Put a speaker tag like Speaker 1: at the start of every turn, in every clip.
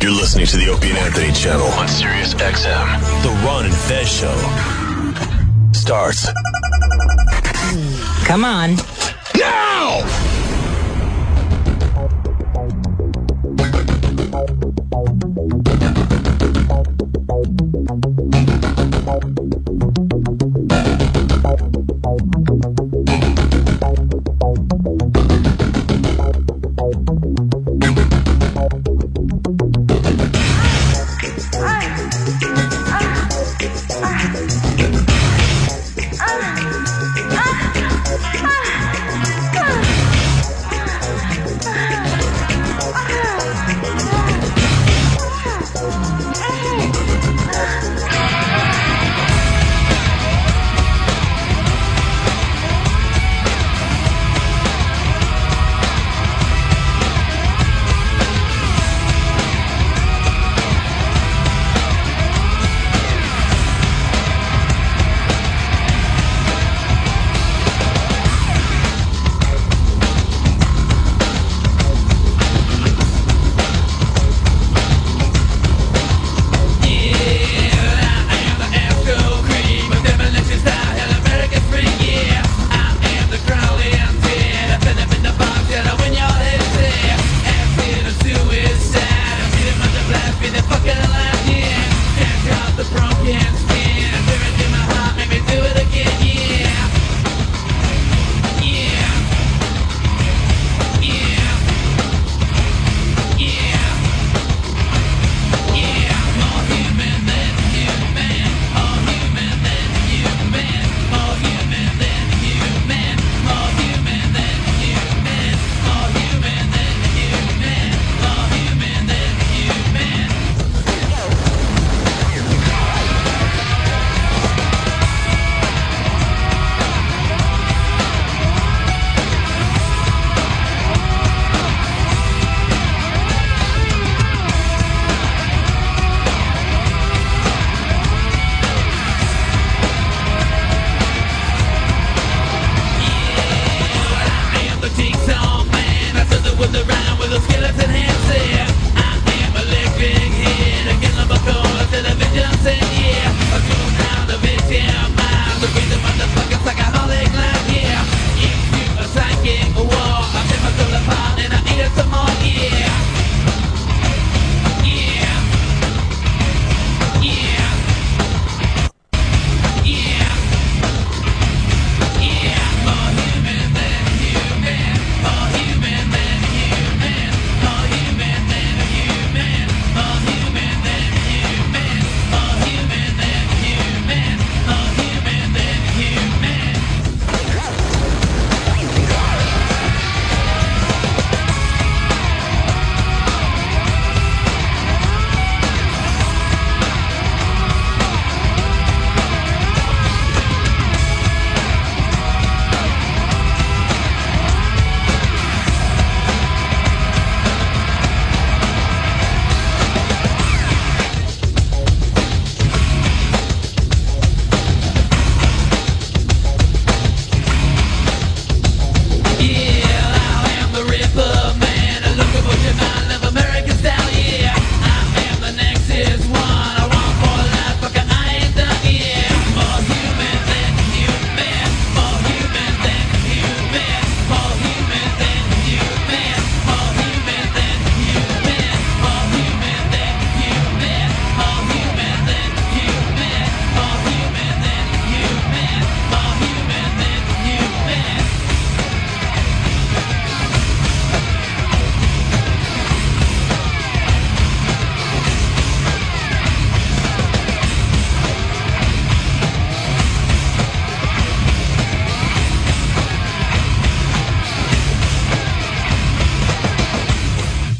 Speaker 1: You're listening to the Opie and Anthony channel on Sirius XM. The Ron and Fez show starts
Speaker 2: Come on.
Speaker 1: now.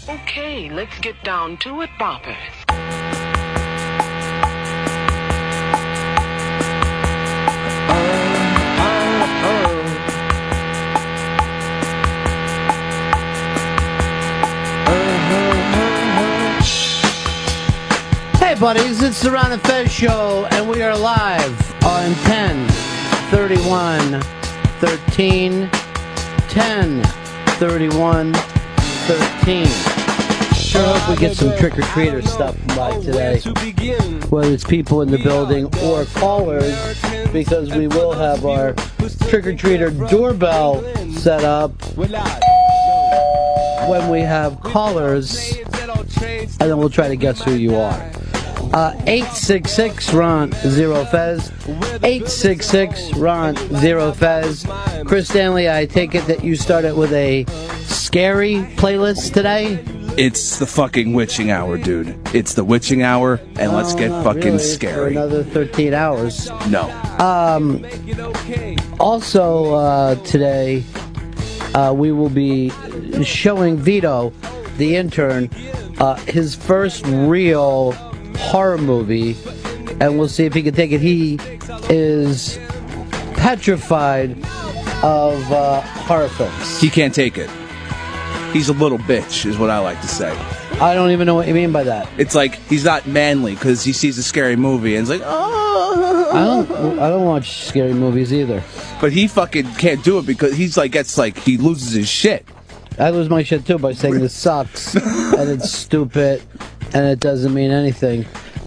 Speaker 3: Okay, let's get down to it, boppers.
Speaker 4: Hey, buddies, it's the Ron and Fez show, and we are live on 10 31 13 10 31 13. sure hope we get some trick or treater stuff by today. Whether it's people in the building or callers, because we will have our trick or treater doorbell set up when we have callers, and then we'll try to guess who you are. Uh, 866 Ron Zero Fez. 866 Ron Zero Fez. Chris Stanley, I take it that you started with a scary playlist today?
Speaker 5: It's the fucking witching hour, dude. It's the witching hour, and let's
Speaker 4: Well,
Speaker 5: get
Speaker 4: not
Speaker 5: fucking
Speaker 4: really, For
Speaker 5: scary.
Speaker 4: another 13 hours.
Speaker 5: No.
Speaker 4: Um, also, uh, today, uh, we will be showing Vito, the intern, uh, his first real horror movie, and we'll see if he can take it. He is petrified of uh, horror films.
Speaker 5: He can't take it. He's a little bitch, is what I like to say.
Speaker 4: I don't even know what you mean by that.
Speaker 5: It's like he's not manly because he sees a scary movie and it's like, oh.
Speaker 4: I don't. I don't watch scary movies either.
Speaker 5: But he fucking can't do it because he's like, gets like, he loses his shit.
Speaker 4: I lose my shit too by saying this sucks and it's stupid and it doesn't mean anything.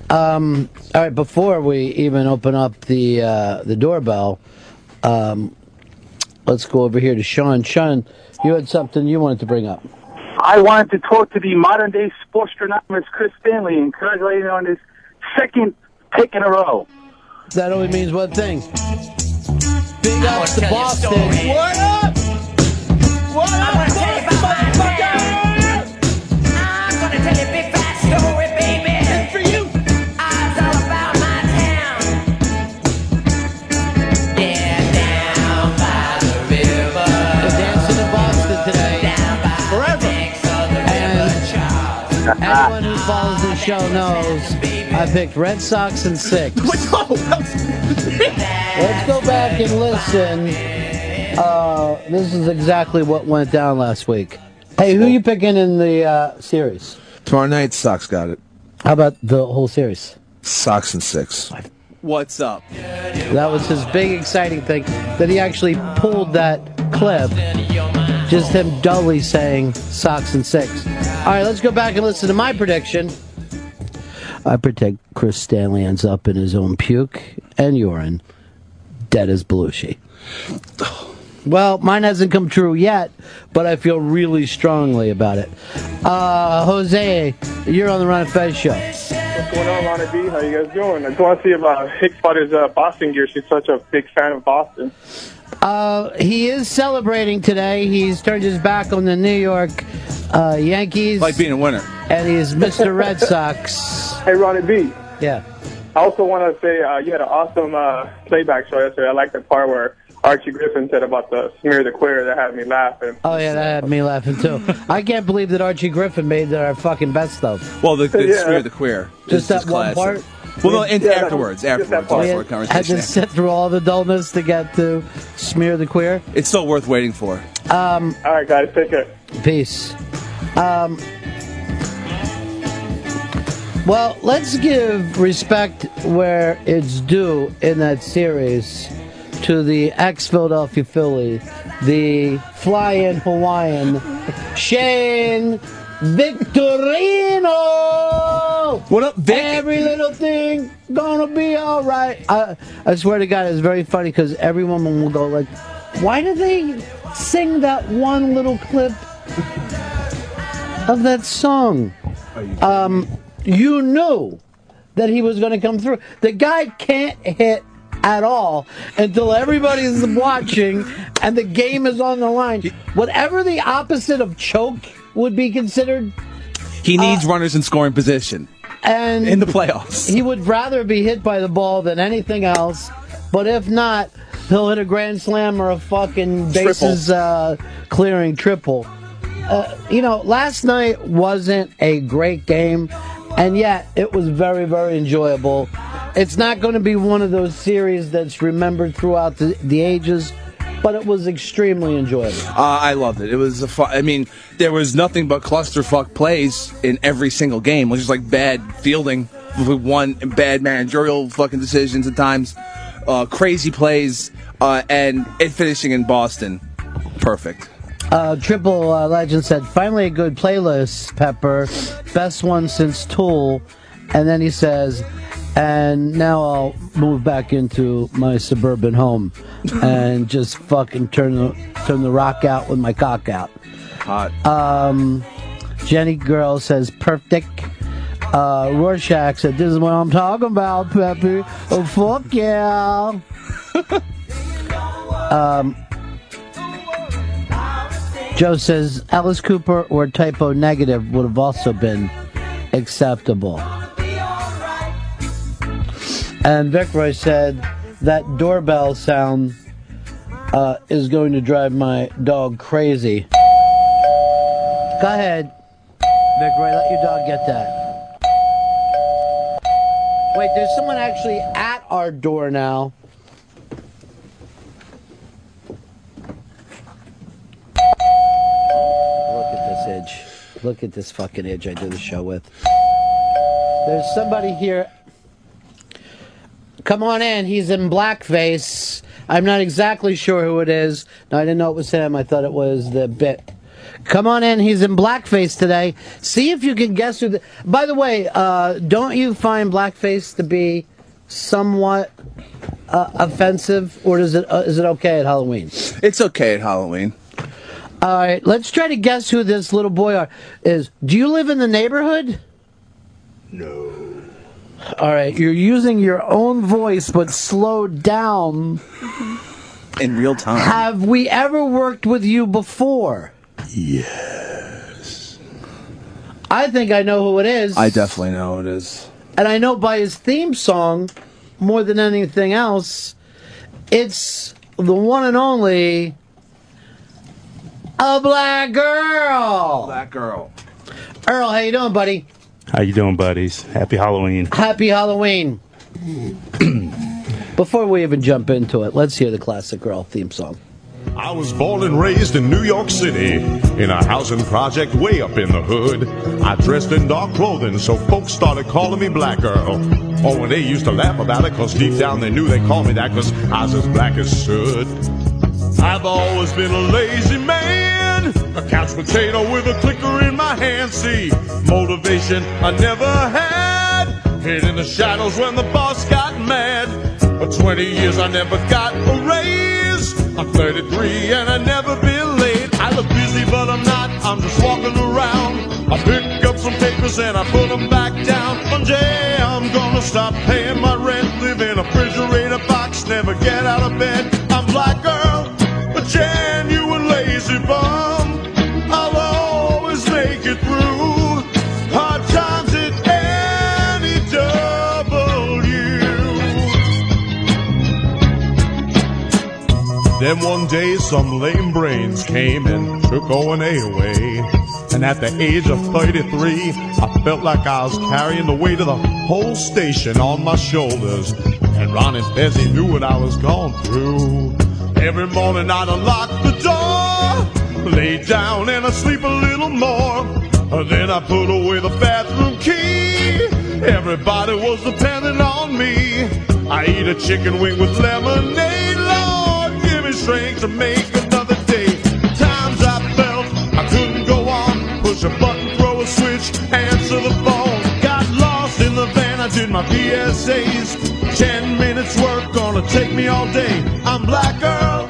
Speaker 4: Um, all right, before we even open up the uh, the doorbell, um, let's go over here to Sean. Sean, you had something you wanted to bring up.
Speaker 6: I wanted to talk to the modern day sportstronomist Chris Stanley and congratulate him on his second pick in a row.
Speaker 4: That only means one thing. Big ups to Boston.
Speaker 3: What up? What up? I'm gonna tell you about my dad. I'm gonna tell you a big fat story, baby. Good for you. It's all about my town. Yeah, down by the river.
Speaker 4: They're dancing in Boston today.
Speaker 3: Down by
Speaker 4: Forever.
Speaker 3: the banks of the river, Charles.
Speaker 4: And- Anyone who follows the show knows I picked Red Sox and six. Let's go back and listen. Uh, this is exactly what went down last week. Hey, who you picking in the uh, series?
Speaker 7: Tomorrow night, Sox got it.
Speaker 4: How about the whole series?
Speaker 7: Sox and six.
Speaker 5: What's up?
Speaker 4: That was his big exciting thing that he actually pulled that clip. Just him dully saying socks and six. All right, let's go back and listen to my prediction. I predict Chris Stanley ends up in his own puke and urine, dead as Belushi. Well, mine hasn't come true yet, but I feel really strongly about it. Uh, Jose, you're on the Ron and Fez show.
Speaker 8: What's going on, Lana B? How you guys doing? I just want to see if uh, Hicks bought his uh, Boston gear. She's such a big fan of Boston.
Speaker 4: Uh, he is celebrating today. He's turned his back on the New York uh, Yankees,
Speaker 5: Like being a winner.
Speaker 4: and he's Mr. Red Sox.
Speaker 8: Hey, Ronnie B.
Speaker 4: Yeah.
Speaker 8: I also want to say uh, you had an awesome uh, playback show yesterday. I like the part where Archie Griffin said about the smear the queer that had me laughing.
Speaker 4: Oh yeah, that had me laughing too. I can't believe that Archie Griffin made that our fucking best though.
Speaker 5: Well, the, the
Speaker 8: Yeah.
Speaker 5: smear the queer.
Speaker 4: Just
Speaker 5: This is
Speaker 4: that one
Speaker 5: classic.
Speaker 4: part?
Speaker 5: Well, no, and
Speaker 8: Yeah, that-
Speaker 5: afterwards,
Speaker 8: just that
Speaker 5: afterwards,
Speaker 8: part.
Speaker 4: We
Speaker 5: before
Speaker 4: had, had
Speaker 5: conversation.
Speaker 4: to sit through all the dullness to get to smear the queer. Um,
Speaker 5: It's still worth waiting for.
Speaker 8: All right, guys, take care.
Speaker 4: Peace. Um, well, let's give respect where it's due in that series to the ex Philadelphia Philly, the fly in Hawaiian, Shane Victorino!
Speaker 5: What up, Vic?
Speaker 4: Every little thing gonna be all right. I, I swear to God, it's very funny because every woman will go like, "Why did they sing that one little clip of that song?" Um, you knew that he was gonna come through. The guy can't hit at all until everybody's watching and the game is on the line. Whatever the opposite of choke would be considered,
Speaker 5: He
Speaker 4: Uh,
Speaker 5: needs runners in scoring position
Speaker 4: and
Speaker 5: in the playoffs.
Speaker 4: he would rather be hit by the ball than anything else. But if not, he'll hit a grand slam or a fucking bases uh, clearing triple. Uh, you know, last night wasn't a great game, and yet it was very, very enjoyable. It's not going to be one of those series that's remembered throughout the, the ages, but it was extremely enjoyable.
Speaker 5: Uh, I loved it. It was a fun. I mean, there was nothing but clusterfuck plays in every single game, which is like bad fielding with one bad managerial fucking decisions at times, uh, crazy plays, uh, and it finishing in Boston. Perfect.
Speaker 4: Uh, Triple uh, Legend said, finally a good playlist, Pepper. Best one since Tool. And then he says, and now I'll move back into my suburban home and just fucking turn the, turn the rock out with my cock out.
Speaker 5: Hot.
Speaker 4: Um, Jenny Girl says, perfect. Uh, Rorschach said, this is what I'm talking about, Pepper. Oh, fuck yeah. um, Joe says Alice Cooper or typo negative would have also been acceptable. And Vic Roy said that doorbell sound uh, is going to drive my dog crazy. Go ahead, Vic Roy, let your dog get that. Wait, there's someone actually at our door now. Look at this edge. Look at this fucking edge I do the show with. There's somebody here. Come on in. He's in blackface. I'm not exactly sure who it is. No, I didn't know it was him. I thought it was the bit. Come on in. He's in blackface today. See if you can guess who. The... By the way, uh, don't you find blackface to be somewhat uh, offensive, or is it uh, is it okay at Halloween?
Speaker 5: It's okay at Halloween.
Speaker 4: All right, let's try to guess who this little boy are, is. Do you live in the neighborhood? No. All right, you're using your own voice but slowed down.
Speaker 5: In real time.
Speaker 4: Have we ever worked with you before? Yes. I think I know who it is.
Speaker 5: I definitely know it is.
Speaker 4: and I know by his theme song more than anything else, it's the one and only a black girl.
Speaker 5: That girl.
Speaker 4: Earl, how you doing, buddy?
Speaker 9: How you doing, buddies? Happy Halloween.
Speaker 4: Happy Halloween. Before we even jump into it, let's hear the classic girl theme song.
Speaker 10: I was born and raised in New York City, in a housing project way up in the hood. I dressed in dark clothing, so folks started calling me Black Girl. Oh, and they used to laugh about it, cause deep down they knew they called me that, cause I was as black as soot. I've always been a lazy man, a couch potato with a clicker in my hand. See, motivation I never had. Hid in the shadows when the boss got mad. For 20 years I never got a raise. I'm 33 and I never been late. I look busy, but I'm not. I'm just walking around. I pick up some papers and I put them back down. One day I'm gonna stop paying my rent. Live in a refrigerator box, never get out of bed. I'm black girl. A genuine lazy bum. I'll always make it through. Hard times at any W. Then one day some lame brains came and took O and A away. And at the age of 33, I felt like I was carrying the weight of the whole station on my shoulders. And Ron and Bessie knew what I was going through. Every morning I'd unlock the door, lay down and I'd sleep a little more. And then I put away the bathroom key. Everybody was depending on me. I eat a chicken wing with lemonade. Lord, give me strength to make another day. Times I felt I couldn't go on. Push a button, throw a switch, answer the phone. Got lost in the van, I did my PSAs. Ten minutes work, gonna take me all day. I'm black girl,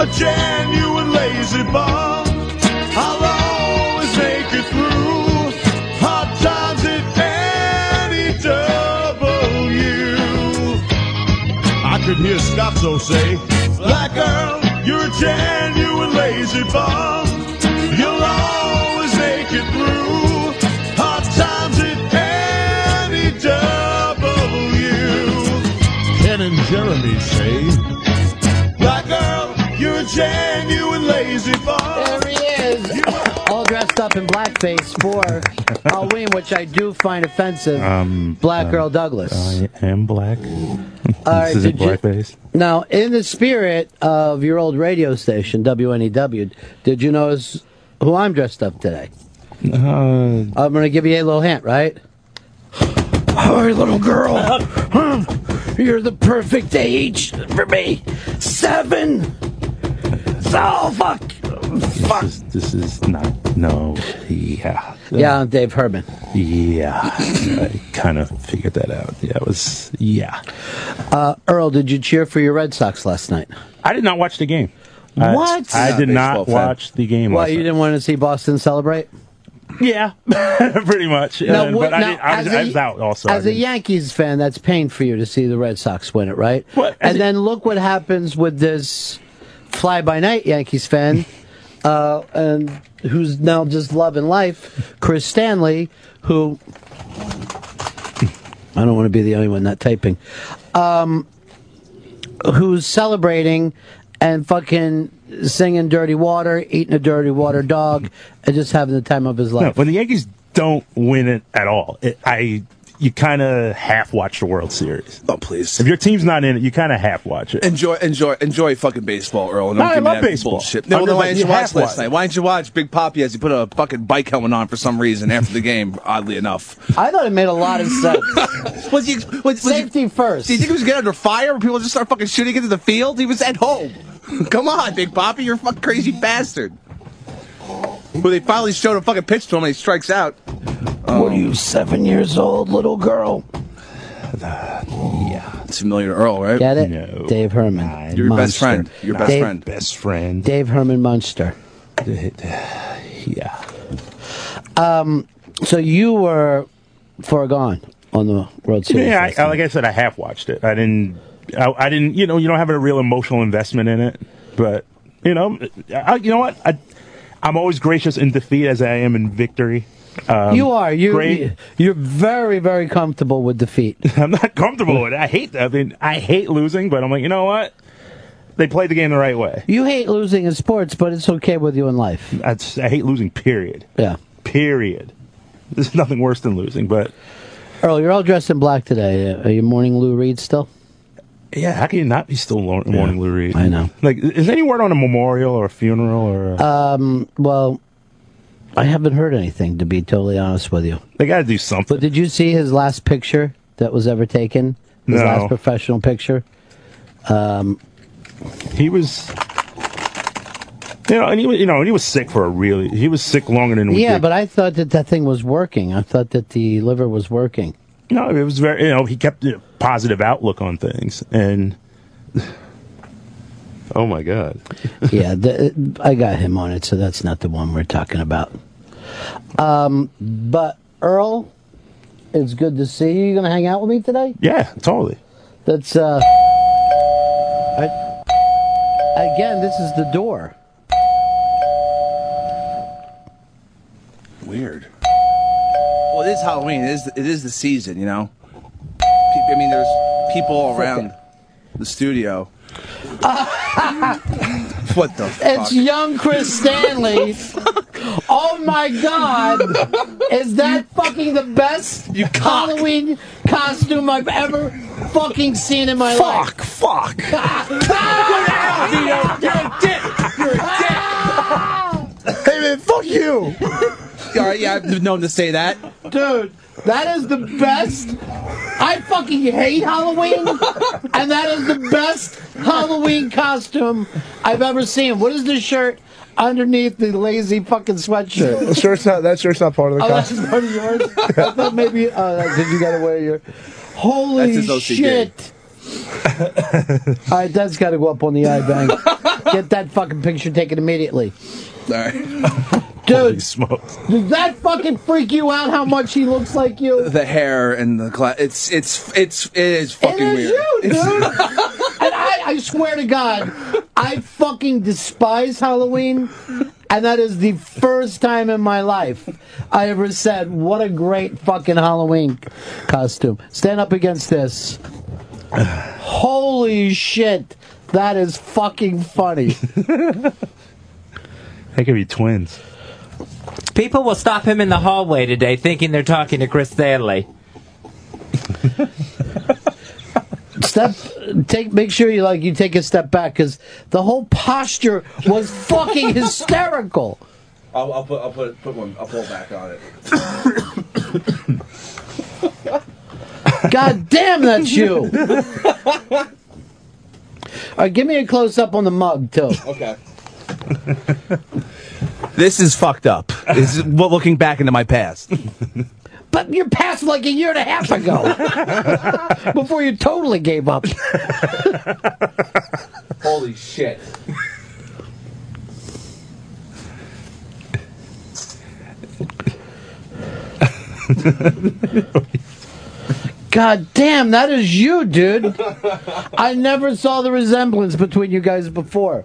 Speaker 10: a genuine lazy bum. I'll always make it through. Hard times at any W. I could hear Scotso say, Black girl, you're a genuine lazy bum. You'll always make it through. Hard times at any W. Ken and Jeremy say, Black girl, you're a genuine lazy bum.
Speaker 4: There he is, all dressed up in blackface for Halloween, which I do find offensive.
Speaker 9: Um,
Speaker 4: Black
Speaker 9: um,
Speaker 4: Girl Douglas.
Speaker 9: I am black.
Speaker 4: right,
Speaker 9: this isn't
Speaker 4: did you-
Speaker 9: blackface.
Speaker 4: Now, in the spirit of your old radio station, WNEW, did you notice who I'm dressed up today?
Speaker 9: Uh,
Speaker 4: I'm going to give you a little hint, right?
Speaker 5: Hi, little girl.
Speaker 4: You're the perfect age for me. Seven. So fuck.
Speaker 9: Fuck. This, this is not. No. Yeah.
Speaker 4: Yeah, I'm Dave Herman.
Speaker 9: Yeah. I kind of figured that out. Yeah, it was. Yeah.
Speaker 4: Uh, Earl, did you cheer for your Red Sox last night?
Speaker 9: I did not watch the game. I-
Speaker 4: What?
Speaker 9: I did not watch the game.
Speaker 4: Why
Speaker 9: last
Speaker 4: you
Speaker 9: night.
Speaker 4: didn't want to see Boston celebrate?
Speaker 9: Yeah, pretty much.
Speaker 4: Now,
Speaker 9: Uh,
Speaker 4: what-
Speaker 9: but I,
Speaker 4: now,
Speaker 9: did, I, was,
Speaker 4: as a-
Speaker 9: I was out also. I
Speaker 4: As a
Speaker 9: didn't-
Speaker 4: Yankees fan, that's pain for you to see the Red Sox win it, right?
Speaker 9: What?
Speaker 4: And then look what happens with this fly-by-night Yankees fan, uh, and who's now just loving life, Chris Stanley, who I don't want to be the only one not typing, um, who's celebrating and fucking singing "Dirty Water," eating a dirty water dog, and just having the time of his life.
Speaker 9: No, when the Yankees don't win it at all, it, I you kind of half watch the World Series.
Speaker 5: Oh please!
Speaker 9: If your team's not in it, you kind of half watch it.
Speaker 5: Enjoy, enjoy, enjoy fucking baseball, Earl. and
Speaker 9: No,
Speaker 5: don't
Speaker 9: I
Speaker 5: give me
Speaker 9: love
Speaker 5: that
Speaker 9: baseball.
Speaker 5: Bullshit. No, then
Speaker 9: I'm just
Speaker 5: why
Speaker 9: like,
Speaker 5: didn't you
Speaker 9: you
Speaker 5: watch
Speaker 9: have
Speaker 5: last
Speaker 9: watched.
Speaker 5: night? Why didn't you watch Big Poppy as he put a fucking bike helmet on for some reason after the game? Oddly enough,
Speaker 4: I thought it made a lot of sense.
Speaker 5: was he? Was,
Speaker 4: Safety first.
Speaker 5: Do you think he was getting under fire when people just start fucking shooting into the field? He was at home. Come on, Big Poppy, you're a fucking crazy bastard. Well, they finally showed a fucking pitch to him and he strikes out.
Speaker 4: What are you, Oh. seven years old, little girl?
Speaker 5: It's familiar to Earl, right?
Speaker 4: Get it?
Speaker 9: No.
Speaker 4: Dave Herman.
Speaker 5: You're your best
Speaker 4: Monster.
Speaker 5: friend. Your best
Speaker 4: Dave-
Speaker 5: friend.
Speaker 9: Best friend.
Speaker 4: Dave Herman Munster.
Speaker 9: Yeah.
Speaker 4: Um, so you were foregone on the World Series.
Speaker 9: Yeah,
Speaker 4: last
Speaker 9: I, I-
Speaker 4: night.
Speaker 9: like I said, I half watched it. I didn't. I, I didn't. You know, you don't have a real emotional investment in it. But you know, I, you know what? I, I'm always gracious in defeat as I am in victory. Um,
Speaker 4: you are. You,
Speaker 9: great.
Speaker 4: You're very, very comfortable with defeat.
Speaker 9: I'm not comfortable with it. I hate that. I mean, I hate losing, but I'm like, you know what? They played the game the right way.
Speaker 4: You hate losing in sports, but it's okay with you in life.
Speaker 9: I, just- I hate losing. Period.
Speaker 4: Yeah.
Speaker 9: Period. There's nothing worse than losing. But
Speaker 4: Earl, you're all dressed in black today. Uh, Are you mourning Lou Reed still?
Speaker 9: yeah, how can you not be still lo- mourning Lou Reed?
Speaker 4: I know.
Speaker 9: Like, is any word on a memorial or a funeral or? A,
Speaker 4: Um, well, I haven't heard anything, to be totally honest with you.
Speaker 9: they got to do something.
Speaker 4: But did you see his last picture that was ever taken? His
Speaker 9: No.
Speaker 4: last professional picture? Um,
Speaker 9: he was you know, and he was, you know, and he was sick for a really. He was sick longer than we.
Speaker 4: Yeah,
Speaker 9: did.
Speaker 4: but I thought that that thing was working. I thought that the liver was working.
Speaker 9: no, it was very. You know, he kept a positive outlook on things, and oh my god,
Speaker 4: yeah, the, I got him on it, so that's not the one we're talking about. Um, but Earl, it's good to see you. You gonna hang out with me today?
Speaker 9: yeah, totally.
Speaker 4: That's uh. I, again, this is the door.
Speaker 5: Weird. Well, it is Halloween. It is, it is the season, you know? Pe- I mean, there's people all around the studio. what the fuck?
Speaker 4: It's young Chris Stanley. oh my God! Is that fucking the best
Speaker 5: You cock.
Speaker 4: Halloween costume I've ever fucking seen in my life?
Speaker 9: Fuck, fuck.
Speaker 7: Hey man, fuck you!
Speaker 5: all right, yeah, I've known to say that.
Speaker 4: Dude, that is the best. I fucking hate Halloween, and that is the best Halloween costume I've ever seen. What is this shirt underneath the lazy fucking sweatshirt?
Speaker 7: That shirt's not that shirt's not part of the
Speaker 4: Oh, that's
Speaker 7: costume.
Speaker 4: part of yours. I thought maybe. Oh, that's it. you gotta wear your. Holy
Speaker 5: That's his OCD.
Speaker 4: shit! All right, that's got to go up on the iBank. Get that fucking picture taken immediately,
Speaker 5: All right.
Speaker 4: dude.
Speaker 9: Smokes.
Speaker 4: Does that fucking freak you out? How much he looks like you?
Speaker 5: The hair and the cla- it's it's it's it is
Speaker 4: It
Speaker 5: fucking weird.
Speaker 4: is you, dude. and I, I swear to God, I fucking despise Halloween, and that is the first time in my life I ever said, "What a great fucking Halloween costume." Stand up against this. Holy shit, that is fucking funny.
Speaker 9: They could be twins.
Speaker 2: People will stop him in the hallway today thinking they're talking to Chris Stanley.
Speaker 4: step take make sure you like you take a step back because the whole posture was fucking hysterical
Speaker 5: I'll, I'll put I'll put put one I'll pull back on it.
Speaker 4: god damn that's you all right give me a close-up on the mug too
Speaker 5: Okay. This is fucked up. This is what looking back into my past.
Speaker 4: But your past like a year and a half ago, before you totally gave up.
Speaker 5: Holy shit.
Speaker 4: God damn, that is you, dude. I never saw the resemblance between you guys before.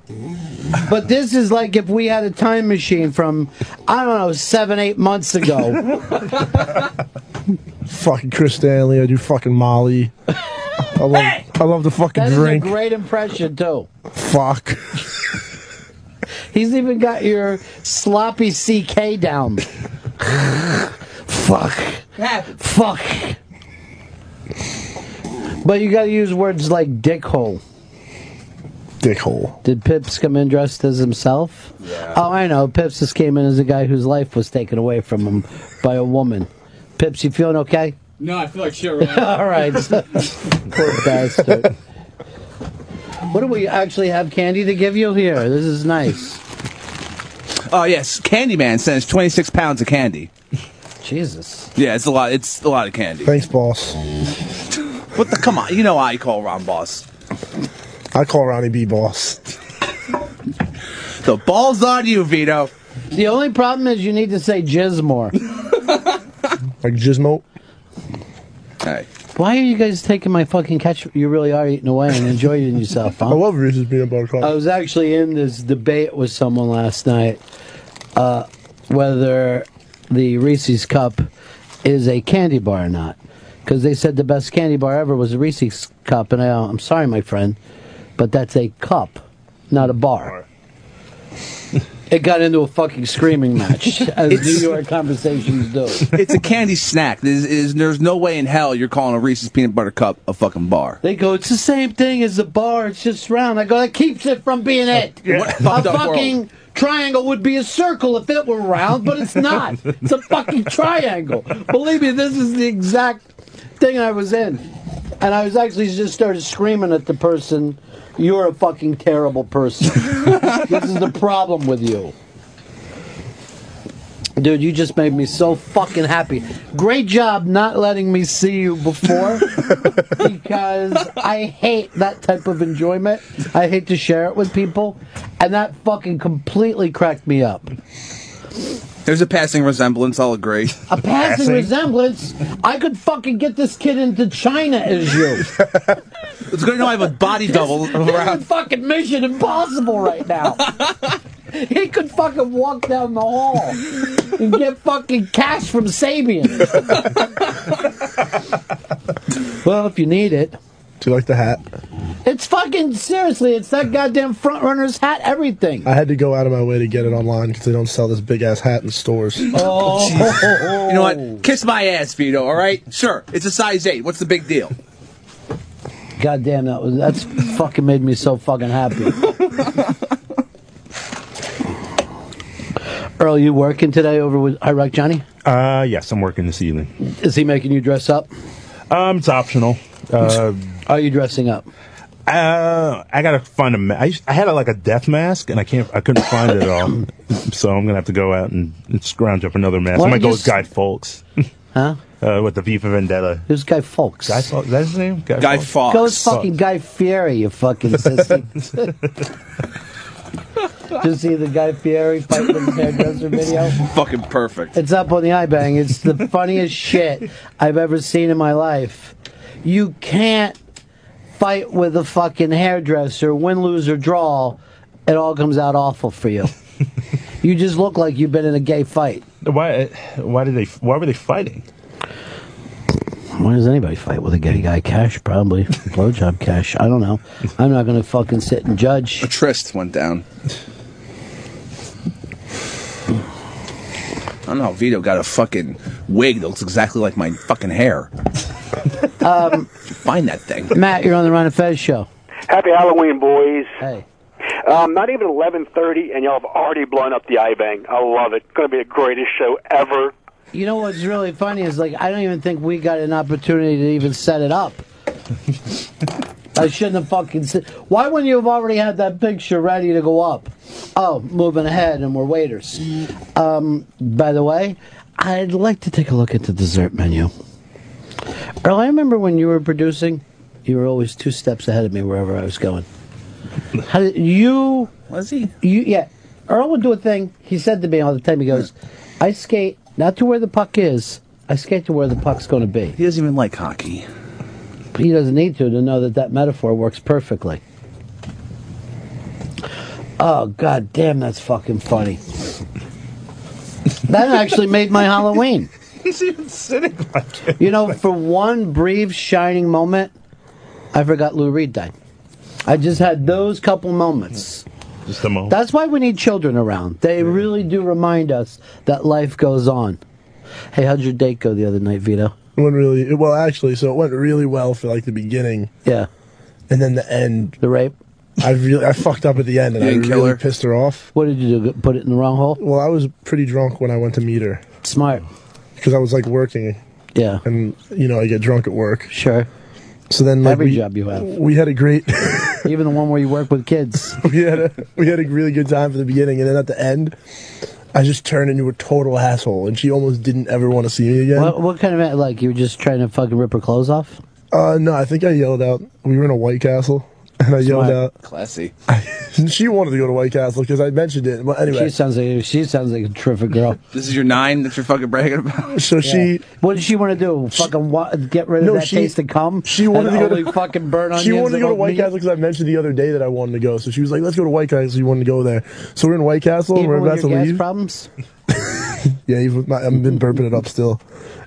Speaker 4: But this is like if we had a time machine from, I don't know, seven, eight months ago.
Speaker 7: Fucking Chris Stanley, I do fucking Molly. I love, I love the fucking
Speaker 4: That is
Speaker 7: drink.
Speaker 4: a great impression, too.
Speaker 7: Fuck.
Speaker 4: He's even got your sloppy CK down. Fuck. Fuck. But you gotta use words like dickhole.
Speaker 7: Dickhole.
Speaker 4: Did Pips come in dressed as himself? Oh, I know. Pips just came in as a guy whose life was taken away from him by a woman. Pips, you feeling okay?
Speaker 1: No, I feel like shit right now.
Speaker 4: All right. Poor bastard. What do we actually have candy to give you here? This is nice.
Speaker 5: Oh yes, Candyman sends 26 pounds of candy.
Speaker 4: Jesus.
Speaker 5: Yeah, it's a lot. It's a lot of candy.
Speaker 7: Thanks, boss.
Speaker 5: What the? Come on, you know I call Ron Boss.
Speaker 7: I call Ronnie B boss.
Speaker 5: The balls on you, Vito.
Speaker 4: The only problem is you need to say jizz more.
Speaker 7: Like Gizmo.
Speaker 5: Hey.
Speaker 4: Why are you guys taking my fucking catch? You really are eating away and enjoying yourself, huh? Uh,
Speaker 7: I love Reese's peanut butter cup.
Speaker 4: I was actually in this debate with someone last night uh, whether the Reese's Cup is a candy bar or not. Because they said the best candy bar ever was a Reese's Cup, and I, I'm sorry, my friend, but that's a cup, not a bar. it got into a fucking screaming match, as New
Speaker 5: It's-
Speaker 4: York conversations do.
Speaker 5: It's a candy snack. There's, is, there's no way in hell you're calling a Reese's peanut butter cup a fucking bar.
Speaker 4: They go, it's the same thing as the bar. It's just round. I go, that keeps it from being it.
Speaker 5: Yeah. What a
Speaker 4: A
Speaker 5: fucked up
Speaker 4: fucking triangle would be a circle if it were round, but it's not. it's a fucking triangle. Believe me, this is the exact thing I was in, and I was actually just started screaming at the person, "You're a fucking terrible person. this is the problem with you." Dude, you just made me so fucking happy. Great job not letting me see you before because I hate that type of enjoyment. I hate to share it with people. And that fucking completely cracked me up.
Speaker 5: There's a passing resemblance. I'll agree.
Speaker 4: A passing resemblance, I could fucking get this kid into China as you.
Speaker 5: It's good to know I have a body double
Speaker 4: This
Speaker 5: around.
Speaker 4: is fucking mission impossible right now. he could fucking walk down the hall and get fucking cash from Sabian. well, if you need it.
Speaker 7: Do you like the hat?
Speaker 4: It's fucking seriously, it's that goddamn front runner's hat, everything.
Speaker 7: I had to go out of my way to get it online because they don't sell this big ass hat in stores.
Speaker 4: Oh,
Speaker 5: You know what? Kiss my ass, Vito. All right. Sure. It's a size eight. What's the big deal?
Speaker 4: goddamn that was that's fucking made me so fucking happy. Earl, you working today over with Iraq Johnny?
Speaker 9: Uh, yes, I'm working this evening.
Speaker 4: Is he making you dress up?
Speaker 9: Um, it's optional. Uh,
Speaker 4: Are you dressing up?
Speaker 9: Uh, I gotta find a. Ma- I, used, I had a, like a death mask, and I can't. I couldn't find it at all. So I'm gonna have to go out and, and scrounge up another mask.
Speaker 4: Why
Speaker 9: I might
Speaker 4: don't
Speaker 9: go
Speaker 4: you
Speaker 9: with Guy Fawkes.
Speaker 4: Huh?
Speaker 9: Uh, with the V for Vendetta.
Speaker 4: Who's Guy Fawkes?
Speaker 9: Guy Fawkes. Is that his name? Guy,
Speaker 5: Guy
Speaker 4: Go with fucking Guy Fieri, you fucking sissy. Just see the Guy Fieri fight with the hairdresser video.
Speaker 5: Fucking perfect.
Speaker 4: It's up on the iBang. It's the funniest shit I've ever seen in my life. You can't fight with a fucking hairdresser, win, lose, or draw. It all comes out awful for you. you just look like you've been in a gay fight.
Speaker 9: Why? Why did they? Why were they fighting?
Speaker 4: Why does anybody fight with a gay guy? Cash, probably. Blowjob cash. I don't know. I'm not going to fucking sit and judge. A
Speaker 5: tryst went down. I don't know. Vito got a fucking wig that looks exactly like my fucking hair.
Speaker 4: Um,
Speaker 5: Find that thing.
Speaker 4: Matt, you're on the Ron and Fez show.
Speaker 11: Happy Halloween, boys.
Speaker 4: Hey.
Speaker 11: Um, not even 11.30, and y'all have already blown up the iBang. I love it. Going to be the greatest show ever.
Speaker 4: You know what's really funny is like I don't even think we got an opportunity to even set it up. I shouldn't have fucking said. Why wouldn't you have already had that picture ready to go up? Oh, moving ahead, and we're waiters. Um, by the way, I'd like to take a look at the dessert menu. Earl, I remember when you were producing, you were always two steps ahead of me wherever I was going. How did you? Was he? You yeah. Earl would do a thing. He said to me all the time. He goes, "I skate not to where the puck is. I skate to where the puck's going to be." He
Speaker 5: doesn't even like hockey.
Speaker 4: He doesn't need to to know that that metaphor works perfectly. Oh god damn, that's fucking funny. That actually made my Halloween.
Speaker 9: He's even sitting like it.
Speaker 4: You know, for one brief shining moment, I forgot Lou Reed died. I just had those couple moments.
Speaker 9: Just a moment.
Speaker 4: That's why we need children around. They really do remind us that life goes on. Hey, how'd your date go the other night, Vito?
Speaker 7: It went really well. Actually, so it went really well for like the beginning.
Speaker 4: Yeah,
Speaker 7: and then the end.
Speaker 4: The rape.
Speaker 7: I really I fucked up at the end, and
Speaker 4: You
Speaker 7: I
Speaker 4: didn't
Speaker 7: really
Speaker 4: kill her?
Speaker 7: pissed her off.
Speaker 4: What did you do? Put it in the wrong hole?
Speaker 7: Well, I was pretty drunk when I went to meet her.
Speaker 4: Smart.
Speaker 7: Because I was like working.
Speaker 4: Yeah.
Speaker 7: And you know I get drunk at work.
Speaker 4: Sure.
Speaker 7: So then like,
Speaker 4: Every
Speaker 7: we-
Speaker 4: job you have.
Speaker 7: We had a great.
Speaker 4: Even the one where you work with kids.
Speaker 7: we had a we had a really good time for the beginning, and then at the end, I just turned into a total asshole, and she almost didn't ever want to see me again.
Speaker 4: What, what kind of like you were just trying to fucking rip her clothes off?
Speaker 7: Uh, no, I think I yelled out. We were in a White Castle, and I yelled out.
Speaker 5: Classy.
Speaker 7: she wanted to go to White Castle because I mentioned it. But anyway,
Speaker 4: She sounds like she sounds like a terrific girl.
Speaker 5: This is your nine that you're fucking bragging about.
Speaker 7: So
Speaker 4: Yeah. What did she want to do? Fucking wa- get rid of
Speaker 7: No,
Speaker 4: that
Speaker 7: she-
Speaker 4: taste of cum?
Speaker 7: she wanted
Speaker 4: and
Speaker 7: to go
Speaker 4: only
Speaker 7: to
Speaker 4: fucking burn on
Speaker 7: She wanted to go to White Castle because I mentioned the other day that I wanted to go. So she was like, "Let's go to White Castle." You wanted to go there, so we're in White Castle. and
Speaker 4: Even
Speaker 7: we're
Speaker 4: with
Speaker 7: about to
Speaker 4: your gas
Speaker 7: leave.
Speaker 4: problems.
Speaker 7: Yeah, even with my, I've been burping it up still.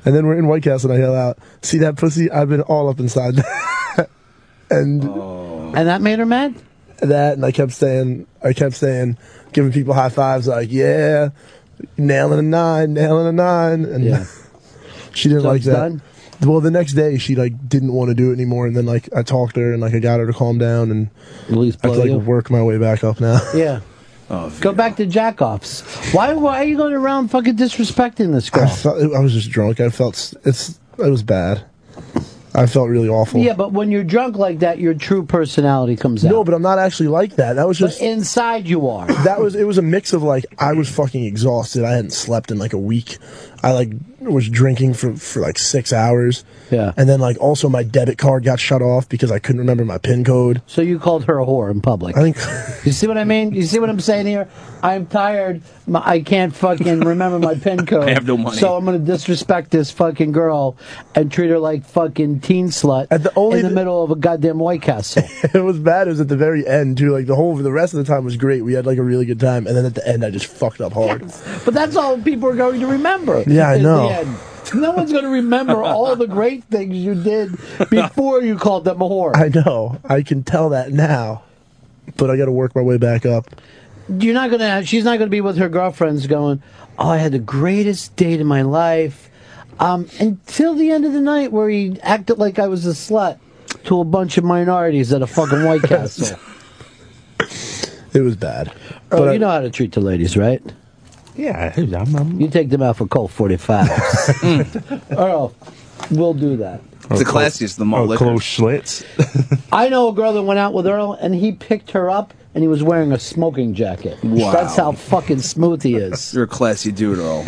Speaker 7: And then we're in White Castle, and I yell out, "See that pussy? I've been all up inside." that." and
Speaker 4: Oh. and that made her mad.
Speaker 7: That, and I kept saying, I kept saying, giving people high fives, like, "Yeah, nailing a nine, nailing a nine. and she didn't
Speaker 4: So
Speaker 7: like
Speaker 4: it's
Speaker 7: that.
Speaker 4: done?
Speaker 7: Well, the next day she like didn't want to do it anymore, and then like I talked to her and like I got her to calm down, and
Speaker 4: at least
Speaker 7: I have to
Speaker 4: blow
Speaker 7: like
Speaker 4: you.
Speaker 7: work my way back up now.
Speaker 4: Yeah. go back to jack offs. Why? Why are you going around fucking disrespecting this girl?
Speaker 7: I felt I was just drunk. I felt s- it's it was bad. I felt really awful.
Speaker 4: Yeah, but when you're drunk like that, your true personality comes out.
Speaker 7: No, but I'm not actually like that. That was just
Speaker 4: inside you are.
Speaker 7: That was it was a mix of like I was fucking exhausted. I hadn't slept in like a week. I like was drinking for for like 6 hours.
Speaker 4: Yeah.
Speaker 7: And then like also my debit card got shut off because I couldn't remember my pin code.
Speaker 4: So you called her a whore in public.
Speaker 7: I think
Speaker 4: You see what I mean? You see what I'm saying here? I'm tired. My, I can't fucking remember my pin code.
Speaker 5: I have no money.
Speaker 4: So I'm going to disrespect this fucking girl and treat her like fucking teen slut At the
Speaker 7: only
Speaker 4: in the middle of a goddamn White Castle.
Speaker 7: it was bad. It was at the very end too. Like the whole the rest of the time was great. We had like a really good time, and then at the end I just fucked up hard.
Speaker 4: But that's all people are going to remember.
Speaker 7: Yeah, I
Speaker 4: is
Speaker 7: know.
Speaker 4: the end. No one's going to remember all the great things you did before you called them a whore.
Speaker 7: I know. I can tell that now, but I got to work my way back up.
Speaker 4: You're not going to. She's not going to be with her girlfriends going. Oh, I had the greatest date in my life. Um, until the end of the night, where he acted like I was a slut to a bunch of minorities at a fucking White Castle.
Speaker 7: It was bad.
Speaker 4: Oh,
Speaker 7: But I-
Speaker 4: you know how to treat the ladies, right?
Speaker 9: Yeah, I'm, I'm,
Speaker 4: You take them out for Colt 45. Earl, we'll do that.
Speaker 5: It's the classiest of them all.
Speaker 9: Oh, close slits.
Speaker 4: I know a girl that went out with Earl, and he picked her up, and he was wearing a smoking jacket.
Speaker 5: Wow.
Speaker 4: That's how fucking smooth he is.
Speaker 5: You're a classy dude, Earl.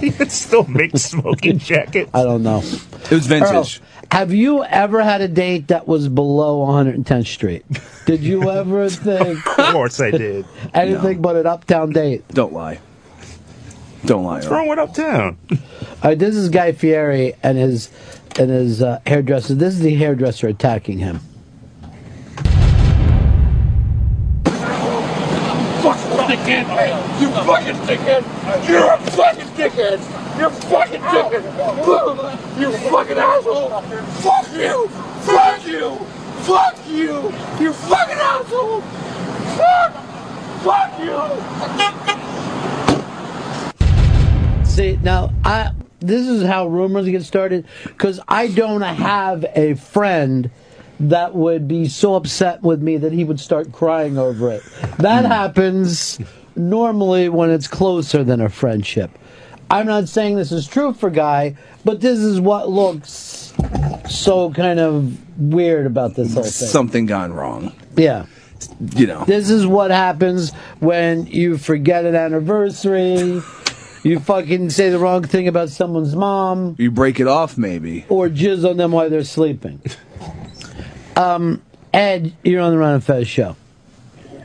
Speaker 9: You can still make smoking jackets.
Speaker 4: I don't know.
Speaker 5: It was vintage.
Speaker 4: Earl, Oh, have you ever had a date that was below 110th Street? Did you ever think? of
Speaker 9: course I did.
Speaker 4: Anything but an uptown date.
Speaker 5: Don't lie. Don't lie. Earl.
Speaker 9: with uptown?
Speaker 4: All right, this is Guy Fieri and his and his uh, hairdresser. This is the hairdresser attacking him.
Speaker 3: Fucking dickhead! You fucking dickhead! You're a fucking dickhead! You're fucking dickhead! You fucking asshole! Fuck you! Fuck you! Fuck you! You fucking asshole! Fuck! Fuck you!
Speaker 4: See, now I this is how rumors get started because I don't have a friend that would be so upset with me that he would start crying over it. That happens normally when it's closer than a friendship. I'm not saying this is true for Guy, but this is what looks so kind of weird about this whole thing.
Speaker 5: Something gone wrong.
Speaker 4: Yeah.
Speaker 5: You know.
Speaker 4: This is what happens when you forget an anniversary, you fucking say the wrong thing about someone's mom,
Speaker 5: You break it off, maybe.
Speaker 4: or jizz on them while they're sleeping. Um, Ed, you're on the Ron and Fez show.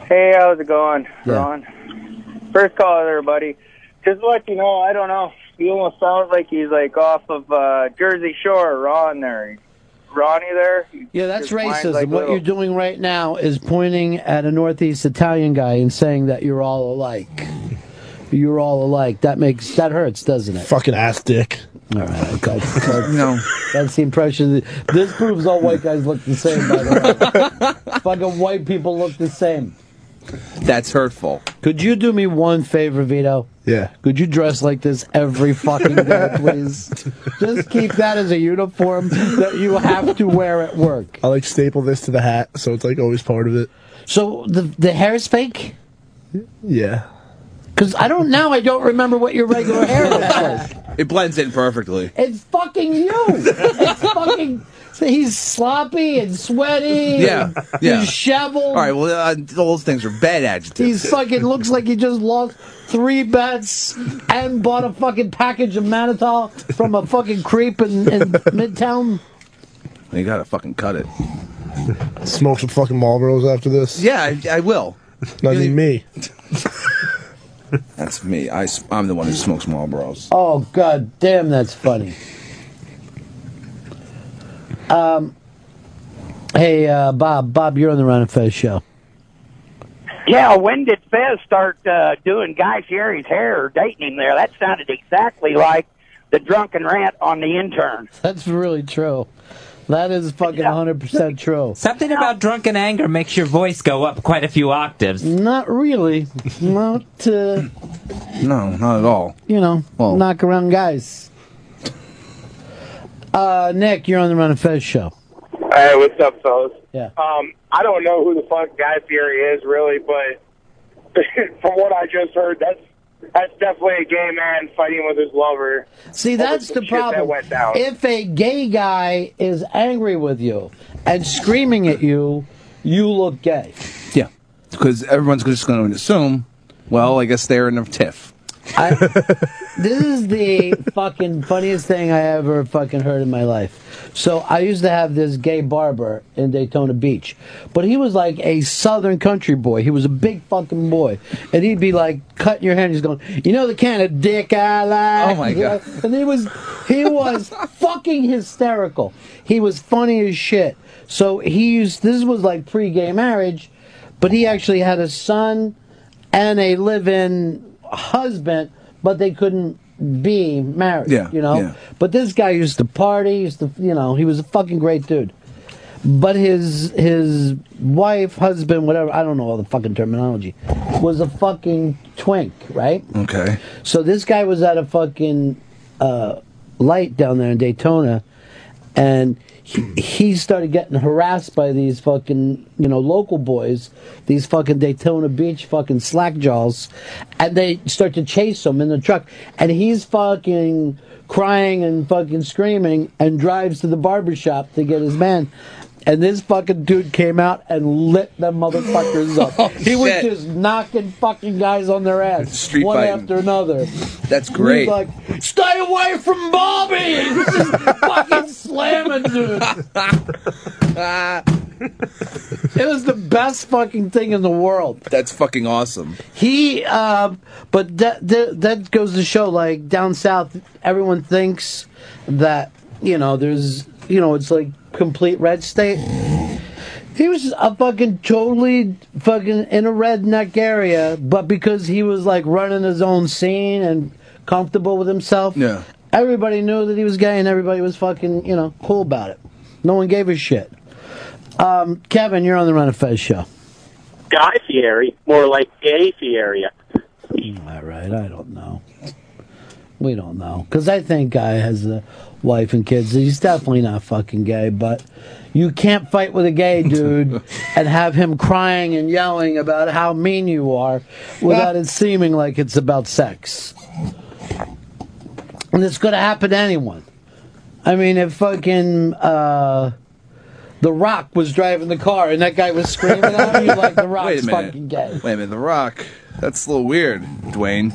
Speaker 12: Hey, how's it going,
Speaker 4: Yeah.
Speaker 12: Ron? First call, everybody. Just to let you know, I don't know. He almost sounds like he's like off of uh, Jersey Shore, Ron there. Ronnie there.
Speaker 4: Yeah, that's racism. what
Speaker 12: you
Speaker 4: you're doing right now is pointing at a Northeast Italian guy and saying that you're all alike. You're all alike. That makes that hurts, doesn't it?
Speaker 7: Fucking ass dick.
Speaker 4: All right, okay. That's, that's the impression. that- This proves all white guys look the same. By the way, fucking white people look the same.
Speaker 5: That's hurtful.
Speaker 4: Could you do me one favor, Vito?
Speaker 7: Yeah.
Speaker 4: Could you dress like this every fucking day, please? Just keep that as a uniform that you have to wear at work.
Speaker 7: I like staple this to the hat, so it's like always part of it.
Speaker 4: So the the hair is fake.
Speaker 7: Yeah.
Speaker 4: Because I don't now, I don't remember what your regular hair looks like.
Speaker 5: It blends in perfectly.
Speaker 4: It's fucking you. It's fucking. He's sloppy and sweaty.
Speaker 5: Yeah,
Speaker 4: and
Speaker 5: yeah.
Speaker 4: Disheveled.
Speaker 5: All right, well, uh, those things are bad adjectives.
Speaker 4: He's fucking looks like he just lost three bets and bought a fucking package of mannitol from a fucking creep in, in Midtown.
Speaker 5: You gotta fucking cut it.
Speaker 7: Smoke some fucking Marlboros after this.
Speaker 5: Yeah, I, I will.
Speaker 7: Not even me.
Speaker 5: That's me. I, am the one who smokes Marlboros.
Speaker 4: Oh god damn, that's funny. Um, hey uh, Bob, Bob, you're on the Ron and Fez show.
Speaker 13: Yeah, when did Fez start uh, doing Guy Fieri's hair or dating him there? That sounded exactly like the drunken rant on the intern.
Speaker 4: That's really true. That is fucking 100% true.
Speaker 2: Something about drunken anger makes your voice go up quite a few octaves.
Speaker 4: Not really. Not, uh,
Speaker 5: No, not at all.
Speaker 4: you know,
Speaker 5: Well.
Speaker 4: knock around guys. Uh, Nick, you're on the Run and Fez show.
Speaker 14: Hey, what's up, fellas?
Speaker 4: Yeah.
Speaker 14: Um, I don't know who the fuck Guy Fieri is really, but from what I just heard, that's that's definitely a gay man fighting with his lover.
Speaker 4: See, that's the
Speaker 14: Shit that
Speaker 4: problem.
Speaker 14: went down.
Speaker 4: If a gay guy is angry with you and screaming at you, you look gay.
Speaker 5: Yeah, because everyone's just going to assume, well, I guess they're in a tiff.
Speaker 4: This is the fucking funniest thing I ever fucking heard in my life. So I used to have this gay barber in Daytona Beach, but he was like a southern country boy. He was a big fucking boy, and he'd be like cutting your hand. He's going, you know the kind of dick I like.
Speaker 5: Oh, my God.
Speaker 4: And he was he was fucking hysterical. He was funny as shit. So he used this was like pre-gay marriage, but he actually had a son and a live-in husband, but they couldn't be married.
Speaker 5: Yeah,
Speaker 4: you know.
Speaker 5: yeah.
Speaker 4: But this guy used to party. Used to you know he was a fucking great dude. But his his wife, husband, whatever I don't know all the fucking terminology, was a fucking twink, right?
Speaker 5: Okay.
Speaker 4: So this guy was at a fucking uh, light down there in Daytona, and he, he started getting harassed by these fucking you know local boys, these fucking Daytona Beach fucking slackjaws, and they start to chase him in the truck, and he's fucking crying and fucking screaming, and drives to the barber shop to get his man. And this fucking dude came out and lit them motherfuckers up. he was
Speaker 5: Oh, shit.
Speaker 4: just knocking fucking guys on their ass
Speaker 5: Street
Speaker 4: one
Speaker 5: fighting.
Speaker 4: after another.
Speaker 5: That's great.
Speaker 4: He's like, stay away from Bobby. He's just fucking slamming dude.
Speaker 5: Ah,
Speaker 4: it was the best fucking thing in the world.
Speaker 5: That's fucking awesome.
Speaker 4: He, uh, but that, that that goes to show, like down south, everyone thinks that you know there's you know it's like complete red state. He was a fucking totally fucking in a redneck area, but because he was like running his own scene and comfortable with himself,
Speaker 5: Yeah.
Speaker 4: everybody knew that he was gay and everybody was fucking you know cool about it. No one gave a shit. Um, Kevin, you're on the Run of Fez show.
Speaker 15: Guy Fieri, more like Gay Fieri.
Speaker 4: All right, I don't know. We don't know because I think guy has a wife and kids. He's definitely not fucking gay, but you can't fight with a gay dude and have him crying and yelling about how mean you are without it seeming like it's about sex. And it's going to happen to anyone. I mean, if fucking uh, The Rock was driving the car and that guy was screaming at you like The
Speaker 5: Wait
Speaker 4: Rock's
Speaker 5: a minute.
Speaker 4: fucking gay.
Speaker 5: Wait a minute. The Rock. That's a little weird, Dwayne.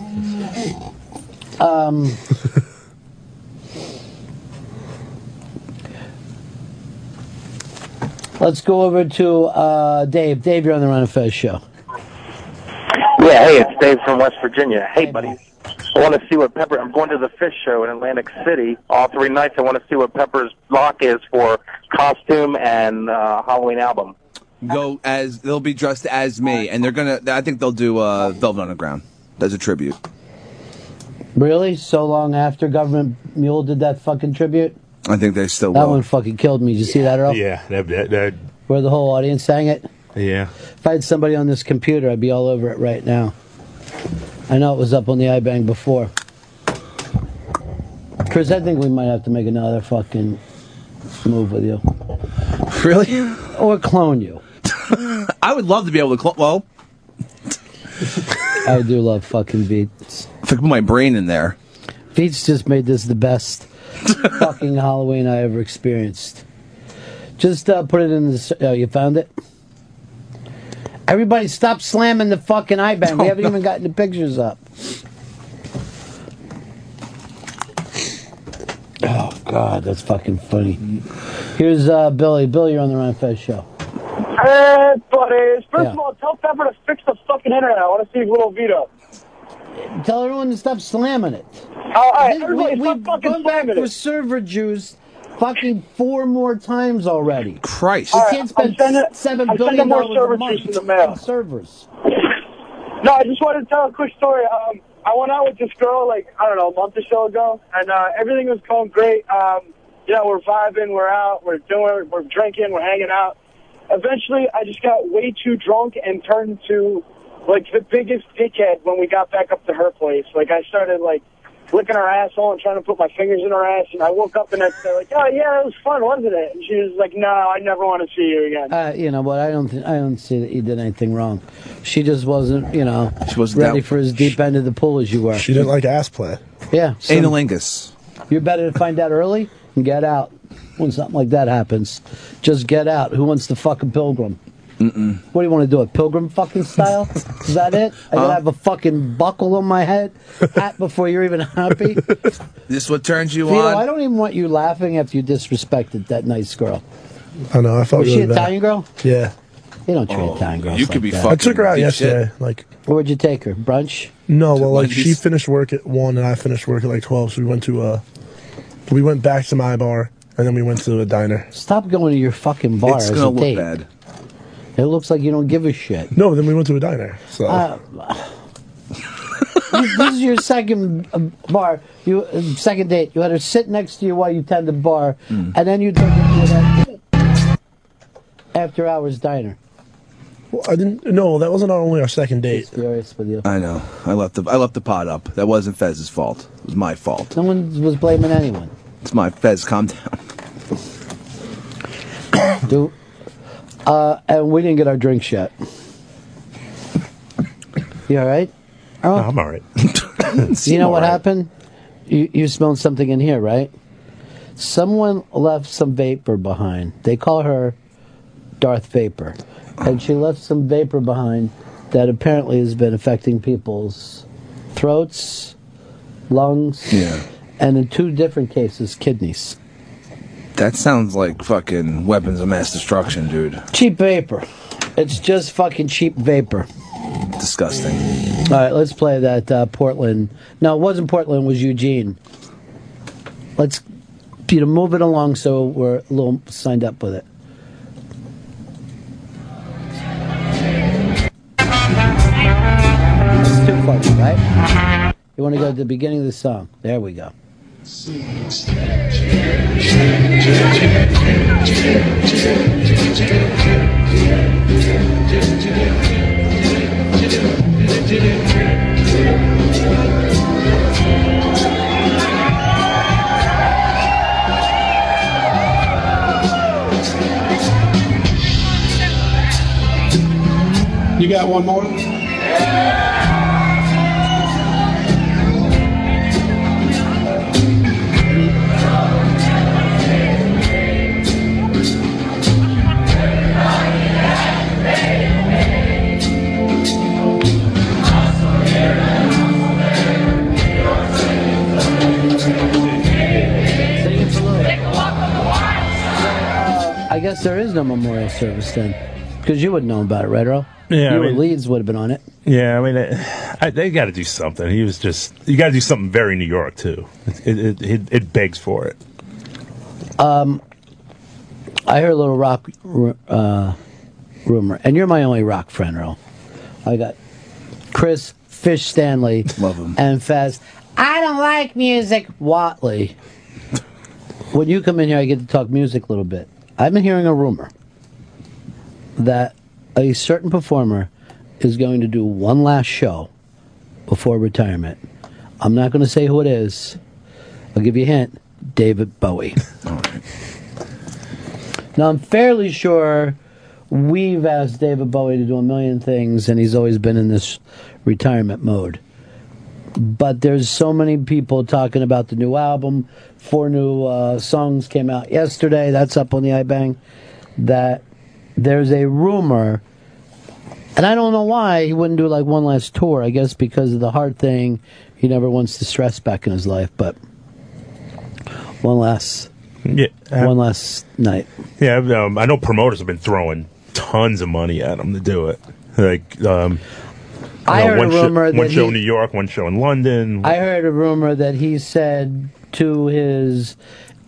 Speaker 4: Um, let's go over to uh, Dave. Dave, you're on the Run and Fez show.
Speaker 16: Yeah, hey, it's Dave from West Virginia. Hey, buddies. I want to see what Pepper. I'm going to the Fish Show in Atlantic City all three nights. I want to see what Pepper's block is for costume and uh, Halloween album.
Speaker 5: Go as they'll be dressed as me, and they're gonna. I think they'll do uh, Velvet Underground as a tribute.
Speaker 4: Really? So long after Government Mule did that fucking tribute?
Speaker 5: I think they still
Speaker 4: That
Speaker 5: will.
Speaker 4: one fucking killed me. Did you see that, Earl?
Speaker 9: Yeah, that, that, that,
Speaker 4: Where the whole audience sang it?
Speaker 9: yeah.
Speaker 4: If I had somebody on this computer, I'd be all over it right now. I know it was up on the iBang before. Chris, I think we might have to make another fucking move with you.
Speaker 5: Really?
Speaker 4: Or clone you.
Speaker 5: I would love to be able to. Cl- well,
Speaker 4: I do love fucking Beats.
Speaker 5: If I could put my brain in there.
Speaker 4: Beats just made this the best fucking Halloween I ever experienced. Just uh, put it in the. s- Oh, you found it? Everybody stop slamming the fucking iBang. We haven't even gotten the pictures up. Oh, God, that's fucking funny. Here's uh, Billy. Billy, you're on the Ron Fez show.
Speaker 6: Hey, buddies. First
Speaker 4: Yeah.
Speaker 6: of all, tell Pepper to fix the fucking internet. I want to see little Vito.
Speaker 4: Tell everyone to stop slamming it.
Speaker 6: all right,
Speaker 4: We-
Speaker 6: everybody,
Speaker 4: we,
Speaker 6: stop
Speaker 4: have
Speaker 6: fucking
Speaker 4: gone back
Speaker 6: slamming
Speaker 4: for
Speaker 6: it.
Speaker 4: server juice fucking four more times already.
Speaker 5: Christ.
Speaker 4: We
Speaker 6: All right,
Speaker 4: can't spend
Speaker 6: I'm sending-
Speaker 4: seven
Speaker 6: I'm
Speaker 4: billion
Speaker 6: sending more
Speaker 4: dollars
Speaker 6: server
Speaker 4: a month
Speaker 6: juice in the mail.
Speaker 4: on servers.
Speaker 6: No, I just wanted to tell a quick story. Um, I went out with this girl like I don't know a month or so ago, and uh, everything was going great. Um, you know, we're vibing, we're out, we're doing, we're drinking, we're hanging out. Eventually, I just got way too drunk and turned into like the biggest dickhead when we got back up to her place. Like I started like licking her asshole and trying to put my fingers in her ass, and I woke up the next day like, oh yeah, it was fun, wasn't it? And she was like, no, I never want to see you again.
Speaker 4: Uh, you know what? I don't. Th- I don't see that you did anything wrong. She just wasn't. You know, she
Speaker 5: wasn't
Speaker 4: ready
Speaker 5: that-
Speaker 4: for as deep end of the pool as you were.
Speaker 7: She didn't like ass play.
Speaker 4: Yeah, so
Speaker 5: Analingus.
Speaker 4: You're better to find out early and get out when something like that happens. Just get out. Who wants to fuck a pilgrim?
Speaker 5: Mm-mm.
Speaker 4: What do you want to do? A pilgrim fucking style? Is that it? I gotta
Speaker 5: Huh?
Speaker 4: have a fucking buckle on my head hat before you're even happy.
Speaker 5: This is what turns you
Speaker 4: Vito,
Speaker 5: on.
Speaker 4: I don't even want you laughing after you disrespected that nice girl.
Speaker 7: I know. I felt
Speaker 4: Was she
Speaker 7: really bad.
Speaker 4: Italian girl?
Speaker 7: Yeah.
Speaker 4: You don't treat Italian girls.
Speaker 5: Oh, you could
Speaker 4: like
Speaker 5: be
Speaker 4: that.
Speaker 5: fucking
Speaker 7: I took her out yesterday. Like,
Speaker 4: Where'd you take her? Brunch?
Speaker 7: No, well, like
Speaker 4: Wendy's?
Speaker 7: she finished work at one, and I finished work at like twelve. So we went to uh, we went back to my bar, and then we went to a diner.
Speaker 4: Stop going to your fucking bar.
Speaker 7: It's
Speaker 4: as a
Speaker 7: gonna look
Speaker 4: date.
Speaker 7: bad.
Speaker 4: It looks like you don't give a shit.
Speaker 7: No, then we went to a diner. So
Speaker 4: Uh, this this is your second uh, bar, you uh, second date. You had her sit next to you while you tend the bar,
Speaker 5: Hmm.
Speaker 4: and then you took her to that after hours diner.
Speaker 7: well, I didn't. No, that wasn't our only our second date.
Speaker 4: Furious with you.
Speaker 5: I know. I left the I left the pot up. That wasn't Fez's fault. It was my fault.
Speaker 4: No one was blaming anyone.
Speaker 5: It's my Fez. Calm down.
Speaker 4: Do, uh, and we didn't get our drinks yet. You all right? Oh,
Speaker 9: I'm all right.
Speaker 4: you
Speaker 9: seem
Speaker 4: know what
Speaker 9: all right.
Speaker 4: happened? You you smelled something in here, right? Someone left some vapor behind. They call her Darth Vapor, and she left some vapor behind that apparently has been affecting people's throats, lungs, and in two different cases, kidneys.
Speaker 5: That sounds like fucking weapons of mass destruction, dude.
Speaker 4: Cheap vapor. It's just fucking cheap vapor.
Speaker 5: Disgusting.
Speaker 4: All right, let's play that uh, Portland. No, it wasn't Portland. It was Eugene. Let's you know, move it along so we're a little signed up with it. It's too funny, right? You want to go to the beginning of the song. There we go.
Speaker 3: You got one more?
Speaker 4: I guess there is no memorial service then, because you would know about it, right, Earl?
Speaker 9: Yeah, I
Speaker 4: you
Speaker 9: mean-
Speaker 4: and Leeds would have been on it.
Speaker 9: Yeah, I mean, it, I, they got to do something. He was just, you got to do something very New York, too. It, it, it, it begs for it.
Speaker 4: Um, I heard a little rock ru- uh, rumor, and you're my only rock friend, Earl. I got Chris Fish Stanley, love him, and Faz I don't like music. Watley. When you come in here, I get to talk music a little bit. I've been hearing a rumor that a certain performer is going to do one last show before retirement. I'm not going to say who it is. I'll give you a hint David Bowie. Now, I'm fairly sure we've asked David Bowie to do a million things, and he's always been in this retirement mode. But there's so many people talking about the new album. Four new uh, songs came out yesterday. That's up on the iBang. That there's a rumor, and I don't know why he wouldn't do like one last tour. I guess because of the heart thing, he never wants the stress back in his life. But one last,
Speaker 9: yeah,
Speaker 4: one last night.
Speaker 9: Yeah, um, I know promoters have been throwing tons of money at him to do it. Like, um,
Speaker 4: I
Speaker 9: know,
Speaker 4: heard a
Speaker 9: one sho-
Speaker 4: rumor that
Speaker 9: one show
Speaker 4: he-
Speaker 9: in New York, one show in London.
Speaker 4: I heard a rumor that he said to his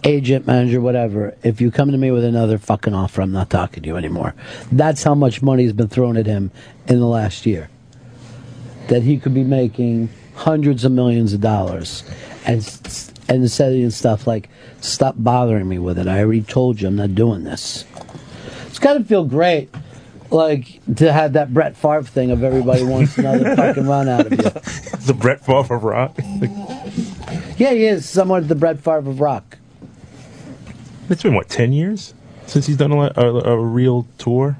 Speaker 4: agent, manager, whatever, if you come to me with another fucking offer, I'm not talking to you anymore. That's how much money's been thrown at him in the last year. That he could be making hundreds of millions of dollars and s- and saying stuff like, stop bothering me with it. I already told you I'm not doing this. It's got to feel great, like, to have that Brett Favre thing of everybody wants another fucking run out of you.
Speaker 9: the Brett Favre of rock.
Speaker 4: Yeah, he is somewhat the Brett Favre of rock.
Speaker 9: it's been, what, 10 years since he's done a, li- a, a real tour?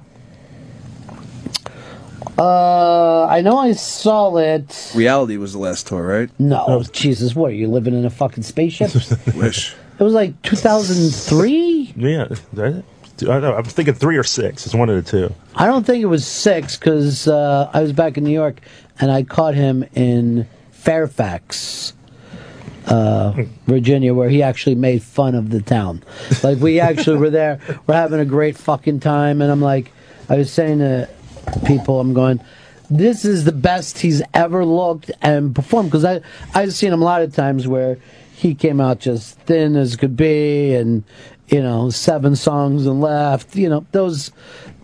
Speaker 4: Uh, I know I saw it.
Speaker 5: Reality was the last tour, right?
Speaker 4: No, Jesus, what are you living in a fucking spaceship? it
Speaker 5: Wish.
Speaker 4: was like 2003.
Speaker 9: Yeah. I, I, don't know, I was thinking three or six. It's one of the two.
Speaker 4: I don't think it was six because uh, I was back in New York and I caught him in Fairfax, uh, Virginia, where he actually made fun of the town. Like we actually were there, we're having a great fucking time, and I'm like, I was saying to people, I'm going. This is the best he's ever looked and performed because I I've seen him a lot of times where he came out just thin as could be and you know seven songs and left you know those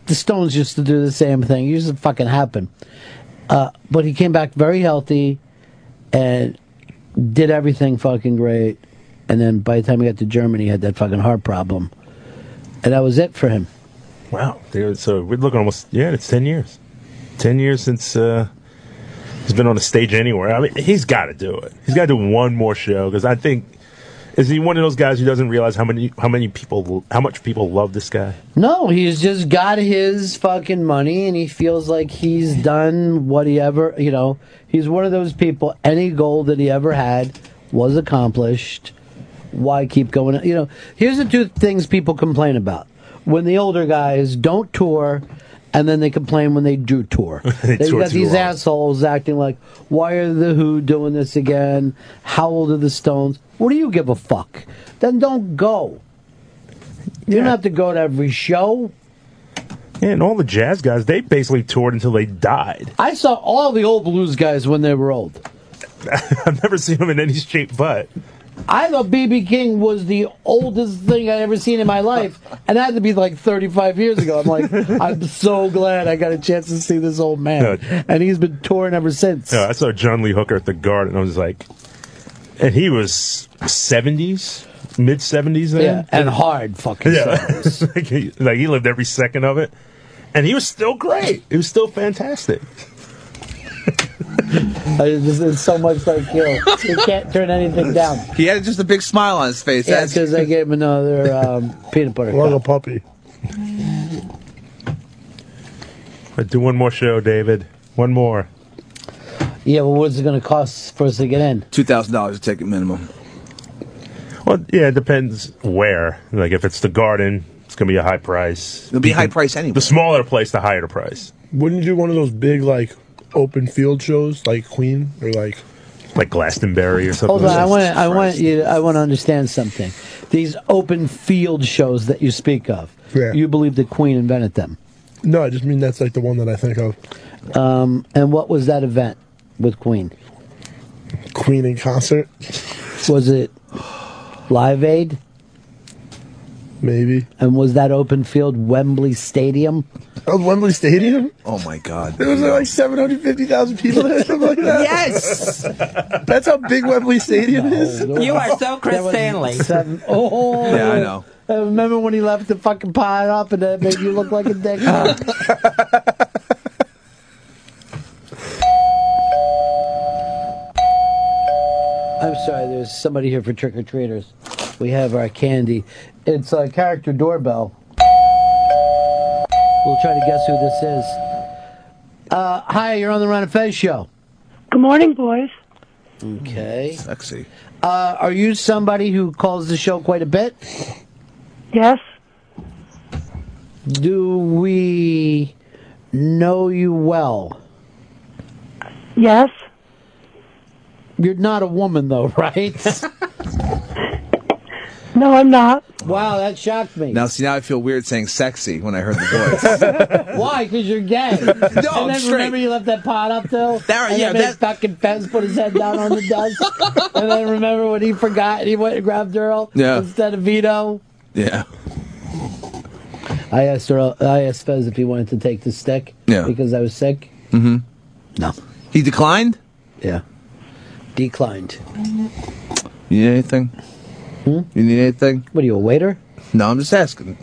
Speaker 4: the stones used to do the same thing it used to fucking happen uh, but he came back very healthy and did everything fucking great and then by the time he got to germany he had that fucking heart problem and that was it for him
Speaker 9: Wow. Dude, so we're looking almost, yeah, it's 10 years. 10 years since uh, he's been on a stage anywhere. I mean, he's got to do it. He's got to do one more show because I think, is he one of those guys who doesn't realize how many, how many people, how much people love this guy?
Speaker 4: no he's just got his fucking money and he feels like he's done what he ever you know he's one of those people any goal that he ever had was accomplished why keep going you know here's the two things people complain about when the older guys don't tour and then they complain when they do tour
Speaker 9: They
Speaker 4: they've
Speaker 9: tour
Speaker 4: got
Speaker 9: too
Speaker 4: these
Speaker 9: long.
Speaker 4: assholes acting like why are the who doing this again how old are the stones what do you give a fuck then don't go you don't have to go to every show
Speaker 9: Yeah, and all the jazz guys, they basically toured until they died.
Speaker 4: i saw all the old blues guys when they were old
Speaker 9: I've never seen them in any shape but.
Speaker 4: I thought BB King was the oldest thing I'd ever seen in my life, and that had to be like 35 years ago. I'm like, I'm so glad I got a chance to see this old man, and he's been touring ever since.
Speaker 9: Yeah, I saw John Lee Hooker at the Garden. I was like, and he was 70s, mid 70s then?
Speaker 4: Yeah, and hard fucking
Speaker 9: like, he, like he lived every second of it. And he was still great. He was still fantastic.
Speaker 4: I just, it's Uh, so much like you. You can't turn anything down.
Speaker 5: He had just a big smile on his face.
Speaker 4: Yeah,
Speaker 5: That's- Oh
Speaker 4: because I gave him another um, peanut butter.
Speaker 7: Like
Speaker 4: cup.
Speaker 7: a puppy.
Speaker 9: But do one more show, David. One more.
Speaker 4: Yeah, well, what's it going to cost for us to get in?
Speaker 5: Two thousand dollars a ticket minimum.
Speaker 9: Well, yeah, it depends where. Like if it's the Garden, it's gonna be a high price.
Speaker 5: It'll be a high price anyway.
Speaker 9: The smaller place, the higher the price.
Speaker 7: Wouldn't you do one of those big like open field shows like Queen or like
Speaker 9: like Glastonbury or something.
Speaker 4: Hold on, I want I want you I want to understand something. These open field shows that you speak of,
Speaker 7: Yeah.
Speaker 4: you believe the Queen invented them.
Speaker 7: No, I just mean that's like the one that I think of.
Speaker 4: Um, and what was that event with Queen?
Speaker 7: Queen in concert.
Speaker 4: Was it Live Aid?
Speaker 7: Maybe.
Speaker 4: And was that open field Wembley Stadium?
Speaker 7: Of Wembley Stadium?
Speaker 5: Oh my God!
Speaker 7: There was like 750,000 people there, something like that.
Speaker 2: Yes!
Speaker 7: That's how big Wembley Stadium is.
Speaker 2: You are so Chris Stanley.
Speaker 4: Seven, oh,
Speaker 7: Yeah, I know.
Speaker 4: I remember when he left the fucking pot up and it made you look like a dick. I'm sorry, there's somebody here for trick or treaters. We have our candy. It's a character doorbell. We'll try to guess who this is. Uh, hi, you're on the Ron and Fez show.
Speaker 17: Good morning, boys.
Speaker 4: Okay.
Speaker 5: Mm, Sexy.
Speaker 4: Uh, are you somebody who calls the show quite a bit?
Speaker 17: Yes.
Speaker 4: Do we know you well?
Speaker 17: Yes.
Speaker 4: You're not a woman, though, right?
Speaker 17: no, I'm not.
Speaker 4: Wow, that shocked me.
Speaker 5: Now, see, now I feel weird saying sexy when I heard the
Speaker 4: Why? Because you're gay. no, and then
Speaker 5: I'm straight.
Speaker 4: remember you left that pot up though.
Speaker 5: That-
Speaker 4: and
Speaker 5: yeah,
Speaker 4: then that fucking Fez put his head down on the desk. and then remember when he forgot and he went and grabbed Earl
Speaker 5: Yeah.
Speaker 4: instead of Vito.
Speaker 5: voice. yeah.
Speaker 4: I asked Earl, I asked Fez if he wanted to take the stick.
Speaker 5: Yeah.
Speaker 4: Because I was sick.
Speaker 5: Mm-hmm.
Speaker 4: No.
Speaker 5: He declined?
Speaker 4: Yeah. Declined.
Speaker 5: You need anything?
Speaker 4: Hmm?
Speaker 5: You need anything?
Speaker 4: What are you, a waiter?
Speaker 5: No, I'm just asking.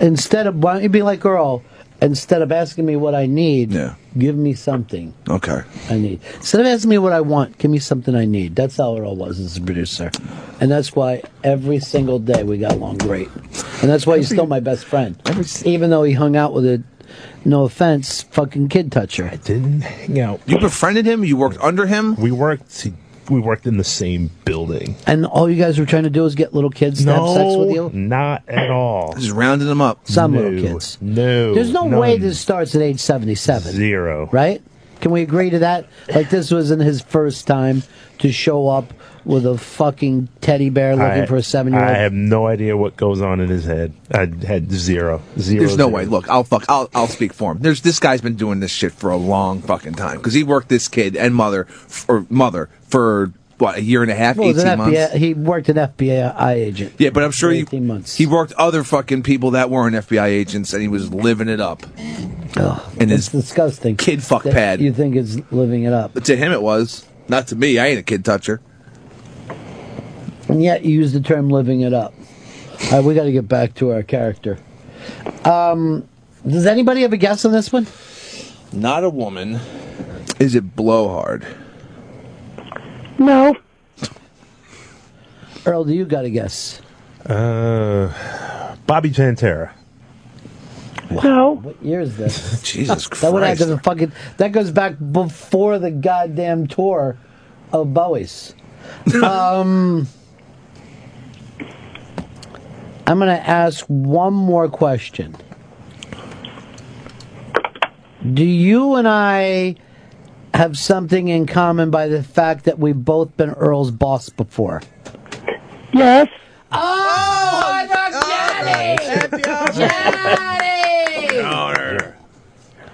Speaker 4: Instead of why don't you be like Earl? Instead of asking me what I need, give me something.
Speaker 5: Okay.
Speaker 4: I need. Instead of asking me what I want, give me something I need. That's how it all was as a producer. And that's why every single day we got along great. And that's why he's still my best friend. Even though he hung out with a, no offense, fucking kid toucher. I
Speaker 9: didn't hang out.
Speaker 5: You befriended him. You worked under him.
Speaker 9: We worked. We worked in the same building.
Speaker 4: And all you guys were trying to do is get little kids to have sex with you?
Speaker 9: not at all.
Speaker 5: Just rounding them up.
Speaker 4: Some little
Speaker 9: No,
Speaker 4: kids.
Speaker 9: No,
Speaker 4: There's no way
Speaker 9: none.
Speaker 4: this starts at age 77.
Speaker 9: Zero.
Speaker 4: Right? Can we agree to that? Like, this wasn't his first time to show up with a fucking teddy bear looking
Speaker 9: I-
Speaker 4: for a seven
Speaker 9: I
Speaker 4: year old.
Speaker 9: have no idea what goes on in his head. I had zero. Zero.
Speaker 5: There's no
Speaker 9: zero.
Speaker 5: way. Look, I'll fuck. I'll I'll speak for him. There's this guy's been doing this shit for a long fucking time because he worked this kid and mother f- or mother for what a year and a half,
Speaker 4: Well, it was
Speaker 5: eighteen
Speaker 4: an
Speaker 5: months.
Speaker 4: FBI, he worked an FBI agent.
Speaker 5: Yeah, but I'm sure he, he worked other fucking people that weren't FBI agents, and he was living it up. and it's
Speaker 4: disgusting.
Speaker 5: Kid fuck
Speaker 4: That
Speaker 5: pad.
Speaker 4: You think is living it up.
Speaker 5: But to him, it was not to me. I ain't a kid toucher.
Speaker 4: And yet you use the term living it up. All right, we got to get back to our character. Um, does anybody have a guess on this one?
Speaker 5: Not a woman. Is it blowhard?
Speaker 4: No. Earl, do you got a guess?
Speaker 9: Uh, Bobby Pantera.
Speaker 4: No. What year is this?
Speaker 5: Jesus
Speaker 4: That would have
Speaker 9: Christ.
Speaker 4: to fucking. That goes back before the goddamn tour of Bowie's. um, I'm gonna ask one more question. Do you and I have something in common by the fact that we've both been Earl's boss before? Yes.
Speaker 3: Oh,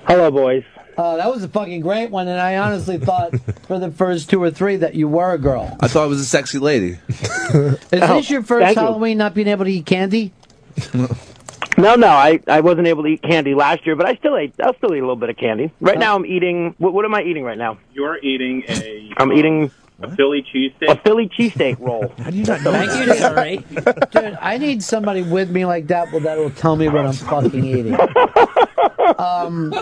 Speaker 4: Hello, boys. Uh, that was a fucking great one, and I honestly thought for the first two or three that you were a girl.
Speaker 5: I thought it was a sexy lady.
Speaker 4: Is
Speaker 5: Oh,
Speaker 4: this your first
Speaker 5: thank you.
Speaker 4: Halloween not being able to eat candy?
Speaker 15: No, no, I, I wasn't able to eat candy last year, but I still ate. I'll still eat a little bit of candy. Right now, I'm eating. What, what am I eating right now?
Speaker 11: You're Uh-huh. eating a.
Speaker 15: I'm eating
Speaker 11: a Philly cheesesteak.
Speaker 15: a Philly cheesesteak roll. How do you not
Speaker 4: Thank you, Jerry. Dude, I need somebody with me like that well, that will tell me what I'm fucking eating. Um,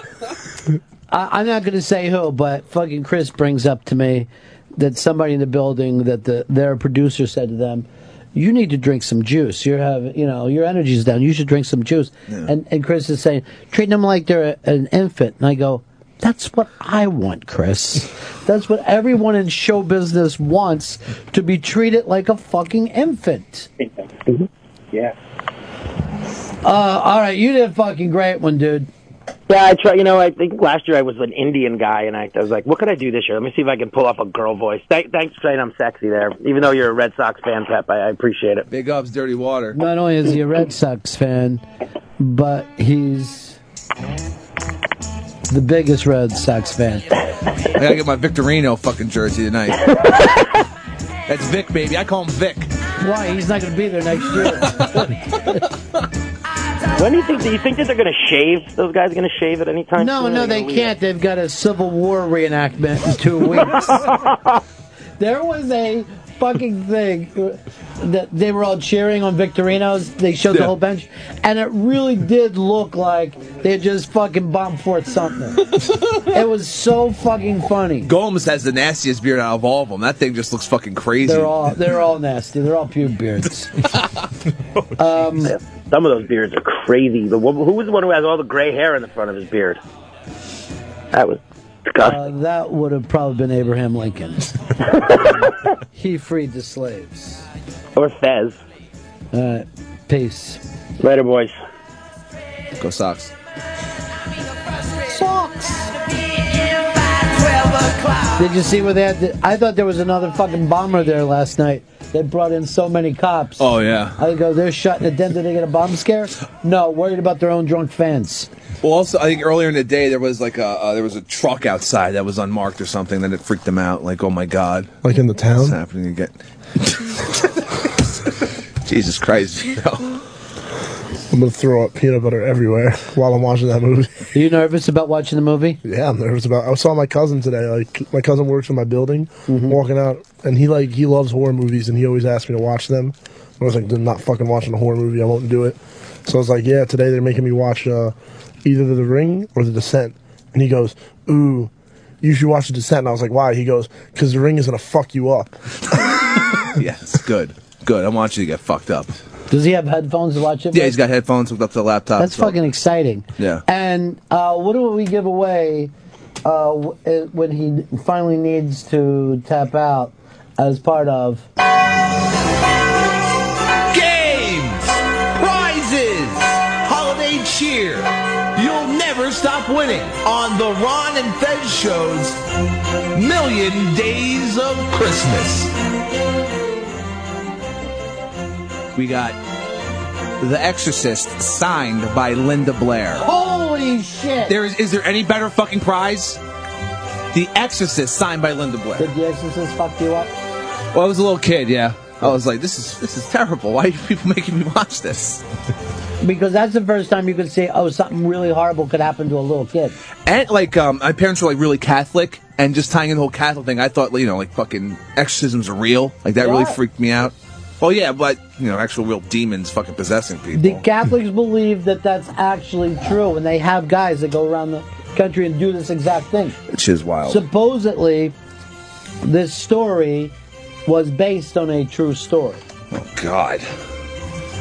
Speaker 4: I, I'm not going to say who, but fucking Chris brings up to me that somebody in the building that the their producer said to them, "You need to drink some juice. You're having, you know, your energy's down. You should drink some juice." And and Chris is saying, "Treat them like they're a- an infant," and I go. That's what I want, Chris. That's what everyone in show business wants to be treated like a fucking infant.
Speaker 11: Yeah.
Speaker 4: Uh, all right, you did a fucking great one, dude.
Speaker 15: Yeah, I try. You know, I think last year I was an Indian guy, and I, I was like, "What could I do this year? Let me see if I can pull off a girl voice." Th- thanks, Shane. I'm sexy there. Even though you're a Red Sox fan, Pep, I, I appreciate it.
Speaker 5: Big ups, dirty water.
Speaker 4: Not only is he a Red Sox fan, but he's the biggest Red Sox fan.
Speaker 5: I gotta get my Victorino fucking jersey tonight. That's Vic, baby. I call him Vic.
Speaker 4: Why? He's not gonna be there next year.
Speaker 15: When do you think? Do you think that they're going to shave? Those guys are going to shave at any time?
Speaker 4: No,
Speaker 15: soon?
Speaker 4: no,
Speaker 15: They're
Speaker 4: they
Speaker 15: gonna
Speaker 4: can't. They've got a Civil War reenactment in two weeks. there was a fucking thing that they were all cheering on Victorinos. They showed the
Speaker 3: Yeah.
Speaker 4: whole bench, and it really did look like they had just fucking bombed forth something. it was so fucking funny.
Speaker 5: Gomes has the nastiest beard out of all of them. That thing just looks fucking crazy.
Speaker 4: They're all they're all nasty. They're all pube beards. um,
Speaker 15: Some of those beards are crazy. The one, who was the one who has all the gray hair in the front of his beard? That was
Speaker 4: uh, that would have probably been Abraham Lincoln. he freed the slaves.
Speaker 15: Or Fez.
Speaker 4: All right. Peace.
Speaker 15: Later, boys.
Speaker 5: Go Sox.
Speaker 4: Did you see where they had? The, I thought there was another fucking bomber there last night. They brought in so many cops.
Speaker 5: Oh, yeah.
Speaker 4: I go, they're shutting it down. Did they get a bomb scare? No, worried about their own drunk fans.
Speaker 5: Well, also, I think earlier in the day there was like a uh, there was a truck outside that was unmarked or something, then it freaked them out. Like, oh my god,
Speaker 7: Like in the town?
Speaker 5: what's happening again? Jesus Christ! you know.
Speaker 7: I'm gonna throw up peanut butter everywhere while I'm watching that movie.
Speaker 4: Are you nervous about watching the movie?
Speaker 7: Yeah, I'm nervous about. I saw my cousin today. Like my cousin works in my building.
Speaker 4: Mm-hmm.
Speaker 7: Walking out, and he like he loves horror movies, and he always asks me to watch them. I was like, "Then not fucking watching a horror movie. I won't do it." So I was like, "Yeah, today they're making me watch uh, either The Ring or The Descent." And he goes, "Ooh, you should watch The Descent." And I was like, "Why?" He goes, "Cause The Ring is gonna fuck you up."
Speaker 5: yes, good, good. I want you to get fucked up.
Speaker 4: Does he have headphones to watch it?
Speaker 5: Yeah, he's got headphones hooked up to the laptop.
Speaker 4: That's
Speaker 5: so-
Speaker 4: fucking exciting.
Speaker 5: Yeah.
Speaker 4: And uh, what do we give away uh, w- uh, when he finally needs to tap out as part of?
Speaker 3: Games, prizes, holiday cheer. You'll never stop winning on the Ron and Fez shows. Million Days of Christmas.
Speaker 5: We got The Exorcist signed by Linda Blair.
Speaker 4: Holy shit!
Speaker 5: There is, is there any better fucking prize? The Exorcist signed by Linda Blair.
Speaker 4: Did The Exorcist fuck you up?
Speaker 5: Well, I was a little kid, yeah. I was like, this is this is terrible. Why are you people making me watch this?
Speaker 4: Because that's the first time you could say, oh, something really horrible could happen to a little kid.
Speaker 5: And like, um, my parents were like really Catholic, and just tying in the whole Catholic thing, I thought, you know, like fucking exorcisms are real. Like that really
Speaker 4: What?
Speaker 5: freaked me out. Well, yeah, but you know, actual real demons fucking possessing people.
Speaker 4: The Catholics believe that that's actually true, and they have guys that go around the country and do this exact thing.
Speaker 5: Which is wild.
Speaker 4: Supposedly, this story was based on a true story.
Speaker 5: Oh, God.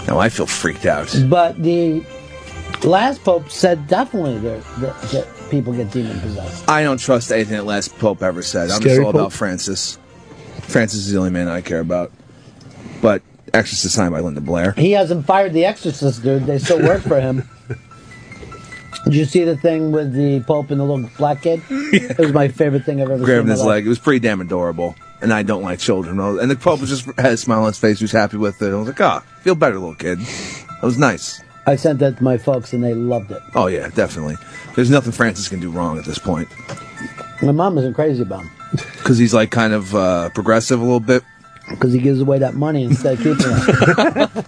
Speaker 5: Now I feel freaked out.
Speaker 4: But the last pope said definitely there- that, that people get demon possessed.
Speaker 5: I don't trust anything that last Pope ever said. I'm
Speaker 4: Scary
Speaker 5: just all about
Speaker 4: Pope?
Speaker 5: Francis. Francis is the only man I care about. But Exorcist signed by Linda Blair.
Speaker 4: He hasn't fired the exorcist, dude. They still work for him. Did you see the thing with the pope and the little black kid? It was my favorite thing I've ever seen. in
Speaker 5: Grabbing
Speaker 4: my
Speaker 5: his
Speaker 4: life.
Speaker 5: leg. It was pretty damn adorable. And I don't like children. And the Pope was just had a smile on his face. He was happy with it. I was like, ah, feel better, little kid. That was nice.
Speaker 4: I sent that to my folks, and they loved it.
Speaker 5: Oh, yeah, definitely. There's nothing Francis can do wrong at this point.
Speaker 4: My mom isn't crazy about him
Speaker 5: Because he's like kind of uh, progressive a little bit.
Speaker 4: because he gives away that money instead of keeping it.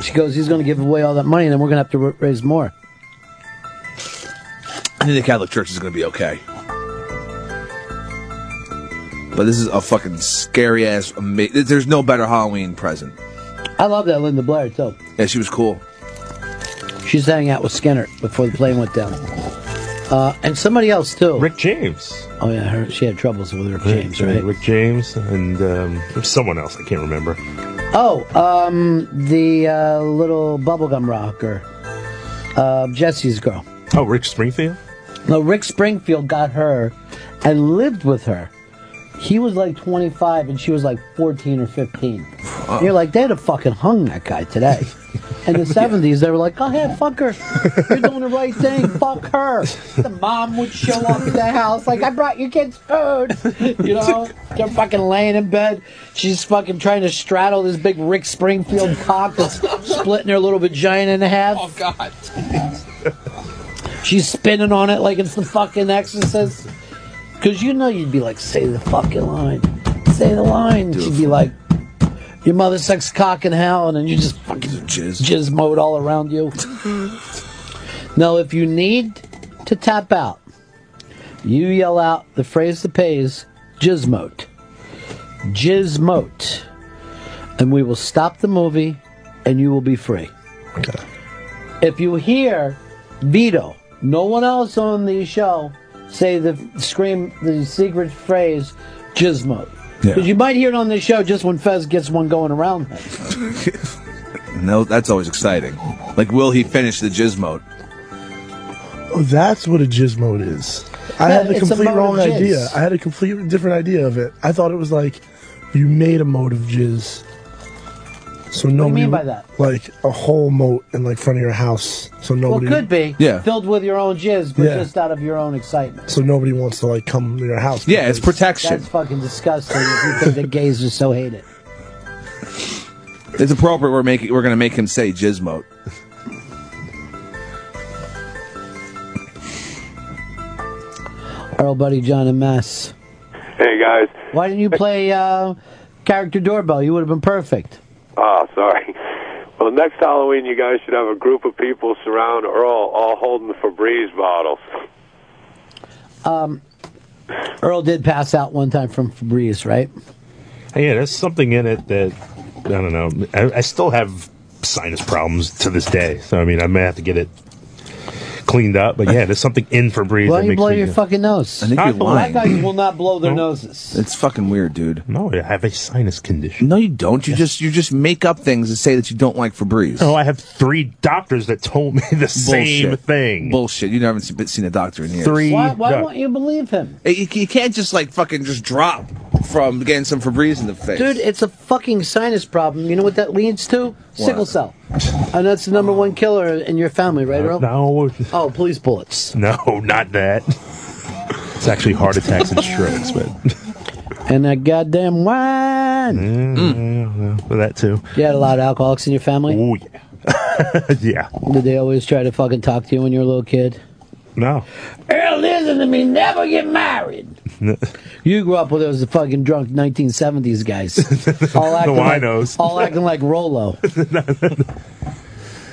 Speaker 4: she goes, he's going to give away all that money, and then we're going to have to ra- raise more.
Speaker 5: I think the Catholic Church is going to be okay. But this is a fucking scary ass. Ama- There's no better Halloween present.
Speaker 4: I love that Linda Blair too.
Speaker 5: Yeah, she was cool.
Speaker 4: She's hanging out with Skinner before the plane went down, uh, and somebody else too. Rick
Speaker 9: James.
Speaker 4: Oh yeah, her, she had troubles with Rick James, right?
Speaker 9: Rick James and um, there's someone else I can't remember.
Speaker 4: Oh, um, the uh, little bubblegum rocker, uh, Jesse's girl.
Speaker 9: Oh, Rick Springfield.
Speaker 4: No, Rick Springfield got her and lived with her. He was like 25 and she was like 14 or 15. You're like, they'd have fucking hung that guy today. In the 70s, they were like, oh, yeah, fuck her. You're doing the right thing. Fuck her. The mom would show up at the house like, I brought your kids food. You know? They're fucking laying in bed. She's fucking trying to straddle this big Rick Springfield cock that's splitting her little vagina in half. Oh, God. She's spinning on it like it's the fucking exorcist. Because you know you'd be like, say the fucking line. Say the line. She'd be like, your mother sucks cock in hell, and then you just fucking jizz, jizz mode all around you. now, if you need to tap out, you yell out the phrase that pays jizz mode. Jizz mode. And we will stop the movie, and you will be free. Okay. If you hear Vito, no one else on the show, say the scream, the secret phrase, jizz mode.
Speaker 5: Yeah.
Speaker 4: Because you might hear it on this show just when Fez gets one going around.
Speaker 5: No, that's always exciting. Like, will he finish the jizz mode?
Speaker 7: Oh, that's what a jizz mode is. I
Speaker 5: Yeah,
Speaker 7: had the
Speaker 5: it's a
Speaker 7: complete
Speaker 5: mode of
Speaker 7: wrong
Speaker 5: jizz.
Speaker 7: idea. I had a completely different idea of it. I thought it was like you made a mode of jizz. So
Speaker 4: you
Speaker 7: nobody
Speaker 4: mean by that?
Speaker 7: Like a whole moat in like front of your house. So
Speaker 4: Well,
Speaker 7: nobody
Speaker 4: could be. Filled with your own jizz, but
Speaker 7: Yeah.
Speaker 4: just out of your own excitement.
Speaker 7: So nobody wants to like come to your house.
Speaker 5: Yeah, it's protection.
Speaker 4: That's fucking disgusting if you think the gays just so hate it.
Speaker 5: It's appropriate. We're making. We're gonna make him say jizz mode.
Speaker 4: Our old buddy John and Mass.
Speaker 18: Hey guys.
Speaker 4: Why didn't you play uh, Character Doorbell? You would have been perfect.
Speaker 18: Oh, sorry. Well, next Halloween, you guys should have a group of people surround Earl, all holding Febreze bottles.
Speaker 4: Um, Earl did pass out one time from Febreze, right?
Speaker 9: Yeah, there's something in it that I don't know. I, I still have sinus problems to this day, so I mean, I may have to get it cleaned up. But yeah, there's something in Febreze
Speaker 4: Why don't
Speaker 9: that
Speaker 4: you
Speaker 9: makes
Speaker 4: blow
Speaker 9: me
Speaker 4: your
Speaker 9: go-
Speaker 4: fucking nose?
Speaker 9: I think you're lying.
Speaker 4: Black guys will not blow their noses.
Speaker 5: It's fucking weird, dude.
Speaker 9: No, I have a sinus condition.
Speaker 5: No, you don't. You just you just make up things to say that you don't like Febreze.
Speaker 9: No, I have three doctors that told me the same
Speaker 5: Bullshit.
Speaker 9: thing.
Speaker 5: Bullshit. You haven't se- seen a doctor in years.
Speaker 4: Why, why won't you believe him?
Speaker 5: You, you can't just like fucking just drop from getting some Febreze in the face.
Speaker 4: Dude, it's a fucking sinus problem. You know what that leads to? Sickle cell. And that's the number one killer in your family, right, Earl?
Speaker 9: No.
Speaker 4: Oh, police bullets.
Speaker 9: No, not that. It's actually heart attacks and strokes, but
Speaker 4: And that goddamn wine.
Speaker 9: well, Mm. that too.
Speaker 4: You had a lot of alcoholics in your family?
Speaker 9: Oh, yeah. yeah.
Speaker 4: Did they always try to fucking talk to you when you were a little kid?
Speaker 9: No.
Speaker 4: Earl, listen to me. Never get married. You grew up with those fucking drunk 1970s guys. All acting
Speaker 9: winos.
Speaker 4: Like, all acting like Rolo.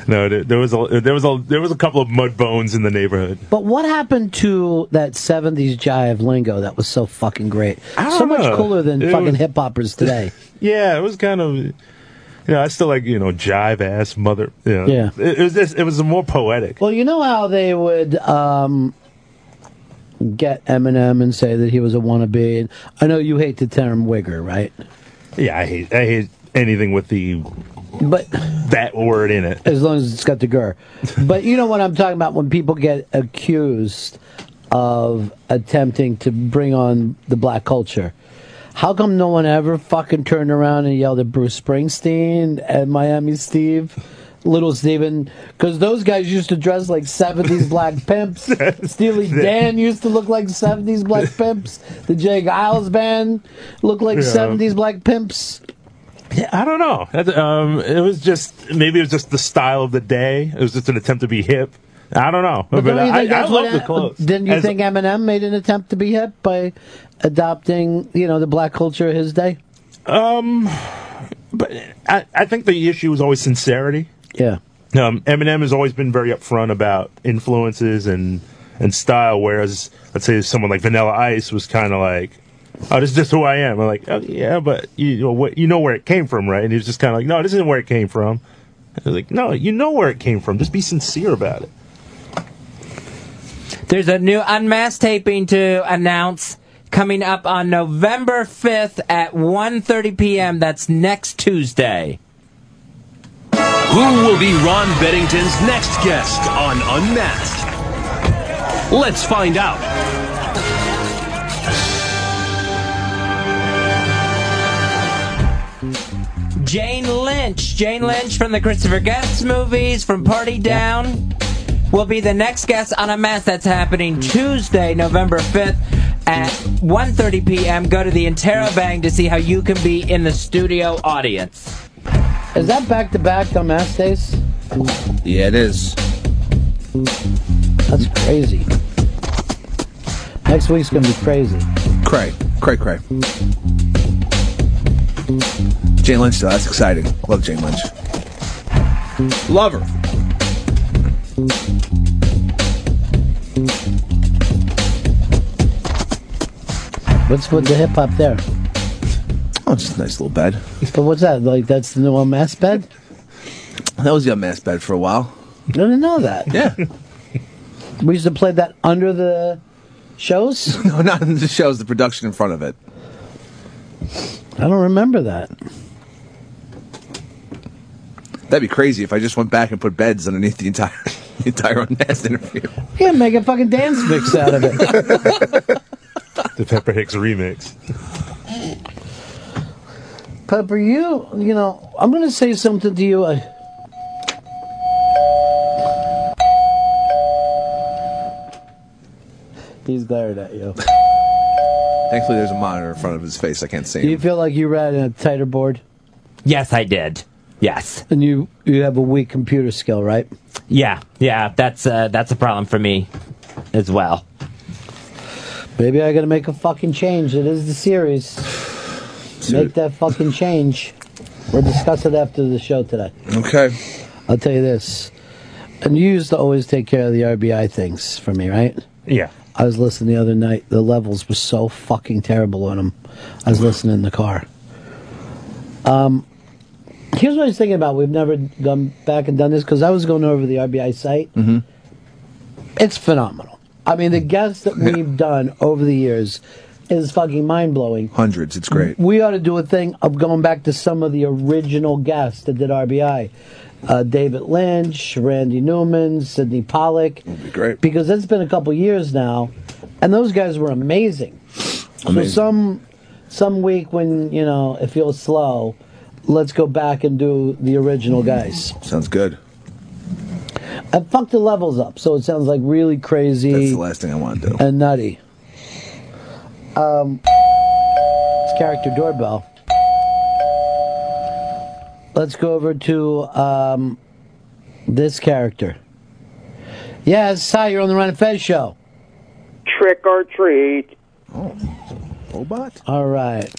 Speaker 9: No, there, there was a there was a there was a couple of mud bones in the neighborhood.
Speaker 4: But what happened to that 70s jive lingo that was so fucking great?
Speaker 9: I
Speaker 4: So
Speaker 9: don't
Speaker 4: much
Speaker 9: know.
Speaker 4: cooler than
Speaker 9: Ah, It
Speaker 4: fucking
Speaker 9: was-
Speaker 4: hip hoppers today.
Speaker 9: Yeah, it was kind of. You know, I still like you know jive ass mother. You know,
Speaker 4: Yeah.
Speaker 9: It, it was just, it was more poetic.
Speaker 4: Well, you know how they would um, get Eminem and say that he was a wannabe. And I know you hate the term wigger, right?
Speaker 9: Yeah, I hate I hate anything with the
Speaker 4: but
Speaker 9: that word in it.
Speaker 4: As long as it's got the gur. But you know what I'm talking about when people get accused of attempting to bring on the black culture. How come no one ever fucking turned around and yelled at Bruce Springsteen and Miami Steve, Little Steven? Because those guys used to dress like 70s black pimps. Steely Dan used to look like 70s black pimps. The Jake Isles band looked like
Speaker 9: Yeah.
Speaker 4: 70s black pimps.
Speaker 9: I don't know. That- um, it was just maybe it was just the style of the day. It was just an attempt to be hip. I don't know,
Speaker 4: But, don't you
Speaker 9: I,
Speaker 4: think
Speaker 9: I
Speaker 4: that's what
Speaker 9: love the
Speaker 4: Em-
Speaker 9: clothes.
Speaker 4: Didn't you
Speaker 9: As-
Speaker 4: think Eminem made an attempt to be hip by adopting, you know, the black culture of his day?
Speaker 9: Um, but I, I think the issue is always sincerity.
Speaker 4: Yeah.
Speaker 9: Um, Eminem has always been very upfront about influences and and style, whereas let's say someone like Vanilla Ice was kind of like, "Oh, this is just who I am." I'm like, oh, "Yeah, but you know, what, you know where it came from, right?" And he was just kind of like, "No, this isn't where it came from." I was like, "No, you know where it came from. Just be sincere about it."
Speaker 2: There's a new unmasked taping to announce coming up on November 5th at 1:30 p.m. That's next Tuesday.
Speaker 19: Who will be Ron Beddington's next guest on Unmasked? Let's find out.
Speaker 2: Jane Lynn Lynch, Jane Lynch from the Christopher Guest movies, from Party Down, will be the next guest on a mass that's happening Tuesday, November 5th at 1.30 p.m. Go to the Interrobang to see how you can be in the studio audience.
Speaker 4: Is that back to back on mass days?
Speaker 5: Yeah, it is.
Speaker 4: That's crazy. Next week's gonna be crazy.
Speaker 5: Cray, cray, cray. Jane Lynch, though, that's exciting. Love Jane Lynch. Love her.
Speaker 4: What's with the hip hop there?
Speaker 5: Oh, it's a nice little bed.
Speaker 4: But what's that? Like that's the new mass bed?
Speaker 5: That was the mass bed for a while.
Speaker 4: I didn't know that.
Speaker 5: Yeah.
Speaker 4: We used to play that under the shows?
Speaker 5: no, not in the shows, the production in front of it.
Speaker 4: I don't remember that.
Speaker 5: That'd be crazy if I just went back and put beds underneath the entire the entire unmasked interview.
Speaker 4: You can make a fucking dance mix out of it.
Speaker 9: The Pepper Hicks remix.
Speaker 4: Pepper, you, you know, I'm going to say something to you. I... He's glaring at you.
Speaker 5: Thankfully, there's a monitor in front of his face. I can't see
Speaker 4: Do you
Speaker 5: him.
Speaker 4: feel like you ran a tighter board?
Speaker 2: Yes, I did. Yes.
Speaker 4: And you you have a weak computer skill, right?
Speaker 2: Yeah, yeah, that's uh, that's a problem for me as well.
Speaker 4: Maybe I got to make a fucking change. It is the series. Make that fucking change. We'll discuss it after the show today.
Speaker 5: Okay.
Speaker 4: I'll tell you this. And you used to always take care of the RBI things for me, right?
Speaker 9: Yeah.
Speaker 4: I was listening the other night. The levels were so fucking terrible on them. I was listening in the car. Um, here's what I was thinking about. We've never gone back and done this because I was going over the RBI site.
Speaker 5: Mm-hmm.
Speaker 4: It's phenomenal. I mean, the guests that we've done over the years is fucking mind blowing.
Speaker 5: Hundreds. It's great.
Speaker 4: We ought to do a thing of going back to some of the original guests that did RBI. Uh, David Lynch, Randy Newman, Sidney Pollack.
Speaker 5: be great.
Speaker 4: Because it's been a couple years now, and those guys were amazing.
Speaker 5: Amazing.
Speaker 4: So some some week when you know it feels slow, let's go back and do the original guys.
Speaker 5: Sounds good.
Speaker 4: I fucked the levels up, so it sounds like really crazy. That's the
Speaker 5: last thing I want to do.
Speaker 4: And nutty. Um, it's character doorbell. Let's go over to um, this character. Yes, hi, you're on the Ron and Fez show.
Speaker 20: Trick or treat.
Speaker 4: Oh,
Speaker 5: Robot.
Speaker 4: All right.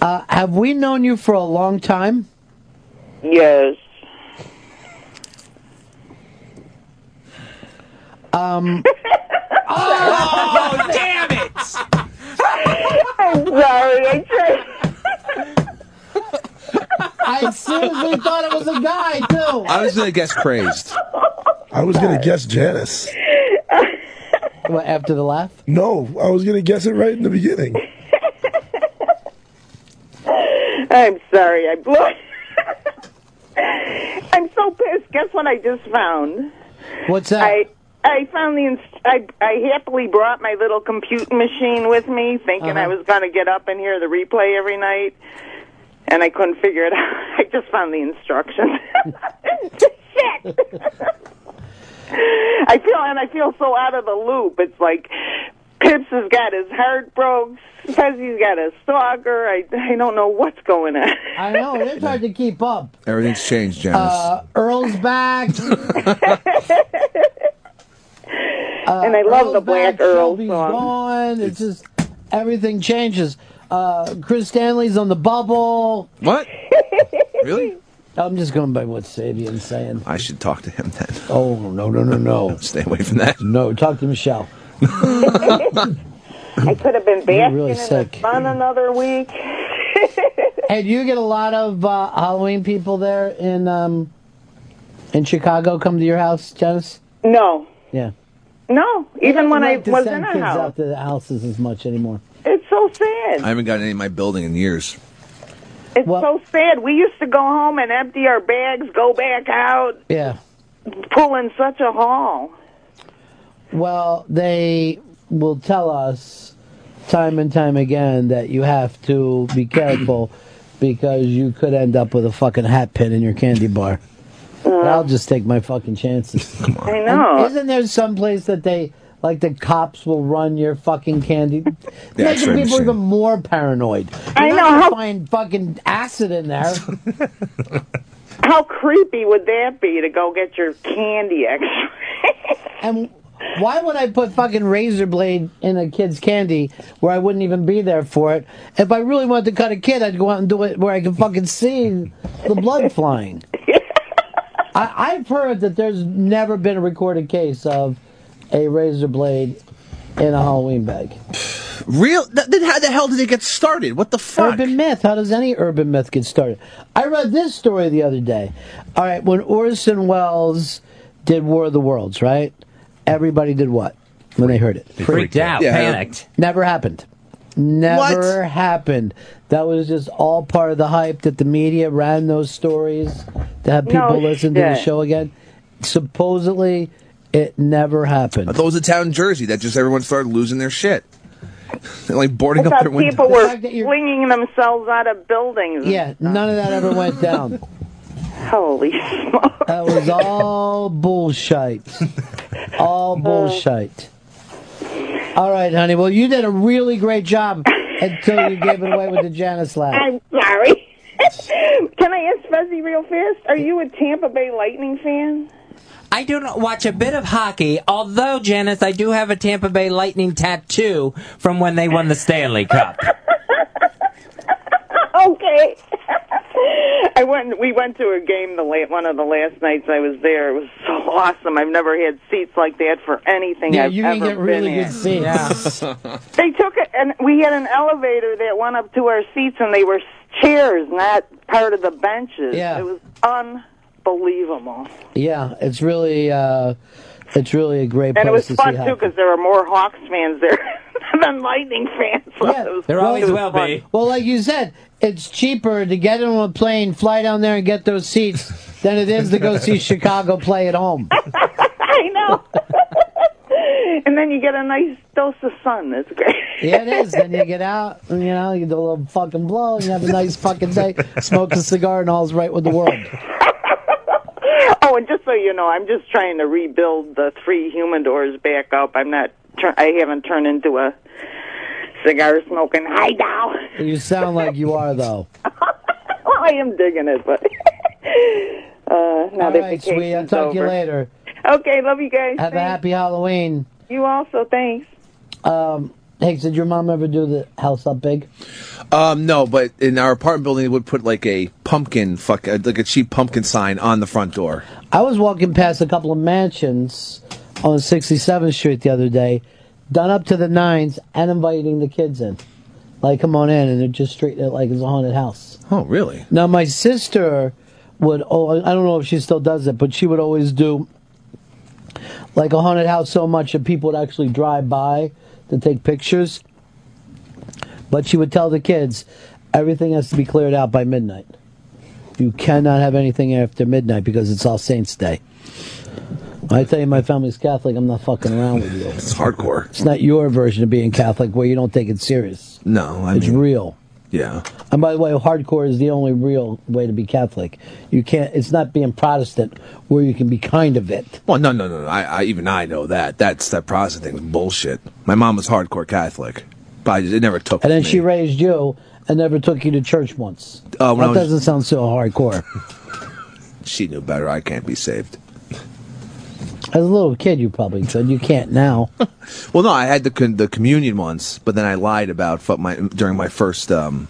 Speaker 4: Uh, have we known you for a long time?
Speaker 20: Yes.
Speaker 4: Um,
Speaker 3: Oh, damn it!
Speaker 20: I'm sorry. I tried.
Speaker 4: I seriously thought it was a guy too.
Speaker 5: I was gonna guess crazed.
Speaker 7: I was gonna guess Janice.
Speaker 4: What after the laugh?
Speaker 7: No, I was gonna guess it right in the beginning.
Speaker 20: I'm sorry. I blew it. I'm so pissed. Guess what I just found?
Speaker 4: What's that?
Speaker 20: I I found the inst- I I happily brought my little compute machine with me, thinking
Speaker 4: Uh-huh.
Speaker 20: I was going to get up and hear the replay every night, and I couldn't figure it out. I just found the instructions. Shit. I feel and I feel so out of the loop. It's like Pips has got his heart broke. Fezzi's got a stalker. I I don't know what's going on.
Speaker 4: I know it's hard to keep up.
Speaker 5: Everything's changed, Janice.
Speaker 4: Uh, Earl's back. Uh,
Speaker 20: and I love the Black Earl
Speaker 4: Shelby's
Speaker 20: song.
Speaker 4: gone. It's just everything changes. Uh, Chris Stanley's on the bubble.
Speaker 5: What? really?
Speaker 4: I'm just going by what Sabian's saying.
Speaker 5: I should talk to him then.
Speaker 4: Oh no no no no!
Speaker 5: Stay away from that.
Speaker 4: No, talk to Michelle.
Speaker 20: I could have been basking
Speaker 4: really
Speaker 20: in
Speaker 4: sick.
Speaker 20: the sun another week.
Speaker 4: Hey, do you get a lot of uh, Halloween people there in um, in Chicago come to your house, Janice?
Speaker 20: No.
Speaker 4: Yeah.
Speaker 20: No, even when I
Speaker 4: like to
Speaker 20: was
Speaker 4: send
Speaker 20: in a
Speaker 4: kids
Speaker 20: house.
Speaker 4: out to the houses as much anymore.
Speaker 20: It's so sad.
Speaker 5: I haven't gotten any in my building in years.
Speaker 20: It's so sad. We used to go home and empty our bags, go back out,
Speaker 4: Yeah.
Speaker 20: pull in such a haul.
Speaker 4: Well, they will tell us time and time again that you have to be careful because you could end up with a fucking hat pin in your candy bar. I'll just take my fucking chances. Come on.
Speaker 20: Mm. I know.
Speaker 4: Isn't there some place that they like the cops will run your fucking candy?
Speaker 3: That's
Speaker 4: Making
Speaker 3: right,
Speaker 4: people
Speaker 3: Michelle.
Speaker 4: even more paranoid.
Speaker 20: I
Speaker 4: You're
Speaker 20: know,
Speaker 4: not gonna
Speaker 20: how-
Speaker 4: find fucking acid in there.
Speaker 20: How creepy would that be to go get your candy extra?
Speaker 4: and why would I put fucking razor blade in a kid's candy where I wouldn't even be there for it? If I really wanted to cut a kid, I'd go out and do it where I could fucking see the blood flying. I, I've heard that there's never been a recorded case of a razor blade in a Halloween bag.
Speaker 5: Real? Th- then how the hell did it get started? What the fuck?
Speaker 4: Urban myth. How does any urban myth get started? I read this story the other day. All right, when Orson Welles did War of the Worlds, right? Everybody did what when they heard it?
Speaker 3: They freaked out, Yeah. panicked.
Speaker 4: Never happened. Never happened. That was just all part of the hype that the media ran those stories to have people
Speaker 5: No
Speaker 4: listen to the
Speaker 5: shit.
Speaker 4: show again. Supposedly, it never happened.
Speaker 5: I thought it was a town in Jersey that just everyone started losing their shit. They're like boarding
Speaker 20: I
Speaker 5: up
Speaker 20: thought
Speaker 5: their windows.
Speaker 20: people were flinging themselves out of buildings.
Speaker 4: Yeah, none of that ever went Oh. down.
Speaker 20: Holy smokes.
Speaker 4: That was all bullshit.
Speaker 20: Uh.
Speaker 4: All bullshit. All right, honey. Well, you did a really great job until you gave it away with the Janice laugh.
Speaker 20: I'm sorry. Can I ask Fuzzy real fast? Are you a Tampa Bay Lightning fan?
Speaker 2: I do not watch a bit of hockey, although, Janice, I do have a Tampa Bay Lightning tattoo from when they won the Stanley Cup.
Speaker 20: okay. I went. We went to a game the late one of the last nights I was there. It was so awesome. I've never had seats like that for anything
Speaker 4: Yeah,
Speaker 20: I've
Speaker 4: you can
Speaker 20: ever
Speaker 4: get really
Speaker 20: been
Speaker 4: good
Speaker 20: in.
Speaker 4: seats.
Speaker 20: They took it, and we had an elevator that went up to our seats, and they were chairs, not part of the benches.
Speaker 4: Yeah.
Speaker 20: It was unbelievable,
Speaker 4: Yeah, it's really, uh, it's really a great
Speaker 20: and
Speaker 4: place
Speaker 20: it was
Speaker 4: to
Speaker 20: fun
Speaker 4: see
Speaker 20: too
Speaker 4: hockey.
Speaker 20: because there were more Hawks fans there than Lightning fans. Yeah,
Speaker 2: there always will be.
Speaker 4: Well, like you said, it's cheaper to get on a plane, fly down there, and get those seats than it is to go see Chicago play at home.
Speaker 20: I know. and then you get a nice dose of sun. That's great.
Speaker 4: Yeah, it is. Then you get out, and, you know, you do a little fucking blow, and you have a nice fucking day, smoke a cigar, and all's right with the world.
Speaker 20: Oh, and just so you know, I'm just trying to rebuild the three humidors back up. I'm not. Tr- I haven't turned into a cigar smoking hideout.
Speaker 4: You sound like you are, though.
Speaker 20: Well, I am digging it, but uh, now
Speaker 4: All
Speaker 20: that
Speaker 4: right,
Speaker 20: vacation's
Speaker 4: sweetie. I'll talk to you
Speaker 20: over.
Speaker 4: later.
Speaker 20: Okay, love you guys.
Speaker 4: Have a
Speaker 20: Thanks.
Speaker 4: happy Halloween.
Speaker 20: You also, thanks.
Speaker 4: Um, hey, did your mom ever do the house up big?
Speaker 5: Um, no, but in our apartment building, they would put like a pumpkin, fuck, uh, like a cheap pumpkin sign on the front door.
Speaker 4: I was walking past a couple of mansions on 67th Street the other day, done up to the nines and inviting the kids in. Like, come on in, and they're just treating it like it's a haunted house.
Speaker 5: Oh, really?
Speaker 4: Now, my sister would, oh, I don't know if she still does it, but she would always do like a haunted house so much that people would actually drive by to take pictures. But she would tell the kids, everything has to be cleared out by midnight. You cannot have anything after midnight because it's All Saints Day. I tell you, my family's Catholic. I'm not fucking around with you.
Speaker 5: It's hardcore.
Speaker 4: It's not your version of being Catholic where you don't take it serious.
Speaker 5: No, I
Speaker 4: it's
Speaker 5: mean-
Speaker 4: real.
Speaker 5: Yeah.
Speaker 4: And by the way, hardcore is the only real way to be Catholic. You can't. It's not being Protestant where you can be kind of it.
Speaker 5: Well, no, no, no, no. I, I even I know that. That's that Protestant thing was bullshit. My mom was hardcore Catholic, but I, it never took.
Speaker 4: And then
Speaker 5: me.
Speaker 4: she raised you and never took you to church once.
Speaker 5: Uh, when
Speaker 4: that
Speaker 5: I was-
Speaker 4: doesn't sound so hardcore.
Speaker 5: she knew better. I can't be saved.
Speaker 4: As a little kid, you probably said you can't now.
Speaker 5: Well, no, I had the con- the communion once, but then I lied about fu- my during my first um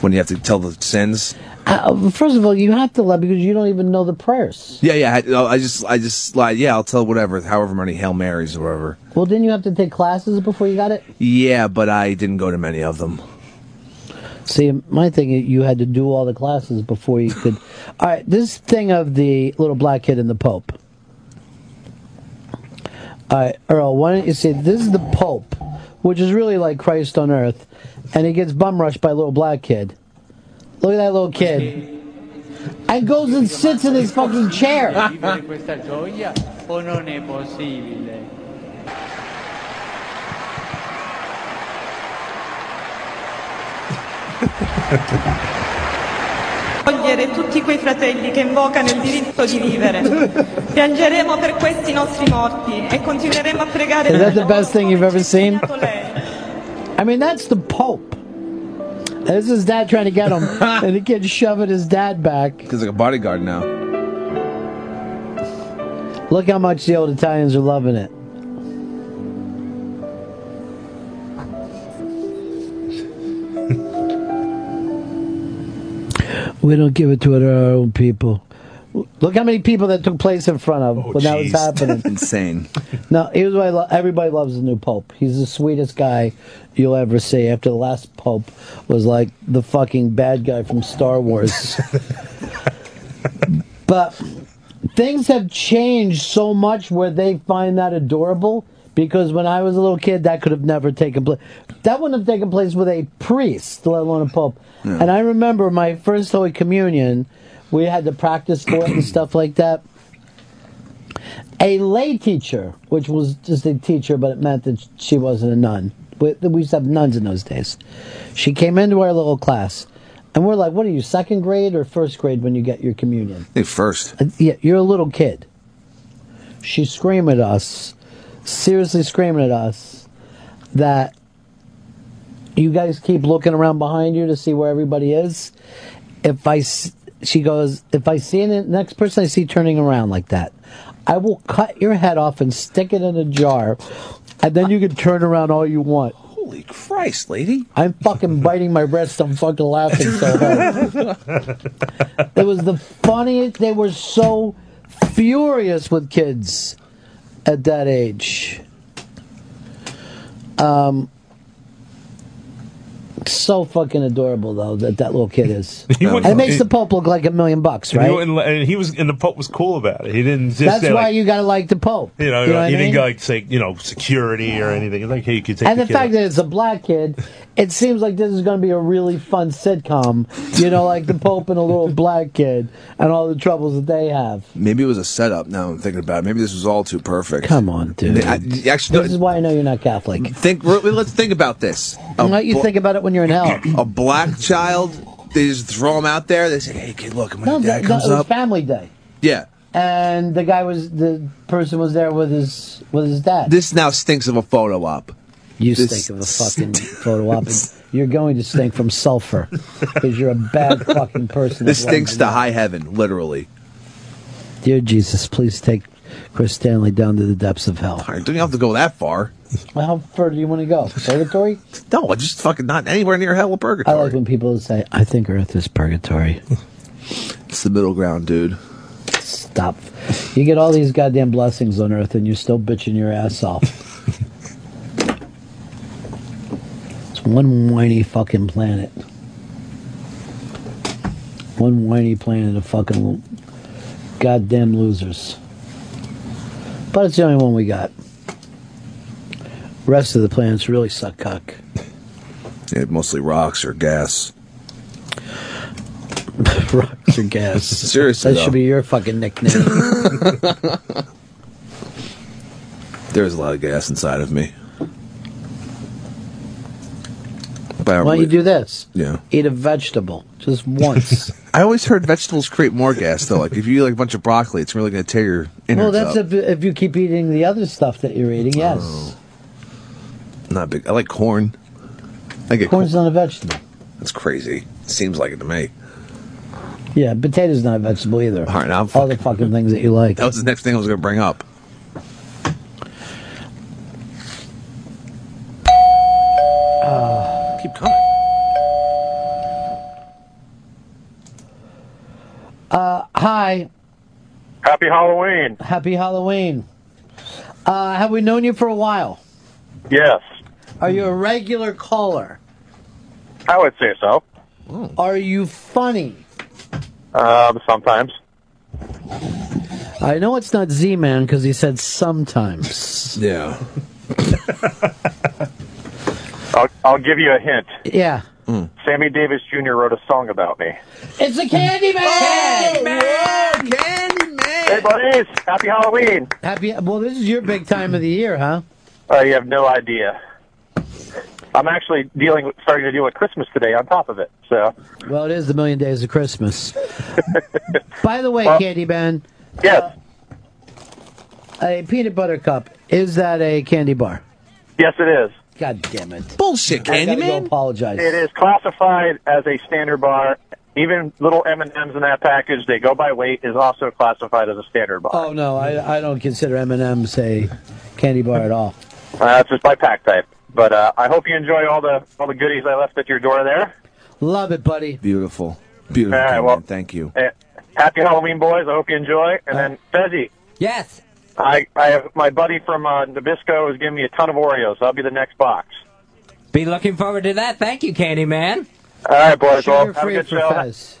Speaker 5: when you have to tell the sins.
Speaker 4: Uh, first of all, you have to love because you don't even know the prayers.
Speaker 5: Yeah, yeah. I, I just I just lied. Yeah, I'll tell whatever, however many Hail Marys or whatever.
Speaker 4: Well, didn't you have to take classes before you got it?
Speaker 5: Yeah, but I didn't go to many of them.
Speaker 4: See, my thing, is you had to do all the classes before you could. all right, this thing of the little black kid and the Pope. All right, Earl, why don't you see? This is the Pope, which is really like Christ on earth, and he gets bum rushed by a little black kid. Look at that little kid. And goes and sits in his fucking chair.
Speaker 1: questa gioia o non è possibile?
Speaker 21: accogliere tutti quei fratelli che invocano il diritto di vivere. Piangeremo per questi nostri morti e continueremo a pregare
Speaker 4: Is that
Speaker 21: per
Speaker 4: the best thing you've ever seen? I mean, that's the Pope. This is his dad trying to get him, and the kid shoving his dad back.
Speaker 5: He's like a bodyguard now.
Speaker 4: Look how much the old Italians are loving it. We don't give it to our own people. Look how many people that took place in front of when that was
Speaker 5: Oh, Jeez.
Speaker 4: happening.
Speaker 5: Insane.
Speaker 4: Now, here's what I lo- everybody loves the new Pope. He's the sweetest guy you'll ever see. After the last Pope was like the fucking bad guy from Star Wars. but things have changed so much where they find that adorable because when I was a little kid, that could have never taken place. That wouldn't have taken place with a priest, let alone a pope.
Speaker 22: Yeah.
Speaker 4: And I remember my first Holy Communion, we had to practice for it and stuff like that a lay teacher, which was just a teacher, but it meant that she wasn't a nun. We, we used to have nuns in those days. She came into our little class, and we're like, "What are you, second grade or first grade when you get your communion?"
Speaker 5: Hey, first.
Speaker 4: Uh, Yeah, you're a little kid. She screamed at us, seriously screaming at us, that you guys keep looking around behind you to see where everybody is. If I, s- she goes, if I see the next person I see turning around like that, I will cut your head off and stick it in a jar, and then you can turn around all you want.
Speaker 5: Holy Christ, lady!
Speaker 4: I'm fucking biting my wrist. I'm fucking laughing so hard. it was the funniest. They were so furious with kids at that age. Um, so fucking adorable though that that little kid is.
Speaker 9: He wouldn't-
Speaker 4: it makes the Pope look like a million bucks,
Speaker 9: And he,
Speaker 4: right?
Speaker 9: wouldn't let- and he was, and the Pope was cool about it. He didn't just
Speaker 4: That's
Speaker 9: say,
Speaker 4: why
Speaker 9: like,
Speaker 4: you gotta like the Pope.
Speaker 9: you know,
Speaker 4: you know what I
Speaker 9: he
Speaker 4: mean?
Speaker 9: didn't go, like say, you know, security or anything. He's Like, hey, you could take
Speaker 4: and the
Speaker 9: kid
Speaker 4: fact
Speaker 9: out.
Speaker 4: that it's a black kid, it seems like this is going to be a really fun sitcom. You know, like the Pope and a little black kid and all the troubles that they have.
Speaker 5: Maybe it was a setup. Now I'm thinking about it. Maybe this was all too perfect.
Speaker 4: Come on, dude.
Speaker 5: I, actually,
Speaker 4: This is why I know you're not Catholic.
Speaker 5: think. Let's think about this. A
Speaker 4: Why don't you
Speaker 5: bl-
Speaker 4: think about it when you're in hell?
Speaker 5: a black child. They just throw him out there. They say, "Hey, kid, look, when
Speaker 4: No,
Speaker 5: your dad
Speaker 4: that, that
Speaker 5: comes
Speaker 4: was
Speaker 5: up."
Speaker 4: Family Day,
Speaker 5: yeah,
Speaker 4: and the guy was the person was there with his with his dad.
Speaker 5: this now stinks of a photo op.
Speaker 4: You
Speaker 5: This-
Speaker 4: stink of a fucking photo op. and You're going to stink from sulfur because you're a bad fucking person.
Speaker 5: This
Speaker 4: that runs
Speaker 5: stinks to high heaven, literally.
Speaker 4: Dear Jesus, please take Chris Stanley down to the depths of hell.
Speaker 5: All right, don't have to go that far.
Speaker 4: Well, how far do you want to go? Purgatory?
Speaker 5: No, just fucking not anywhere near hell or
Speaker 4: I
Speaker 5: purgatory.
Speaker 4: like when people say, I think Earth is purgatory.
Speaker 5: It's the middle ground, dude.
Speaker 4: Stop. You get all these goddamn blessings on Earth and you're still bitching your ass off. it's one whiny fucking planet. One whiny planet of fucking lo- goddamn losers. But it's the only one we got. Rest of the planets really suck cock.
Speaker 5: It mostly rocks or gas.
Speaker 4: rocks or gas.
Speaker 5: Seriously,
Speaker 4: That should be your fucking nickname.
Speaker 5: There's a lot of gas inside of me. But I
Speaker 4: Why don't you do this?
Speaker 5: Yeah.
Speaker 4: Eat a vegetable just once.
Speaker 5: I always heard vegetables create more gas though. Like if you eat like a bunch of broccoli, it's really gonna tear your innards
Speaker 4: well, that's
Speaker 5: up.
Speaker 4: if, if you keep eating the other stuff that you're eating.
Speaker 5: Oh.
Speaker 4: Yes,
Speaker 5: Not big. I like corn. I get
Speaker 4: corn's not a vegetable.
Speaker 5: That's crazy. Seems like it to me.
Speaker 4: Yeah, potatoes not a vegetable either.
Speaker 5: All right, Oh, now I'm
Speaker 4: All the fucking things that you like.
Speaker 5: That was the next thing I was gonna bring up. Keep coming.
Speaker 4: Uh, hi,
Speaker 23: Happy Halloween.
Speaker 4: happy Halloween. Uh, have we known you for a while?
Speaker 23: Yes,
Speaker 4: Are you a regular caller?
Speaker 23: I would say so.
Speaker 4: Are you funny?
Speaker 23: Um, sometimes.
Speaker 4: I know it's not Z Man because he said sometimes.
Speaker 5: Yeah.
Speaker 23: I'll, I'll give you a hint.
Speaker 4: Yeah.
Speaker 23: Sammy Davis Jr. wrote a song about me.
Speaker 4: It's a candy man.
Speaker 23: Hey, buddies! Happy Halloween.
Speaker 4: Happy. Well, this is your big time of the year, huh?
Speaker 23: Uh, you have no idea. I'm actually dealing, with, starting to deal with Christmas today. On top of it, so
Speaker 4: Well, it is the million days of Christmas. By the way,
Speaker 23: Well-
Speaker 4: Candyman,
Speaker 23: yes,
Speaker 4: a peanut butter cup is that a candy bar?
Speaker 23: yes, it is.
Speaker 4: God damn it!
Speaker 5: Bullshit,
Speaker 4: I gotta go apologize.
Speaker 23: It is classified as a standard bar. Even little M and M's in that package, they go by weight, is also classified as a standard bar.
Speaker 4: Oh no, I, I don't consider M and M's a candy bar at all.
Speaker 23: Uh, it's just by pack type. But uh, I hope you enjoy all the all the goodies I left at your door there.
Speaker 4: Love it, buddy.
Speaker 5: Beautiful. Beautiful.
Speaker 23: All right,
Speaker 5: Ken,
Speaker 23: well-
Speaker 5: man. Thank you.
Speaker 23: Eh, happy Halloween, boys. I hope you enjoy. And then Fezzi.
Speaker 2: Yes.
Speaker 23: I I have my buddy from uh, Nabisco is giving me a ton of Oreos. I'll be the next box.
Speaker 2: Be looking forward to that. Thank you, Candyman.
Speaker 23: All right, boys. well, have a good show.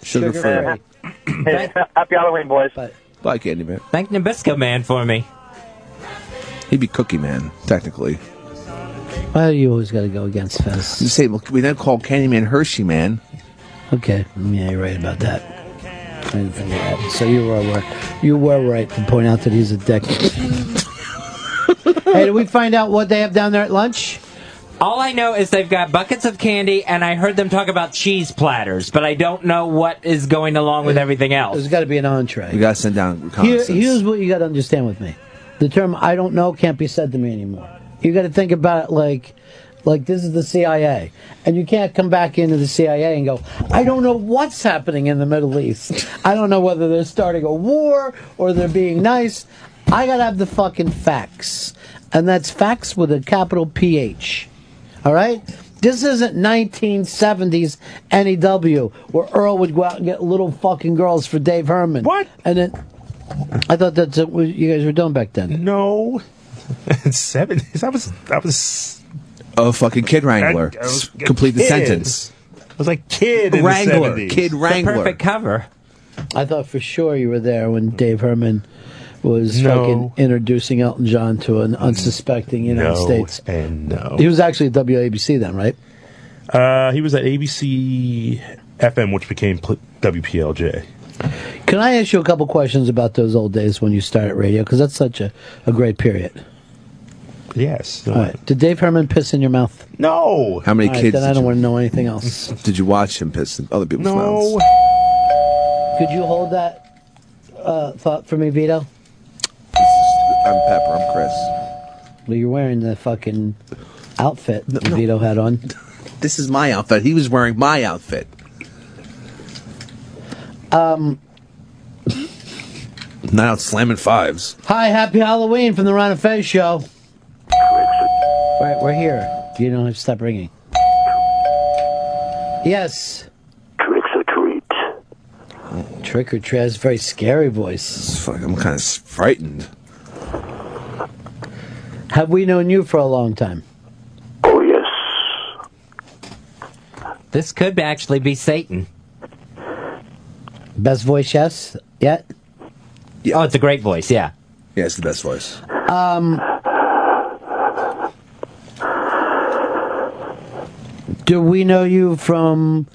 Speaker 5: Sugar Sugar-free.
Speaker 23: Hey, happy Halloween, boys.
Speaker 5: Bye, Candy Man.
Speaker 2: Thank Nabisco Man for me.
Speaker 5: He'd be Cookie Man, technically.
Speaker 4: Why do you always got to go against Fez?
Speaker 5: You say well, we then call Candy Man Hershey Man.
Speaker 4: Okay, yeah, you're right about that. I didn't think of that. So you were right. You were right to point out that he's a dick. hey, did we find out what they have down there at lunch?
Speaker 2: All I know is they've got buckets of candy, and I heard them talk about cheese platters, but I don't know what is going along with everything else.
Speaker 4: There's got to be an entree.
Speaker 5: We got sent down.
Speaker 4: Here,
Speaker 5: reconnaissance.
Speaker 4: here's what you got to understand with me: the term "I don't know" can't be said to me anymore. You got to think about it like, like this is the CIA, and you can't come back into the CIA and go, "I don't know what's happening in the Middle East. I don't know whether they're starting a war or they're being nice. I got to have the fucking facts, and that's facts with a capital PH." All right? This isn't 1970s NEW E where Earl would go out and get little fucking girls for Dave Herman. What? And then I thought that's what you guys were doing back then.
Speaker 9: No. Seventies. I was. I was.
Speaker 5: Oh, fucking Kid Wrangler.
Speaker 9: I- I was-
Speaker 5: S- Complete the
Speaker 9: Kid.
Speaker 5: sentence.
Speaker 9: I was like kid in
Speaker 5: Wrangler,
Speaker 9: the 70s.
Speaker 5: Kid The Wrangler. perfect
Speaker 2: cover.
Speaker 4: I thought for sure you were there when Dave Herman was
Speaker 9: No.
Speaker 4: fucking introducing Elton John to an unsuspecting United
Speaker 9: No
Speaker 4: States.
Speaker 9: and no.
Speaker 4: He was actually at WABC then, right?
Speaker 9: Uh, he was at ABC FM, which became pl- WPLJ.
Speaker 4: Can I ask you a couple questions about those old days when you started radio? Because that's such a, a great period.
Speaker 9: Yes.
Speaker 4: All right. Did Dave Herman piss in your mouth?
Speaker 9: No.
Speaker 5: How many
Speaker 4: All right,
Speaker 5: kids
Speaker 4: Then I
Speaker 5: did
Speaker 4: don't
Speaker 5: you-
Speaker 4: want to know anything else.
Speaker 5: Did you watch him piss in other people's mouths?
Speaker 4: Could you hold that uh, thought for me, Vito?
Speaker 5: I'm Pepper. I'm Chris.
Speaker 4: Well, you're wearing the fucking outfit that Vito had on.
Speaker 5: This is my outfit. He was wearing my outfit.
Speaker 4: Um,
Speaker 5: Not out slamming fives.
Speaker 4: hi, happy Halloween from the Ron and Fez show. We're, we're here. You don't have to stop ringing. Yes. Trick or treat. That's a very scary voice.
Speaker 5: Fuck, I'm kind of frightened.
Speaker 4: Have we known you for a long time?
Speaker 2: This could be- actually be Satan.
Speaker 4: Best voice, yes? Yet?
Speaker 2: Oh, it's a great voice, yeah.
Speaker 5: Yeah, it's the best voice.
Speaker 4: Um, do we know you from?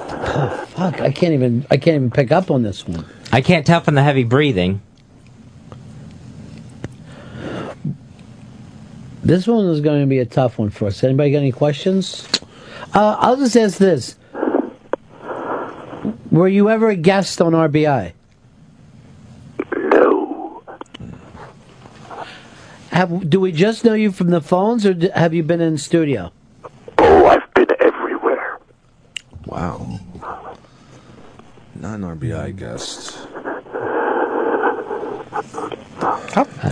Speaker 4: Oh, fuck! I can't even. I can't even pick up on this one.
Speaker 2: I can't tell from the heavy breathing.
Speaker 4: This one is going to be a tough one for us. Anybody got any questions? Uh, I'll just ask this: Were you ever a guest on RBI? No. Have do we just know you from the phones, or d have you been in studio?
Speaker 5: Wow. Not an RBI guest.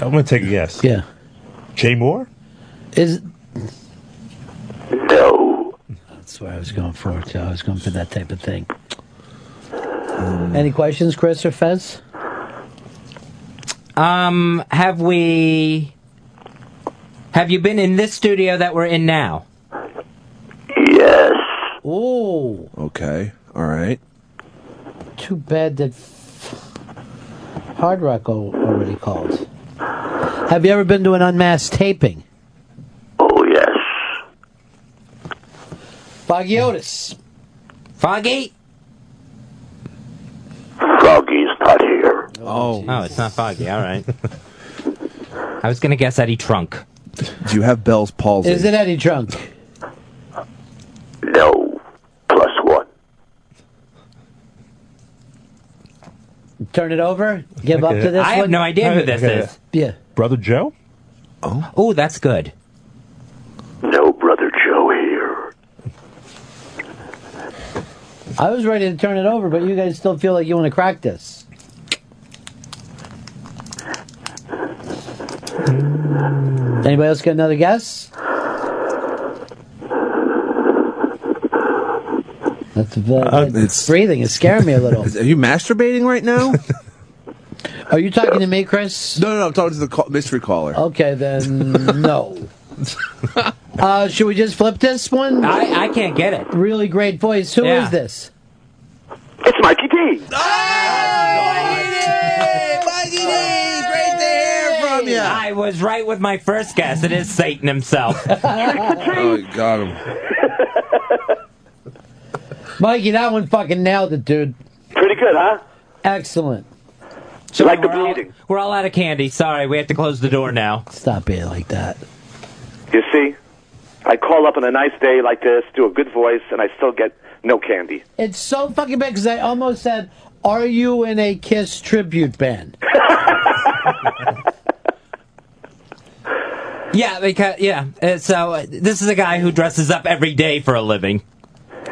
Speaker 9: I'm going to take a guess.
Speaker 4: Oh. Yeah.
Speaker 9: Jay Moore?
Speaker 4: Is That's where I was going for it. Too. I was going for that type of thing. Hmm. Any questions, Chris or Fez?
Speaker 2: Um, have we. Have you been in this studio that we're in now?
Speaker 4: Oh,
Speaker 5: Okay. All right.
Speaker 4: too bad that Hard Rock al- already called. Have you ever been to an unmasked taping? Oh yes. Foggiotis.
Speaker 2: Foggy.
Speaker 3: Froggy's not here.
Speaker 2: Oh, oh, it's not foggy. All right. I was gonna guess Eddie Trunk.
Speaker 5: Do you have Bell's palsy?
Speaker 4: Is it Eddie drunk?
Speaker 5: No. Plus one.
Speaker 4: Turn it over. Give up to this.
Speaker 2: I have
Speaker 4: one?
Speaker 2: no idea who this is.
Speaker 4: Yeah.
Speaker 9: Brother Joe?
Speaker 2: Oh. that's good.
Speaker 3: No, brother Joe here.
Speaker 4: I was ready to turn it over, but you guys still feel like you want to crack this. Anybody else got another guess? That's the breathing is scaring me a little.
Speaker 5: Uh, Are you masturbating right now?
Speaker 4: Are you talking to me, Chris?
Speaker 5: No, no, no I'm talking to the call- mystery caller.
Speaker 4: Okay, then no. Uh, should we just flip this one?
Speaker 2: I, I can't get it.
Speaker 4: Really great voice. Who is
Speaker 2: Yeah.
Speaker 4: this?
Speaker 3: It's Mikey D.
Speaker 5: Great to hear from you.
Speaker 2: I was right with my first guess. It is Satan himself.
Speaker 5: Oh, you got him.
Speaker 4: Mikey, that one fucking nailed it, dude.
Speaker 2: Pretty good, huh?
Speaker 4: Excellent.
Speaker 2: like the bleeding. we're all out of candy. Sorry, we have to close the door now.
Speaker 4: Stop being like that.
Speaker 8: You see, I call up on a nice day like this, do a good voice, and I still get no candy.
Speaker 4: It's so fucking bad because I almost said, "Are you in a Kiss tribute band?"
Speaker 2: Yeah, because yeah. Uh, so uh, this is a guy who dresses up every day for a living.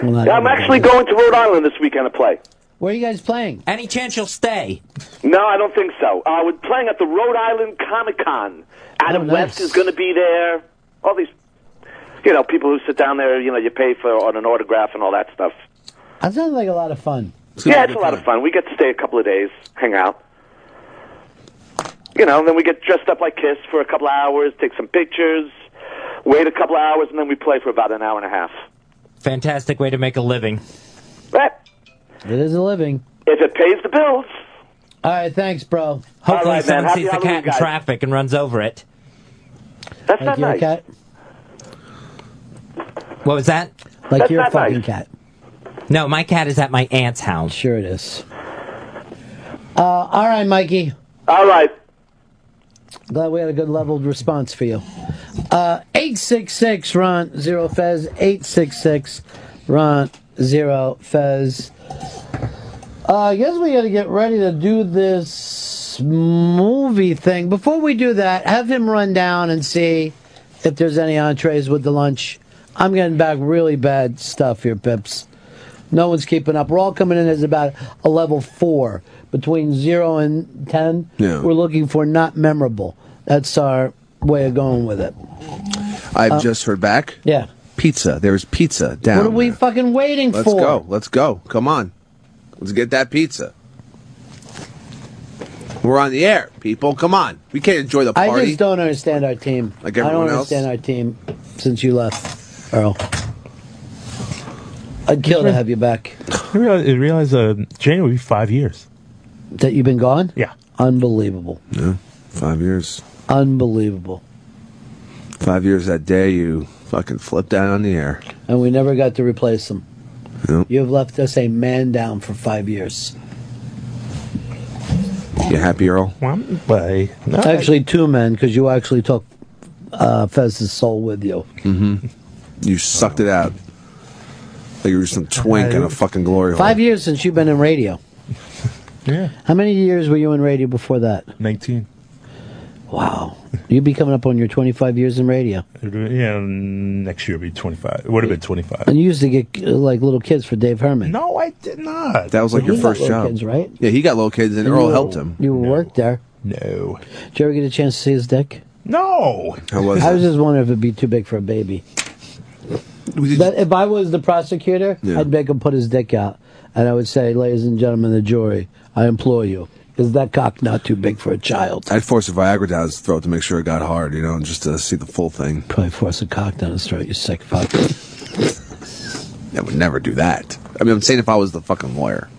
Speaker 8: I'm actually going to Rhode Island this weekend to play.
Speaker 4: Where are you guys playing?
Speaker 2: Any chance you'll stay?
Speaker 8: No, I don't think so. Uh, we're playing at the Rhode Island Comic Con. Adam
Speaker 4: Oh,
Speaker 8: West is going to be there. All these, you know, people who sit down there, you know, you pay for on an autograph and all that stuff.
Speaker 4: That sounds like a lot of fun.
Speaker 8: yeah, it's a lot of fun. We get to stay a couple of days, hang out. You know, and then we get dressed up like Kiss for a couple of hours, take some pictures, wait a couple of hours, and then we play for about an hour and a half.
Speaker 2: Fantastic way to make a living.
Speaker 8: But
Speaker 4: It is a living.
Speaker 8: if it pays the bills,
Speaker 4: All right, thanks, bro.
Speaker 2: hopefully
Speaker 8: right, man.
Speaker 2: someone
Speaker 8: Happy
Speaker 2: sees the
Speaker 8: Halloween,
Speaker 2: cat in
Speaker 8: guys.
Speaker 2: traffic and runs over it.
Speaker 8: That's
Speaker 4: Like your cat.
Speaker 2: What was that?
Speaker 4: Like your fucking cat.
Speaker 2: No, my cat is at my aunt's house.
Speaker 4: Sure it is. Uh, all right, Mikey.
Speaker 8: All right.
Speaker 4: Glad we had a good leveled response for you. Uh, 866 Ron Zero Fez. 866 Ron Zero Fez. Uh, I guess we got to get ready to do this movie thing. Before we do that, have him run down and see if there's any entrees with the lunch. I'm getting back really bad stuff here, Pips. No one's keeping up. We're all coming in as about a level four between zero and ten.
Speaker 5: Yeah.
Speaker 4: We're looking for not memorable. That's our way of going with it.
Speaker 5: I've
Speaker 4: Uh,
Speaker 5: just heard back.
Speaker 4: Yeah.
Speaker 5: Pizza. There's pizza down.
Speaker 4: what are we fucking waiting
Speaker 5: Let's
Speaker 4: for?
Speaker 5: go. Let's go. Come on. Let's get that pizza. We're on the air, people. Come on. We can't enjoy the
Speaker 4: I
Speaker 5: party.
Speaker 4: just don't understand our team.
Speaker 5: Like
Speaker 4: I don't
Speaker 5: everyone else?
Speaker 4: understand our team since you left, Earl. I'd kill to have you back.
Speaker 9: I realize, I realize uh, January will be five years.
Speaker 4: That you've been gone?
Speaker 9: Yeah.
Speaker 4: Unbelievable.
Speaker 5: Yeah. Five years.
Speaker 4: Unbelievable.
Speaker 5: Five years that day you fucking flipped out on the air.
Speaker 4: And we never got to replace them.
Speaker 5: Nope.
Speaker 4: You have left us a man down for five years.
Speaker 5: You happy, Earl?
Speaker 9: But
Speaker 4: Actually, two men, because you actually took uh, Fez's soul with you.
Speaker 5: Mm-hmm. You sucked it out. Like you were some twink in a fucking glory hole.
Speaker 4: Five years since you've been in radio.
Speaker 9: Yeah.
Speaker 4: How many years were you in radio before that?
Speaker 9: 19.
Speaker 4: Wow. You'd be coming up on your 25 years in radio.
Speaker 9: Yeah, next year will be 25. It would have been 25.
Speaker 4: And you used to get uh, like little kids for Dave Herman.
Speaker 9: No, I did not.
Speaker 5: That was like your
Speaker 4: You got
Speaker 5: first
Speaker 4: little
Speaker 5: job.
Speaker 4: kids, right?
Speaker 5: Yeah, he got little kids and
Speaker 4: You
Speaker 5: Earl
Speaker 4: were-
Speaker 5: helped him.
Speaker 4: You worked there.
Speaker 9: No.
Speaker 4: Did you ever get a chance to see his dick?
Speaker 9: No.
Speaker 5: How was
Speaker 4: I
Speaker 5: it?
Speaker 4: was just wondering if it'd be too big for a baby. That- if I was the prosecutor,
Speaker 5: Yeah.
Speaker 4: I'd make him put his dick out, and I would say, "Ladies and gentlemen, of the jury, I implore you: is that cock not too big for a child?"
Speaker 5: I'd force a Viagra down his throat to make sure it got hard, you know, and just to see the full thing.
Speaker 4: Probably force a cock down his throat, you sick fuck.
Speaker 5: I would never do that. I mean, I'm saying if I was the fucking lawyer,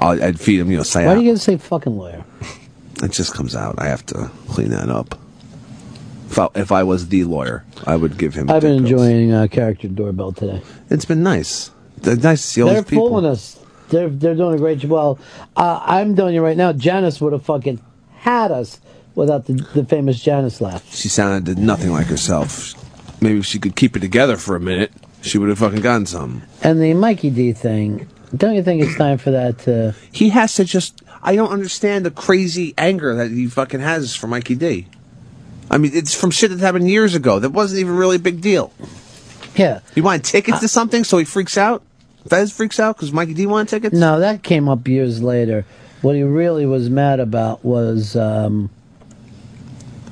Speaker 5: I'll, I'd feed him, you know,
Speaker 4: Why are
Speaker 5: cyan.
Speaker 4: you gonna say fucking lawyer?
Speaker 5: it just comes out. I have to clean that up. If I, if I was the lawyer, I would give him.
Speaker 4: I've been
Speaker 5: dick pills.
Speaker 4: enjoying uh, character doorbell today.
Speaker 5: It's been nice. It's nice to see all
Speaker 4: They're
Speaker 5: these people.
Speaker 4: fooling us. They're they're doing a great job. Well, uh, I'm telling you right now, Janice would have fucking had us without the, the famous Janice laugh.
Speaker 5: She sounded nothing like herself. Maybe if she could keep it together for a minute, she would have fucking gotten some.
Speaker 4: And the Mikey D thing, don't you think it's time for that to.
Speaker 5: He has to just. I don't understand the crazy anger that he fucking has for Mikey D. I mean, it's from shit that happened years ago that wasn't even really a big deal.
Speaker 4: Yeah.
Speaker 5: You want tickets to something, so he freaks out? Fez freaks out because Mikey D wanted tickets?
Speaker 4: No, that came up years later. What he really was mad about was um,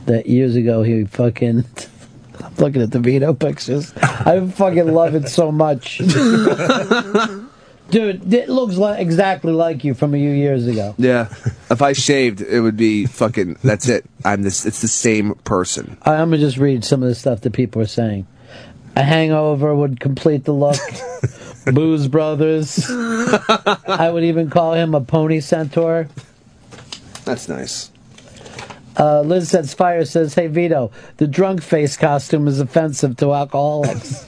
Speaker 4: that years ago he fucking. I'm looking at the veto pictures. I fucking love it so much. Dude, it looks like, exactly like you from a few years ago.
Speaker 5: Yeah. If I shaved, it would be fucking. That's it. I'm this. It's the same person.
Speaker 4: I, I'm gonna just read some of the stuff that people are saying. A hangover would complete the look. Booze Brothers. I would even call him a pony centaur.
Speaker 5: That's nice.
Speaker 4: Uh, Liz sets fire says, "Hey Vito, the drunk face costume is offensive to alcoholics."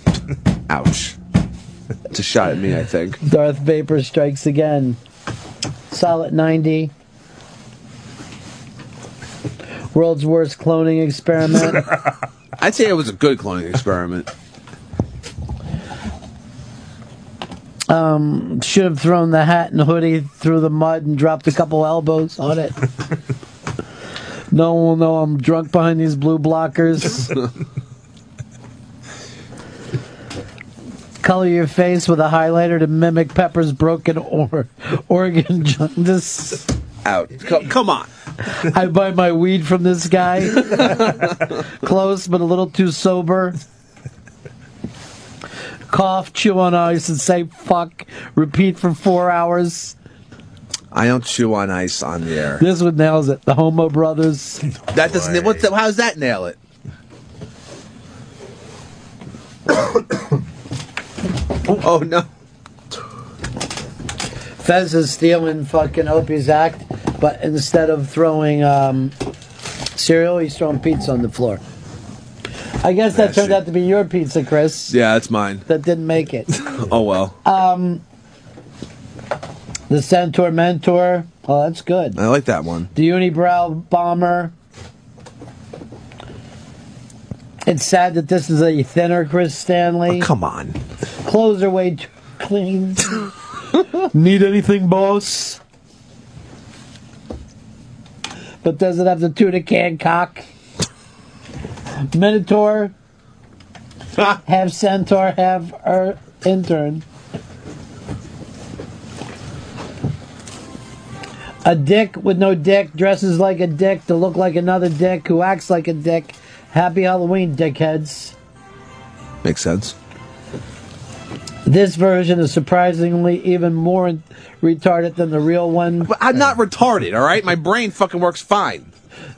Speaker 5: Ouch. It's a shot at me, I think.
Speaker 4: Darth Vapor strikes again. Solid 90. World's worst cloning experiment.
Speaker 5: I'd say it was a good cloning experiment.
Speaker 4: Um, should have thrown the hat and hoodie through the mud and dropped a couple elbows on it. no one will know I'm drunk behind these blue blockers. Color your face with a highlighter to mimic Pepper's broken or organ jaundice.
Speaker 5: Out. Come, come on.
Speaker 4: I buy my weed from this guy. Close, but a little too sober. Cough, chew on ice, and say fuck. Repeat for four hours.
Speaker 5: I don't chew on ice on the air.
Speaker 4: This one nails it. The Homo Brothers.
Speaker 5: That doesn't. What? The, how's that nail it? oh no.
Speaker 4: Fez is stealing fucking Opie's act, but instead of throwing um, cereal, he's throwing pizza on the floor. I guess that
Speaker 5: Ah,
Speaker 4: turned
Speaker 5: shit.
Speaker 4: out to be your pizza, Chris.
Speaker 5: Yeah, that's mine.
Speaker 4: That didn't make it.
Speaker 5: Oh well.
Speaker 4: Um, the Centaur Mentor. Oh, that's good.
Speaker 5: I like that one.
Speaker 4: The Unibrow Bomber. It's sad that this is a thinner Chris Stanley.
Speaker 5: Oh, come on.
Speaker 4: Clothes are way too clean. Need anything, boss? But doesn't have the tuna can cock. Minotaur. have centaur, have er, intern. A dick with no dick dresses like a dick to look like another dick who acts like a dick. Happy Halloween, dickheads.
Speaker 5: Makes sense.
Speaker 4: This version is surprisingly even more retarded than the real one.
Speaker 5: But I'm not retarded, all right? My brain fucking works fine.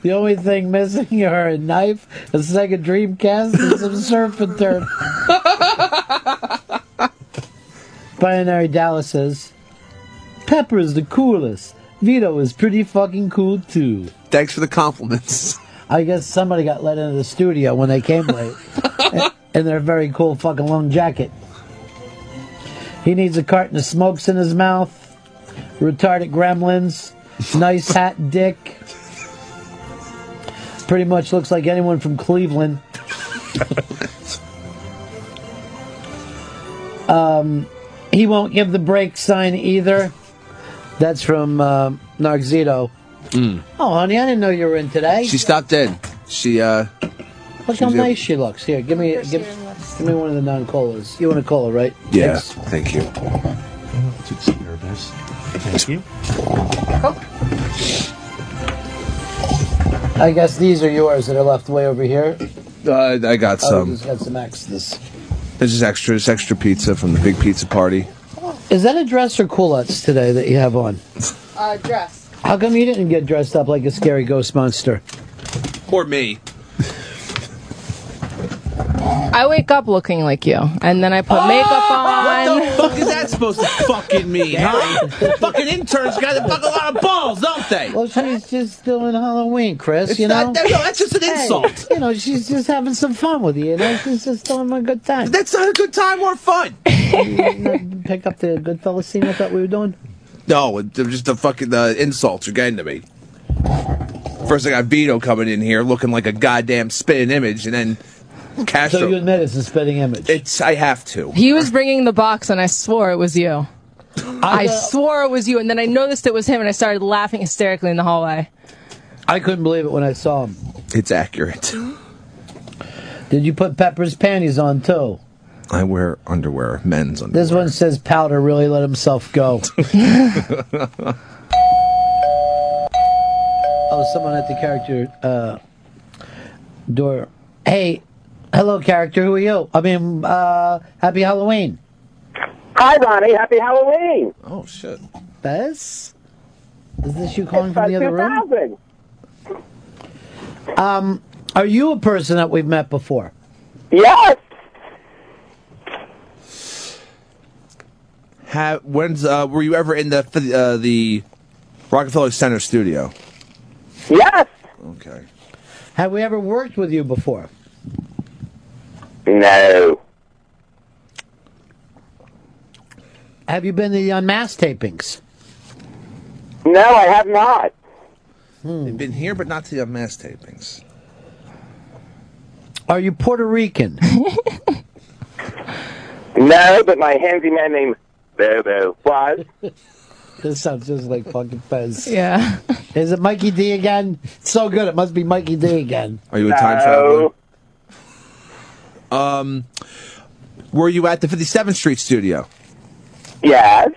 Speaker 4: The only thing missing are a knife, a Sega Dreamcast, and some surf and turf. Binary Dallas says, Pepper is the coolest. Vito is pretty fucking cool too.
Speaker 5: Thanks for the compliments.
Speaker 4: I guess somebody got let into the studio when they came late. in their very cool fucking long jacket. He needs a carton of smokes in his mouth. Retarded gremlins. Nice hat dick. Pretty much looks like anyone from Cleveland. um, he won't give the break sign either. That's from uh, Narxito.
Speaker 5: Mm.
Speaker 4: Oh, honey, I didn't know you were in today.
Speaker 5: She stopped in. She uh
Speaker 4: Look
Speaker 5: she
Speaker 4: how
Speaker 5: was able-
Speaker 4: nice she looks. Here, give me give, give me one of the non colas. You want a cola, right?
Speaker 5: Yeah.
Speaker 4: Thanks.
Speaker 5: Thank you.
Speaker 9: Thank you.
Speaker 4: I guess these are yours that are left way over here.
Speaker 5: Uh, I got
Speaker 4: Oh, we
Speaker 5: some.
Speaker 4: just got some extras.
Speaker 5: This is extra. It's extra pizza from the big pizza party.
Speaker 4: Is that a dress or culottes today that you have on?
Speaker 24: Uh, dress.
Speaker 4: How come you didn't get dressed up like a scary ghost monster?
Speaker 5: Poor me.
Speaker 24: I wake up looking like you, and then I
Speaker 2: Oh!
Speaker 24: put makeup on.
Speaker 5: What the fuck is that supposed to fucking mean, huh? fucking interns got a fuck a lot of balls, don't they?
Speaker 4: Well, she's just doing Halloween, Chris.
Speaker 5: It's
Speaker 4: you know,
Speaker 5: not- that- no, that's just an
Speaker 4: Hey,
Speaker 5: insult.
Speaker 4: you know, she's just having some fun with you. You know, she's just having a good time.
Speaker 5: That's not a good time or fun.
Speaker 4: Pick up the good fellow scene. I thought we were doing.
Speaker 5: No, it- they're just the fucking the insults are getting to me. First, I got Vito coming in here looking like a goddamn spitting image, and then Castro.
Speaker 4: So you admit it's a spitting image?
Speaker 5: It's I have to.
Speaker 24: He was bringing the box, and I swore it was you. I swore it was you, and then I noticed it was him, and I started laughing hysterically in the hallway.
Speaker 4: I couldn't believe it when I saw him.
Speaker 5: It's accurate.
Speaker 4: Did you put Pepper's panties on too?
Speaker 5: I wear underwear, men's underwear.
Speaker 4: This one says Powder really let himself go. oh, someone at the character uh, door. Hey, hello, character. Who are you? I mean, uh, happy Halloween.
Speaker 12: Hi, Ronnie. Happy Halloween.
Speaker 5: Oh shit.
Speaker 4: Bez, is this you calling from
Speaker 12: Uh,
Speaker 4: the other room?
Speaker 12: 2000.
Speaker 4: Um, are you a person that we've met before?
Speaker 12: Yes.
Speaker 5: Ha- when's uh, were you ever in the uh, the Rockefeller Center studio?
Speaker 12: Yes.
Speaker 5: Okay.
Speaker 4: Have we ever worked with you before? Oh.
Speaker 12: No.
Speaker 4: Have you been to the unmasked tapings?
Speaker 12: No, I have not.
Speaker 5: They've been here, but not to the mass tapings.
Speaker 4: Are you Puerto Rican?
Speaker 12: No, but my handyman named Bobo was.
Speaker 4: this sounds just like fucking Fez.
Speaker 24: Yeah.
Speaker 4: Is it Mikey D again? So good. It must be Mikey D again.
Speaker 5: Are you a time traveler? Um, were you at the 57th Street studio?
Speaker 12: Yes.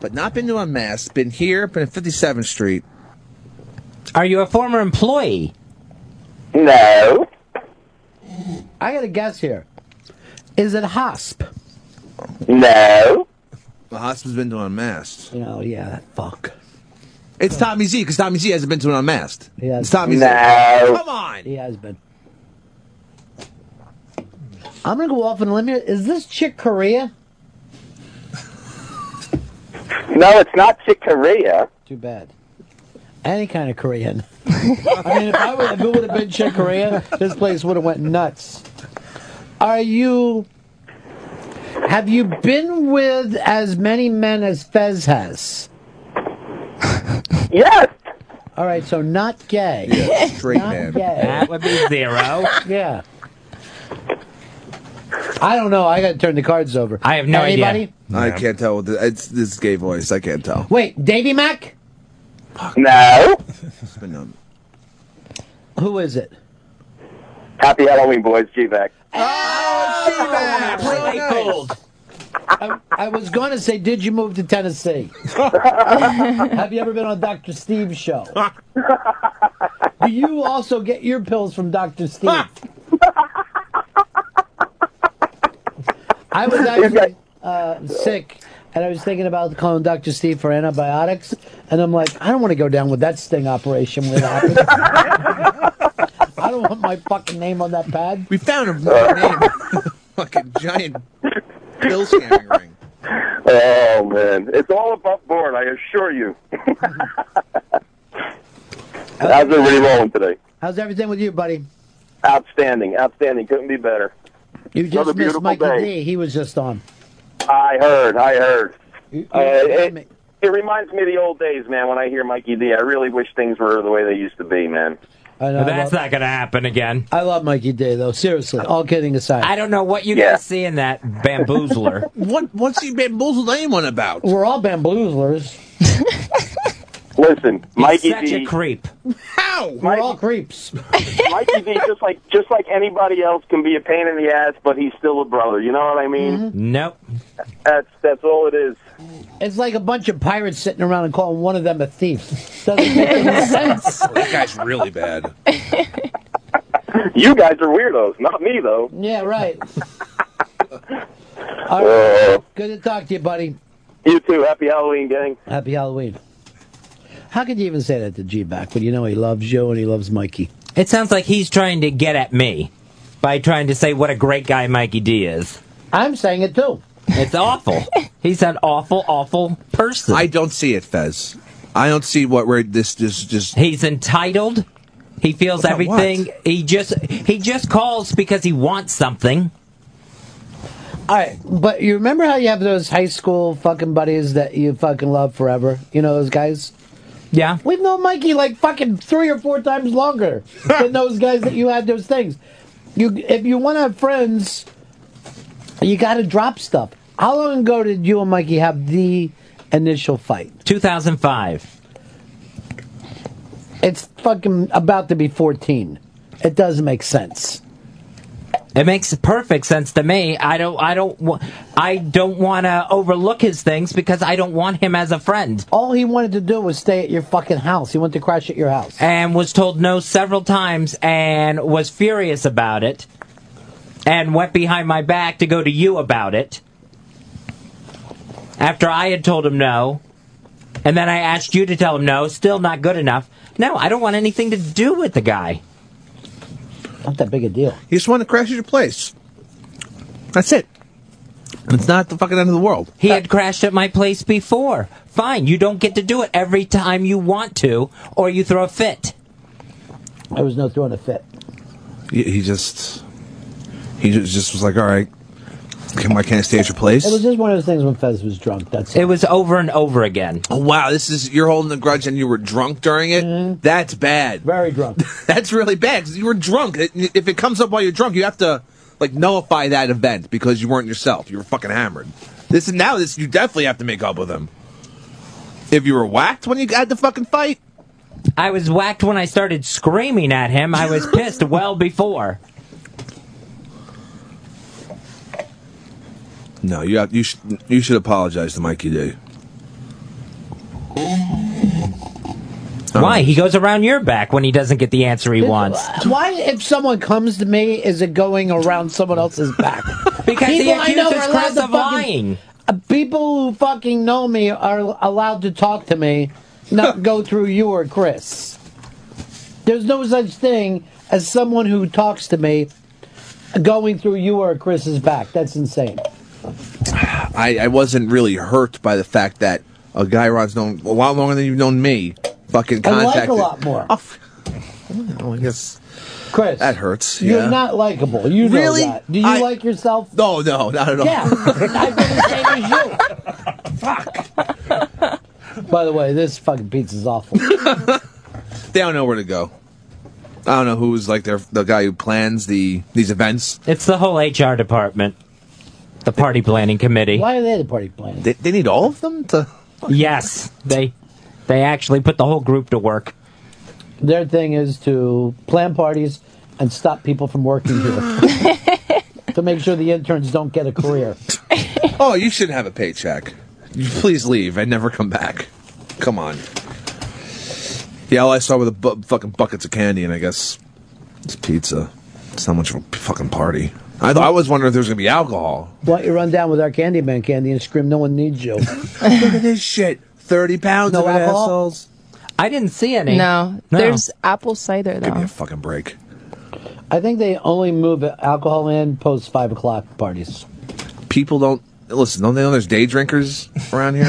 Speaker 5: But not been to a mass. Been here, been at 57th Street.
Speaker 2: Are you a former employee?
Speaker 12: No.
Speaker 4: I got a guess here. Is it Hosp?
Speaker 12: No.
Speaker 5: The hospital's been to unmasked.
Speaker 4: Oh yeah, that fuck.
Speaker 5: It's Tommy Z because Tommy Z hasn't been to an unmasked.
Speaker 4: Yeah,
Speaker 5: it's Tommy Z.
Speaker 4: No.
Speaker 5: Come on.
Speaker 4: He has been. I'm gonna go off and limb here. Is this chick Korea?
Speaker 12: No, it's not Chicoria.
Speaker 4: Too bad. Any kind of Korean. I mean, if, I would, if it would have been chick Korea, this place would have went nuts. Are you? Have you been with as many men as Fez has?
Speaker 12: Yes.
Speaker 4: All right, so not gay.
Speaker 5: Yeah, straight
Speaker 4: Not
Speaker 5: man.
Speaker 4: gay.
Speaker 2: That would be zero.
Speaker 4: yeah. I don't know. I got to turn the cards over. I have Anybody?
Speaker 5: I can't tell. with the- It's this gay voice. I can't tell.
Speaker 4: Wait, Davy Mac?
Speaker 12: No.
Speaker 5: It's been um,
Speaker 4: Who is it? Uh,
Speaker 12: Happy Halloween, boys. G-Vac.
Speaker 4: I, I was going to say, did you move to Tennessee? Have you ever been on Dr. Steve's show? Do you also get your pills from Dr. Steve? I was actually uh, sick, and I was thinking about calling Dr. Steve for antibiotics, and I'm like, I don't want to go down with that sting operation when it happens. I don't want my fucking name on that pad.
Speaker 5: We found him. name. fucking giant bill scamming ring.
Speaker 12: Oh, man. It's all above board, I assure you. How's everybody rolling today?
Speaker 4: How's everything with you, buddy?
Speaker 12: Outstanding. Outstanding. Couldn't be better.
Speaker 4: You just
Speaker 12: Another
Speaker 4: missed
Speaker 12: beautiful
Speaker 4: Mikey
Speaker 12: day.
Speaker 4: D. He was just on.
Speaker 12: I heard. I heard. Uh, it, it reminds me of the old days, man. When I hear Mikey D, I really wish things were the way they used to be, man.
Speaker 4: I know, I
Speaker 2: That's
Speaker 4: love-
Speaker 2: not going to happen again.
Speaker 4: I love Mikey Day though. Seriously, all kidding aside,
Speaker 2: I don't know what you
Speaker 4: Yeah.
Speaker 2: guys see in that bamboozler.
Speaker 5: What what's he bamboozled anyone about?
Speaker 4: We're all bamboozlers.
Speaker 12: Listen, Mikey
Speaker 2: such
Speaker 12: D,
Speaker 2: a creep.
Speaker 5: How?
Speaker 12: We're all
Speaker 4: creeps.
Speaker 12: Mikey D, just like just like anybody else, can be a pain in the ass, but he's still a brother. You know what I mean?
Speaker 4: Mm-hmm.
Speaker 2: Nope.
Speaker 12: That's that's all it is.
Speaker 4: It's like a bunch of pirates sitting around and calling one of them a thief. Doesn't make any sense.
Speaker 5: that guy's really bad.
Speaker 12: You guys are weirdos, not me though.
Speaker 4: Yeah, right. All right. Good to talk to you, buddy.
Speaker 12: Uh, You too. Happy Halloween, gang.
Speaker 4: Happy Halloween. How could you even say that to G back when you know he loves you and he loves Mikey?
Speaker 2: It sounds like he's trying to get at me by trying to say what a great guy Mikey D is.
Speaker 4: I'm saying it too.
Speaker 2: It's awful. he's an awful, awful person.
Speaker 5: I don't see it, Fez. I don't see what where this this just
Speaker 2: He's entitled. He feels
Speaker 5: About
Speaker 2: everything. He just he just calls because he wants something.
Speaker 4: All right, but you remember how you have those high school fucking buddies that you fucking love forever? You know those guys?
Speaker 2: Yeah.
Speaker 4: We've known Mikey like fucking three or four times longer than those guys that you had those things. You, if you want to have friends, you got to drop stuff. How long ago did you and Mikey have the initial fight?
Speaker 2: 2005.
Speaker 4: It's fucking about to be 14. It doesn't make sense.
Speaker 2: It makes perfect sense to me. I don't. I don't. wa- I don't want to overlook his things because I don't want him as a friend.
Speaker 4: All he wanted to do was stay at your fucking house. He wanted to crash at your house.
Speaker 2: And was told no several times and was furious about it, and went behind my back to go to you about it. After I had told him no, and then I asked you to tell him no. Still not good enough. No, I don't want anything to do with the guy.
Speaker 4: Not that big a deal.
Speaker 5: He just wanted to crash at your place. That's it. It's not the fucking end of the world.
Speaker 2: He had crashed at my place before. Fine, you don't get to do it every time you want to, or you throw a fit.
Speaker 4: There was no throwing a fit.
Speaker 5: He, he just, he ju- just was like, all right, can, why can't I stay at your place?
Speaker 4: It was just one of those things when Fez was drunk. That's
Speaker 2: It was over and over again.
Speaker 5: Oh, wow, this is you're holding the grudge and you were drunk during it. That's bad.
Speaker 4: Mm-hmm. Very drunk.
Speaker 5: That's really bad 'cause you were drunk. It- If it comes up while you're drunk, you have to like nullify that event because you weren't yourself. You were fucking hammered. This is now this you definitely have to make up with him. If you were whacked when you had the fucking fight,
Speaker 2: I was whacked when I started screaming at him. I was pissed well before.
Speaker 5: no, you have, you should you should apologize to Mikey D. Oh.
Speaker 2: Why? He goes around your back when he doesn't get the answer he wants.
Speaker 4: Why, if someone comes to me, is it going around someone else's back?
Speaker 2: Because he
Speaker 4: People I know
Speaker 2: accuses
Speaker 4: are allowed
Speaker 2: Chris
Speaker 4: to
Speaker 2: of
Speaker 4: fucking-
Speaker 2: lying.
Speaker 4: Uh, People who fucking know me are allowed to talk to me, not go through you or Chris. There's no such thing as someone who talks to me going through you or Chris's back. That's insane.
Speaker 5: I, I wasn't really hurt by the fact that a guy Ron's known a lot longer than you've known me. Fucking
Speaker 4: I Oh, like
Speaker 5: contacted.
Speaker 4: a lot more.
Speaker 5: Well, I guess
Speaker 4: Chris,
Speaker 5: that hurts. yeah.
Speaker 4: You're not likable. You know
Speaker 5: Really?
Speaker 4: that. Do you
Speaker 5: I-
Speaker 4: like yourself?
Speaker 5: No, no, not at all.
Speaker 4: Yeah, I've been the same as you. Fuck. By the way, this fucking pizza's awful.
Speaker 5: They don't know where to go. I don't know who's like their the guy who plans the these events.
Speaker 2: It's the whole HR department, the party planning committee.
Speaker 4: Why are they the party planning?
Speaker 5: They, they need all of them to.
Speaker 2: Yes, they they actually put the whole group to work.
Speaker 4: Their thing is to plan parties and stop people from working here. to make sure the interns don't get a career.
Speaker 5: Oh, you shouldn't have a paycheck. You Please leave and never come back. Come on. Yeah, all I saw were the bu- fucking buckets of candy, and I guess it's pizza. It's not much of a fucking party. I, th- I was wondering if there was gonna be alcohol.
Speaker 4: Why don't you run down with our Candyman candy and scream, no one needs you.
Speaker 5: Look at this shit. 30 pounds
Speaker 4: no
Speaker 5: of
Speaker 4: alcohol?
Speaker 5: assholes.
Speaker 2: I didn't see any.
Speaker 24: No, there's apple cider though.
Speaker 5: fucking break.
Speaker 4: I think they only move alcohol in post 5 o'clock parties.
Speaker 5: People don't listen. Don't they know there's day drinkers around here?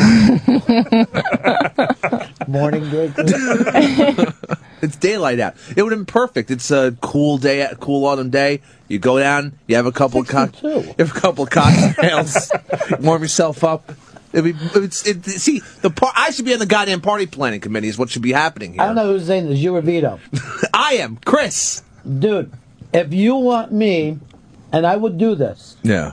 Speaker 4: Morning drinkers.
Speaker 5: it's daylight out. It would have been perfect. It's a cool day, a cool autumn day. You go down. You have a couple of cock- you have a couple of cocktails. warm yourself up. It'd be, it's, it, see, the par- I should be on the goddamn party planning committee. Is what should be happening here.
Speaker 4: I don't know who's saying this, you or Vito.
Speaker 5: I am, Chris.
Speaker 4: Dude, if you want me, and I would do this,
Speaker 5: Yeah.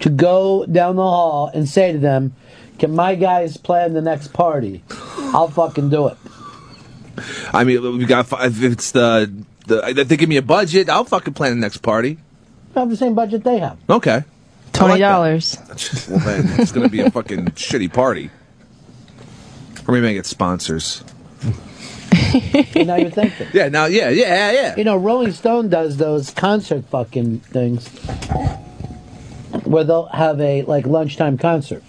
Speaker 4: to go down the hall and say to them, can my guys plan the next party? I'll fucking do it.
Speaker 5: I mean, we got if it's the the if they give me a budget, I'll fucking plan the next party.
Speaker 4: I have the same budget they have.
Speaker 5: Okay.
Speaker 24: Twenty dollars.
Speaker 5: Well, then it's going to be a fucking shitty party. Or maybe I get sponsors.
Speaker 4: You know, you're thinking.
Speaker 5: Yeah, now, yeah, yeah, yeah.
Speaker 4: You know, Rolling Stone does those concert fucking things where they'll have a like lunchtime concert.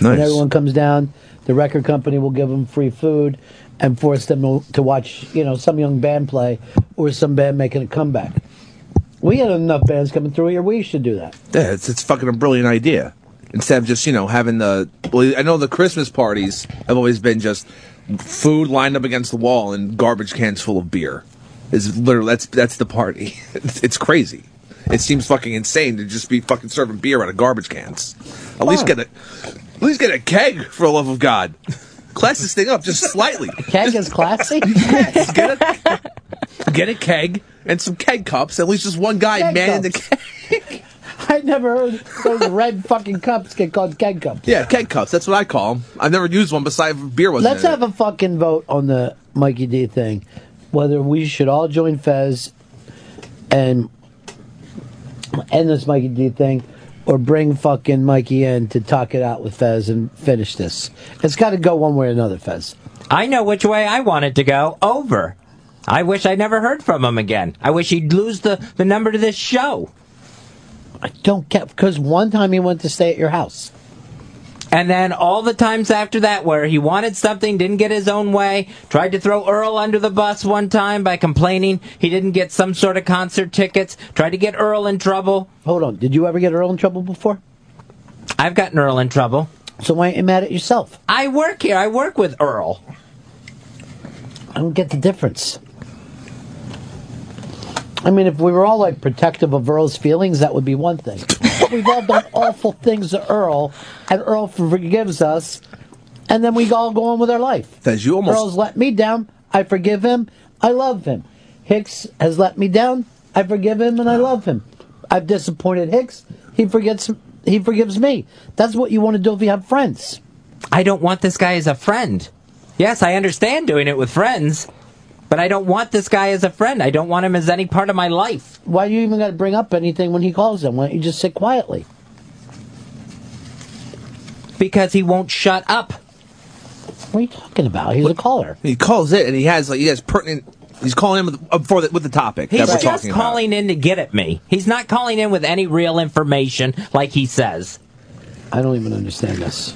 Speaker 5: Nice.
Speaker 4: And everyone comes down. The record company will give them free food and force them to- to watch, you know, some young band play or some band making a comeback. We had enough bands coming through here. We should do that.
Speaker 5: Yeah, it's it's fucking a brilliant idea. Instead of just you know having the well, I know the Christmas parties have always been just food lined up against the wall and garbage cans full of beer. Is literally that's that's the party. It's, it's crazy. It seems fucking insane to just be fucking serving beer out of garbage cans. At least get a at least get a keg for the love of God. class this thing up just slightly.
Speaker 4: Keg is classy.
Speaker 5: yes, get a get a keg and some keg cups. At least just one guy
Speaker 4: Keg
Speaker 5: manning the keg.
Speaker 4: I never heard those red fucking cups get called keg cups.
Speaker 5: Yeah, keg cups. That's what I call them. I've never used one besides if beer. Wasn't
Speaker 4: Let's
Speaker 5: in it.
Speaker 4: have a fucking vote on the Mikey D thing, whether we should all join Fez and end this Mikey D thing, or bring fucking Mikey in to talk it out with Fez and finish this. It's got to go one way or another, Fez.
Speaker 2: I know which way I want it to go. Over. I wish I never heard from him again. I wish he'd lose the, the number to this show.
Speaker 4: I don't get because one time he went to stay at your house.
Speaker 2: And then all the times after that where he wanted something, didn't get his own way, tried to throw Earl under the bus one time by complaining he didn't get some sort of concert tickets, tried to get Earl in trouble.
Speaker 4: Hold on, did you ever get Earl in trouble before?
Speaker 2: I've gotten Earl in trouble.
Speaker 4: So why aren't you mad at yourself?
Speaker 2: I work here. I work with Earl.
Speaker 4: I don't get the difference. I mean, if we were all like protective of Earl's feelings, that would be one thing. But we've all done awful things to Earl, and Earl forgives us, and then we all go on with our life.
Speaker 5: Fez, you almost-
Speaker 4: Earl's let me down. I forgive him. I love him. Hicks has let me down. I forgive him and I love him. I've disappointed Hicks. He forgets. He forgives me. That's what you want to do if you have friends.
Speaker 2: I don't want this guy as a friend. Yes, I understand doing it with friends, but I don't want this guy as a friend. I don't want him as any part of my life.
Speaker 4: Why you even got to bring up anything when he calls him? Why don't you just sit quietly?
Speaker 2: Because he won't shut up.
Speaker 4: What are you talking about? He's a caller.
Speaker 5: He calls it and he has like he has pertinent. He's calling in with, uh, for the, with the topic
Speaker 2: He's
Speaker 5: that we're
Speaker 2: just
Speaker 5: talking about.
Speaker 2: calling in to get at me. He's not calling in with any real information like he says.
Speaker 4: I don't even understand this.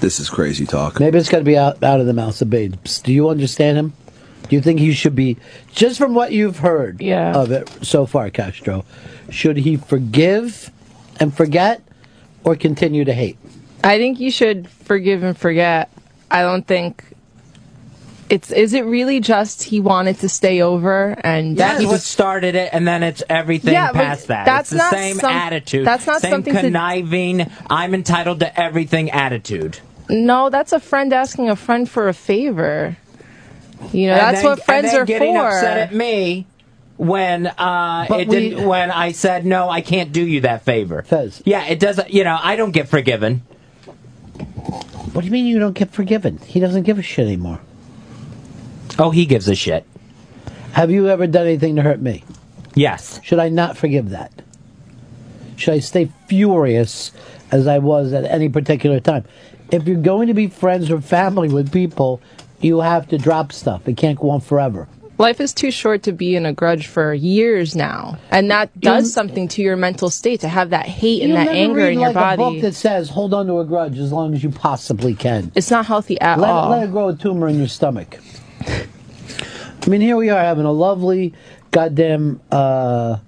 Speaker 5: This is crazy talk.
Speaker 4: Maybe it's got to be out, out of the mouths of babes. Do you understand him? Do you think he should be, just from what you've heard
Speaker 24: Yeah.
Speaker 4: of it so far, Castro, should he forgive and forget or continue to hate?
Speaker 24: I think you should forgive and forget. I don't think it's. Is it really just he wanted to stay over and
Speaker 2: That's
Speaker 24: that
Speaker 2: what started it, and then it's everything
Speaker 24: Yeah, but
Speaker 2: past that.
Speaker 24: that's
Speaker 2: it's the
Speaker 24: not
Speaker 2: same
Speaker 24: some-
Speaker 2: attitude.
Speaker 24: that's not
Speaker 2: same
Speaker 24: something to-
Speaker 2: conniving. I'm entitled to everything attitude.
Speaker 24: No, that's a friend asking a friend for a favor. You know,
Speaker 2: And
Speaker 24: that's
Speaker 2: then-
Speaker 24: what friends
Speaker 2: and then
Speaker 24: are
Speaker 2: getting
Speaker 24: for.
Speaker 2: upset at me when uh,
Speaker 24: But
Speaker 2: it
Speaker 24: we-
Speaker 2: didn't, when I said no, I can't do you that favor.
Speaker 4: Fez.
Speaker 2: Yeah, it doesn't. You know, I don't get forgiven.
Speaker 4: What do you mean you don't get forgiven? He doesn't give a shit anymore.
Speaker 2: Oh, he gives a shit.
Speaker 4: Have you ever done anything to hurt me?
Speaker 2: Yes.
Speaker 4: Should I not forgive that? Should I stay furious as I was at any particular time? If you're going to be friends or family with people, you have to drop stuff. It can't go on forever.
Speaker 24: Life is too short to be in a grudge for years now, and that does something to your mental state to have that hate and
Speaker 4: You'll
Speaker 24: that
Speaker 4: never
Speaker 24: anger
Speaker 4: read
Speaker 24: in your
Speaker 4: like
Speaker 24: body.
Speaker 4: A book that says hold on to a grudge as long as you possibly can.
Speaker 24: It's not healthy at
Speaker 4: let,
Speaker 24: all.
Speaker 4: Let it grow a tumor in your stomach. I mean, here we are having a lovely goddamn uh,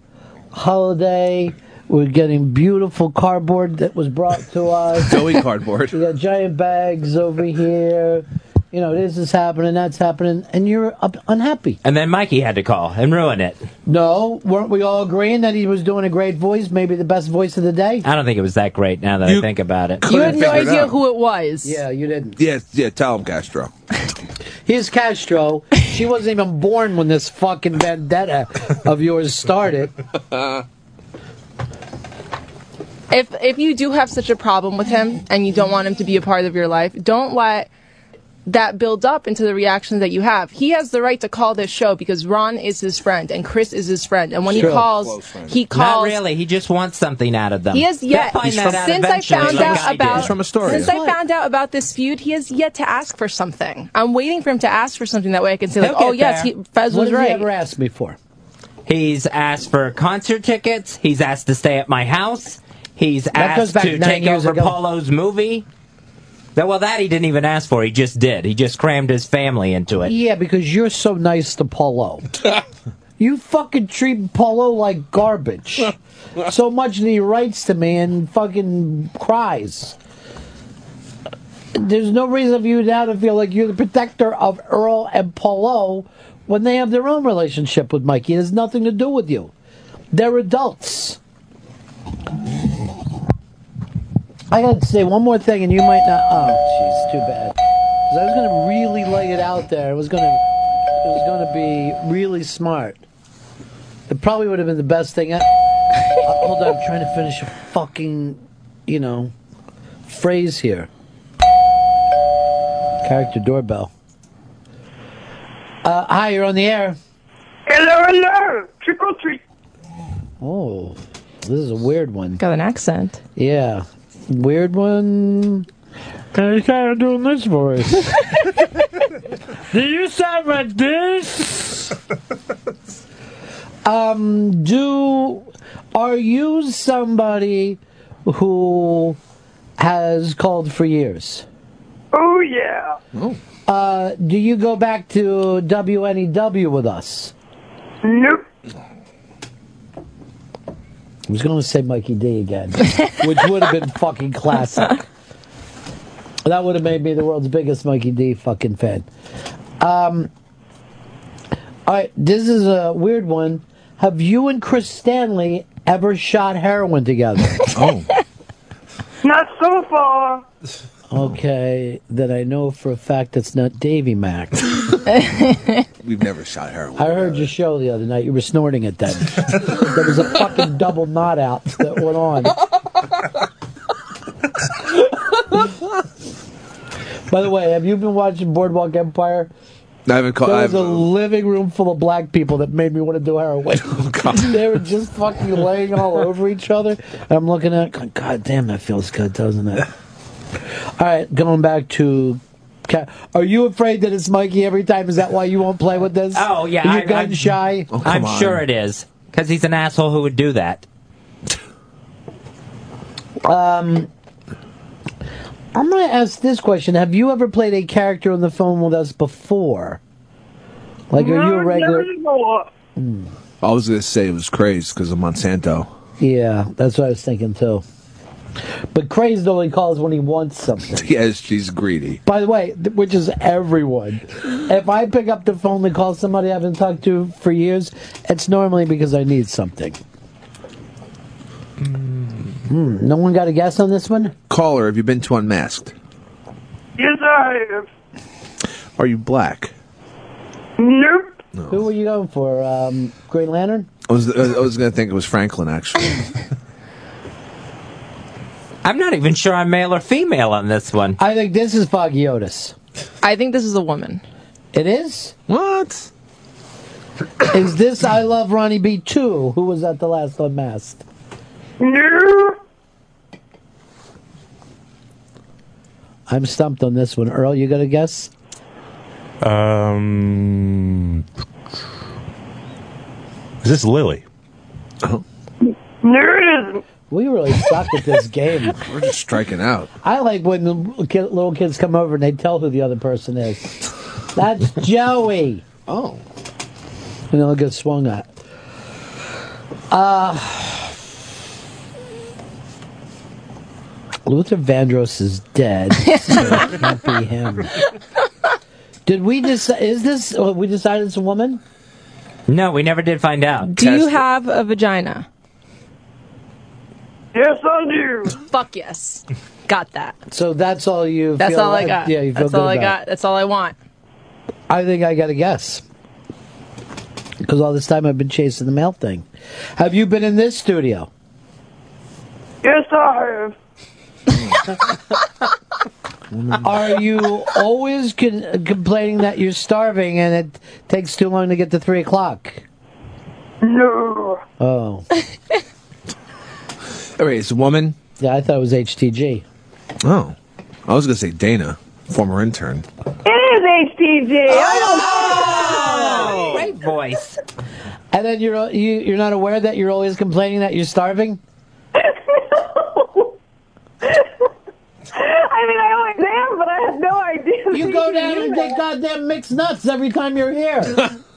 Speaker 4: holiday. We're getting beautiful cardboard that was brought to us.
Speaker 5: Doughy cardboard.
Speaker 4: We got giant bags over here. You know, this is happening, that's happening, and you're up, unhappy.
Speaker 2: And then Mikey had to call and ruin it.
Speaker 4: No, weren't we all agreeing that he was doing a great voice, maybe the best voice of the day?
Speaker 2: I don't think it was that great. Now that I think about it,
Speaker 24: you had no idea who it was.
Speaker 4: Yeah, you didn't.
Speaker 5: Yeah, yeah. Tell him Castro.
Speaker 4: Here's Castro. She wasn't even born when this fucking vendetta of yours started.
Speaker 24: If if you do have such a problem with him and you don't want him to be a part of your life, don't let that build up into the reactions that you have. He has the right to call this show because Ron is his friend and Chris is his friend, and when he calls, he
Speaker 2: Not
Speaker 24: calls.
Speaker 2: really. He just wants something out of them.
Speaker 24: He has
Speaker 2: They'll
Speaker 24: yet
Speaker 2: find that out
Speaker 24: since I
Speaker 2: eventually,
Speaker 24: found
Speaker 2: like
Speaker 24: out
Speaker 2: I did.
Speaker 24: about since I found out about this feud, he has yet to ask for something. I'm waiting for him to ask for something that way I can say like,
Speaker 2: He'll
Speaker 24: oh
Speaker 2: get
Speaker 24: yes,
Speaker 2: there.
Speaker 24: he, Fez
Speaker 2: What
Speaker 24: was
Speaker 2: has he
Speaker 24: right.
Speaker 2: ever
Speaker 4: asked me for?
Speaker 2: He's asked for concert tickets. He's asked to stay at my house. He's
Speaker 4: That goes
Speaker 2: asked
Speaker 4: back
Speaker 2: to
Speaker 4: nine
Speaker 2: take
Speaker 4: years
Speaker 2: over
Speaker 4: ago.
Speaker 2: Paulo's movie. That- Well, that he didn't even ask for. He just did. He just crammed his family into it.
Speaker 4: Yeah, because you're so nice to Polo. you fucking treat Polo like garbage. so much that he writes to me and fucking cries. There's no reason for you now to feel like you're the protector of Earl and Polo when they have their own relationship with Mikey. It has nothing to do with you. They're adults. I gotta say one more thing, and you might not. Oh, jeez. too bad. 'Cause I was gonna really lay it out there. It was gonna, it was gonna be really smart. It probably would have been the best thing. I, I- hold on, I'm trying to finish a fucking, you know, phrase here. Character doorbell. Uh, hi, you're on the air.
Speaker 13: Hello, hello. Trick or treat.
Speaker 4: Oh, this is a weird one.
Speaker 24: Got an accent.
Speaker 4: Yeah, weird one. He's kind of doing this voice. Do you sound like this? um, do are you somebody who has called for years?
Speaker 13: Oh, yeah.
Speaker 4: Uh, do you go back to WNEW with us?
Speaker 13: Nope.
Speaker 4: I was going to say Mikey D again, which would have been fucking classic. That would have made me the world's biggest Mikey D fucking fan. Um, all right, this is a weird one. Have you and Chris Stanley ever shot heroin together? oh.
Speaker 13: Not so far.
Speaker 4: Okay, then I know for a fact it's not Davy Mac.
Speaker 5: We've never shot heroin.
Speaker 4: I heard your show the other night. You were snorting it then. there was a fucking double knot out that went on. By the way, have you been watching Boardwalk Empire?
Speaker 5: I haven't called.
Speaker 4: there was
Speaker 5: I've,
Speaker 4: a living room full of black people that made me want to do heroin.
Speaker 5: Oh,
Speaker 4: they were just fucking laying all over each other. And I'm looking at, it going, God damn, that feels good, doesn't it? All right, going back to. Ca- Are you afraid that it's Mikey every time? Is that why you won't play with this?
Speaker 2: Oh yeah,
Speaker 4: Are you
Speaker 2: I-
Speaker 4: gun
Speaker 2: I'm-
Speaker 4: shy?
Speaker 5: Oh,
Speaker 2: I'm sure it is because he's an asshole who would do that.
Speaker 4: Um, I'm going to ask this question: Have you ever played a character on the phone with us before? Like, are you a regular?
Speaker 5: I was gonna say it was crazy because of Monsanto.
Speaker 4: Yeah, that's what I was thinking too. But crazed only calls when he wants something.
Speaker 5: Yes, she's greedy.
Speaker 4: By the way, th- which is everyone. If I pick up the phone to call somebody I haven't talked to for years, it's normally because I need something. Hmm, no one got a guess on this one?
Speaker 5: Caller, have you been to Unmasked?
Speaker 13: Yes, I have.
Speaker 5: Are you black?
Speaker 13: Nope.
Speaker 4: Who were you going for? Um, Green Lantern?
Speaker 5: I was I was gonna think it was Franklin actually.
Speaker 2: I'm not even sure I'm male or female on this one.
Speaker 4: I think this is Foggy Otis.
Speaker 24: I think this is a woman.
Speaker 4: It is?
Speaker 5: What?
Speaker 4: Is this I Love Ronnie B 2, who was at the last Unmasked?
Speaker 13: No.
Speaker 4: I'm stumped on this one. Earl, you got a guess?
Speaker 9: Um, is this Lily? Oh,
Speaker 4: Nerd! We really suck at this game.
Speaker 5: We're just striking out.
Speaker 4: I like when the little kid- little kids come over and they tell who the other person is. That's Joey.
Speaker 5: Oh.
Speaker 4: And they'll get swung at. Uh, Luther Vandross is dead. so it can't be him. Did we decide? Is this? oh, We decided it's a woman.
Speaker 2: No, we never did find out.
Speaker 24: Do you have a vagina?
Speaker 13: Yes, I do.
Speaker 24: Fuck yes. Got that.
Speaker 4: So that's all you.
Speaker 24: That's
Speaker 4: feel
Speaker 24: all I
Speaker 4: like-
Speaker 24: got.
Speaker 4: Yeah, you feel
Speaker 24: That's
Speaker 4: good
Speaker 24: all I
Speaker 4: about
Speaker 24: got.
Speaker 4: it.
Speaker 24: That's all I want.
Speaker 4: I think I got a guess. Because all this time I've been chasing the mail thing. Have you been in this studio?
Speaker 13: Yes, I
Speaker 4: Are you always con- complaining that you're starving and it takes too long to get to 3 o'clock?
Speaker 13: have. No.
Speaker 5: All
Speaker 4: Oh.
Speaker 5: right, it's a woman.
Speaker 4: Yeah, I thought it was HTG.
Speaker 5: Oh, I was gonna say Dana, former intern.
Speaker 13: It is HTG.
Speaker 2: Oh, great voice.
Speaker 4: And then you're, uh, you, you're not aware that you're always complaining that you're starving?
Speaker 13: I mean, I always am, but I have no idea. that
Speaker 4: You go
Speaker 13: can
Speaker 4: down
Speaker 13: do
Speaker 4: and
Speaker 13: that.
Speaker 4: get goddamn mixed nuts every time you're here.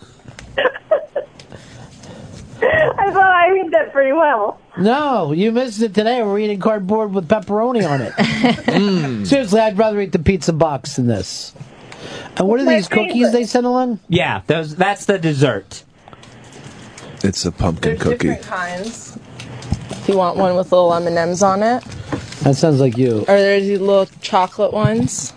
Speaker 13: I thought I read that pretty well.
Speaker 4: no, you missed it today. We're eating cardboard with pepperoni on it. Mm. Seriously, I'd rather eat the pizza box than this. And what are
Speaker 2: My
Speaker 4: these cookies they sent along?
Speaker 2: Yeah, those. That's the dessert.
Speaker 5: It's a pumpkin cookie.
Speaker 24: Different kinds. If you want one with little M and M's on it,
Speaker 4: That sounds like you.
Speaker 24: or there's these little chocolate ones.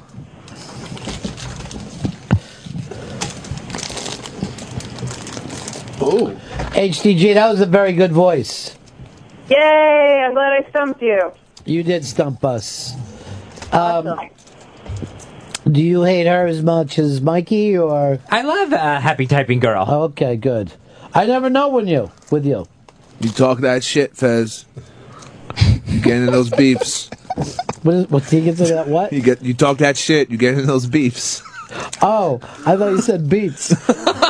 Speaker 5: Oh.
Speaker 4: HDG, that was a very good voice.
Speaker 13: Yay! I'm glad I stumped you.
Speaker 4: You did stump us. Um, do you hate her as much as Mikey, or
Speaker 2: I love uh, Happy Typing Girl.
Speaker 4: Okay, good. I never know when you with you.
Speaker 5: You talk that shit, Fez. You get in those beefs.
Speaker 4: What is, what's he gets into that? What?
Speaker 5: You get you talk that shit. You get in those beefs.
Speaker 4: Oh, I thought you said beats.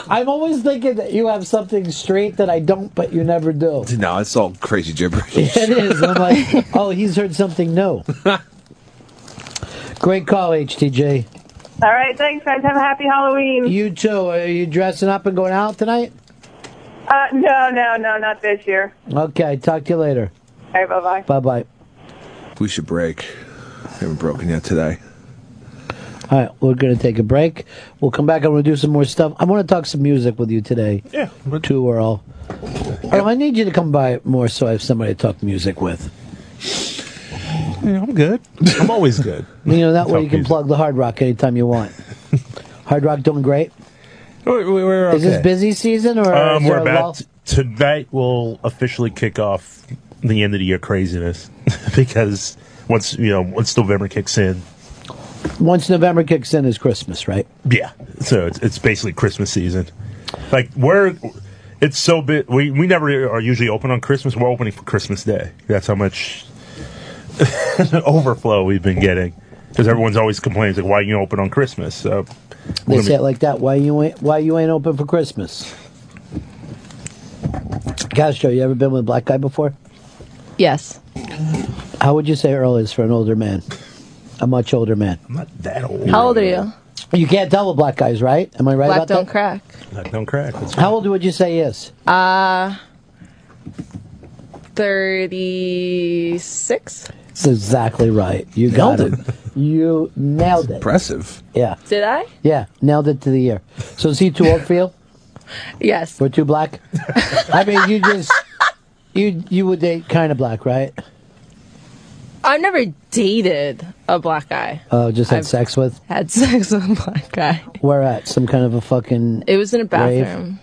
Speaker 4: I'm always thinking that you have something straight that I don't, but you never do.
Speaker 5: No, it's all crazy gibberish.
Speaker 4: It is. I'm like, oh, he's heard something new. Great call, HTJ.
Speaker 13: All right, thanks, guys. Have a happy Halloween.
Speaker 4: You too. Are you dressing up and going out tonight?
Speaker 13: Uh, no, no, no, not this year.
Speaker 4: Okay, talk to you later.
Speaker 13: All right, bye bye.
Speaker 4: Bye bye.
Speaker 5: We should break. haven't broken yet today.
Speaker 4: All right, we're going to take a break. We'll come back. I'm going to do some more stuff. I want to talk some music with you today.
Speaker 9: Yeah.
Speaker 4: Two Earl. Earl, I need you to come by more so I have somebody to talk music with.
Speaker 9: Yeah, I'm good. I'm always good.
Speaker 4: You know, that way
Speaker 9: Talk
Speaker 4: you can
Speaker 9: music.
Speaker 4: plug the Hard Rock anytime you want. hard Rock doing great?
Speaker 9: We're, we're
Speaker 4: Is this
Speaker 9: okay.
Speaker 4: busy season or
Speaker 9: Um,
Speaker 4: is
Speaker 9: we're
Speaker 4: there a lull?
Speaker 9: about tonight. Will officially kick off the end of the year craziness because once you know once November kicks in,
Speaker 4: once November kicks in is Christmas, right?
Speaker 9: yeah. So it's it's basically Christmas season. Like we're it's so big. We we never are usually open on Christmas. We're opening for Christmas Day. That's how much overflow we've been getting because everyone's always complaining like why you open on Christmas. So
Speaker 4: They
Speaker 9: we're gonna be-
Speaker 4: say it like that. Why you ain't why you ain't open for Christmas? Castro, you ever been with a black guy before?
Speaker 24: Yes.
Speaker 4: How would you say Earl is for an older man? A much older man.
Speaker 9: I'm not that old.
Speaker 24: How old are you?
Speaker 4: You can't tell with black guys, right? Am I right
Speaker 24: Black
Speaker 4: about
Speaker 24: don't
Speaker 4: that?
Speaker 24: crack.
Speaker 9: Black don't crack. That's
Speaker 4: How old would you say he is?
Speaker 24: Uh, 36?
Speaker 4: That's exactly right. You got
Speaker 5: Nailed
Speaker 4: it. You nailed it.
Speaker 5: Impressive.
Speaker 4: Yeah.
Speaker 24: Did I?
Speaker 4: Yeah. Nailed it to the year. So is he too old for you?
Speaker 24: Yes.
Speaker 4: We're too black? I mean you just you you would date kinda black, right?
Speaker 24: I've never dated a black guy.
Speaker 4: Uh, just had
Speaker 24: I've
Speaker 4: sex with?
Speaker 24: Had sex with a black guy.
Speaker 4: Where at? Some kind of a fucking
Speaker 24: It was in a
Speaker 4: Rave.
Speaker 24: bathroom.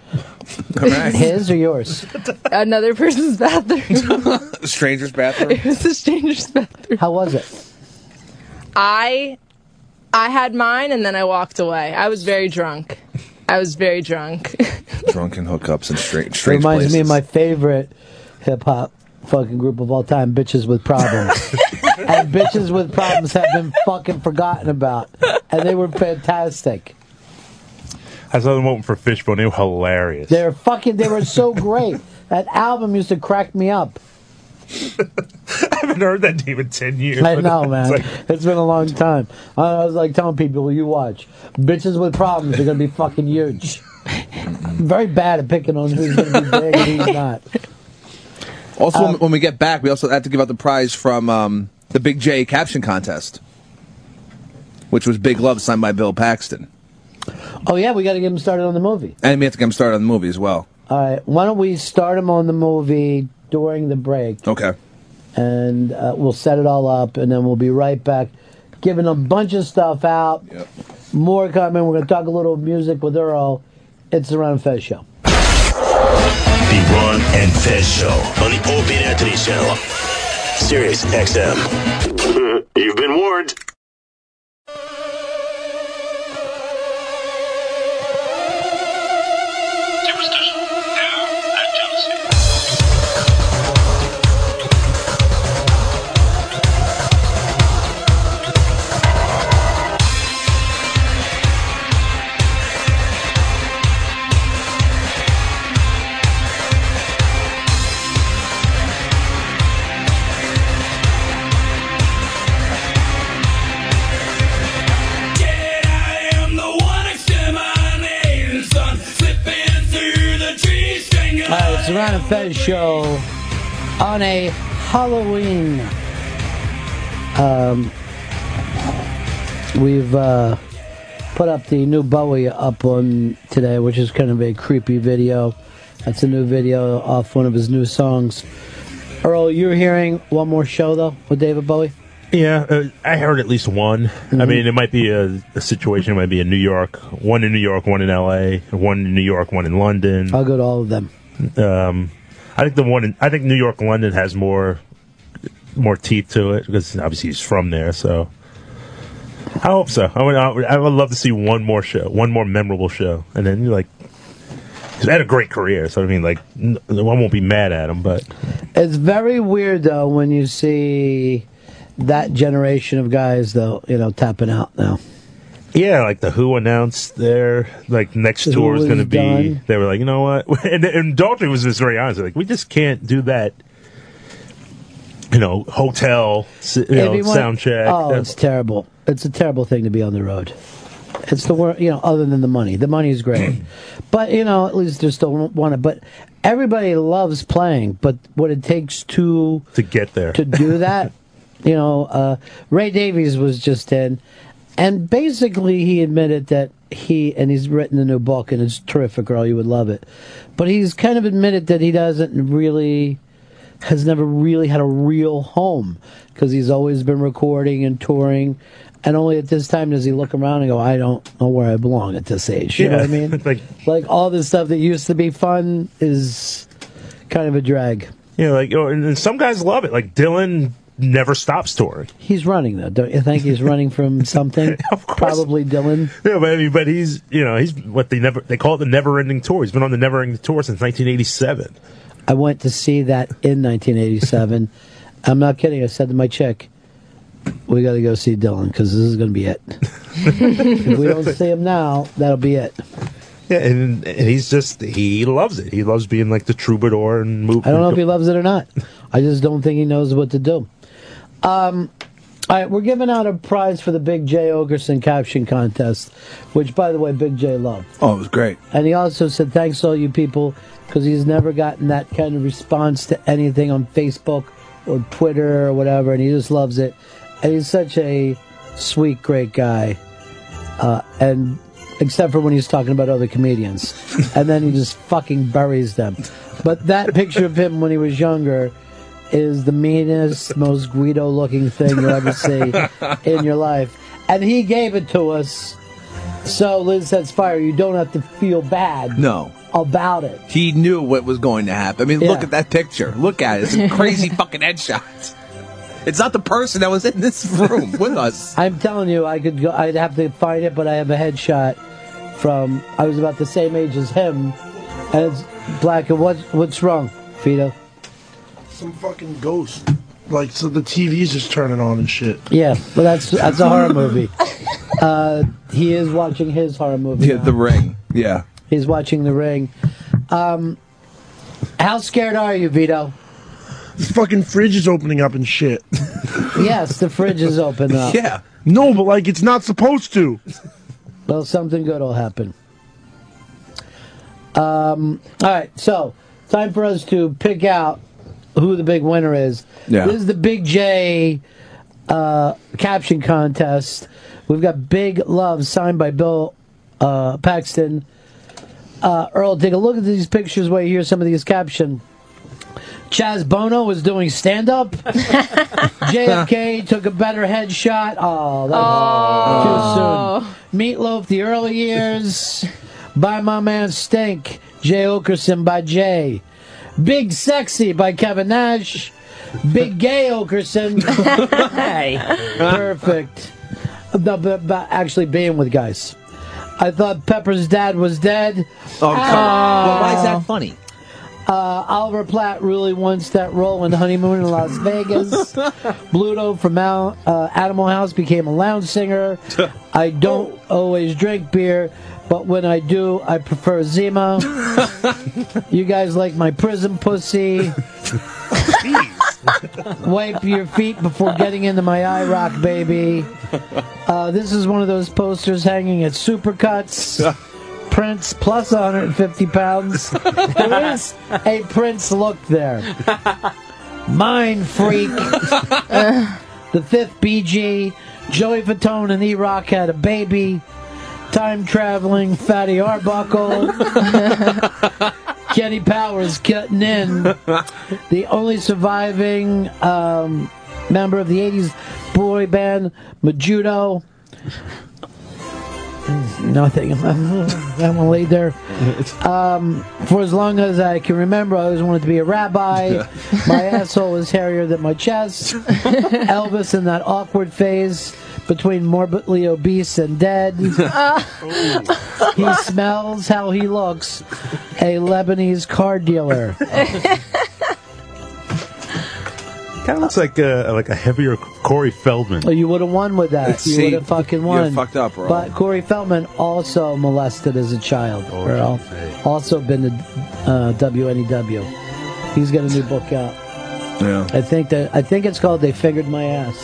Speaker 4: His or yours?
Speaker 24: Another person's bathroom.
Speaker 5: Stranger's bathroom.
Speaker 24: it was a stranger's bathroom.
Speaker 4: How was it?
Speaker 24: I I had mine and then I walked away. I was very drunk. I was very drunk.
Speaker 5: Drunken hookups and strange,
Speaker 4: It
Speaker 5: strange
Speaker 4: reminds
Speaker 5: places.
Speaker 4: me of my favorite hip hop fucking group of all time, Bitches with Problems. and Bitches with Problems have been fucking forgotten about. And they were fantastic.
Speaker 9: I saw them open for Fishbone. They were hilarious.
Speaker 4: They were fucking they were so great. That album used to crack me up.
Speaker 9: I haven't heard that name in ten years.
Speaker 4: I know, man.
Speaker 9: It's like,
Speaker 4: it's been a long time. I was like telling people, you watch. Bitches with problems are going to be fucking huge. I'm very bad at picking on who's going to be big and who's not.
Speaker 5: Also, when- when we get back, we also have to give out the prize from um, the Big J caption contest, which was Big Love signed by Bill Paxton.
Speaker 4: Oh, yeah, we got to get him started on the movie.
Speaker 5: And we have to get him started on the movie as well.
Speaker 4: All right, why don't we start him on the movie during the break?
Speaker 5: Okay.
Speaker 4: and uh, we'll set it all up, and then we'll be right back, giving a bunch of stuff out. More coming. We're going to talk a little music with Earl. It's the Ron Fez Show.
Speaker 14: The Ron and Fez Show on the Opie and Anthony Channel. Sirius XM. You've been warned.
Speaker 3: am the one extend my nails on slipping through the trees.
Speaker 4: All right, Uh, it's the Ron and Fez Show on a Halloween. Um, we've uh, put up the new Bowie up on today, which is kind of a creepy video. That's a new video off one of his new songs. Earl, you're hearing one more show though with David Bowie.
Speaker 9: Yeah, uh, I heard at least one.
Speaker 4: Mm-hmm.
Speaker 9: I mean, it might be a, a situation. It might be in New York, one in New York, one in L.A., one in New York, one in London.
Speaker 4: I'll go to all of them.
Speaker 9: Um, I think the one in I think New York, London has more more teeth to it because obviously he's from there. So I hope so. I would I would, I would love to see one more show, one more memorable show, and then you're like. Cause I had a great career, so I mean, like, n- I won't be mad at him, but
Speaker 4: It's very weird though when you see that generation of guys though, you know, tapping out now.
Speaker 9: Yeah, like the Who announced their like next
Speaker 4: The Who
Speaker 9: tour is going to
Speaker 4: is
Speaker 9: be.
Speaker 4: done.
Speaker 9: They were like, you know what? And, and Daltrey was just very honest. Like, we just can't do that. You know, hotel s- you know,
Speaker 4: Everyone-
Speaker 9: sound check.
Speaker 4: Oh, it's terrible. It's a terrible thing to be on the road. It's the worst, you know, other than the money. The money is great. but, you know, at least they still want it. But everybody loves playing. But what it takes to
Speaker 9: to get there,
Speaker 4: to do that, you know, uh, Ray Davies was just in. And basically, he admitted that he, and he's written a new book, and it's terrific, girl. You would love it. But he's kind of admitted that he doesn't really has never really had a real home because he's always been recording and touring. And only at this time does he look around and go, I don't know where I belong at this age. You know what I mean?
Speaker 9: like,
Speaker 4: Like all this stuff that used to be fun is kind of a drag.
Speaker 9: yeah, like, oh, and, and some guys love it. Like Dylan never stops touring.
Speaker 4: He's running though. Don't you think he's running from something? of course. Probably Dylan.
Speaker 9: Yeah, but I mean, but he's you know he's what they never they call it the never ending tour. He's been on the never ending tour since 1987.
Speaker 4: I went to see that in 1987. I'm not kidding. I said to my chick, "We got to go see Dylan because this is going to be it. if we don't see him now, that'll be it."
Speaker 9: Yeah, and, and he's just he loves it. He loves being like the troubadour and moving.
Speaker 4: I don't know if he loves it or not. I just don't think he knows what to do. Um, all right, we're giving out a prize for the Big J Ogerson caption contest, which, by the way, Big J loved.
Speaker 5: Oh, it was great.
Speaker 4: And he also said thanks to all you people because he's never gotten that kind of response to anything on Facebook or Twitter or whatever, and he just loves it. And he's such a sweet, great guy. Uh, and except for when he's talking about other comedians, and then he just fucking buries them. But that picture of him when he was younger is the meanest, most Guido-looking thing you'll ever see in your life. And he gave it to us. So Liz sets fire. You don't have to feel bad
Speaker 5: No.
Speaker 4: about it.
Speaker 5: He knew what was going to happen. I mean, look
Speaker 4: Yeah.
Speaker 5: at that picture. Look at it. It's a crazy fucking headshot. It's not the person that was in this room with us.
Speaker 4: I'm telling you, I could go. I'd have to find it, but I have a headshot from I was about the same age as him, and it's black. And what's what's wrong, Fido?
Speaker 7: Some fucking ghost. Like, so the TV's just turning on and shit.
Speaker 4: Yeah, well, that's that's a horror movie. Uh, he is watching his horror movie.
Speaker 5: Yeah,
Speaker 4: now.
Speaker 5: The Ring. Yeah.
Speaker 4: He's watching The Ring. Um, how scared are you, Vito?
Speaker 7: The fucking fridge is opening up and shit.
Speaker 4: Yes, the fridge is open up.
Speaker 7: No, but like, it's not supposed to.
Speaker 4: Well, something good will happen. Um, all right, so time for us to pick out who the big winner is.
Speaker 3: Yeah.
Speaker 4: This is the Big J uh, caption contest. We've got Big Love signed by Bill uh, Paxton. Uh, Earl, take a look at these pictures while you hear some of these caption. Chaz Bono was doing stand up. JFK took a better headshot. Oh, that was too soon. Oh. Meatloaf, the early years. by my man Stink. Jay Okerson by Jay. Big Sexy by Kevin Nash. Big Gay Okerson. Perfect. No, but, but actually being with guys. I thought Pepper's dad was dead.
Speaker 5: Oh, come on. Well, why is that funny?
Speaker 4: Oh. Uh, Oliver Platt really wants that role in Honeymoon in Las Vegas. Bluto from Al, uh, Animal House became a lounge singer. I don't always drink beer, but when I do, I prefer Zima. you guys like my prison pussy. Wipe your feet before getting into my eye rock, baby. Uh, this is one of those posters hanging at Supercuts. Prince plus 150 pounds. There is a Prince look there. Mind freak. the fifth BG. Joey Fatone and E Rock had a baby. Time traveling Fatty Arbuckle. Kenny Powers cutting in. The only surviving um, member of the 80s boy band, Majudo. Nothing. I'm one laid there. Um, for as long as I can remember, I always wanted to be a rabbi. my asshole was hairier than my chest. Elvis in that awkward phase between morbidly obese and dead. he smells how he looks. A Lebanese car dealer.
Speaker 9: Kind of looks like a, like a heavier Corey Feldman.
Speaker 4: Oh, you would have won with that.
Speaker 9: It's-
Speaker 4: you
Speaker 9: see,
Speaker 4: would have fucking
Speaker 9: you
Speaker 4: won.
Speaker 9: fucked up, Earl.
Speaker 4: But Corey Feldman also molested as a child.
Speaker 9: Oh,
Speaker 4: Earl. Also been to uh, WNEW. He's got a new book out.
Speaker 5: Yeah.
Speaker 4: I think that I think it's called "They Fingered My Ass."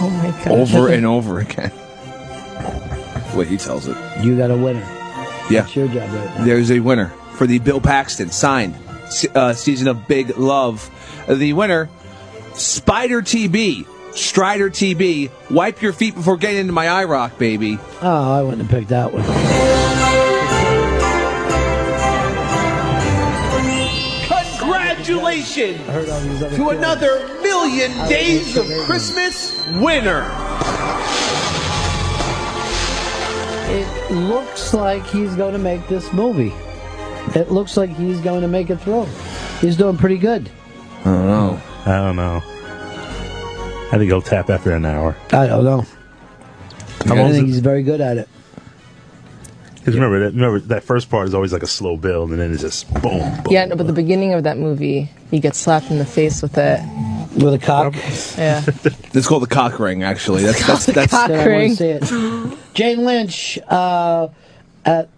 Speaker 4: Oh my
Speaker 5: Over and over again. Wait, he tells it.
Speaker 4: You got a winner.
Speaker 5: Yeah.
Speaker 4: That's your job right now.
Speaker 5: There's a winner for the Bill Paxton signed se- uh, season of Big Love. The winner, Spider TB, Strider TB. Wipe your feet before getting into my IROC, baby.
Speaker 4: Oh, I wouldn't have picked that one.
Speaker 19: Congratulations to another million days of Christmas winner.
Speaker 4: It looks like he's going to make this movie. It looks like he's going to make it through. He's doing pretty good.
Speaker 9: I don't know. I don't know. I think he'll tap after an hour.
Speaker 4: I don't know.
Speaker 9: How
Speaker 4: I
Speaker 9: long's
Speaker 4: think
Speaker 9: it?
Speaker 4: he's very good at it.
Speaker 9: Because remember that remember that first part is always like a slow build, and then it's just boom.
Speaker 24: Yeah, no, but the beginning of that movie, he gets slapped in the face with it.
Speaker 4: With a cock.
Speaker 24: Yeah.
Speaker 5: It's called the cock ring, actually. That's that's that's.
Speaker 24: cock
Speaker 4: Then I wanna
Speaker 24: ring.
Speaker 4: see it. Jane Lynch, uh, at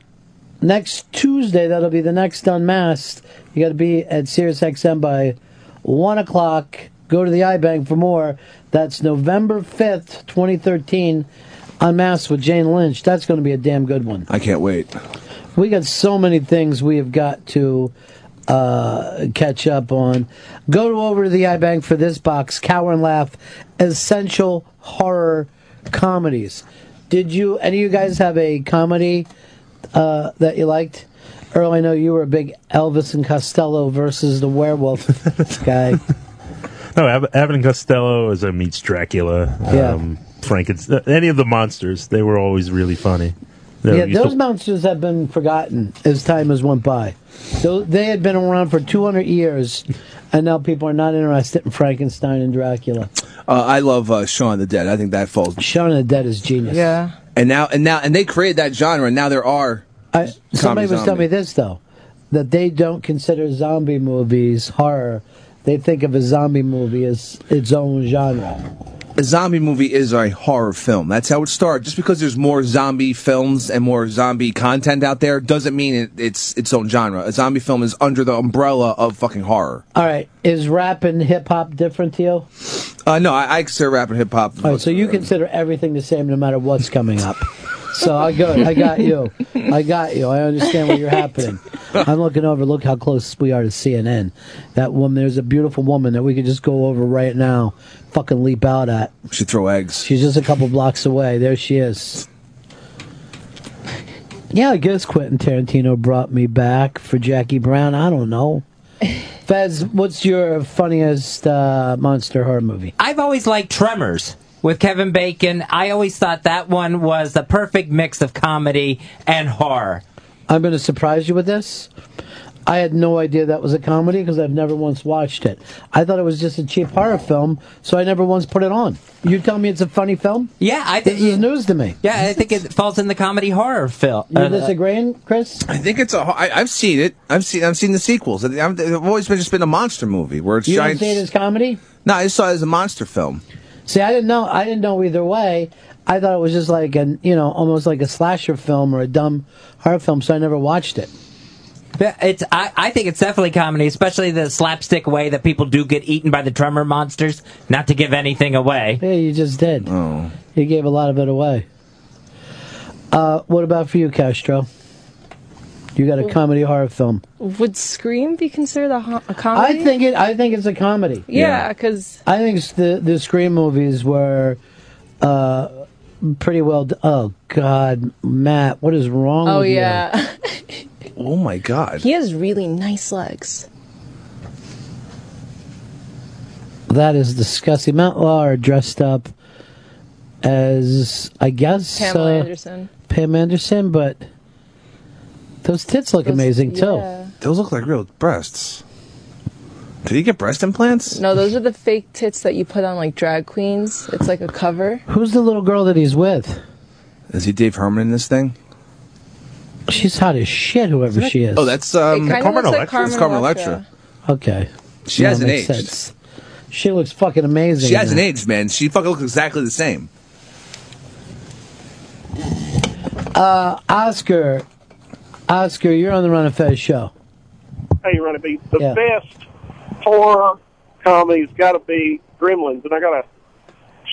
Speaker 4: next Tuesday, that'll be the next Unmasked. You got to be at Sirius XM by 1 o'clock. Go to the iBank for more. That's November 5th, 2013. Unmasked with Jane Lynch. That's going to be a damn good one.
Speaker 5: I can't wait.
Speaker 4: We got so many things we have got to uh, catch up on. Go to over to the iBank for this box, Cower and Laugh, Essential Horror Comedies. Did you, any of you guys have a comedy uh, that you liked? Earl, I know you were a big Elvis and Costello versus the werewolf guy.
Speaker 9: No, Ab- Abbott and Costello is a meets Dracula.
Speaker 4: Yeah.
Speaker 9: Um, Frankenstein. Any of the monsters, they were always really funny. They
Speaker 4: yeah,
Speaker 9: used to-
Speaker 4: those monsters have been forgotten as time has went by. Tho- They had been around for 200 years, and now people are not interested in Frankenstein and Dracula.
Speaker 5: Uh, I love uh, Shaun the Dead. I think that falls.
Speaker 4: Shaun the Dead is genius.
Speaker 24: Yeah.
Speaker 5: And now and now and they created that genre. And now there are.
Speaker 4: I, Somebody
Speaker 5: comedy
Speaker 4: was telling me
Speaker 5: zombie.
Speaker 4: this though, that they don't consider zombie movies horror. They think of a zombie movie as its own genre.
Speaker 5: a zombie movie is a horror film. That's how it started. Just because there's more zombie films and more zombie content out there doesn't mean it, it's its own genre. A zombie film is under the umbrella of fucking horror.
Speaker 4: All right, is rap and hip hop different to you?
Speaker 5: Uh, no, I, I consider rap and hip hop.
Speaker 4: All right, so you consider everything the same no matter what's coming up. So I got, I got you, I got you. I understand what you're happening. I'm looking over. Look how close we are to CNN. That woman, there's a beautiful woman that we could just go over right now, fucking leap out at.
Speaker 5: She throw eggs.
Speaker 4: She's just a couple blocks away. There she is. Yeah, I guess Quentin Tarantino brought me back for Jackie Brown. I don't know. Fez, what's your funniest uh, monster horror movie?
Speaker 2: I've always liked Tremors with Kevin Bacon. I always thought that one was the perfect mix of comedy and horror.
Speaker 4: I'm going to surprise you with this. I had no idea that was a comedy because I've never once watched it. I thought it was just a cheap horror film, so I never once put it on. You tell me it's a funny film?
Speaker 2: Yeah, I think
Speaker 4: this is news to me.
Speaker 2: Yeah, I think it falls in the comedy horror uh, film.
Speaker 4: You disagreeing, Chris?
Speaker 5: I think it's a. ho- I, I've seen it. I've seen. I've seen the sequels. I- I've, I've always been just been a monster movie where it's
Speaker 4: You don't
Speaker 5: giant.
Speaker 4: see it as comedy?
Speaker 5: No, I saw it as a monster film.
Speaker 4: See, I didn't know. I didn't know either way. I thought it was just like an, you know, almost like a slasher film or a dumb horror film, so I never watched it.
Speaker 2: Yeah, It's I, I think it's definitely comedy, especially the slapstick way that people do get eaten by the tremor monsters. Not to give anything away.
Speaker 4: Yeah, you just did.
Speaker 5: Oh.
Speaker 4: You gave a lot of it away. Uh, what about for you, Castro? You got a comedy horror film.
Speaker 24: Would Scream be considered a, ho- a comedy?
Speaker 4: I think it. I think it's a comedy.
Speaker 24: Yeah, because
Speaker 4: I think it's the the Scream movies were uh, pretty well. d oh God, Matt, what is wrong?
Speaker 24: oh
Speaker 4: with you?
Speaker 24: yeah,
Speaker 5: Oh my god.
Speaker 24: he has really nice legs.
Speaker 4: That is disgusting. Mount Law are dressed up as I guess
Speaker 24: Pamela
Speaker 4: uh,
Speaker 24: Anderson.
Speaker 4: Pam Anderson, but those tits look amazing
Speaker 24: yeah.
Speaker 4: too.
Speaker 5: Those look like real breasts. Did he get breast implants?
Speaker 24: No, those are the fake tits that you put on like drag queens. It's like a cover.
Speaker 4: Who's the little girl that he's with?
Speaker 5: Is he Dave Herman in this thing?
Speaker 4: She's hot as shit, whoever she is.
Speaker 5: Oh, that's um,
Speaker 24: It kinda Carmen looks like Electra. Carmen
Speaker 5: It's Carmen
Speaker 24: Electra.
Speaker 5: Electra.
Speaker 4: Okay.
Speaker 5: She
Speaker 4: Yeah,
Speaker 5: hasn't
Speaker 4: makes
Speaker 5: aged.
Speaker 4: sense. She looks fucking amazing.
Speaker 5: She hasn't aged, man. She fucking looks exactly the same.
Speaker 4: Uh, Oscar, Oscar, you're on the Run of Fez show.
Speaker 6: How you running beat? The
Speaker 4: Yeah.
Speaker 6: best horror comedy's got to be Gremlins, and I got a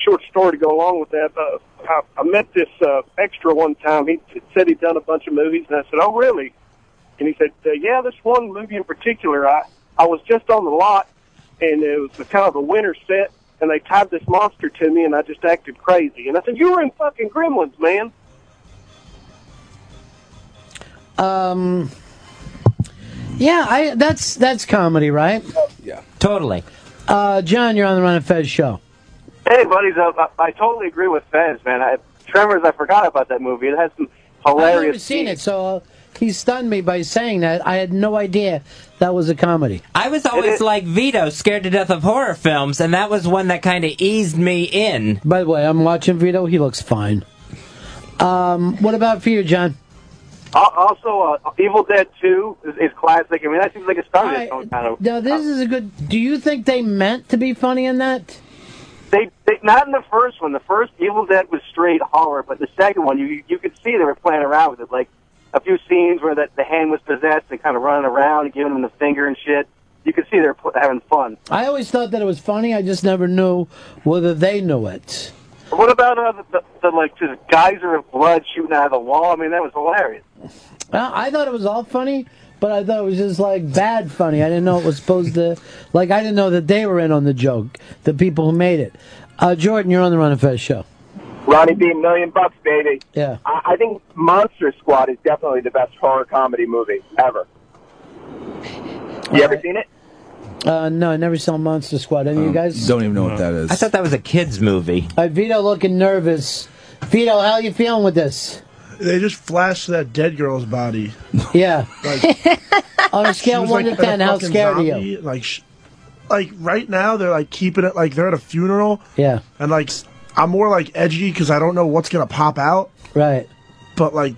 Speaker 6: short story to go along with that. Uh, I, I met this uh, extra one time. He t- said he'd done a bunch of movies, and I said, "Oh, really?" And he said, uh, "Yeah, this one movie in particular. I I was just on the lot, and it was a kind of a winter set, and they tied this monster to me, and I just acted crazy." And I said, "You were in fucking Gremlins, man."
Speaker 4: Um, yeah, I that's that's comedy, right?
Speaker 5: Yeah,
Speaker 4: totally. Uh, John, you're on the Run of Fez show.
Speaker 6: Hey, buddies, I, I, I totally agree with Fez, man. I, Tremors, I forgot about that movie. It has some hilarious.
Speaker 4: I've never seen it, so uh, he stunned me by saying that. I had no idea that was a comedy.
Speaker 2: I was always like Vito, scared to death of horror films, and that was one that kind of eased me in.
Speaker 4: By the way, I'm watching Vito. He looks fine. Um, what about for you, John?
Speaker 6: Al- Also, uh, Evil Dead 2 is, is classic. I mean, that seems like it started its own kind of.
Speaker 4: Now, this is a good. Do you think they meant to be funny in that?
Speaker 6: They, they not in the first one. The first Evil Dead was straight horror, but the second one, you you could see they were playing around with it. Like a few scenes where that the hand was possessed and kind of running around and giving him the finger and shit. You could see they're pl- having fun.
Speaker 4: I always thought that it was funny. I just never knew whether they knew it.
Speaker 6: What about uh, the, the, the like the geyser of blood shooting out of the wall? I mean, that was hilarious.
Speaker 4: Well, I thought it was all funny, but I thought it was just like bad funny. I didn't know it was supposed to. Like I didn't know that they were in on the joke. The people who made it. Uh, Jordan, you're on the Run and Fest show.
Speaker 16: Ronnie B, million bucks, baby.
Speaker 4: Yeah.
Speaker 16: I, I think Monster Squad is definitely the best horror comedy movie ever. You ever seen it?
Speaker 4: Uh, no, I never saw Monster Squad. Any of you guys?
Speaker 5: Oh, Don't even know what that is. I thought
Speaker 2: that was a kids movie.
Speaker 4: Uh, Vito looking nervous. Vito, how you feeling with this?
Speaker 7: They just flashed that dead girl's body.
Speaker 4: Yeah. On a
Speaker 7: She
Speaker 4: scale of
Speaker 7: was,
Speaker 4: one
Speaker 7: like,
Speaker 4: to ten,
Speaker 7: a
Speaker 4: how
Speaker 7: fucking
Speaker 4: scared are
Speaker 7: zombie,
Speaker 4: you?
Speaker 7: Like, sh- like right now they're like keeping it like they're at a funeral.
Speaker 4: Yeah.
Speaker 7: And like s- I'm more like edgy because I don't know what's gonna pop out.
Speaker 4: Right.
Speaker 7: But like,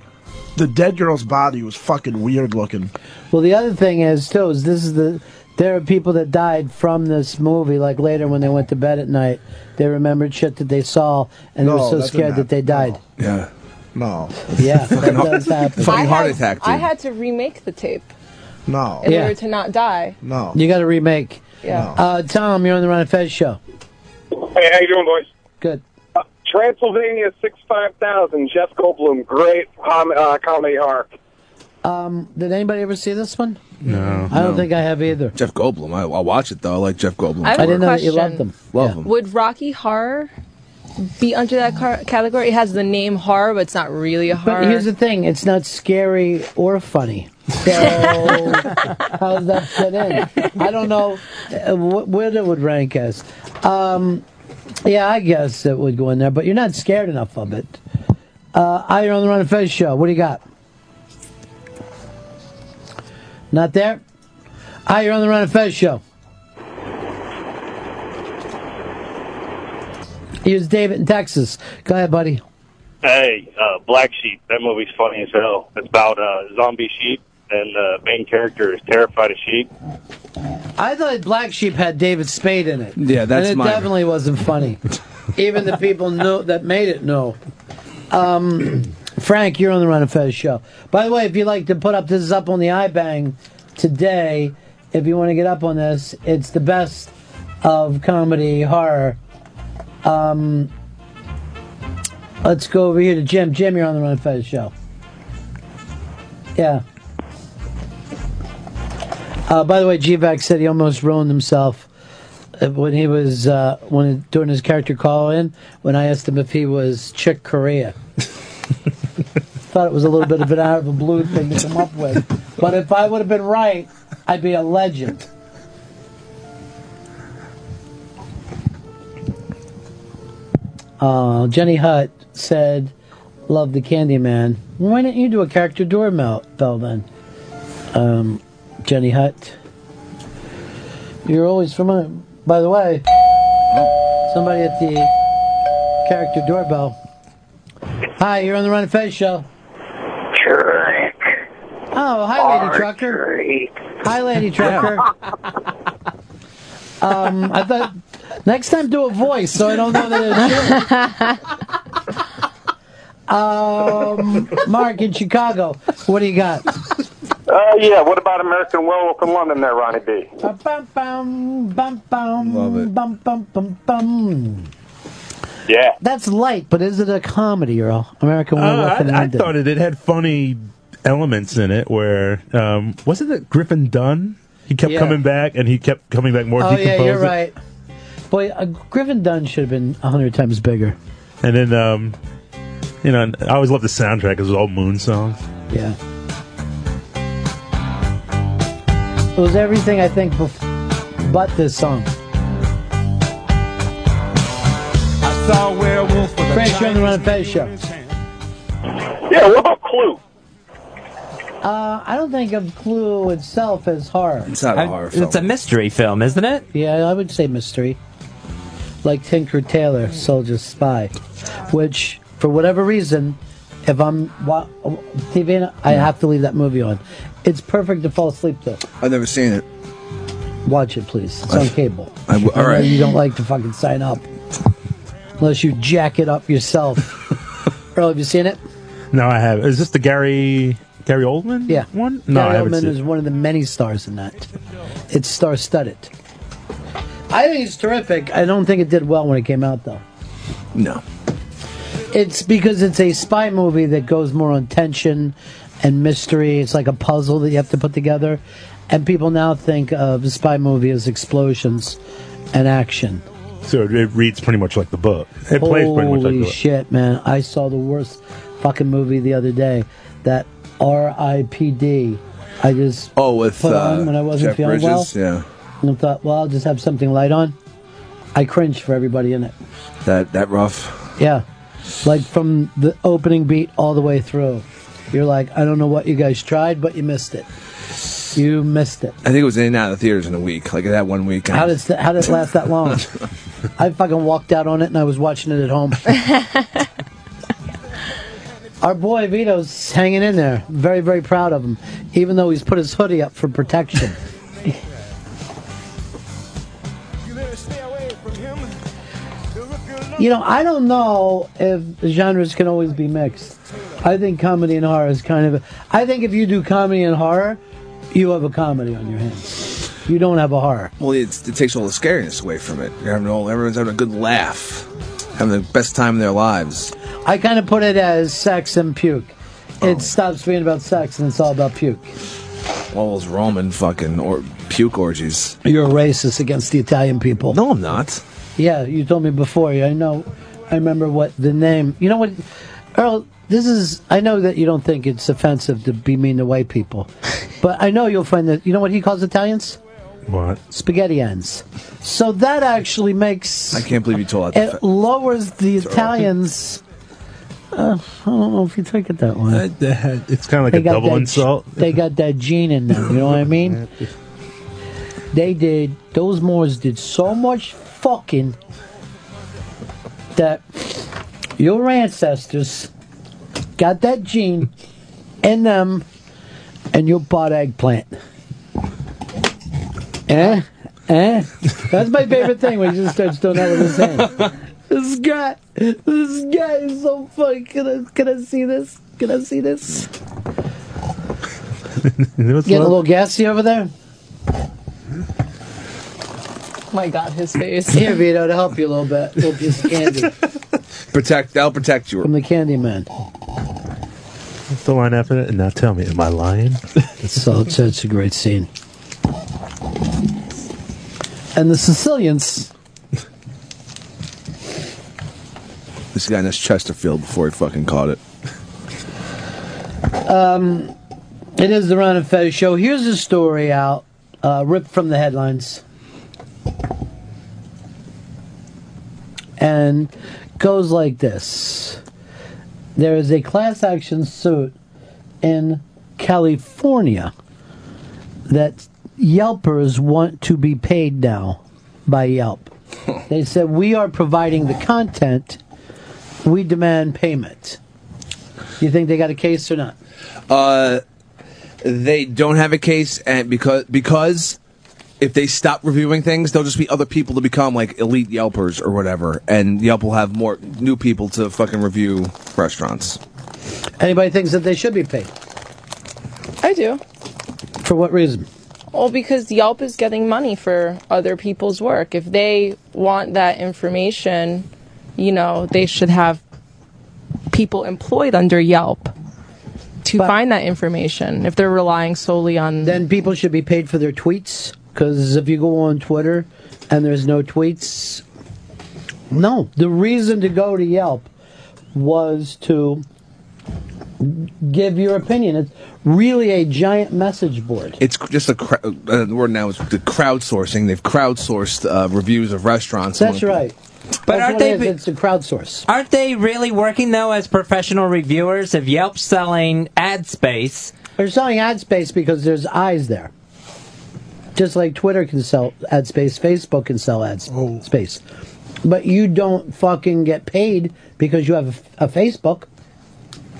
Speaker 7: the dead girl's body was fucking weird looking.
Speaker 4: Well, the other thing is too is this is the there are people that died from this movie. Like later when they went to bed at night, they remembered shit that they saw, and they
Speaker 7: No,
Speaker 4: were so
Speaker 7: that didn't
Speaker 4: scared that they died.
Speaker 5: Yeah.
Speaker 7: No.
Speaker 4: Yeah, that
Speaker 5: Fucking heart-
Speaker 4: does happen.
Speaker 5: fucking heart attack, dude.
Speaker 24: I had to remake the tape
Speaker 7: No.
Speaker 24: in order to not die.
Speaker 7: No.
Speaker 4: You got to remake.
Speaker 24: Yeah.
Speaker 4: Uh, Tom, you're on the Ron and Fez show.
Speaker 22: Hey, how you doing, boys?
Speaker 4: Good.
Speaker 22: Uh, Transylvania six five thousand. Jeff Goldblum, great com- uh, comedy horror.
Speaker 4: Um, did anybody ever see this one?
Speaker 5: No.
Speaker 4: I don't think I have either.
Speaker 5: Jeff Goldblum. I, I'll watch it, though. I like Jeff Goldblum.
Speaker 24: I have a I didn't know that you question. loved him.
Speaker 5: Love him.
Speaker 24: Would Rocky Horror be under that car- category? It has the name horror, but it's not really a horror.
Speaker 4: But here's the thing: it's not scary or funny. So how does that fit in? I don't know uh, wh- where it would rank as. Um, yeah, I guess it would go in there, but you're not scared enough of it. Uh, I, you're on the Run and Fez show. What do you got? Not there. I, you're on the Run and Fez show. Here's David in Texas. Go ahead, buddy.
Speaker 25: Hey, uh, Black Sheep. That movie's funny as hell. It's about uh, zombie sheep, and the main character is terrified of sheep.
Speaker 4: I thought Black Sheep had David Spade in it.
Speaker 5: Yeah, that's
Speaker 4: and it
Speaker 5: mine.
Speaker 4: definitely wasn't funny. Even the people know that made it know. Um, Frank, you're on the Run and Fez show. By the way, if you'd like to put up, this is up on the iBang today. If you want to get up on this, it's the best of comedy horror. Um, let's go over here to Jim. Jim, you're on the Run and Fez show. Yeah. Uh, by the way, G-Vac said he almost ruined himself uh, when he was uh, when during his character call in when I asked him if he was Chick Korea. Thought it was a little bit of an out of the blue thing to come up with, but if I would have been right, I'd be a legend. Uh, Jenny Hutt said, "Love the Candyman." Why didn't you do a character doorbell bell then? Um, Jenny Hutt, you're always from. A, by the way, somebody at the character doorbell. Hi, you're on the Run and Fez show.
Speaker 11: Trick.
Speaker 4: Oh, hi, Lady Trucker. Hi, Lady Trucker. um, I thought next time do a voice so I don't know that it's you. Um, Mark in Chicago, what do you got?
Speaker 23: Uh, yeah. What about American Werewolf in London, there, Ronnie B?
Speaker 4: Bum bum bum bum bum bum bum bum.
Speaker 23: Yeah.
Speaker 4: That's light, but is it a comedy, Earl? American Werewolf in
Speaker 9: Uh, I, I
Speaker 4: London.
Speaker 9: thought it, it had funny elements in it where um, wasn't it Griffin Dunn? He kept
Speaker 4: Yeah.
Speaker 9: coming back and he kept coming back more
Speaker 4: oh yeah,
Speaker 9: decomposed.
Speaker 4: you're right. Boy, uh, Griffin Dunn should have been hundred times bigger.
Speaker 9: And then um, you know, and I always loved the soundtrack. It was all Moon songs.
Speaker 4: Yeah. It was everything I think, bef- but this song.
Speaker 3: I saw a werewolf with a
Speaker 4: Fresh on the Run and Fez show.
Speaker 23: Yeah, what about Clue?
Speaker 4: Uh, I don't think of Clue itself as horror.
Speaker 5: It's not a horror film.
Speaker 2: It's a mystery film, isn't it?
Speaker 4: Yeah, I would say mystery. Like Tinker Tailor, Soldier Spy, which for whatever reason, if I'm wa- TV, and I have to leave that movie on. It's perfect to fall asleep to.
Speaker 5: I've never seen it.
Speaker 4: Watch it, please. It's on cable.
Speaker 5: I w-
Speaker 4: I know
Speaker 5: all right.
Speaker 4: You don't like to fucking sign up unless you jack it up yourself. Earl, have you seen it?
Speaker 9: No, I have. Is this the Gary Gary Oldman?
Speaker 4: Yeah.
Speaker 9: One? No,
Speaker 4: Gary
Speaker 9: I haven't
Speaker 4: Oldman
Speaker 9: seen
Speaker 4: is
Speaker 9: it.
Speaker 4: one of the many stars in that. It's star studded. I think it's terrific. I don't think it did well when it came out, though.
Speaker 5: No.
Speaker 4: It's because it's a spy movie that goes more on tension and mystery. It's like a puzzle that you have to put together. And people now think of a spy movie as explosions and action.
Speaker 9: So it, it reads pretty much like the book. It plays pretty much like the
Speaker 4: Holy
Speaker 9: book.
Speaker 4: shit, man! I saw the worst fucking movie the other day. That R.I.P.D. I just
Speaker 5: Oh, with
Speaker 4: put
Speaker 5: uh,
Speaker 4: on when I wasn't
Speaker 5: Jeff
Speaker 4: feeling
Speaker 5: Bridges.
Speaker 4: well.
Speaker 5: Yeah.
Speaker 4: And I thought, well, I'll just have something light on. I cringed for everybody in it.
Speaker 5: That that rough.
Speaker 4: Yeah, like from the opening beat all the way through. You're like, I don't know what you guys tried, but you missed it. You missed it.
Speaker 5: I think it was in and out of the theaters in a week. Like that one week.
Speaker 4: How does that, how did it last that long? I fucking walked out on it and I was watching it at home. Our boy Vito's hanging in there. Very, very proud of him, even though he's put his hoodie up for protection. you know, I don't know if the genres can always be mixed. I think comedy and horror is kind of. I think if you do comedy and horror, you have a comedy on your hands. You don't have a horror.
Speaker 5: Well, it's, it takes all the scariness away from it. You're having all, everyone's having a good laugh, having the best time of their lives.
Speaker 4: I kind of put it as sex and puke.
Speaker 5: Oh.
Speaker 4: It stops being about sex and it's all about puke.
Speaker 5: All those Roman fucking or puke orgies.
Speaker 4: You're a racist against the Italian people.
Speaker 5: No, I'm not.
Speaker 4: Yeah, you told me before. I know. I remember what the name. You know what, Earl? This is. I know that you don't think it's offensive to be mean to white people, but I know you'll find that. You know what he calls Italians?
Speaker 9: What?
Speaker 4: Spaghetti ends. So that actually makes.
Speaker 5: I can't believe you told that.
Speaker 4: It lowers the Italians. Uh, I don't know if you took it
Speaker 5: Uh,
Speaker 4: that way.
Speaker 9: It's kind of like
Speaker 4: They
Speaker 9: a
Speaker 4: got
Speaker 9: double
Speaker 4: that-
Speaker 9: insult.
Speaker 4: They got that gene in them. You know what I mean? They did. Those Moors did so much fucking that your ancestors got that gene in them, and you bought eggplant. Eh? Eh? That's my favorite thing when he just starts doing that with his hand. This guy, this guy is so funny. Can I, can I see this? Can I see this? Getting a little gassy over there?
Speaker 24: my God, his face.
Speaker 4: Here, Vito, to help you a little bit. Little piece of candy
Speaker 5: Protect. I'll protect you.
Speaker 4: from the candy man.
Speaker 9: What's the line after that? And now tell me, am I lying?
Speaker 4: so it's, it's a great scene. And the Sicilians.
Speaker 5: This guy in this Chesterfield before he fucking caught it.
Speaker 4: Um, it is the Ron and Fez show. Here's a story out, uh, ripped from the headlines. And goes like this There is a class action suit in California that Yelpers want to be paid now by Yelp. They said, We are providing the content, we demand payment. You think they got a case or not?
Speaker 5: Uh, they don't have a case, and because because if they stop reviewing things, there'll just be other people to become like elite Yelpers or whatever, and Yelp will have more new people to fucking review restaurants.
Speaker 4: Anybody thinks that they should be paid?
Speaker 24: I do.
Speaker 4: For what reason?
Speaker 24: Well, because Yelp is getting money for other people's work. If they want that information, you know, they should have people employed under Yelp to find that information if they're relying solely on.
Speaker 4: Then people should be paid for their tweets because if you go on Twitter and there's no tweets, no. The reason to go to Yelp was to give your opinion. It's really a giant message board.
Speaker 5: It's just a cr- uh, the word now is the crowdsourcing. They've crowdsourced uh, reviews of restaurants.
Speaker 4: That's right.
Speaker 2: But
Speaker 4: That's
Speaker 2: aren't
Speaker 4: what it
Speaker 2: they
Speaker 4: is.
Speaker 2: be-
Speaker 4: It's a crowdsource.
Speaker 2: Aren't they really working though as professional reviewers of Yelp selling ad space?
Speaker 4: They're selling ad space because there's eyes there. Just like Twitter can sell ad space, Facebook can sell ad s-
Speaker 2: Oh.
Speaker 4: space. But you don't fucking get paid because you have a, a Facebook.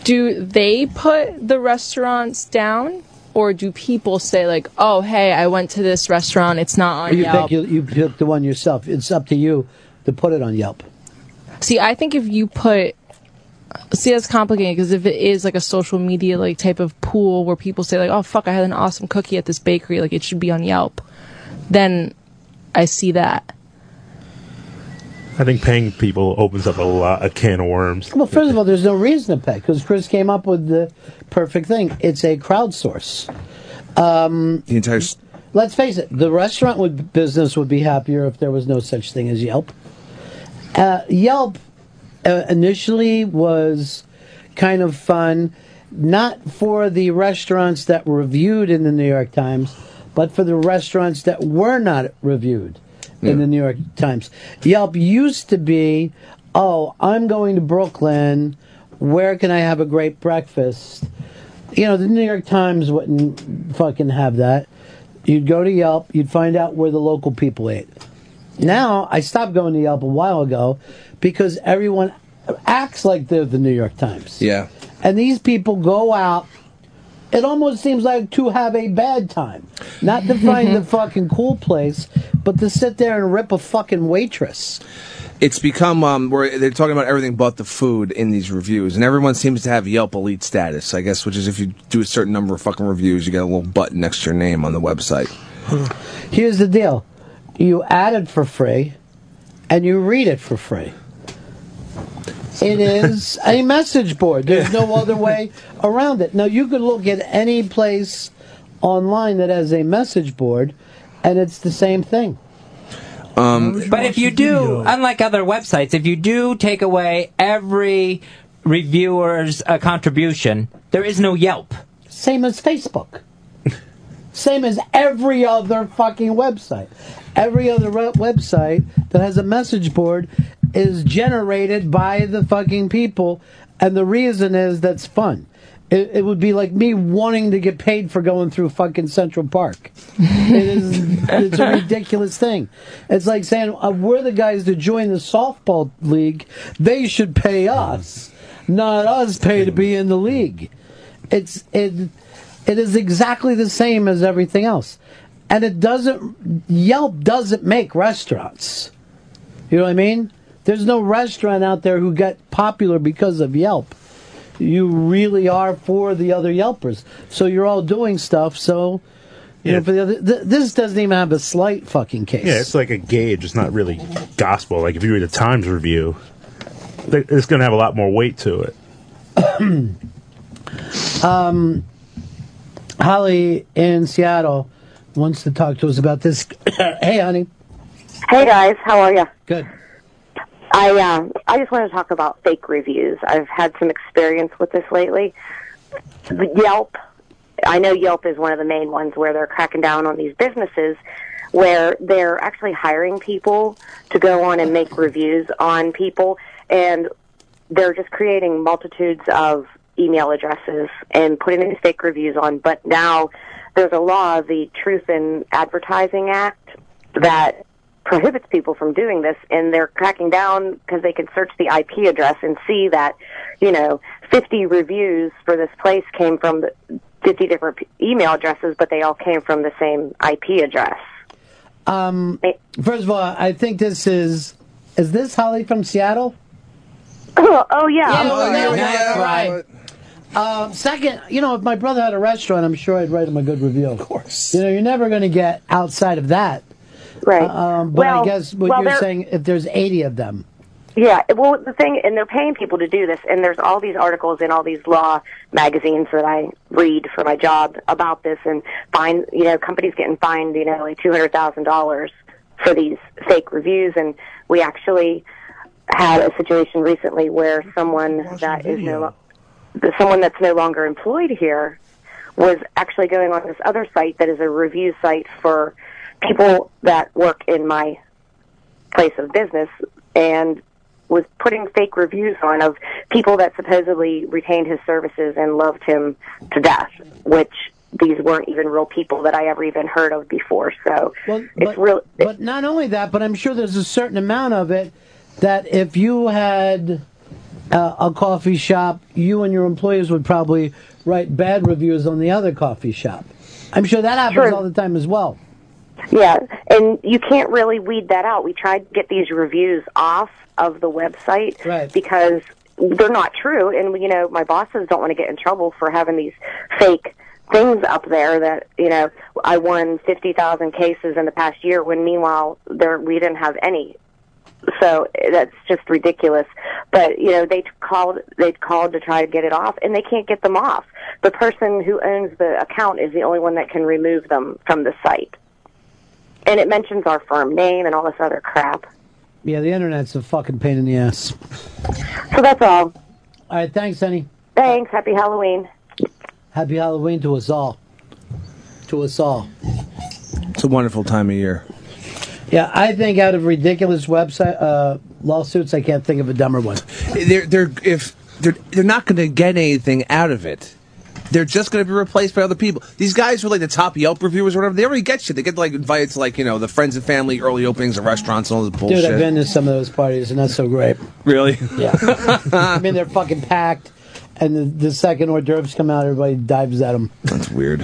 Speaker 24: Do they put the restaurants down? Or do people say like, "Oh, hey, I went to this restaurant. It's not
Speaker 4: Or
Speaker 24: on
Speaker 4: you
Speaker 24: Yelp."
Speaker 4: pick you, you pick the one yourself. It's up to you to put it on Yelp.
Speaker 24: See, I think if you put see that's complicated because if it is like a social media like type of pool where people say like, "Oh fuck, I had an awesome cookie at this bakery," like it should be on Yelp, then I see that.
Speaker 9: I think paying people opens up a lot, a can of worms.
Speaker 4: Well, first of all, there's no reason to pick because Chris came up with the perfect thing. It's a crowdsource. Um,
Speaker 5: the entire.
Speaker 4: Let's face it, the restaurant would, business would be happier if there was no such thing as Yelp. Uh, Yelp uh, initially was kind of fun, not for the restaurants that were reviewed in the New York Times, but for the restaurants that were not reviewed in the New York Times. Yelp used to be, oh, I'm going to Brooklyn. Where can I have a great breakfast? You know, the New York Times wouldn't fucking have that. You'd go to Yelp, you'd find out where the local people ate. Now, I stopped going to Yelp a while ago because everyone acts like they're the New York Times.
Speaker 5: Yeah.
Speaker 4: And these people go out. It almost seems like to have a bad time. Not to find the fucking cool place, but to sit there and rip a fucking waitress.
Speaker 5: It's become um, where they're talking about everything but the food in these reviews, and everyone seems to have Yelp elite status, I guess, which is if you do a certain number of fucking reviews, you get a little button next to your name on the website.
Speaker 4: Here's the deal you add it for free, and you read it for free. It is a message board. There's no other way around it. Now, you could look at any place online that has a message board, and it's the same thing.
Speaker 5: Um,
Speaker 2: But if you do, unlike other websites, if you do take away every reviewer's uh, contribution, there is no Yelp.
Speaker 4: Same as Facebook. Same as every other fucking website. Every other re- website that has a message board is generated by the fucking people, and the reason is that's fun. It, it would be like me wanting to get paid for going through fucking Central Park. it is, it's a ridiculous thing. It's like saying uh, we're the guys that joined the softball league. They should pay us, not us pay to be in the league. It's it it is exactly the same as everything else. And it doesn't Yelp doesn't make restaurants. You know what I mean? There's no restaurant out there who got popular because of Yelp. You really are for the other Yelpers. So you're all doing stuff so you know, for the other, th- this doesn't even have a slight fucking case.
Speaker 9: Yeah, it's like a gauge. It's not really gospel. Like if you read a Times review, th- it's going to have a lot more weight to it.
Speaker 4: Um, Holly in Seattle wants to talk to us about this. hey, honey.
Speaker 15: Hey guys, how are you?
Speaker 4: Good.
Speaker 15: I um I just want to talk about fake reviews. I've had some experience with this lately. The Yelp, I know Yelp is one of the main ones where they're cracking down on these businesses where they're actually hiring people to go on and make reviews on people and they're just creating multitudes of email addresses and putting these fake reviews on. But now there's a law, the Truth in Advertising Act, that prohibits people from doing this, and they're cracking down because they can search the IP address and see that, you know, 50 reviews for this place came from the 50 different p- email addresses, but they all came from the same IP address.
Speaker 4: Um, first of all, I think this is. Is this Holly from Seattle?
Speaker 15: Oh, oh yeah.
Speaker 4: Yeah, well, that's right. Uh, second, you know, if my brother had a restaurant, I'm sure I'd write him a good review. Of course. You know, you're never going to get outside of that.
Speaker 15: Right.
Speaker 4: um, but
Speaker 15: Well,
Speaker 4: I guess what
Speaker 15: well,
Speaker 4: you're
Speaker 15: there-
Speaker 4: saying, if there's 80 of them.
Speaker 15: Yeah, well, the thing, and they're paying people to do this, and there's all these articles in all these law magazines that I read for my job about this, and fine, you know, companies getting fined, you know, like two hundred thousand dollars for these fake reviews, and we actually had a situation recently where someone that is no, lo- someone that's no longer employed here was actually going on this other site that is a review site for people that work in my place of business and was putting fake reviews on of people that supposedly retained his services and loved him to death, which these weren't even real people that I ever even heard of before. So
Speaker 4: Well,
Speaker 15: it's real.
Speaker 4: But not only that, but I'm sure there's a certain amount of it that if you had uh, a coffee shop, you and your employees would probably write bad reviews on the other coffee shop. I'm sure that happens
Speaker 15: Sure.
Speaker 4: all the time as well.
Speaker 15: Yeah, and you can't really weed that out. We tried to get these reviews off of the website because they're not true, and you know my bosses don't want to get in trouble for having these fake things up there. That you know I won fifty thousand cases in the past year, when meanwhile there we didn't have any. So eh, that's just ridiculous. But you know they t- called they called to try to get it off, and they can't get them off. The person who owns the account is the only one that can remove them from the site and it mentions our firm name and all this other crap.
Speaker 4: Yeah, the internet's a fucking pain in the ass.
Speaker 15: So that's all.
Speaker 4: All right, thanks, honey.
Speaker 15: Thanks. Happy Halloween.
Speaker 4: Happy Halloween to us all. To us all.
Speaker 5: It's a wonderful time of year.
Speaker 4: Yeah, I think out of ridiculous website uh, lawsuits, I can't think of a dumber one.
Speaker 5: They're they're if they're they're not going to get anything out of it. They're just going to be replaced by other people. These guys who are like the top Yelp reviewers or whatever, they already get you. They get like invited to like you know the friends and family early openings of restaurants and all this bullshit.
Speaker 4: Dude, I've been to some of those parties, and that's so great.
Speaker 5: really?
Speaker 4: Yeah. I mean, they're fucking packed, and the, the second hors d'oeuvres come out, everybody dives at them.
Speaker 5: That's weird.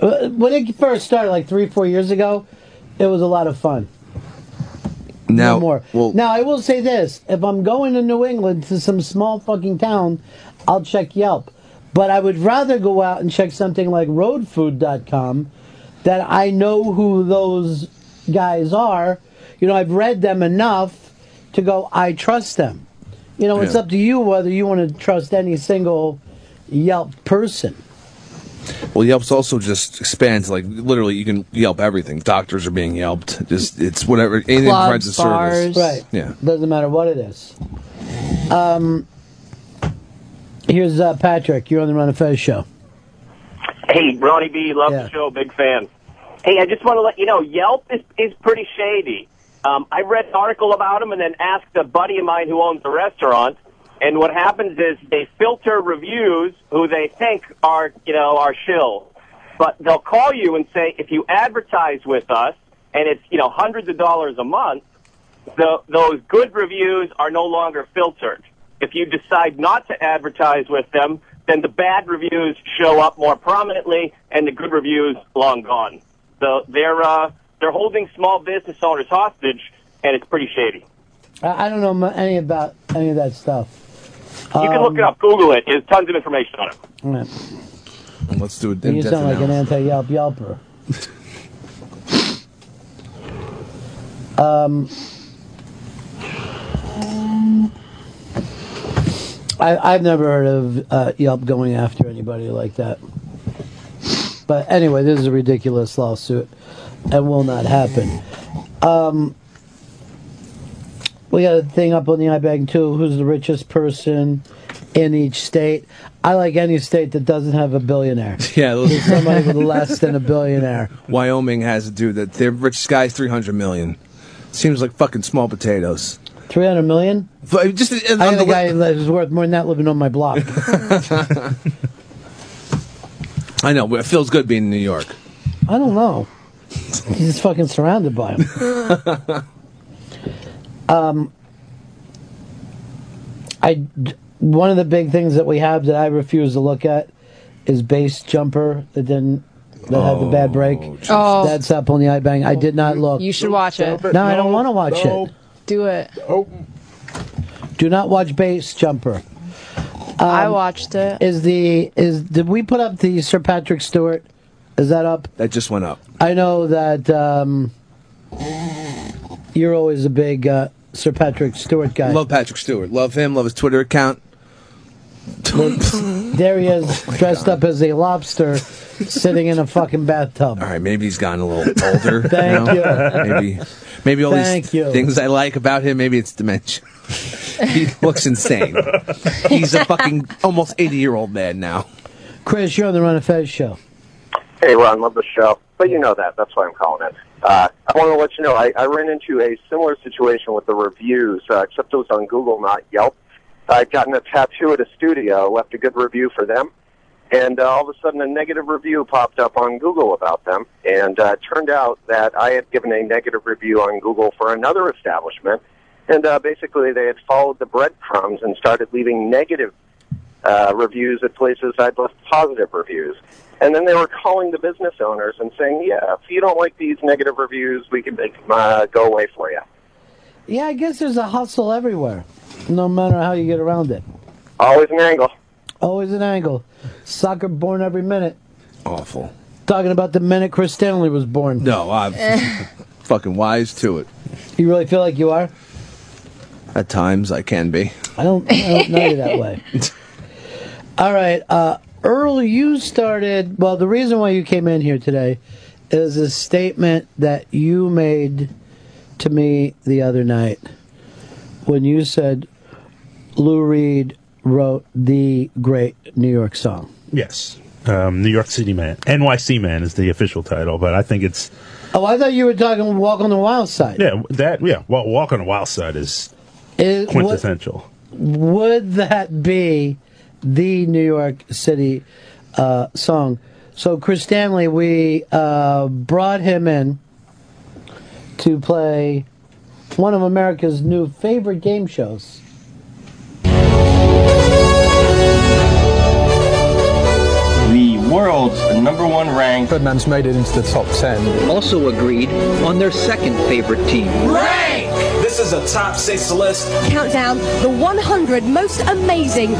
Speaker 4: Uh, When it first started, like three, four years ago, it was a lot of fun.
Speaker 5: Now,
Speaker 4: no more.
Speaker 5: well,
Speaker 4: now I will say this: if I'm going to New England to some small fucking town, I'll check Yelp. But I would rather go out and check something like RoadFood.com, that I know who those guys are. You know, I've read them enough to go. I trust them. You know, it's
Speaker 5: Yeah.
Speaker 4: up to you whether you want to trust any single Yelp person.
Speaker 5: well, Yelp's also just expands. Like literally, you can Yelp everything. Doctors are being Yelped. Just it's whatever anything
Speaker 4: Clubs,
Speaker 5: provides a service.
Speaker 4: Right.
Speaker 5: Yeah.
Speaker 4: Doesn't matter what it is. Um, here's uh, Patrick. You're on the Run of Fez show.
Speaker 1: Hey, Ronnie B, love the show, big fan. Hey, I just want to let you know, Yelp is, is pretty shady. Um, I read an article about them and then asked a buddy of mine who owns a restaurant. And what happens is they filter reviews who they think are, you know, are shills. But they'll call you and say, if you advertise with us, and it's, you know, hundreds of dollars a month, the, those good reviews are no longer filtered. If you decide not to advertise with them, then the bad reviews show up more prominently, and the good reviews long gone. So they're uh, they're holding small business owners hostage, and it's pretty shady.
Speaker 4: I, I don't know mu- any about any of that stuff.
Speaker 1: You can look it up,
Speaker 19: Um,
Speaker 1: Google it. There's tons of information on it.
Speaker 5: Let's do it.
Speaker 4: You sound like an anti-Yelp Yelper. um, I, I've never heard of uh, Yelp going after anybody like that. But anyway, this is a ridiculous lawsuit and will not happen. Um, we got a thing up on the iBank too. Who's the richest person in each state? I like any state that doesn't have a billionaire.
Speaker 5: Yeah, those-
Speaker 4: There's somebody with less than a billionaire.
Speaker 5: Wyoming has a dude that their richest guy's three hundred million. Seems like fucking small potatoes.
Speaker 4: Three hundred million.
Speaker 5: Just
Speaker 4: I got a guy that is worth more than that living on my block.
Speaker 5: I know. It feels good being in New York.
Speaker 4: I don't know. He's just fucking surrounded by him. um, I one of the big things that we have that I refuse to look at is base jumper that didn't that had the bad break.
Speaker 24: Oh.
Speaker 4: That's up on the iBang. I did not look.
Speaker 24: You should watch it.
Speaker 4: No, I don't want to watch it.
Speaker 24: Do it.
Speaker 4: Do not watch base jumper.
Speaker 24: I
Speaker 4: Um,
Speaker 24: watched it.
Speaker 4: Is the is did we put up the Sir Patrick Stewart? Is that up?
Speaker 5: That just went up.
Speaker 4: I know that um, you're always a big uh, Sir Patrick Stewart guy.
Speaker 5: Love Patrick Stewart. Love him. Love his Twitter account.
Speaker 4: there
Speaker 5: Oh
Speaker 4: he is, dressed up as a lobster, sitting in a fucking bathtub.
Speaker 5: All right, maybe he's gotten a little older.
Speaker 4: Thank
Speaker 5: you.
Speaker 4: you.
Speaker 5: know? Maybe, maybe all
Speaker 4: Thank
Speaker 5: these
Speaker 4: you.
Speaker 5: things I like about him. Maybe it's dementia. he looks insane. He's a fucking almost eighty-year-old man now.
Speaker 4: Chris, you're on the Run of Fez show.
Speaker 16: Hey, Ron, love the show. But you know that. That's why I'm calling it. Uh, I want to let you know, I, I ran into a similar situation with the reviews, uh, except it was on Google, not Yelp. I'd gotten a tattoo at a studio, left a good review for them, and uh, all of a sudden a negative review popped up on Google about them. And uh, it turned out that I had given a negative review on Google for another establishment, and uh, basically they had followed the breadcrumbs and started leaving negative uh, reviews at places I'd left positive reviews. And then they were calling the business owners and saying, yeah, if you don't like these negative reviews, we can make them uh, go away for you.
Speaker 4: Yeah, I guess there's a hustle everywhere, no matter how you get around it.
Speaker 16: Always an angle.
Speaker 4: Always an angle. Soccer born every minute.
Speaker 5: Awful.
Speaker 4: Talking about the minute Chris Stanley was born.
Speaker 5: No, I'm fucking wise to it.
Speaker 4: You really feel like you are?
Speaker 5: At times, I can be.
Speaker 4: I don't, I don't know you that way. All right, uh, Earl, you started. Well, the reason why you came in here today is a statement that you made to me the other night when you said Lou Reed wrote the great New York song.
Speaker 9: Yes. Um, New York City Man. NYC Man is the official title, but I think it's
Speaker 4: Oh, I thought you were talking Walk on the Wild Side.
Speaker 9: yeah that yeah. Well, Walk on the Wild Side is
Speaker 4: Is- what-
Speaker 9: quintessential.
Speaker 4: would that be the New York City uh, song? So Chris Stanley, we uh, brought him in to play one of America's new favorite game shows.
Speaker 21: The world's number one ranked. Goodman's made it into the top 10. Also agreed on their second favorite team.
Speaker 17: Rank! This is a top six list.
Speaker 18: Countdown the 100 most amazing.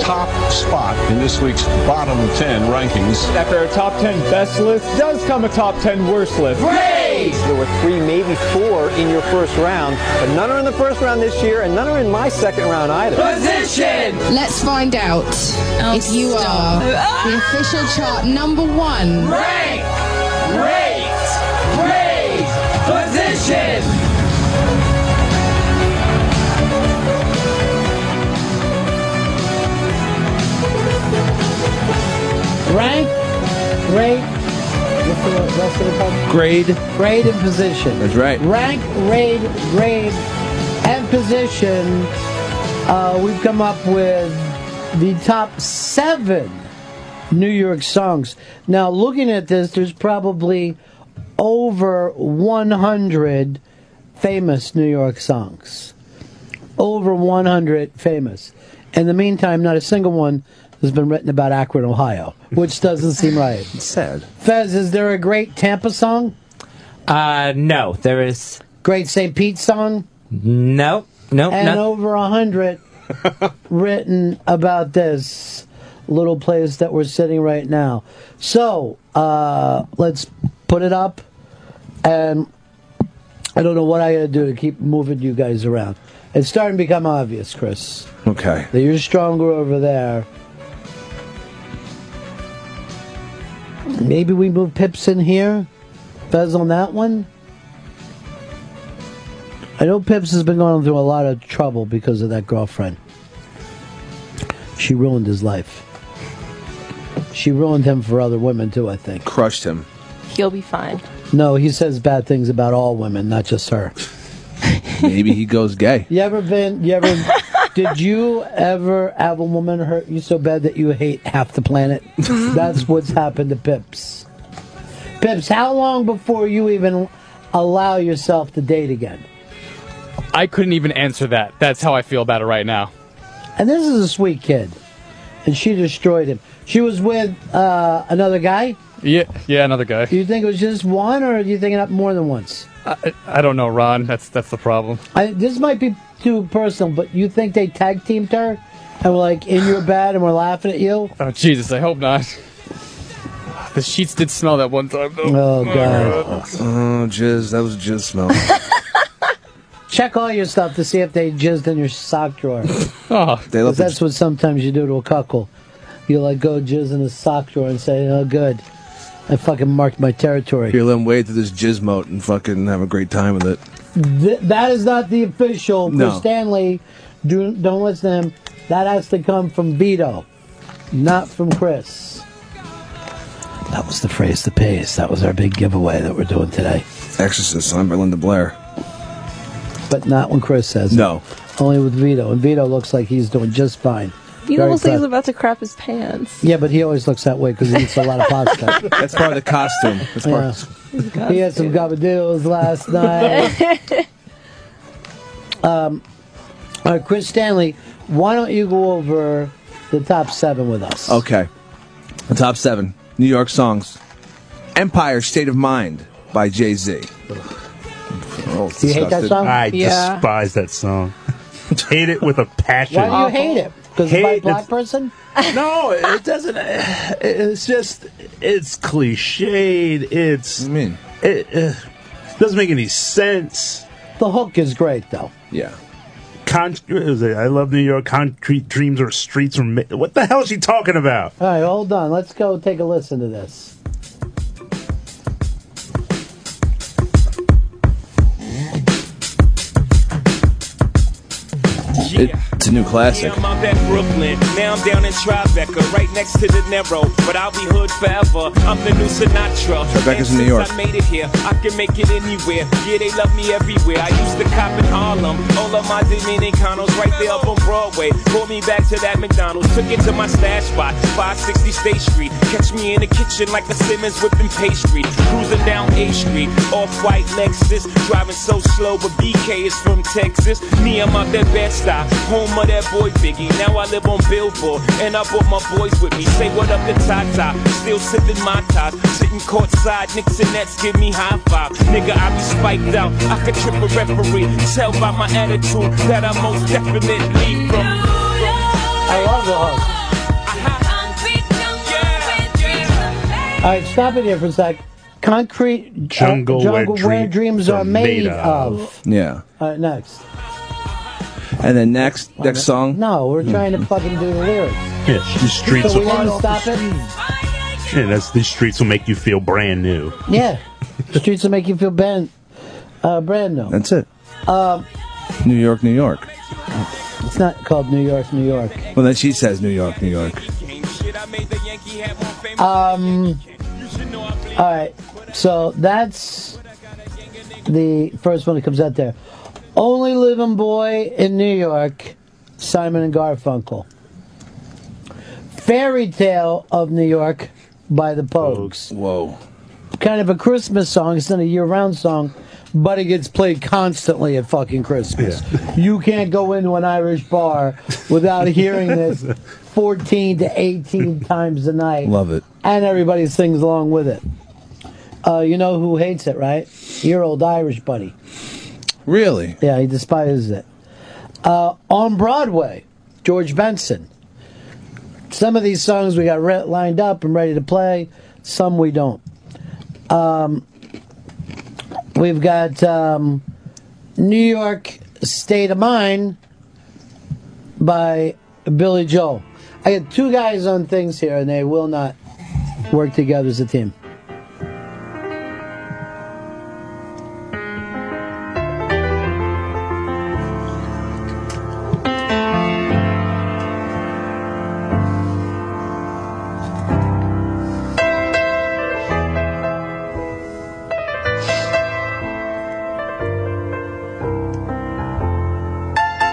Speaker 17: Top spot in this week's bottom 10 rankings.
Speaker 20: After our top 10 best list does come a top 10 worst list.
Speaker 17: Great!
Speaker 20: There were three, maybe four in your first round, but none are in the first round this year, and none are in my second round either.
Speaker 26: Let's find out if you are the official chart number one.
Speaker 3: Great! Great! Great position!
Speaker 4: Rank, rate, what's the rest of it called?
Speaker 5: Grade.
Speaker 4: Grade and position.
Speaker 5: That's right.
Speaker 4: Rank, raid, grade, and position. Uh, we've come up with the top seven New York songs. Now, looking at this, there's probably over 100 famous New York songs. Over 100 famous. In the meantime, not a single one has been written about Akron, Ohio, which doesn't seem right.
Speaker 5: Sad.
Speaker 4: Fez, is there a great Tampa song?
Speaker 2: Uh, no, there is.
Speaker 4: Oh. Great St. Pete song?
Speaker 2: No, no,
Speaker 4: and
Speaker 2: no.
Speaker 4: over a hundred written about this little place that we're sitting right now. So uh, let's put it up, and Um, I don't know what I gotta do to keep moving you guys around. It's starting to become obvious, Chris,
Speaker 5: Okay.
Speaker 4: that you're stronger over there. Maybe we move Pips in here, Fez on that one. I know Pips has been going through a lot of trouble because of that girlfriend. She ruined his life. She ruined him for other women too, I think.
Speaker 5: Crushed him.
Speaker 24: He'll be fine.
Speaker 4: No, he says bad things about all women, not just her.
Speaker 5: Maybe he goes gay.
Speaker 4: You ever been? You ever? did you ever have a woman hurt you so bad that you hate half the planet? That's what's happened to Pips. Pips, how long before you even allow yourself to date again?
Speaker 19: I couldn't even answer that. That's how I feel about it right now.
Speaker 4: And this is a sweet kid, and she destroyed him. She was with uh, another guy.
Speaker 19: Yeah, yeah, another guy.
Speaker 4: Do you think it was just one, or do you think it up more than once?
Speaker 19: I, I don't know, Ron. That's that's the problem.
Speaker 4: I, this might be too personal, but you think they tag teamed her and were like in your bed and were laughing at you?
Speaker 19: Oh Jesus, I hope not. The sheets did smell that one time though.
Speaker 4: Oh god.
Speaker 5: Oh, jizz. That was jizz smell.
Speaker 4: Check all your stuff to see if they jizzed in your sock drawer.
Speaker 19: Oh,
Speaker 5: they left
Speaker 4: 'Cause that's what sometimes you do to a cuckle. You like go jizz in his sock drawer and say, "Oh, good, I fucking marked my territory."
Speaker 5: Here, let him wade through this jizz moat and fucking have a great time with it.
Speaker 4: Th- that is not the official.
Speaker 5: No.
Speaker 4: Chris Stanley, do, don't listen to him. That has to come from Vito, not from Chris. That was the phrase the pays. That was our big giveaway that we're doing today.
Speaker 5: Exorcist, signed by Linda Blair.
Speaker 4: But not when Chris says
Speaker 5: No.
Speaker 4: it. Only with Vito. And Vito looks like he's doing just fine.
Speaker 24: He
Speaker 4: Very
Speaker 24: almost like he's
Speaker 4: proud.
Speaker 24: about to crap his pants.
Speaker 4: Yeah, but he always looks that way because he eats a lot of pasta.
Speaker 5: That's part of the costume. That's part.
Speaker 4: Yeah. He had some gabadillos last night. um, all right, Chris Stanley, why don't you go over the top seven with us?
Speaker 5: Okay. The top seven New York songs Empire State of Mind by Jay Z. Oh, it's
Speaker 4: Do you hate that
Speaker 5: disgusting.
Speaker 4: song?
Speaker 9: I
Speaker 4: Yeah.
Speaker 9: despise that song. hate it with a passion.
Speaker 4: Oh. Why do you hate it? Because
Speaker 9: Hate
Speaker 4: by a
Speaker 9: it.
Speaker 4: black person?
Speaker 9: No, it doesn't. It's just it's cliched. It's I
Speaker 5: mean
Speaker 9: it uh, doesn't make any sense.
Speaker 4: The hook is great though.
Speaker 5: Yeah.
Speaker 9: Con- what is it? I love New York. Concrete dreams or streets or ma- what the hell is she talking about?
Speaker 4: All right, hold on. Let's go take a listen to this.
Speaker 5: It's a new classic.
Speaker 8: Damn, I'm at Brooklyn. Now I'm down in Tribeca, right next to the Narrow. But I'll be hood forever. I'm the new Sinatra.
Speaker 5: Tribeca's
Speaker 8: And
Speaker 5: in New York.
Speaker 8: since I made it here. I can make it anywhere. Yeah, they love me everywhere. I used to cop in Harlem. All of my Dominicanos right there up on Broadway. Pulled me back to that McDonald's. Took it to my stash spot, 560 State Street. Catch me in the kitchen like a Simmons whipping pastry. Cruising down A Street, off white Lexus. Driving so slow, but BK is from Texas. Me, I'm out that bed stop, home of that boy Biggie. Now I live on Billboard, and I brought my boys with me. Say what up to Tata, still sipping my top. Sitting courtside, Knicks and Nets give me high five. Nigga, I be spiked out, I could trip a referee. Tell by my attitude that I most definitely from. I
Speaker 4: love the hook. All right, stop it here for a sec. Concrete uh,
Speaker 5: Jungle where
Speaker 4: jungle where,
Speaker 5: dream-
Speaker 4: dreams
Speaker 5: are
Speaker 4: are
Speaker 5: made
Speaker 4: made,
Speaker 5: of.
Speaker 4: of.
Speaker 5: Yeah.
Speaker 4: All right, next.
Speaker 5: And then next next song.
Speaker 4: No, Oh, we're trying to fucking do the lyrics.
Speaker 9: Yeah, the streets.
Speaker 4: So we
Speaker 9: will-
Speaker 4: didn't stop it.
Speaker 9: yeah, that's the streets will make you feel brand new.
Speaker 4: Yeah, streets will make you feel brand, uh, brand new.
Speaker 5: That's it.
Speaker 4: Um,
Speaker 5: New York, New York.
Speaker 4: it's not called New York, New York.
Speaker 5: Well, then she says New York, New York.
Speaker 4: Um, all right, so that's the first one that comes out there. Only Living Boy in New York, Simon and Garfunkel. Fairy Tale of New York by the Pogues.
Speaker 5: Whoa.
Speaker 4: Kind of a Christmas song. It's not a year round song, but it gets played constantly at fucking Christmas. You can't go into an Irish bar without hearing this 14 to 18 times a night.
Speaker 5: Love it.
Speaker 4: And everybody sings along with it. Uh, you know who hates it, right? Your old Irish buddy.
Speaker 5: Really?
Speaker 4: Yeah, he despises it. Uh, on Broadway, George Benson. Some of these songs we got re- lined up and ready to play, some we don't. Um, we've got um, New York State of Mind by Billy Joel. I got two guys on things here, and they will not work together as a team.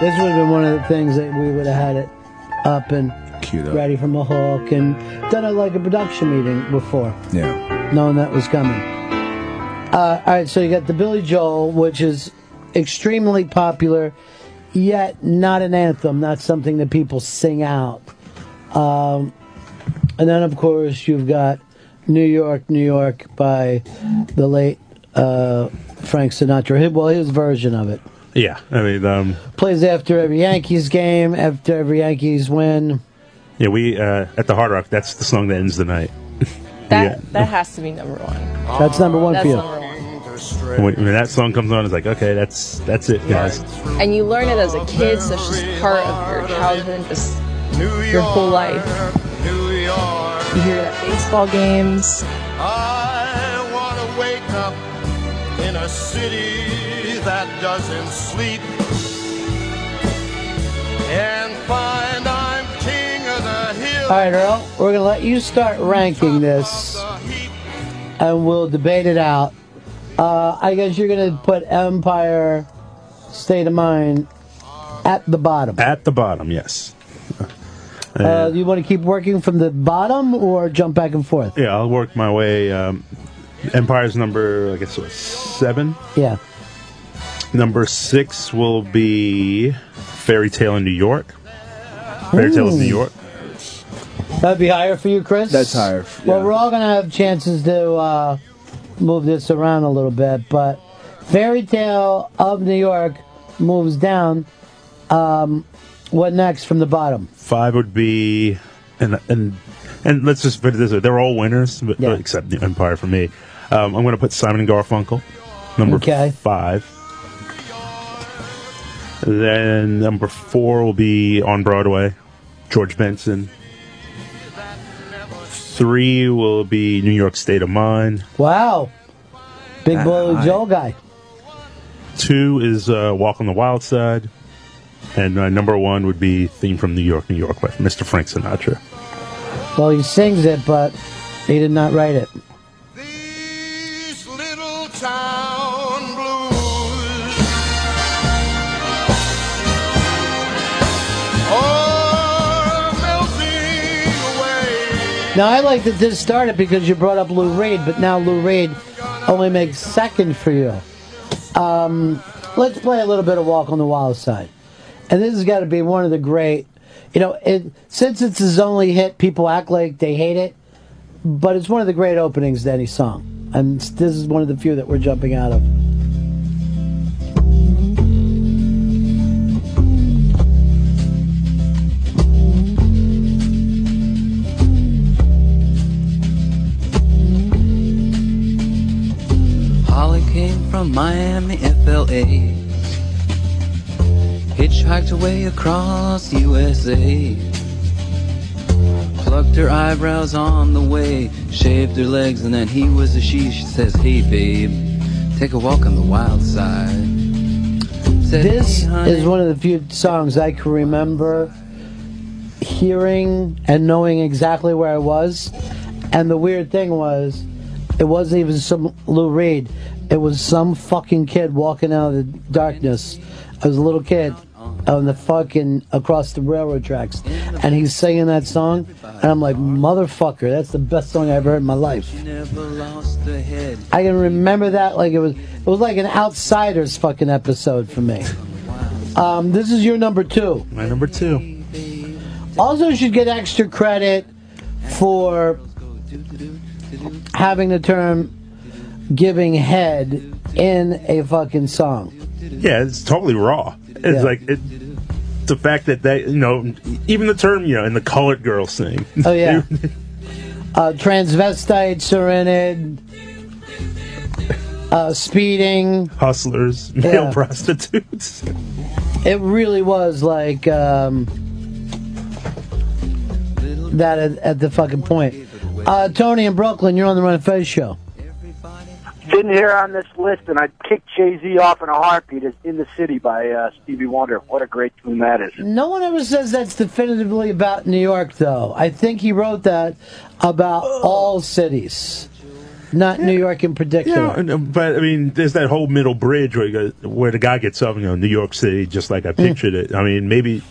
Speaker 4: This would have been one of the things that we would have had it up and
Speaker 5: Queued up.
Speaker 4: ready from a hook and done it like a production meeting before,
Speaker 5: Yeah.
Speaker 4: knowing that was coming. Uh, all right, so you got the Billy Joel, which is extremely popular, yet not an anthem, not something that people sing out. Um, and then, of course, you've got New York, New York by the late uh, Frank Sinatra. Hi- Well, his version of it
Speaker 9: Yeah, I mean, um,
Speaker 4: plays after every Yankees game, after every Yankees win.
Speaker 9: yeah, we uh, at the Hard Rock. That's the song that ends the night.
Speaker 24: That that has to be number one.
Speaker 4: That's number one
Speaker 24: That's
Speaker 4: for you.
Speaker 24: number one.
Speaker 9: When, when that song comes on, it's like, okay, that's that's it, guys.
Speaker 24: And you learn it as a kid, so it's just part of your childhood, just your whole life. You hear it at baseball games.
Speaker 3: I want to wake up in a city that doesn't sleep and find I'm king of the hill.
Speaker 4: All right, Earl, we're going to let you start ranking this and we'll debate it out. Uh, I guess you're going to put Empire State of Mind at the bottom.
Speaker 9: At the bottom, yes.
Speaker 4: Uh, you want to keep working from the bottom or jump back and forth?
Speaker 9: Yeah, I'll work my way. Um, Empire's number, I guess, what, seven.
Speaker 4: Yeah.
Speaker 9: Number six will be Fairy Tale in New York. Fairy Tale of
Speaker 4: Ooh.
Speaker 9: New York.
Speaker 4: That'd be higher for you, Chris?
Speaker 9: That's higher,
Speaker 4: Well, we're all going to have chances to uh, move this around a little bit, but Fairy Tale of New York moves down. Um, what next from the bottom?
Speaker 9: Um, Five would be, and and and let's just put it this way: they're all winners, but, except the Empire for me. Um, I'm going to put Simon and Garfunkel, number five. Then number four will be on Broadway, George Benson. Three will be New York State of Mind. Ah,
Speaker 4: Wow. Big
Speaker 9: Uh,
Speaker 4: Blue Joel guy.
Speaker 9: Two is uh, Walk on the Wild Side. And uh, number one would be Theme from New York, New York by Mr. Frank Sinatra.
Speaker 4: Well, he sings it, but he did not write it. Now, I like that this started because you brought up Lou Reed, but now Lou Reed only makes second for you. Um, let's play a little bit of Walk on the Wild Side. And this has got to be one of the great, you know, it, since it's his only hit, people act like they hate it, but it's one of the great openings to any song. And this is one of the few that we're jumping out of.
Speaker 6: Holly came from Miami, FLA. Hitchhiked away across USA. Plucked her eyebrows on the way, shaved her legs, and then he was a she. She says, Hey babe, take a walk on the wild side. Said,
Speaker 4: This
Speaker 6: "Hey, honey."
Speaker 4: is one of the few songs I can remember hearing and knowing exactly where I was. And the weird thing was, it wasn't even some Lou Reed. It was some fucking kid walking out of the darkness. I was a little kid on the fucking across the railroad tracks, and he's singing that song, and I'm like, motherfucker, that's the best song I ever heard in my life.
Speaker 6: Never lost her head.
Speaker 4: I can remember that like it was it was like an outsiders fucking episode for me. Um, this is your number two.
Speaker 9: My number two.
Speaker 4: Also, should get extra credit for having the term "giving head" in a fucking song.
Speaker 9: Yeah, it's totally raw. It's like it, the fact that they, you know, even the term, you know, and the colored girl sing.
Speaker 4: Oh yeah, uh, transvestites are in it. Uh, speeding.
Speaker 9: Hustlers, male
Speaker 4: Yeah.
Speaker 9: prostitutes.
Speaker 4: It really was like um, that at, at the fucking point. Uh, Tony in Brooklyn, you're on the Run of Fez show.
Speaker 7: Didn't hear on this list, and I'd kick Jay Z off in a heartbeat. Is "In the City" by uh, Stevie Wonder. What a great tune that is.
Speaker 4: No one ever says that's definitively about New York, though. I think he wrote that about all cities. Not New York in particular.
Speaker 9: Yeah, and, uh, but I mean, there's that whole middle bridge where you go, where the guy gets up, you know, New York City, just like I
Speaker 4: Hmm.
Speaker 9: pictured it. I mean, maybe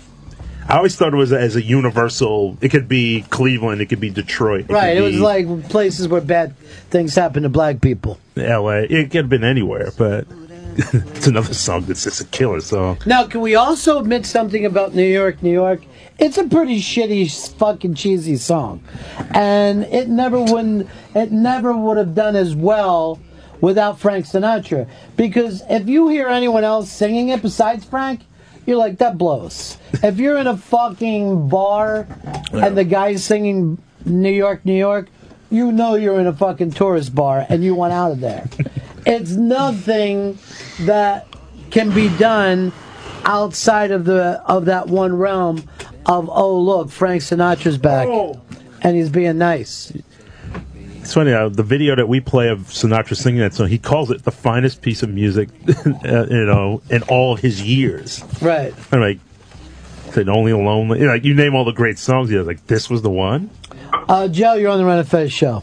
Speaker 9: I always thought it was as a universal. It could be Cleveland, it could be Detroit, could
Speaker 4: Right, it was
Speaker 9: be
Speaker 4: like places where bad things happen to black people.
Speaker 9: L.A. It could have been anywhere, but it's another song that's just a killer song.
Speaker 4: Now, can we also admit something about New York, New York? It's a pretty shitty, s- fucking cheesy song, and it never would it never would have done as well without Frank Sinatra. Because if you hear anyone else singing it besides Frank, you're like that blows. If you're in a fucking bar and the guy's singing New York, New York, you know you're in a fucking tourist bar and you want out of there. it's nothing that can be done outside of the of that one realm of oh look Frank Sinatra's back and he's being nice.
Speaker 9: It's funny uh, the video that we play of Sinatra singing that song. He calls it the finest piece of music, uh, you know, in all of his years.
Speaker 4: Right.
Speaker 9: I'm like, said only lonely. You know, like you name all the great songs. He was like, this was the one.
Speaker 4: Uh, Joe, you're on the Run of Fez show.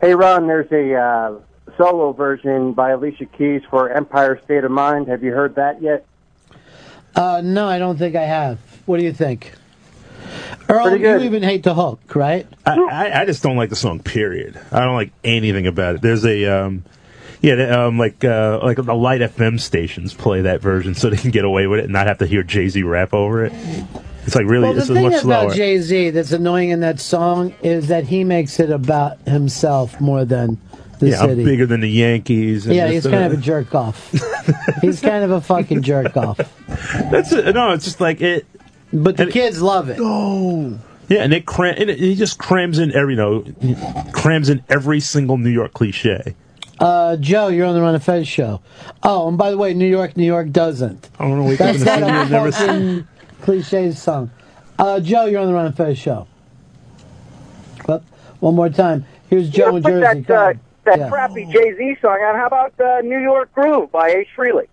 Speaker 12: Hey, Ron, there's a uh, solo version by Alicia Keys for Empire State of Mind. Have you heard that yet?
Speaker 4: Uh, no, I don't think I have. What do you think? Earl,
Speaker 9: Pretty
Speaker 4: you
Speaker 9: good.
Speaker 4: even hate the hook, right?
Speaker 9: I, I, I just don't like the song. Period. I don't like anything about it. There's a um, yeah, the, um, like uh, like the light FM stations play that version so they can get away with it and not have to hear Jay Z rap over it. It's like really,
Speaker 4: well, the
Speaker 9: this is
Speaker 4: thing
Speaker 9: much slower.
Speaker 4: about Jay Z that's annoying in that song is that he makes it about himself more than the
Speaker 9: yeah,
Speaker 4: city.
Speaker 9: I'm bigger than the Yankees. and
Speaker 4: yeah,
Speaker 9: this
Speaker 4: he's
Speaker 9: and
Speaker 4: kind
Speaker 9: that.
Speaker 4: of a jerk off. he's kind of a fucking jerk off.
Speaker 9: That's it. No, it's just like it.
Speaker 4: But the kids love it. Oh.
Speaker 9: Yeah, and it cram. And it, he just crams in every you know, crams in every single New York cliche.
Speaker 4: Uh, Joe, you're on the Run of Fez show. Oh, and by the way, New York, New York doesn't.
Speaker 9: I don't know. Wake
Speaker 4: That's
Speaker 9: up
Speaker 4: not
Speaker 9: in the
Speaker 4: a
Speaker 9: I've never seen.
Speaker 4: fucking cliche song. Uh, Joe, you're on the Run of Fez show. Well, one more time. Here's Joe in
Speaker 12: put
Speaker 4: Jersey.
Speaker 12: that, uh, that
Speaker 4: Yeah.
Speaker 12: crappy Jay Z song on. How about uh, New York Groove by A. Shreeley?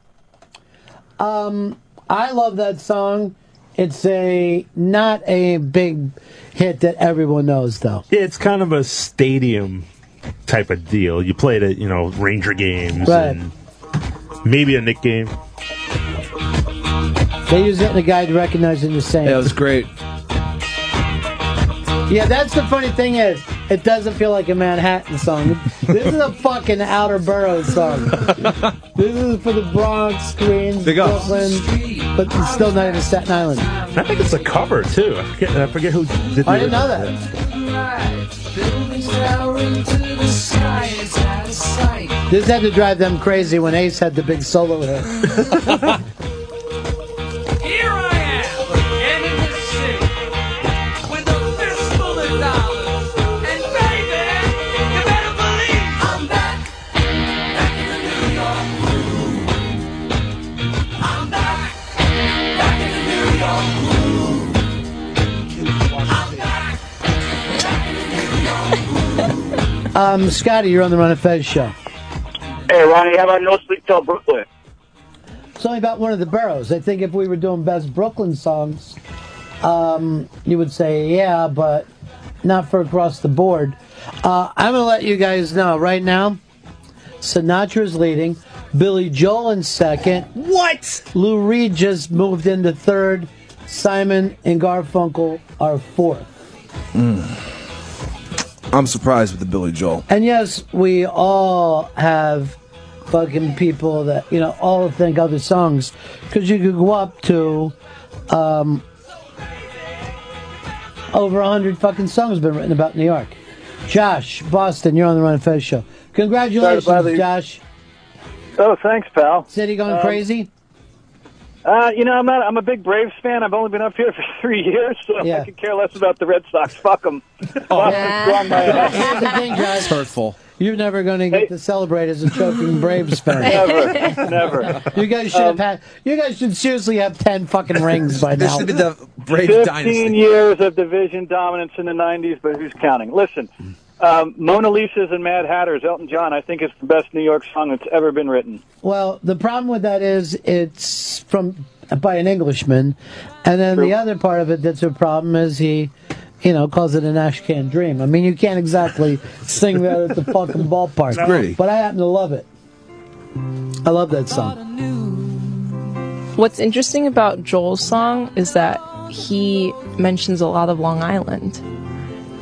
Speaker 4: Um, I love that song. It's a not a big hit that everyone knows though.
Speaker 9: Yeah, it's kind of a stadium type of deal. You play it at you know Ranger games
Speaker 4: Right.
Speaker 9: and maybe a Nick game.
Speaker 4: They use it in a guide to recognize in the same.
Speaker 5: That was great.
Speaker 4: Yeah, that's the funny thing is, it doesn't feel like a Manhattan song. This is a fucking outer boroughs song. this is for the Bronx, Queens,
Speaker 9: Big up.
Speaker 4: Brooklyn, but it's still not even Staten Island.
Speaker 9: I think it's a cover too. I forget, I forget who did. the
Speaker 4: I didn't know
Speaker 9: original.
Speaker 4: This had to drive them crazy when Ace had the big solo hit.
Speaker 3: Here I am, and in this city, with a fistful of dollars. And baby, you better believe I'm back. Back in the New York groove. I'm back. Back in the New York groove. I'm back.
Speaker 4: Um, Scotty, you're on the Run of Fez show.
Speaker 12: Hey, Ronnie, how about No Sleep Till Brooklyn?
Speaker 4: It's only about one of the boroughs. I think if we were doing best Brooklyn songs, um, you would say, yeah, but not for across the board. Uh, I'm going to let you guys know right now Sinatra's leading, Billy Joel in second. What? Lou Reed just moved into third. Simon and Garfunkel are fourth.
Speaker 5: Mm. I'm surprised with the Billy Joel.
Speaker 4: And yes, we all have fucking people that, you know, all think other songs. Because you could go up to um, over 100 fucking songs been written about New York. Josh, Boston, you're on the Run and Fez show. Congratulations,
Speaker 13: Sorry to bother you.
Speaker 4: Josh.
Speaker 13: Oh, thanks, pal.
Speaker 4: City going
Speaker 13: Um,
Speaker 4: crazy?
Speaker 13: Uh, you know, I'm not. I'm a big Braves fan. I've only been up here for three years, so I could care less about the Red Sox. Fuck them.
Speaker 4: Oh. Here's the thing, Josh. It's
Speaker 5: hurtful.
Speaker 4: You're never going to get to celebrate as a choking Braves fan.
Speaker 13: Never, never. Um,
Speaker 4: You guys should have had. You guys should seriously have ten fucking rings by now.
Speaker 13: Fifteen years of division dominance in the '90s, but who's counting? Listen, um, Mona Lisa's and Mad Hatters, Elton John. I think it's the best New York song that's ever been written.
Speaker 4: Well, the problem with that is it's from by an Englishman, and then the other part of it that's a problem is he you know, calls it an Ashcan dream. I mean, you can't exactly sing that at the fucking ballpark.
Speaker 5: It's gritty.
Speaker 4: But I happen to love it. I love that song.
Speaker 24: What's interesting about Joel's song is that he mentions a lot of Long Island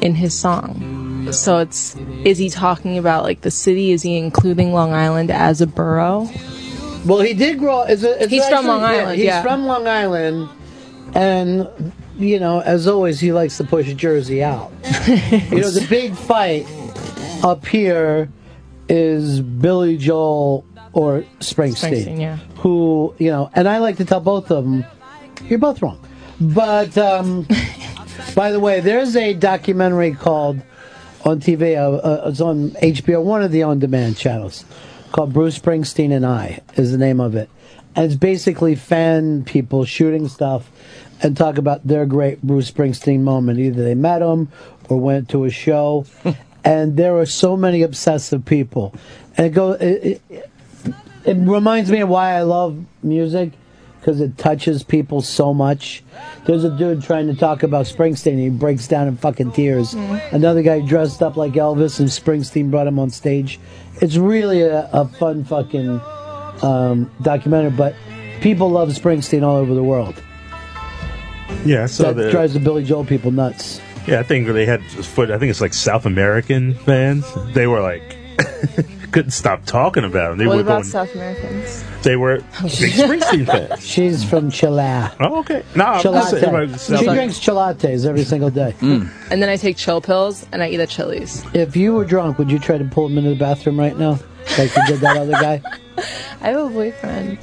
Speaker 24: in his song. So it's is he talking about like the city? Is he including Long Island as a borough?
Speaker 4: Well, he did grow. Is it, is
Speaker 24: he's
Speaker 4: it
Speaker 24: from
Speaker 4: actually-
Speaker 24: Long Island.
Speaker 4: he's
Speaker 24: yeah.
Speaker 4: from Long Island, and you know, as always, he likes to push Jersey out. you know, the big fight up here is Billy Joel or Springsteen,
Speaker 24: Springsteen, yeah.
Speaker 4: who you know, and I like to tell both of them, you're both wrong. But um, by the way, there's a documentary called on TV. Uh, uh, it's on HBO, one of the on-demand channels, called Bruce Springsteen and I is the name of it, and it's basically fan people shooting stuff and talk about their great Bruce Springsteen moment. Either they met him or went to a show, and there are so many obsessive people, and it go. It, it, it reminds me of why I love music because it touches people so much. There's a dude trying to talk about Springsteen and he breaks down in fucking tears. Another guy dressed up like Elvis and Springsteen brought him on stage. It's really a, a fun fucking um, documentary, but people love Springsteen all over the world.
Speaker 9: Yeah, I saw
Speaker 4: that
Speaker 9: the-
Speaker 4: drives the Billy Joel people nuts.
Speaker 9: Yeah, I think they had foot. I think it's like South American fans. They were like, couldn't stop talking about them. They
Speaker 24: what
Speaker 9: were
Speaker 24: about
Speaker 9: going.
Speaker 24: South Americans?
Speaker 9: They were big Springsteen fans.
Speaker 4: She's from Chile.
Speaker 9: Oh, okay. No, I'm just saying
Speaker 4: Chilate.
Speaker 9: about South-
Speaker 4: She drinks chilates every single day.
Speaker 24: And then I take chill pills and I eat at Chili's.
Speaker 4: If you were drunk, would you try to pull him into the bathroom right now? Like you did that other guy?
Speaker 24: I have a boyfriend.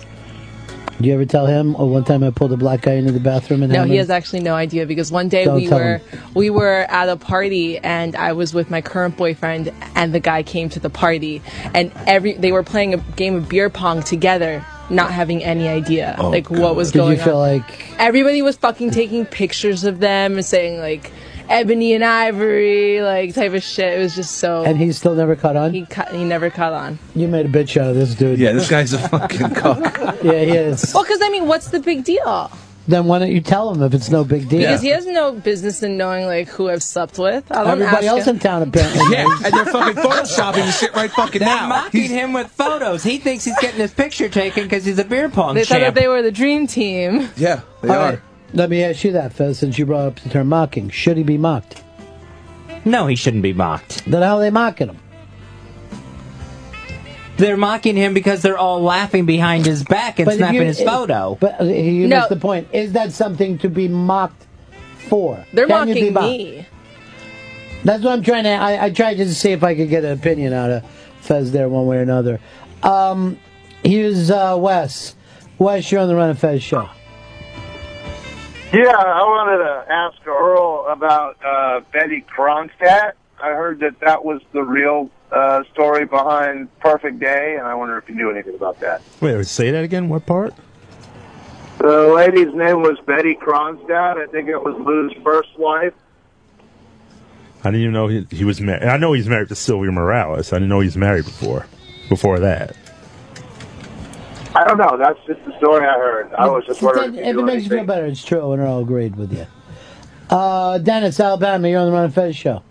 Speaker 4: Do you ever tell him? Oh, one time I pulled a black guy into the bathroom and
Speaker 24: No,
Speaker 4: him
Speaker 24: he
Speaker 4: and-
Speaker 24: has uh, actually no idea because one day
Speaker 4: Don't
Speaker 24: we
Speaker 4: tell
Speaker 24: were
Speaker 4: him.
Speaker 24: we were at a party and I was with my current boyfriend and the guy came to the party and every they were playing a game of beer pong together, not having any idea
Speaker 4: Oh,
Speaker 24: like what was
Speaker 4: Did
Speaker 24: going
Speaker 4: you feel
Speaker 24: on.
Speaker 4: like
Speaker 24: Everybody was fucking taking pictures of them and saying like ebony and ivory like type of shit. It was just so
Speaker 4: and he still never caught on?
Speaker 24: he cut, he never caught on.
Speaker 4: you made a bitch out of this dude.
Speaker 5: Yeah, this guy's a fucking cock.
Speaker 4: yeah, he is.
Speaker 24: Well, because I mean, what's the big deal?
Speaker 4: Then why don't you tell him if it's no big deal?
Speaker 24: Because he has no business in knowing like who I've slept with. I don't ask
Speaker 4: Everybody else
Speaker 24: him.
Speaker 4: in town apparently.
Speaker 5: Yeah, and they're fucking photoshopping the shit right fucking
Speaker 2: They're
Speaker 5: now.
Speaker 2: mocking him with photos. He thinks he's getting his picture taken because he's a beer pong
Speaker 24: They thought
Speaker 2: champ.
Speaker 24: that they were the dream team.
Speaker 5: Yeah,
Speaker 4: they are. Let me ask you that, Fez, since you brought up the term mocking. Should he be mocked?
Speaker 2: No, he shouldn't be mocked.
Speaker 4: Then how are they mocking him?
Speaker 2: They're mocking him because they're all laughing behind his back and
Speaker 4: But if
Speaker 2: snapping
Speaker 4: you-
Speaker 2: his photo.
Speaker 4: But uh, you
Speaker 2: No.
Speaker 4: missed the point. Is that something to be mocked for?
Speaker 24: They're
Speaker 4: Can you be
Speaker 24: mocking
Speaker 4: mocked?
Speaker 24: me.
Speaker 4: That's what I'm trying to. I, I tried to see if I could get an opinion out of Fez there, one way or another. Um, here's uh, Wes. Wes, you're on the Run and Fez show.
Speaker 11: Yeah, I wanted to ask Earl about uh, Betty Kronstadt. I heard that that was the real uh, story behind Perfect Day, and I wonder if you knew anything about that.
Speaker 9: Wait, say that again. What part?
Speaker 11: The lady's name was Betty Kronstadt. I think it was Lou's first wife.
Speaker 9: I didn't even know he, he was married. I know he's married to Sylvia Morales. I didn't know he was married before. Before that,
Speaker 11: I don't know. That's just the story I heard. I was just wondering
Speaker 4: If
Speaker 11: if you
Speaker 4: it
Speaker 11: knew
Speaker 4: makes you feel
Speaker 11: anything.
Speaker 4: better, it's true, and Earl agreed with you. Uh, Dennis, Alabama, you're on the Run and Fez show.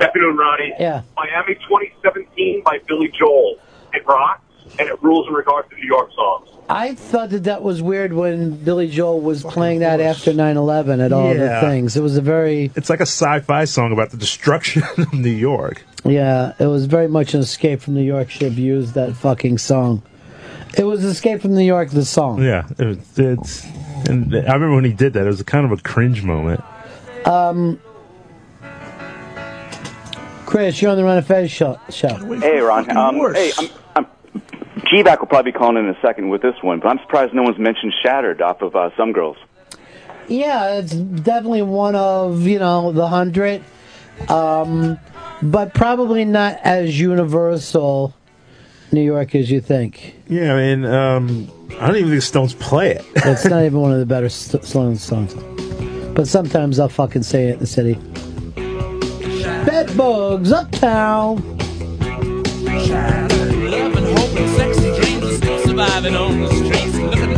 Speaker 14: Afternoon, Ronnie.
Speaker 4: Yeah.
Speaker 14: Miami 2017 by Billy Joel. It rocks, and it rules in regards to New York songs.
Speaker 4: I thought that that was weird when Billy Joel was playing that after 9/11 at all
Speaker 9: Yeah.
Speaker 4: the things. It was a very
Speaker 9: it's like a sci-fi song about the destruction of New York.
Speaker 4: yeah, it was very much an escape from New York. Should have used that fucking song. It was Escape from New York, the song.
Speaker 9: Yeah, it was, it's. And I remember when he did that. It was kind of a cringe moment.
Speaker 4: Um, Chris, you're on the Run and Fez show. show.
Speaker 22: Hey, Ron. Um, hey, I'm, I'm, G-Back will probably be calling in a second with this one, but I'm surprised no one's mentioned Shattered off of uh, Some Girls.
Speaker 4: Yeah, it's definitely one of you know the hundred, um, but probably not as universal New York as you think.
Speaker 9: Yeah, I mean, um, I don't even think Stones play it.
Speaker 4: It's not even one of the better st- Sloan songs. But sometimes I'll fucking say it in the city. Bed bugs uptown.
Speaker 3: Surviving on the streets. Look at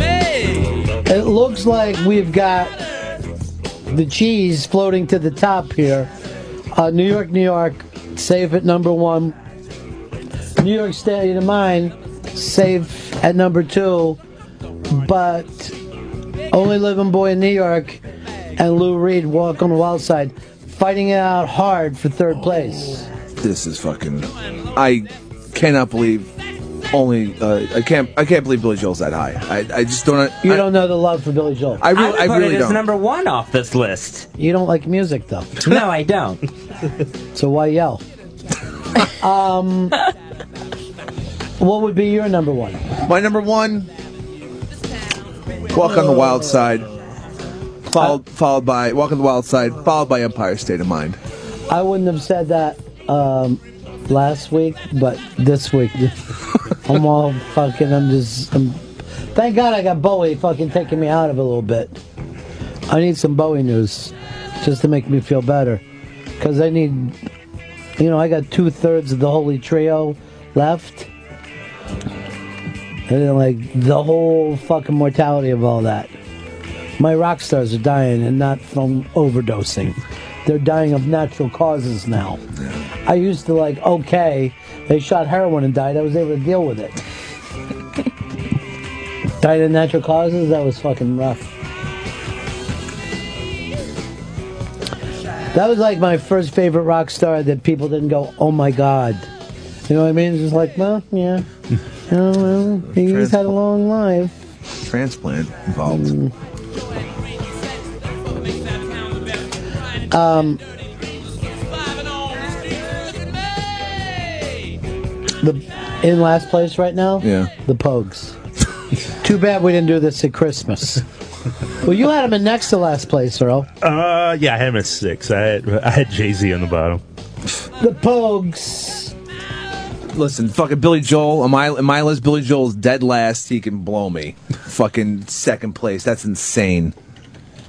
Speaker 3: me.
Speaker 4: It looks like we've got the cheese floating to the top here. Uh, New York, New York, safe at number one. New York State of Mind, safe at number two. But Only Living Boy in New York and Lou Reed, Walk on the Wild Side, fighting it out hard for third place.
Speaker 5: This is fucking. I cannot believe. Only uh, I can't. I can't believe Billy Joel's that high. I, I just don't.
Speaker 4: You don't know the love for Billy Joel.
Speaker 5: I really, I,
Speaker 2: I put
Speaker 5: really
Speaker 2: it as
Speaker 5: don't.
Speaker 2: number one off this list.
Speaker 4: You don't like music, though.
Speaker 2: No, I don't.
Speaker 4: So why yell? um, what would be your number one?
Speaker 5: My number one, Walk on the Wild Side, followed, followed by Walk on the Wild Side, followed by Empire State of Mind.
Speaker 4: I wouldn't have said that um, last week, but this week I'm all fucking. I'm just. I'm, thank God I got Bowie fucking taking me out of it a little bit. I need some Bowie news just to make me feel better, because I need. You know, I got two thirds of the Holy Trio left. And then, like, the whole fucking mortality of all that. My rock stars are dying and not from overdosing. They're dying of natural causes now. I used to, like, okay, they shot heroin and died. I was able to deal with it. died of natural causes? That was fucking rough. That was like my first favorite rock star that people didn't go, oh my god. You know what I mean? It's just like, well, yeah. Oh, well, he's had a long life.
Speaker 5: Transplant involved.
Speaker 4: Hmm. Um, the in last place right now.
Speaker 5: Yeah.
Speaker 4: the Pogues. Too bad we didn't do this at Christmas. well, you had them in next to last place, Earl.
Speaker 9: Uh, yeah, I had him at six. I had, I had Jay Z on the bottom.
Speaker 4: The Pogues.
Speaker 5: Listen, fucking Billy Joel. On my, on my list, Billy Joel's dead last. He can blow me. fucking second place. That's insane.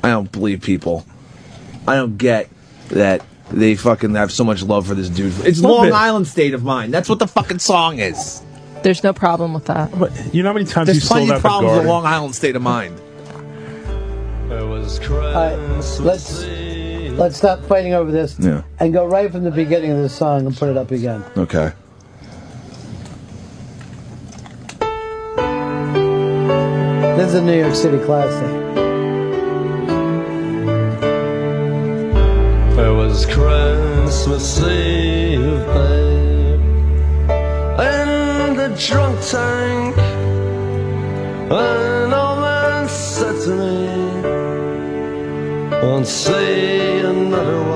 Speaker 5: I don't believe people. I don't get that they fucking have so much love for this dude. It's
Speaker 9: Love
Speaker 5: Long
Speaker 9: it.
Speaker 5: Island State of Mind. That's what the fucking song is.
Speaker 24: There's no problem with that.
Speaker 9: You know how many times
Speaker 5: There's
Speaker 9: you
Speaker 5: plenty of
Speaker 9: sold out the
Speaker 5: problems with
Speaker 9: garden?
Speaker 5: Long Island State of Mind.
Speaker 4: All right, let's let's stop fighting over this
Speaker 5: Yeah.
Speaker 4: and go right from the beginning of the song and put it up again.
Speaker 5: Okay.
Speaker 4: This is a New York City classic.
Speaker 3: It was Christmas Eve, babe, in the drunk tank. An old man said to me, "Won't see another one."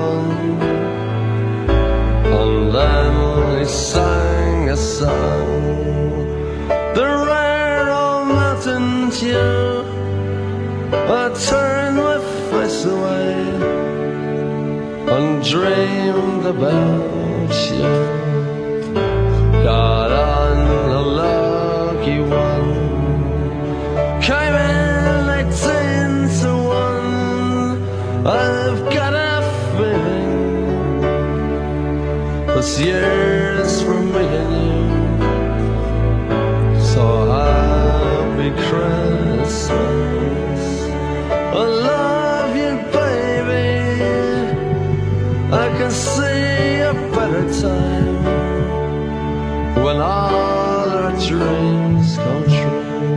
Speaker 3: And then he sang a song, the rare old mountain dew. I turned my face away and dreamed about you. Got on a lucky one, came in eighteen to one. I've got a feeling this year's for me and you. So happy Christmas. I love you, baby. I can see a better time when all our dreams come true.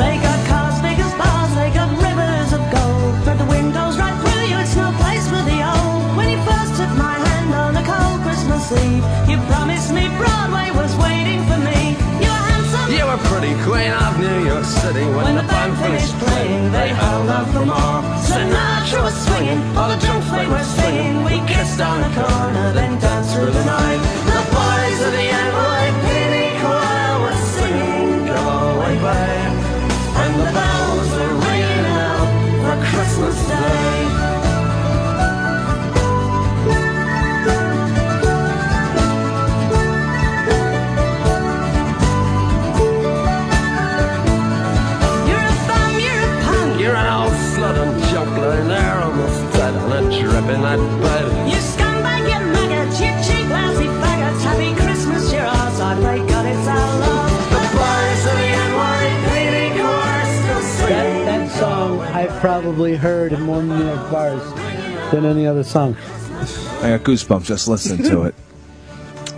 Speaker 16: They got cars big as bars, they got rivers of gold. But the wind goes right through you, it's no place for the old. When you first took my hand on a cold Christmas Eve, you promised me Broadway was waiting for me. You were handsome.
Speaker 3: You were pretty queen of New York City when, the band finished playing. They held out for more.
Speaker 16: Sinatra was swinging, all the junk they were singing. We kissed on the corner, then danced through the night. The boys of the NYPD choir were singing,
Speaker 3: Go away, babe. And the bells were ringing out for Christmas Day.
Speaker 16: You're a bum, you're a punk.
Speaker 3: You're an old slut and junk lying there almost dead on a dripping that bed.
Speaker 16: You scumbag, you
Speaker 4: probably heard in more New York bars than any other song.
Speaker 5: I got goosebumps just listening to it.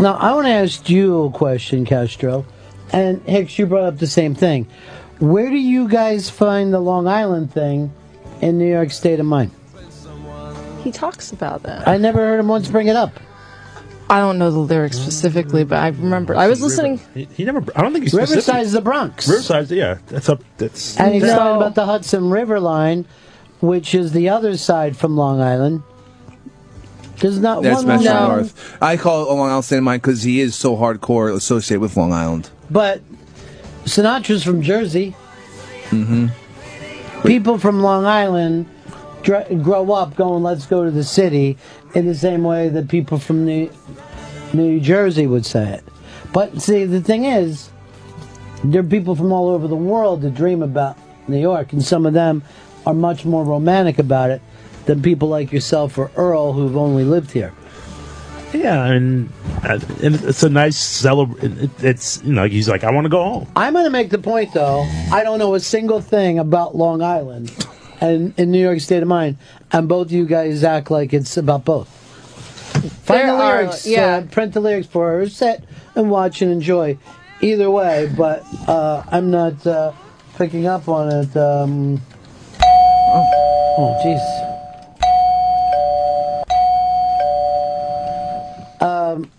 Speaker 4: Now, I want to ask you a question, Castro. And Hicks, you brought up the same thing. Where do you guys find the Long Island thing in New York State of Mind?
Speaker 24: He talks about that.
Speaker 4: I never heard him once bring it up.
Speaker 24: I don't know the lyrics specifically, but I remember I was listening.
Speaker 9: He, he never. I don't think he's
Speaker 4: Riverside's
Speaker 9: specific.
Speaker 4: the Bronx.
Speaker 9: Riverside's, yeah. That's up. That's.
Speaker 4: And he's
Speaker 9: that's-
Speaker 4: talking about the Hudson River line, which is the other side from Long Island. There's not
Speaker 5: That's
Speaker 4: one Long
Speaker 5: Metro
Speaker 4: Island.
Speaker 5: North. I call it Long Island State of Mind because he is so hardcore associated with Long Island.
Speaker 4: But Sinatra's from Jersey.
Speaker 5: Mm-hmm.
Speaker 4: People from Long Island dr- grow up going, let's go to the city, in the same way that people from New, New Jersey would say it. But see, the thing is, there are people from all over the world that dream about New York, and some of them are much more romantic about it than people like yourself or Earl who've only lived here.
Speaker 9: Yeah, and, uh, and it's a nice celebration. It, it's you know he's like I want to go home.
Speaker 4: I'm going to make the point, though. I don't know a single thing about Long Island and in New York State of Mind, and both of you guys act like it's about both. Find
Speaker 24: There
Speaker 4: the
Speaker 24: are-
Speaker 4: lyrics,
Speaker 24: yeah.
Speaker 4: uh, print the lyrics for her, set and watch and enjoy. Either way, but uh, I'm not uh, picking up on it. Um, oh, jeez. Um,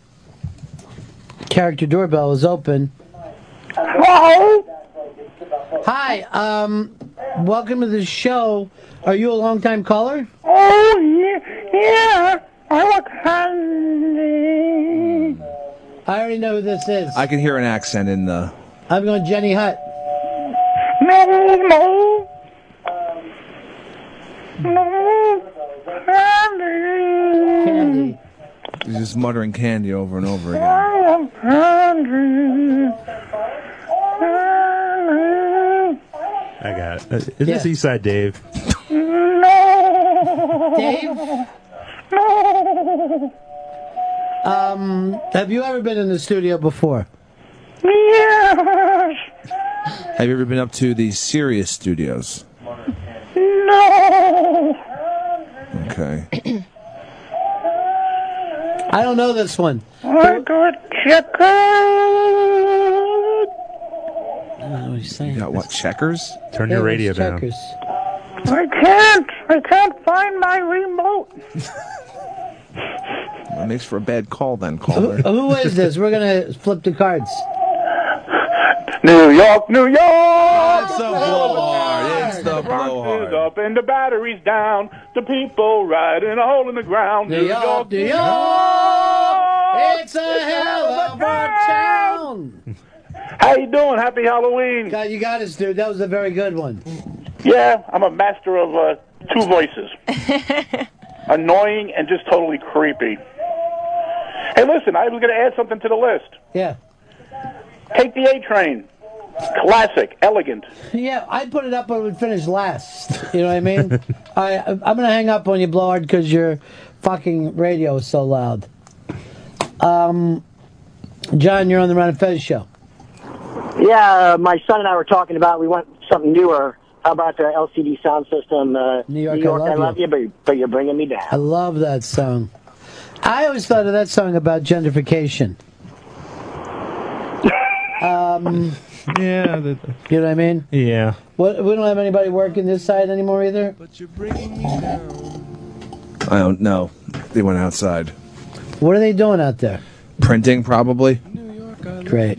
Speaker 4: character doorbell is open. Hello. Hi. Um, welcome to the show. Are you a long time caller?
Speaker 3: Oh, yeah, yeah. I want honey.
Speaker 4: I already know who this is.
Speaker 5: I can hear an accent in the.
Speaker 4: I'm going Jenny Hutt.
Speaker 3: Me, me. Me, honey.
Speaker 5: He's just muttering candy over and over again.
Speaker 3: I am hungry. Honey.
Speaker 9: I got it. Uh, Is this Eastside Dave?
Speaker 3: No.
Speaker 4: Dave?
Speaker 3: No.
Speaker 4: Um, have you ever been in the studio before?
Speaker 3: Yes.
Speaker 5: Have you ever been up to the Sirius Studios?
Speaker 3: No.
Speaker 5: Okay.
Speaker 4: I don't know this one.
Speaker 3: I got chicken.
Speaker 5: You got what? Checkers?
Speaker 9: Turn your
Speaker 3: Yeah,
Speaker 9: radio
Speaker 3: it's
Speaker 9: down.
Speaker 3: I can't. I can't find my remote.
Speaker 5: That makes for a bad call then, caller.
Speaker 4: Who is this? We're gonna flip the cards.
Speaker 3: New York, New York.
Speaker 5: It's the blowhard. It's the blowhard.
Speaker 15: is up and the battery's down. The people riding a hole in the ground.
Speaker 3: New York, New
Speaker 4: York. It's a hell of a town.
Speaker 15: How you doing? Happy Halloween.
Speaker 4: God, you got us, dude. That was a very good one.
Speaker 15: Yeah, I'm a master of uh, two voices. Annoying and just totally creepy. Hey, listen, I was going to add something to the list.
Speaker 4: Yeah.
Speaker 15: Take the A train. Classic, elegant.
Speaker 4: Yeah, I put it up. I would finish last. You know what I mean? I I'm gonna hang up on you, blowhard, because your fucking radio is so loud. Um, John, you're on the Ron and Fez show.
Speaker 16: Yeah, uh, my son and I were talking about we want something newer. How about the LCD sound system? Uh, New
Speaker 4: York, I
Speaker 16: I,
Speaker 4: love
Speaker 16: love you, but, but you're bringing me down.
Speaker 4: I love that song. I always thought of that song about gentrification. Um,
Speaker 9: yeah.
Speaker 4: you know what I mean?
Speaker 9: Yeah.
Speaker 4: What, we don't have anybody working this side anymore either.
Speaker 5: I don't know. They went outside.
Speaker 4: What are they doing out there?
Speaker 5: Printing, probably.
Speaker 4: Great.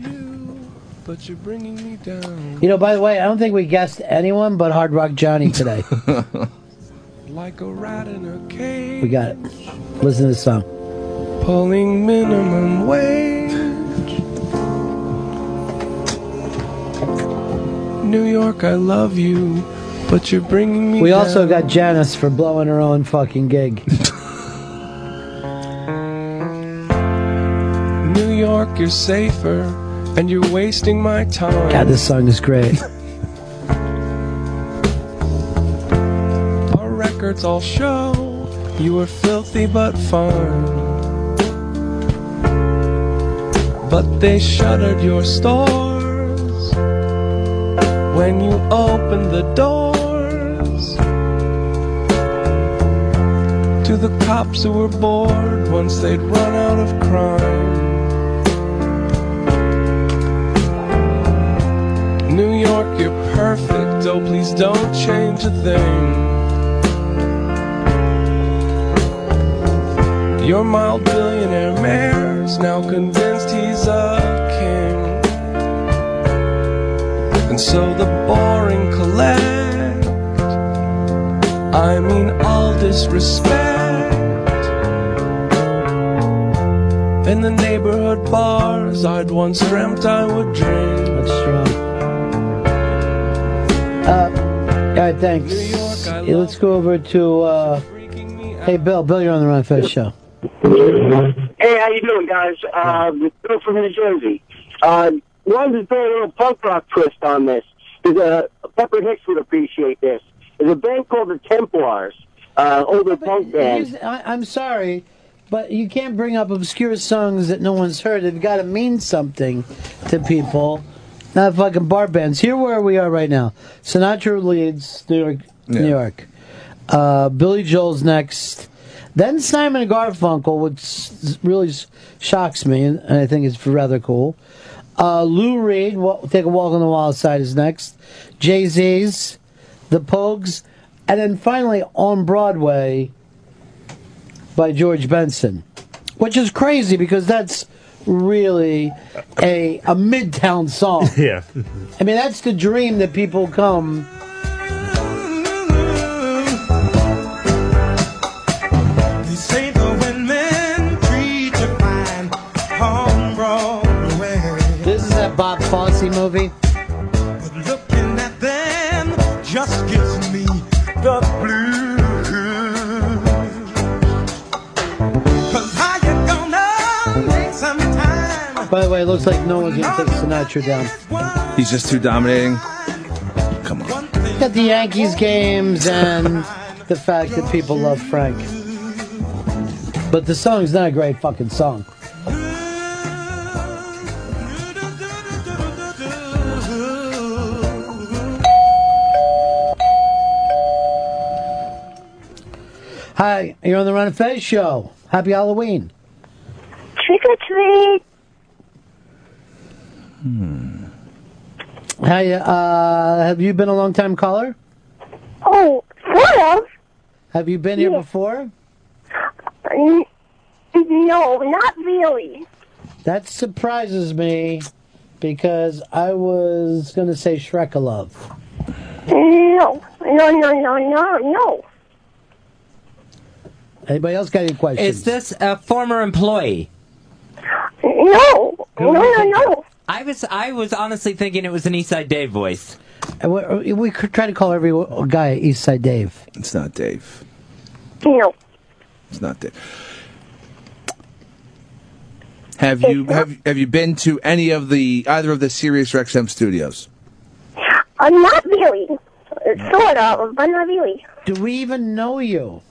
Speaker 3: But you're bringing me down
Speaker 4: You know, by the way, I don't think we guessed anyone but Hard Rock Johnny today.
Speaker 3: like a rat in a cage.
Speaker 4: we got it. Listen to this song.
Speaker 3: Pulling minimum wage. New York, I love you, but you're bringing me
Speaker 4: We
Speaker 3: down.
Speaker 4: also got Janice for blowing her own fucking gig.
Speaker 3: New York, you're safer, and you're wasting my time.
Speaker 4: God, this song is great.
Speaker 3: Our records all show you were filthy but fine. But they shuttered your stores when you opened the doors. to the cops who were bored once they'd run out of crime. New York, you're perfect. Oh, please don't change a thing. Your mild billionaire mayor's now convinced he's a king. And so the boring collect. I mean, all disrespect. In the neighborhood bars I'd once dreamt I would drink. That's right.
Speaker 4: Uh, all right, thanks. Yeah, let's go over to. Uh, hey, Bill. Bill, you're on the Ron Fez show.
Speaker 6: Hey, how you doing, guys? Um, Bill from New Jersey. Uh, wanted to throw a little punk rock twist on this. There's a Pepper Hicks would appreciate this. There's a band called the Templars, uh, older punk band.
Speaker 4: You- I, I'm sorry, but you can't bring up obscure songs that no one's heard. They've got to mean something to people. Not fucking bar bands. Here where we are right now. Sinatra leads New York.
Speaker 27: Yeah.
Speaker 4: New York. Uh, Billy Joel's next. Then Simon and Garfunkel, which s- really s- shocks me, and I think it's rather cool. Uh, Lou Reed, Wa- Take a Walk on the Wild Side is next. Jay Z's, The Pogues, and then finally on Broadway, by George Benson, which is crazy because that's really a a midtown song.
Speaker 9: Yeah.
Speaker 4: I mean that's the dream that people come.
Speaker 28: They say the women treat you fine on Broadway.
Speaker 4: This is that Bob Fosse movie.
Speaker 28: But looking at them just gives me the blues. Cause how you gonna make some time?
Speaker 4: By the way, it looks like no one's gonna take Sinatra down.
Speaker 5: He's just too dominating. Come on.
Speaker 4: Got the Yankees games and the fact that people love Frank. But the song's not a great fucking song. Hi, you're on the Run and Fez show. Happy Halloween.
Speaker 19: Trick or treat.
Speaker 4: Hi, uh, have you been a long time caller?
Speaker 19: Oh, sort of.
Speaker 4: Have you been here
Speaker 19: Yeah.
Speaker 4: before?
Speaker 19: N- No, not really.
Speaker 4: That surprises me because I was going to say Shrekalov.
Speaker 19: No, no, no, no, no, no.
Speaker 4: Anybody else got any questions?
Speaker 2: Is this a former employee?
Speaker 19: No,
Speaker 2: no,
Speaker 19: no, no.
Speaker 2: I was I was honestly thinking it was an Eastside Dave voice.
Speaker 4: Uh, We, we could try to call every guy Eastside Dave.
Speaker 5: It's not Dave.
Speaker 19: No.
Speaker 5: It's not Dave. Have you have have you been to any of the either of the Sirius or XM studios?
Speaker 19: Uh, not really. Uh, Sort of, but not really.
Speaker 4: Do we even know you?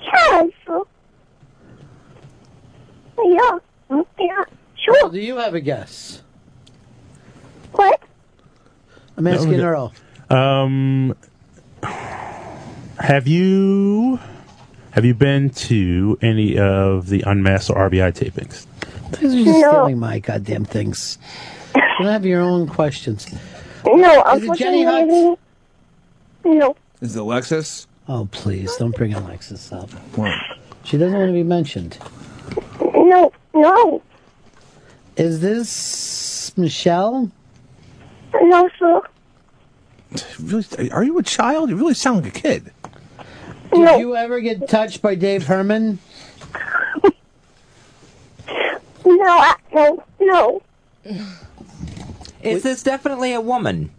Speaker 19: Yes. Yeah. Yeah. Sure.
Speaker 4: do you have a guess?
Speaker 19: What?
Speaker 4: I'm asking Earl.
Speaker 9: Um, have you have you been to any of the unmasked or RBI tapings?
Speaker 4: These are just stealing my goddamn things. You don't have your own questions.
Speaker 19: No,
Speaker 4: Is it Jenny
Speaker 19: unfortunately. No.
Speaker 5: Is it Alexis?
Speaker 4: Oh, please, don't bring Alexis up. She doesn't want to be mentioned.
Speaker 19: No, no,
Speaker 4: Is this Michelle?
Speaker 19: no, sir.
Speaker 5: Really, are you a child? You really sound like a kid.
Speaker 4: Did you ever get touched by Dave Herman?
Speaker 19: No, I, no, no.
Speaker 2: Is this definitely a woman?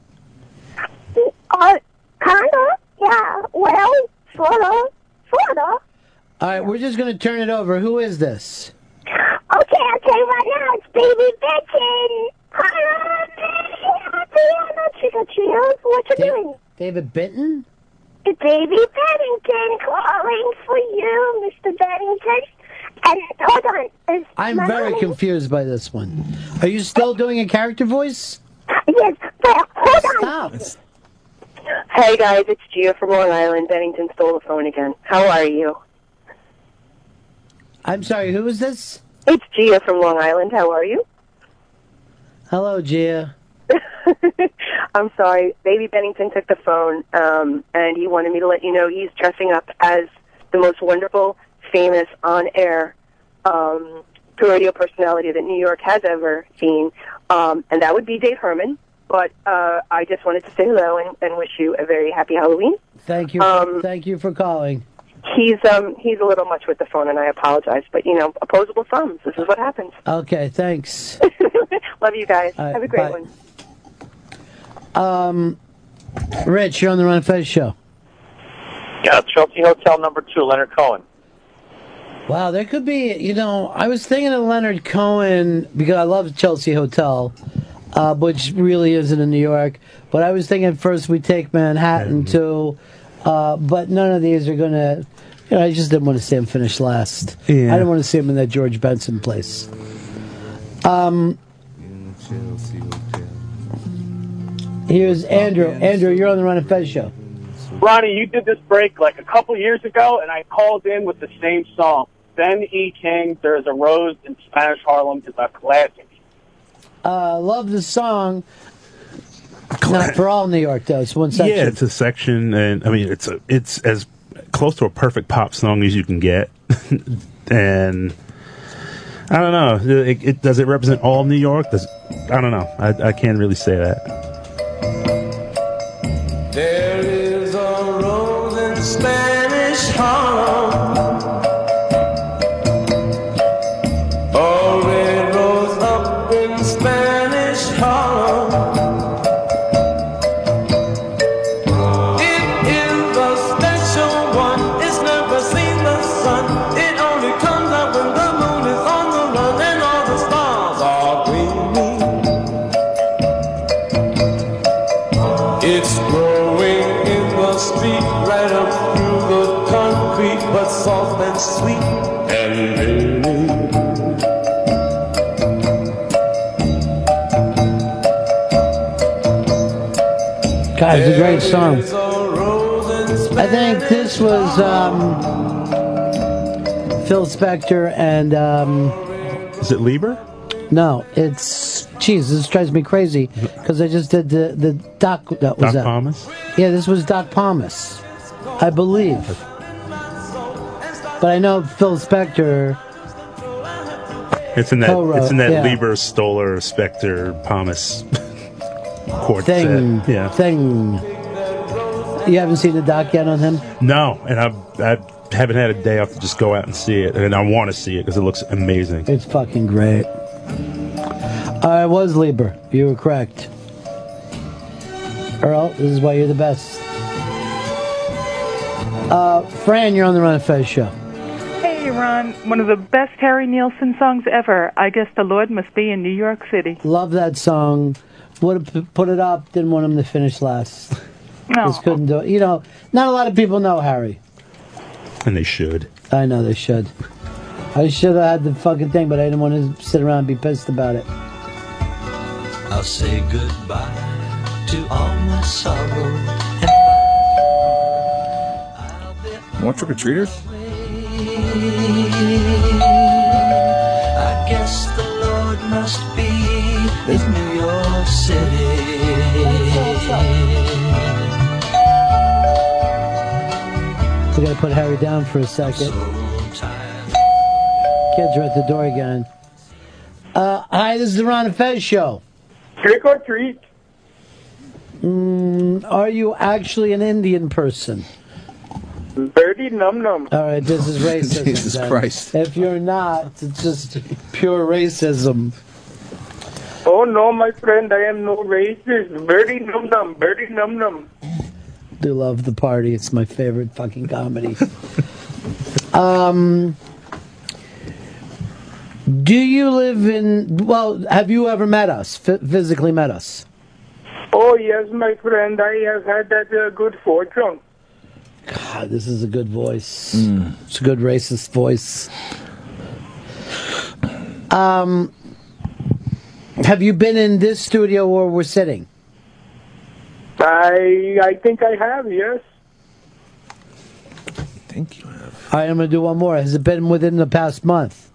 Speaker 19: Uh, kinda, yeah. Well, sorta, sorta.
Speaker 4: All right, we're just going to turn it over. Who is this?
Speaker 19: Okay, I'll tell you right now, it's Baby Benson. Hi, Diana, trick or treaters. What you doing?
Speaker 4: David Benton?
Speaker 19: It's Baby Bennington calling for you, Mr. Bennington. And hold on, is
Speaker 4: I'm
Speaker 19: my
Speaker 4: very
Speaker 19: mommy-
Speaker 4: confused by this one. Are you still doing a character voice?
Speaker 19: Yes, but hold
Speaker 4: on.
Speaker 29: Hey guys, it's Gia from Long Island. Bennington stole the phone again. How are you?
Speaker 4: I'm sorry, who is this?
Speaker 19: It's Gia from Long Island. How are you?
Speaker 4: Hello, Gia.
Speaker 19: I'm sorry. Baby Bennington took the phone, um, and he wanted me to let you know he's dressing up as the most wonderful, famous, on-air um, radio personality that New York has ever seen, um, and that would be Dave Herman. But uh, I just wanted to say hello and, and wish you a very happy Halloween.
Speaker 4: Thank you.
Speaker 19: Um,
Speaker 4: thank you for calling.
Speaker 19: He's um, he's a little much with the phone, and I apologize. But you know, opposable thumbs. This is what happens.
Speaker 4: Okay, thanks.
Speaker 19: Love you guys.
Speaker 4: All right,
Speaker 19: Have a great
Speaker 4: bye.
Speaker 19: one.
Speaker 4: Um, Rich, you're on the Run and Fez show.
Speaker 1: Yeah, Chelsea Hotel number two, Leonard Cohen.
Speaker 4: Wow, there could be, you know, I was thinking of Leonard Cohen because I love Chelsea Hotel, uh, which really isn't in New York. But I was thinking first we take Manhattan too, uh, but none of these are going to, you know, I just didn't want to see him finish last.
Speaker 30: Yeah.
Speaker 4: I didn't want to see him in that George Benson place. Um, here's Andrew. Andrew, you're on the Run and Fez show.
Speaker 6: Ronnie, you did this break like a couple years ago, and I called in with the same song. Ben E. King, There's a Rose in Spanish Harlem is a classic.
Speaker 4: Uh, love the song. Not for all New York, though. It's one section.
Speaker 9: Yeah, it's a section, and I mean, it's a, it's as close to a perfect pop song as you can get, and I don't know. It, it, does it represent all New York? Does I don't know. I, I can't really say that.
Speaker 3: There is a rose in Spanish Harlem. A red rose up in Spanish Harlem. It is a special one. It's never seen the sun. It only comes up when the moon is on the run and all the stars are gleaming. It's growing in the street, right up through the concrete, but soft and sweet and very.
Speaker 4: God, it's a great song.
Speaker 3: I
Speaker 4: think this was um, Phil Spector and. Um,
Speaker 9: Is it Lieber?
Speaker 4: No, it's. Jeez, this drives me crazy because I just did the the doc. That was
Speaker 9: Doc
Speaker 4: that.
Speaker 9: Pomus?
Speaker 4: Yeah, this was Doc Pomus, I believe. But I know Phil Spector.
Speaker 9: It's in that
Speaker 4: Oh, right,
Speaker 9: it's in that
Speaker 4: yeah.
Speaker 9: Lieber, Stoller, Specter, Pomus quartet.
Speaker 4: Thing.
Speaker 9: Yeah.
Speaker 4: Thing. You haven't seen the doc yet on him?
Speaker 9: No, and I I haven't had a day off to just go out and see it, and I want to see it because it looks amazing.
Speaker 4: It's fucking great. I was Lieber. You were correct. Earl, this is why you're the best. Uh, Fran, you're on the Run of Fez show.
Speaker 20: Hey, Ron. One of the best Harry Nielsen songs ever. I guess the Lord must be in New York City.
Speaker 4: Love that song. Would have p- put it up. Didn't want him to finish last.
Speaker 20: No.
Speaker 4: Just couldn't do it. You know, not a lot of people know Harry.
Speaker 9: And they should.
Speaker 4: I know they should. I should have had the fucking thing, but I didn't want to sit around and be pissed about it.
Speaker 31: I'll say goodbye to all my sorrow.
Speaker 5: More trick or treaters?
Speaker 31: I guess the Lord must be in New York City.
Speaker 4: We gotta put Harry down for a second. Kids are at the door again. Uh, hi, this is the Ron and Fez show.
Speaker 6: Trick or treat.
Speaker 4: Mm, are you actually an Indian person?
Speaker 6: Birdie num num.
Speaker 4: All right, this is racism.
Speaker 6: Jesus
Speaker 4: then.
Speaker 6: Christ.
Speaker 4: If you're not, it's just pure racism.
Speaker 6: Oh no, my friend, I am no racist. Birdie num num, birdie num num.
Speaker 4: do love the party. It's my favorite fucking comedy. um, do you live in? Well, have you ever met us? F- physically met us?
Speaker 6: Oh yes, my friend, I have had that uh, good fortune.
Speaker 4: God, this is a good voice. It's a good racist voice. Um, have you been in this studio where we're sitting?
Speaker 6: I I think I have, yes.
Speaker 4: think you have. All right, I'm going to do one more. Has it been within the past month?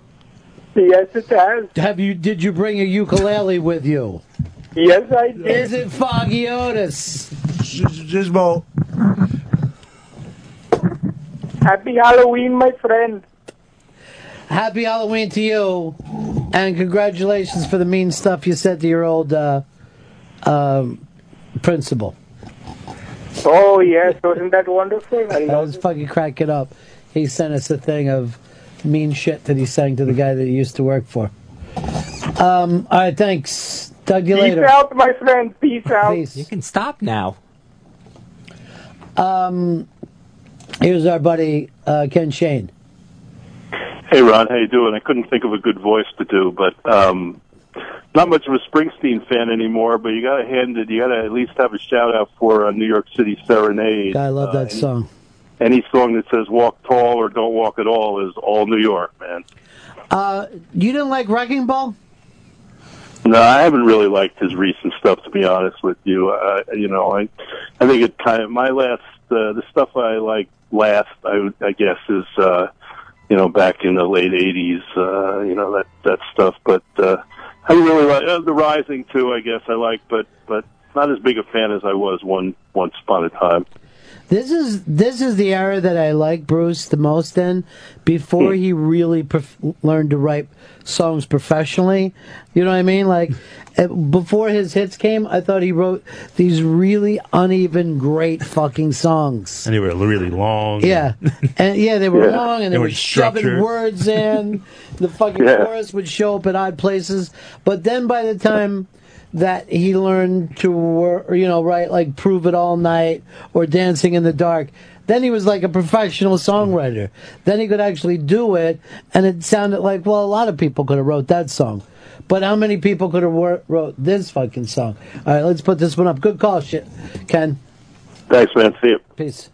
Speaker 6: Yes, it has.
Speaker 4: Have you? Did you bring a ukulele with you?
Speaker 6: Yes, I did.
Speaker 4: Is it Foggy Otis?
Speaker 6: Gizmo. Happy Halloween, my friend.
Speaker 4: Happy Halloween to you, and congratulations for the mean stuff you said to your old uh, um, principal.
Speaker 6: Oh, yes. Wasn't that wonderful? I
Speaker 4: I was fucking cracking up. He sent us a thing of mean shit that he sang to the guy that he used to work for. Um, all right, thanks. Talk to you
Speaker 6: Peace
Speaker 4: later.
Speaker 6: out, my friend. Peace out.
Speaker 4: Peace.
Speaker 2: You can stop now.
Speaker 4: Um, here's our buddy uh, Ken Shane.
Speaker 25: Hey Ron, how you doing? I couldn't think of a good voice to do, but um not much of a Springsteen fan anymore, but you gotta hand it you gotta at least have a shout out for uh, New York City Serenade.
Speaker 4: God, I love
Speaker 25: Uh,
Speaker 4: that song.
Speaker 25: any song that says walk tall or don't walk at all is all New York, man.
Speaker 4: Uh, you didn't like Wrecking Ball?
Speaker 25: No, I haven't really liked his recent stuff to be honest with you. Uh, you know, I I think it kind of my last uh, the stuff I like last I would- I guess is uh you know back in the late 80s uh you know that that stuff but uh I really like uh, the Rising too I guess I like but but not as big a fan as I was one once upon a time.
Speaker 4: This is this is the era that I like Bruce the most in. Before he really prof- learned to write songs professionally, you know what I mean? Like eh, before his hits came, I thought he wrote these really uneven, great fucking songs.
Speaker 9: And they were really long.
Speaker 4: Yeah, and yeah, they were
Speaker 9: Yeah.
Speaker 4: long, and they,
Speaker 9: They were
Speaker 4: were shoving
Speaker 9: structured.
Speaker 4: words in. The fucking
Speaker 9: Yeah.
Speaker 4: chorus would show up at odd places, but then by the time that he learned to, wor- you know, write like "Prove It All Night" or "Dancing in the Dark," then he was like a professional songwriter. Then he could actually do it, and it sounded like well, a lot of people could have wrote that song. But how many people could have wor- wrote this fucking song? All right, let's put this one up. Good call, shit, Ken.
Speaker 25: Thanks man, see you.
Speaker 4: Peace.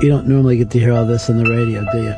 Speaker 4: You don't normally get to hear all this on the radio, do you?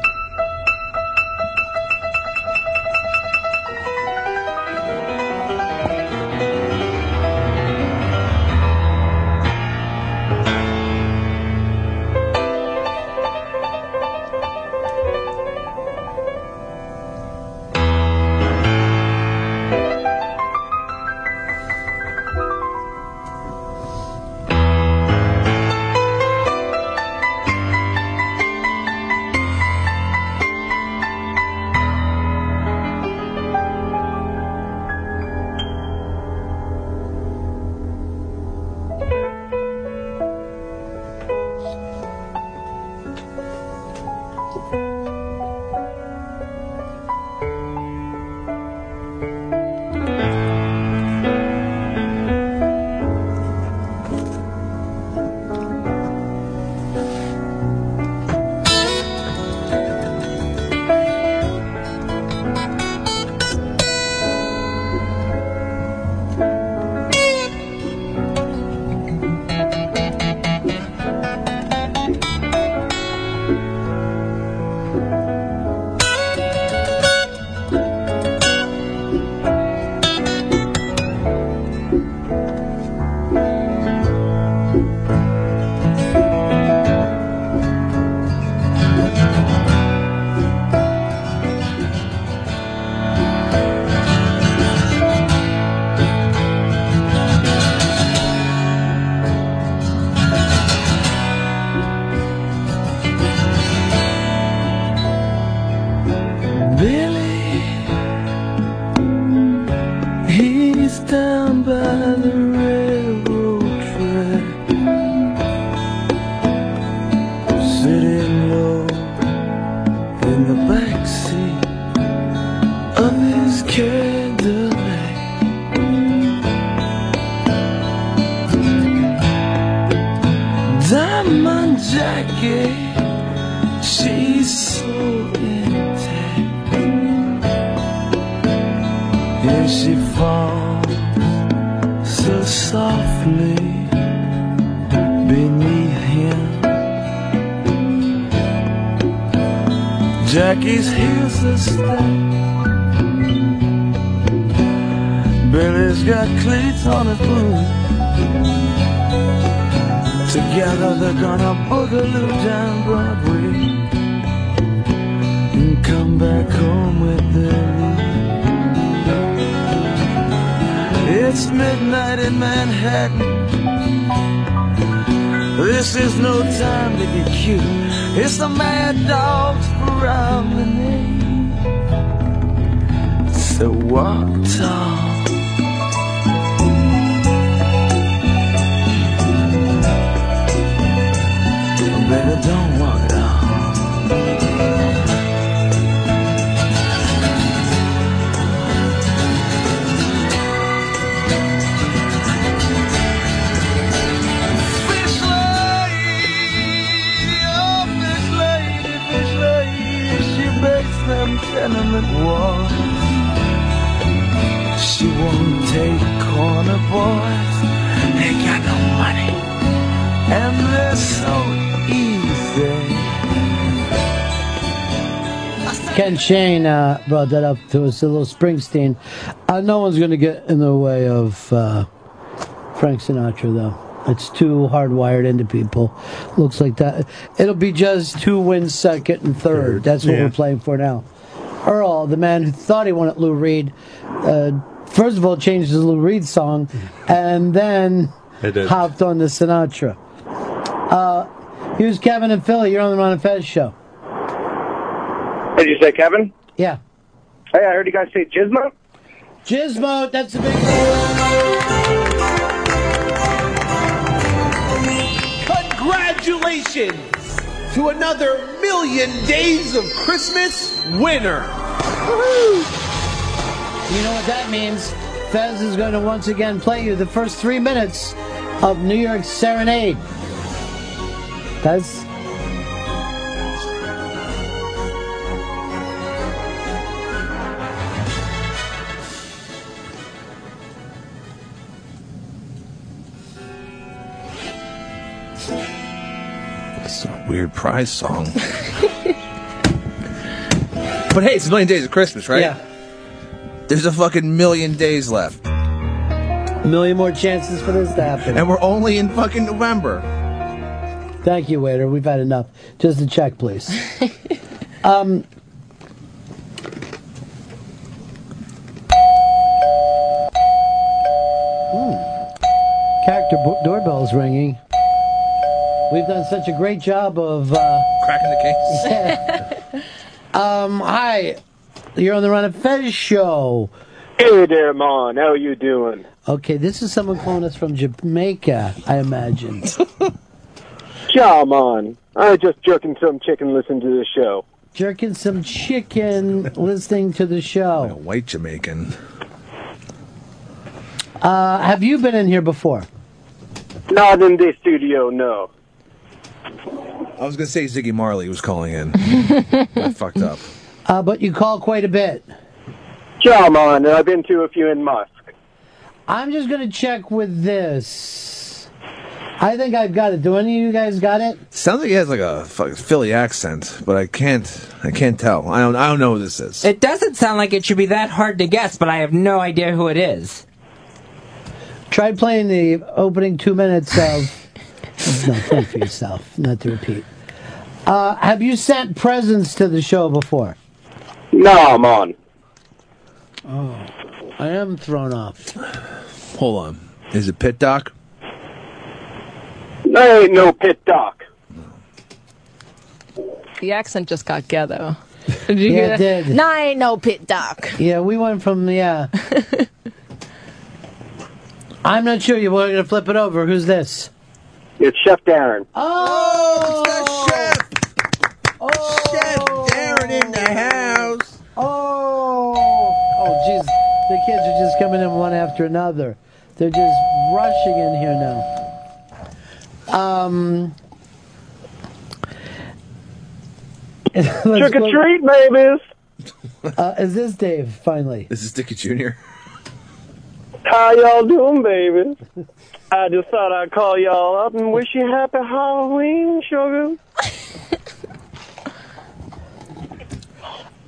Speaker 3: Billy, he's down by the railroad track, sitting low in the back seat of his Cadillac. Diamond There she falls so softly beneath him. Jackie's heels a step. Billy's got cleats on his boot. Together they're gonna boogaloo down Broadway and come back home with their loot. It's midnight in Manhattan. This is no time to get cute. It's the mad dogs prowling. So walk tall. Baby, don't walk at all. Fish lady, oh fish lady, fish lady, she bakes them tenement walls. She won't take corner boys. They got no money, and they're so easy.
Speaker 4: Ken Shane uh, brought that up to us, a little Springsteen. Uh, no one's going to get in the way of uh, Frank Sinatra, though. It's too hardwired into people. Looks like that. It'll be just who wins second and third. That's what
Speaker 10: yeah.
Speaker 4: we're playing for now. Earl, the man who thought he won at Lou Reed, uh, first of all changed his Lou Reed song, and then
Speaker 10: I Mm-hmm. did.
Speaker 4: hopped on to Sinatra. Uh, here's Kevin and Philly. You're on the Ron and Fez show.
Speaker 32: Did you say Kevin?
Speaker 4: Yeah.
Speaker 32: Hey, I heard you guys say Jizma.
Speaker 4: Jizmo, that's the big
Speaker 5: Congratulations to another million days of Christmas winner.
Speaker 4: You know what that means? Fez is going to once again play you the first three minutes of New York Serenade. Fez?
Speaker 5: It's a weird prize song. but hey, it's a million days of Christmas, right?
Speaker 4: Yeah.
Speaker 5: There's a fucking million days left.
Speaker 4: A million more chances for this to happen.
Speaker 5: And we're only in fucking November.
Speaker 4: Thank you, waiter. We've had enough. Just a check, please. um, hmm. Character bo- doorbell's ringing. We've done such a great job of. Uh,
Speaker 5: Cracking the case.
Speaker 4: um, hi. You're on the Ron and Fez show.
Speaker 6: Hey there, Mon. How you doing?
Speaker 4: Okay, this is someone calling us from Jamaica, I imagine.
Speaker 6: Yeah, Mon. I was just jerking some chicken listening to the show.
Speaker 4: Jerking some chicken, listening to the show.
Speaker 5: White Jamaican.
Speaker 4: Uh, have you been in here before?
Speaker 6: Not in this studio, no.
Speaker 5: I was gonna say Ziggy Marley was calling in. I fucked up.
Speaker 4: Uh, but you call quite a bit.
Speaker 6: Yeah, Mon. I've been to a few in Musk.
Speaker 4: I'm just going to check with this. I think I've got it. Do any of you guys got it?
Speaker 5: Sounds like he has like a fucking Philly accent, but I can't. I can't tell. I don't. I don't know who this is.
Speaker 2: It doesn't sound like it should be that hard to guess, but I have no idea who it is.
Speaker 4: Try playing the opening two minutes of. no, play for yourself, not to repeat. Uh, have you sent presents to the show before?
Speaker 6: No, Mon.
Speaker 4: Oh, I am thrown off.
Speaker 5: Hold on. Is it Pit Doc?
Speaker 6: There ain't no pit doc.
Speaker 24: The accent just got ghetto. Did you
Speaker 4: Yeah,
Speaker 24: hear
Speaker 4: it
Speaker 24: that?
Speaker 4: did.
Speaker 24: Nah, ain't no pit doc.
Speaker 4: Yeah, we went from yeah. I'm not sure. You're going to flip it over. Who's this?
Speaker 6: It's Chef Darren.
Speaker 4: Oh,
Speaker 5: Darren in the house.
Speaker 4: Oh, oh, jeez. The kids are just coming in one after another. They're just rushing in here now. Um.
Speaker 6: Trick or treat, babies.
Speaker 4: Uh, is this Dave finally?
Speaker 5: This is Dickie Jr.
Speaker 6: How y'all doing, baby? I just thought I'd call y'all up and wish you happy Halloween, sugar.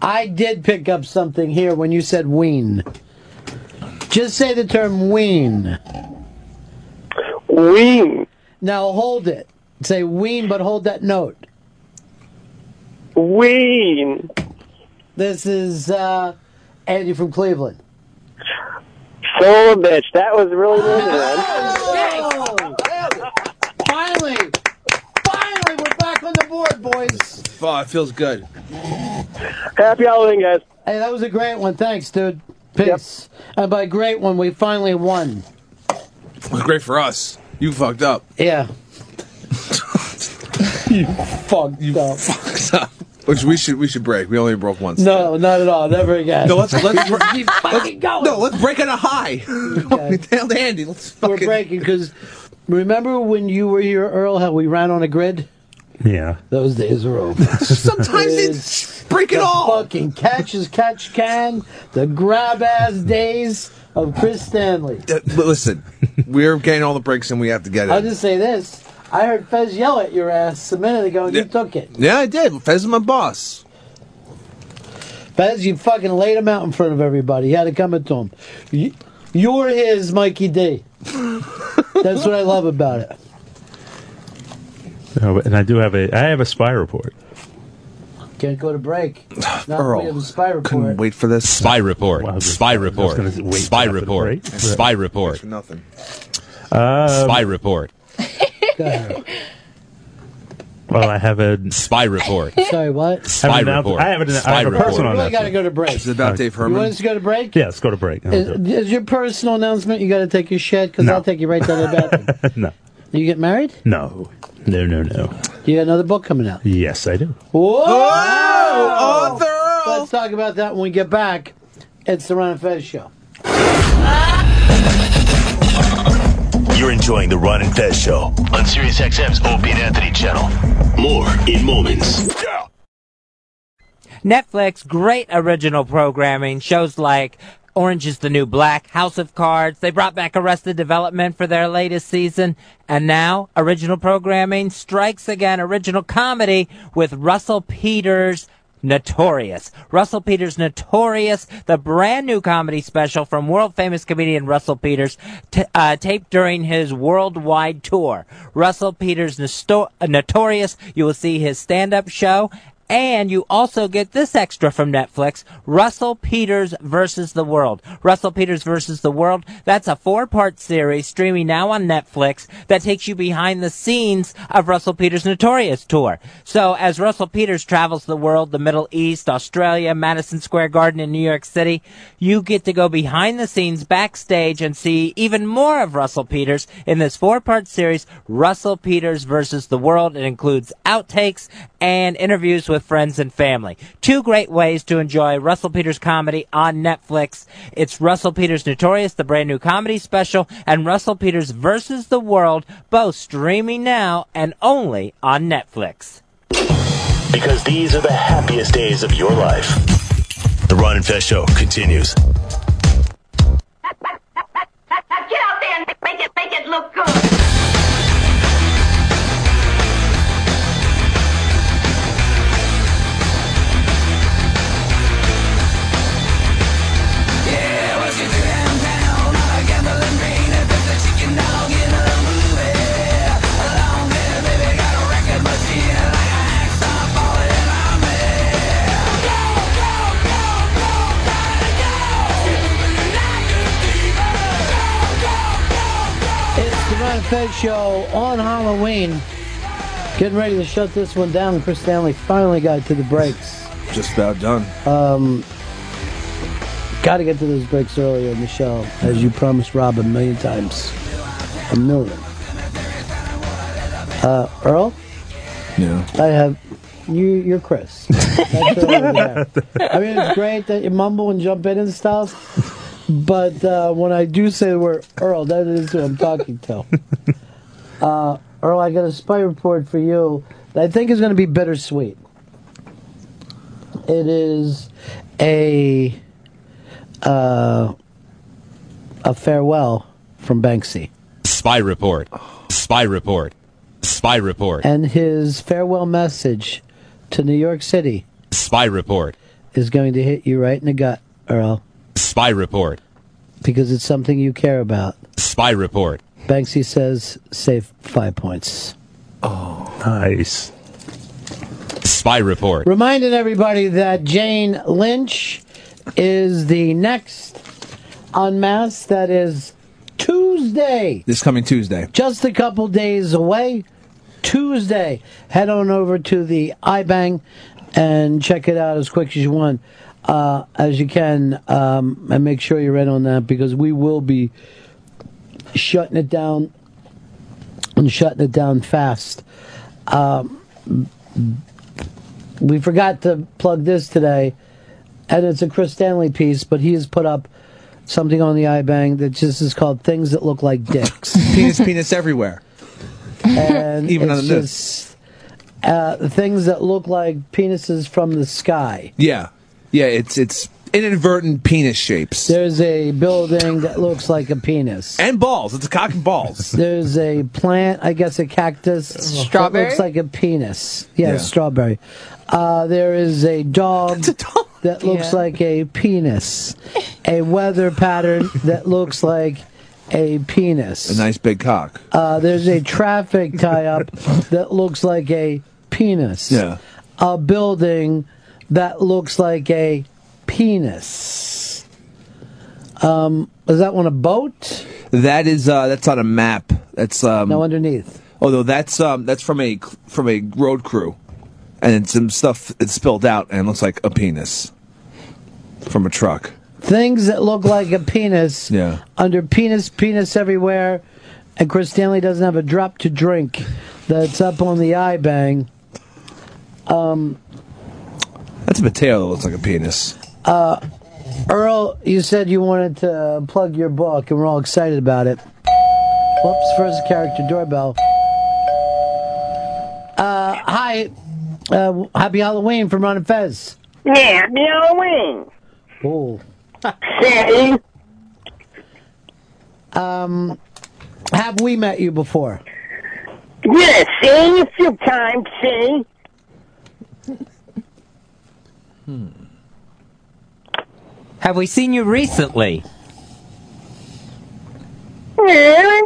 Speaker 4: I did pick up something here when you said wean. Just say the term wean.
Speaker 6: Wean.
Speaker 4: Now hold it. Say wean, but hold that note.
Speaker 6: Wean.
Speaker 4: This is uh, Andy from Cleveland.
Speaker 6: Son of a bitch, that was really good, man.
Speaker 4: Finally, finally, we're back on the board, boys.
Speaker 5: Oh, it feels good.
Speaker 6: Happy Halloween, guys.
Speaker 4: Hey, that was a great one. Thanks, dude. Peace. And by great one, we finally won.
Speaker 5: It was great for us. You fucked up.
Speaker 4: Yeah. you fucked up.
Speaker 5: Which we should we should break. We only broke once.
Speaker 4: No, not at all. Never again.
Speaker 5: No, let's let's, let's,
Speaker 4: Keep fucking going.
Speaker 5: No, let's break on a high. Down to Andy. Let's fucking.
Speaker 4: We're breaking because remember when you were here, Earl? How we ran on a grid?
Speaker 9: Yeah.
Speaker 4: Those days are over. Sometimes it's
Speaker 5: break it
Speaker 4: the
Speaker 5: all.
Speaker 4: Fucking catch as catch can. The grab ass days of Chris Stanley.
Speaker 5: Uh, but listen, we're getting all the breaks and we have to get
Speaker 4: I'll
Speaker 5: it.
Speaker 4: just say this. I heard Fez yell at your ass a minute ago, and you took it.
Speaker 5: Yeah, I did. Fez is my boss.
Speaker 4: Fez, you fucking laid him out in front of everybody. You had to come to him. You- You're his Mikey D. That's what I love about it.
Speaker 9: Oh, and I do have a I have a spy report.
Speaker 4: Can't go to break. Not
Speaker 9: Earl,
Speaker 4: we have a spy report.
Speaker 5: Couldn't wait for this.
Speaker 21: Spy report. Spy report.
Speaker 9: gonna wait
Speaker 21: Spy
Speaker 9: for that,
Speaker 21: report.
Speaker 9: right?
Speaker 21: Spy report.
Speaker 5: Nothing.
Speaker 9: Um,
Speaker 21: Spy report.
Speaker 9: Well, I have a
Speaker 21: spy report.
Speaker 4: Sorry, what?
Speaker 21: Spy report.
Speaker 9: I have, an, I
Speaker 21: Spy
Speaker 9: have a
Speaker 21: report.
Speaker 9: personal
Speaker 4: We really got to
Speaker 9: announcement.
Speaker 4: go to break.
Speaker 5: Is it about Dave
Speaker 4: You want
Speaker 5: Herman?
Speaker 4: us to go to break?
Speaker 9: Yeah, let's go to break.
Speaker 4: Is, is your personal announcement? You got to take your shit because I'll take you right to the bathroom.
Speaker 9: no,
Speaker 4: You get married?
Speaker 9: no, no, no, no.
Speaker 4: You got another book coming out?
Speaker 9: Yes, I do.
Speaker 4: Whoa!
Speaker 5: Oh,
Speaker 4: Let's talk about that when we get back. It's the Ron and Fez show.
Speaker 12: You're enjoying the Ron and Fez show on Sirius XM's Opie and Anthony channel. More in moments.
Speaker 2: Netflix, great original programming. Shows like Orange is the New Black, House of Cards. They brought back Arrested Development for their latest season. And now, original programming strikes again. Original comedy with Russell Peters. Notorious. Russell Peters Notorious, the brand new comedy special from world famous comedian Russell Peters, t- uh, taped during his worldwide tour. Russell Peters Nosto- uh, Notorious, you will see his stand up show and you also get this extra from Netflix, Russell Peters versus the World. Russell Peters versus the World, that's a four-part series streaming now on Netflix that takes you behind the scenes of Russell Peters' Notorious tour. So as Russell Peters travels the world, the Middle East, Australia, Madison Square Garden in New York City, you get to go behind the scenes backstage and see even more of Russell Peters in this four-part series, Russell Peters versus the World. It includes outtakes and interviews with friends and family. Two great ways to enjoy Russell Peters comedy on Netflix. It's Russell Peters Notorious, the brand new comedy special, and Russell Peters versus the World, both streaming now and only on Netflix.
Speaker 12: Because these are the happiest days of your life. The Ron and Fez show continues.
Speaker 20: Get out there and make it, make it look good.
Speaker 4: It's the Ron and Fez show on Halloween. Getting ready to shut this one down. Chris Stanley finally got to the breaks.
Speaker 5: Just about done.
Speaker 4: Um, got to get to those breaks earlier, Michelle, as you promised Rob a million times. A million. Uh, Earl?
Speaker 5: Yeah.
Speaker 4: I have. You, you're Chris. That's all I have. I mean, it's great that you mumble and jump in and stuff, but uh, when I do say the word Earl, that is who I'm talking to. Uh, Earl, I got a spy report for you that I think is going to be bittersweet. It is a uh, a farewell from Banksy.
Speaker 21: Spy report. Spy report. Spy report.
Speaker 4: And his farewell message to New York City
Speaker 21: Spy report.
Speaker 4: is going to hit you right in the gut, Earl,
Speaker 21: Spy report.
Speaker 4: because it's something you care about.
Speaker 21: Spy report.
Speaker 4: Banksy says, save five points.
Speaker 9: Nice.
Speaker 21: Spy report.
Speaker 4: Reminding everybody that Jane Lynch is the next unmasked. That is Tuesday.
Speaker 5: This coming Tuesday.
Speaker 4: Just a couple days away. Tuesday. Head on over to the iBang and check it out as quick as you want, uh, as you can, um, and make sure you're in on that because we will be shutting it down and shutting it down fast. Um, we forgot to plug this today, and it's a Chris Stanley piece, but he has put up something on the iBang that just is called "Things That Look Like Dicks."
Speaker 5: penis, penis everywhere.
Speaker 4: and
Speaker 5: Even
Speaker 4: it's
Speaker 5: on the news.
Speaker 4: just, uh, things that look like penises from the sky.
Speaker 5: Yeah, yeah. It's it's inadvertent penis shapes
Speaker 4: There's a building that looks like a penis.
Speaker 5: and balls. It's cock and balls.
Speaker 4: There's a plant, I guess a cactus.
Speaker 5: Strawberry?
Speaker 4: That looks like a penis. Yeah,
Speaker 5: Yeah.
Speaker 4: strawberry. Uh, there is a dog, that looks
Speaker 3: Yeah.
Speaker 4: like a penis. A weather pattern that looks like a penis.
Speaker 5: A nice big cock.
Speaker 4: Uh, there's a traffic tie up that looks like a penis.
Speaker 5: Yeah.
Speaker 4: A building that looks like a penis. Um, is that one a boat?
Speaker 5: That is uh, that's on a map. That's um,
Speaker 4: No, underneath.
Speaker 5: Although that's um, that's from a from a road crew, and it's some stuff it's spilled out and looks like a penis from a truck.
Speaker 4: Things that look like a penis.
Speaker 5: Yeah.
Speaker 4: Under penis, penis everywhere. And Chris Stanley doesn't have a drop to drink. That's up on the eye bang. Um,
Speaker 5: That's a potato that looks like a penis.
Speaker 4: uh, Earl, you said you wanted to plug your book, and we're all excited about it. Whoops, first character doorbell. Uh, hi. Uh, happy Halloween from Ron and Fez.
Speaker 20: Yeah, me Halloween.
Speaker 4: Oh.
Speaker 20: Say,
Speaker 4: Um, have we met you before?
Speaker 20: yeah, see, a few times, see.
Speaker 2: Have we seen you recently?
Speaker 20: Yeah,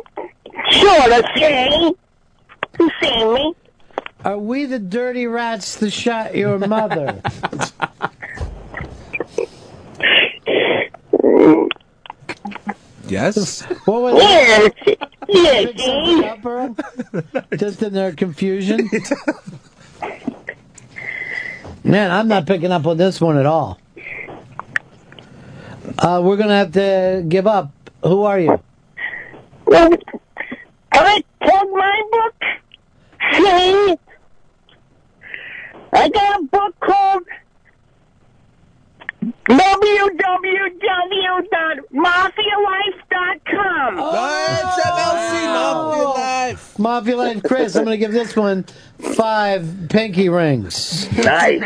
Speaker 20: sort of, see. You see me?
Speaker 4: Are we the dirty rats that shot your mother?
Speaker 5: Yes.
Speaker 4: What was
Speaker 20: Yeah, yeah,
Speaker 4: Pick something up, Earl? Just in their confusion. Man, I'm not picking up on this one at all. Uh, we're gonna have to give up. Who are you?
Speaker 20: Well, I plug my book. See, I got a book called www.mafialife.com.
Speaker 5: Oh,
Speaker 4: Mafia Life Chris, I'm gonna give this one five pinky rings.
Speaker 20: Nice.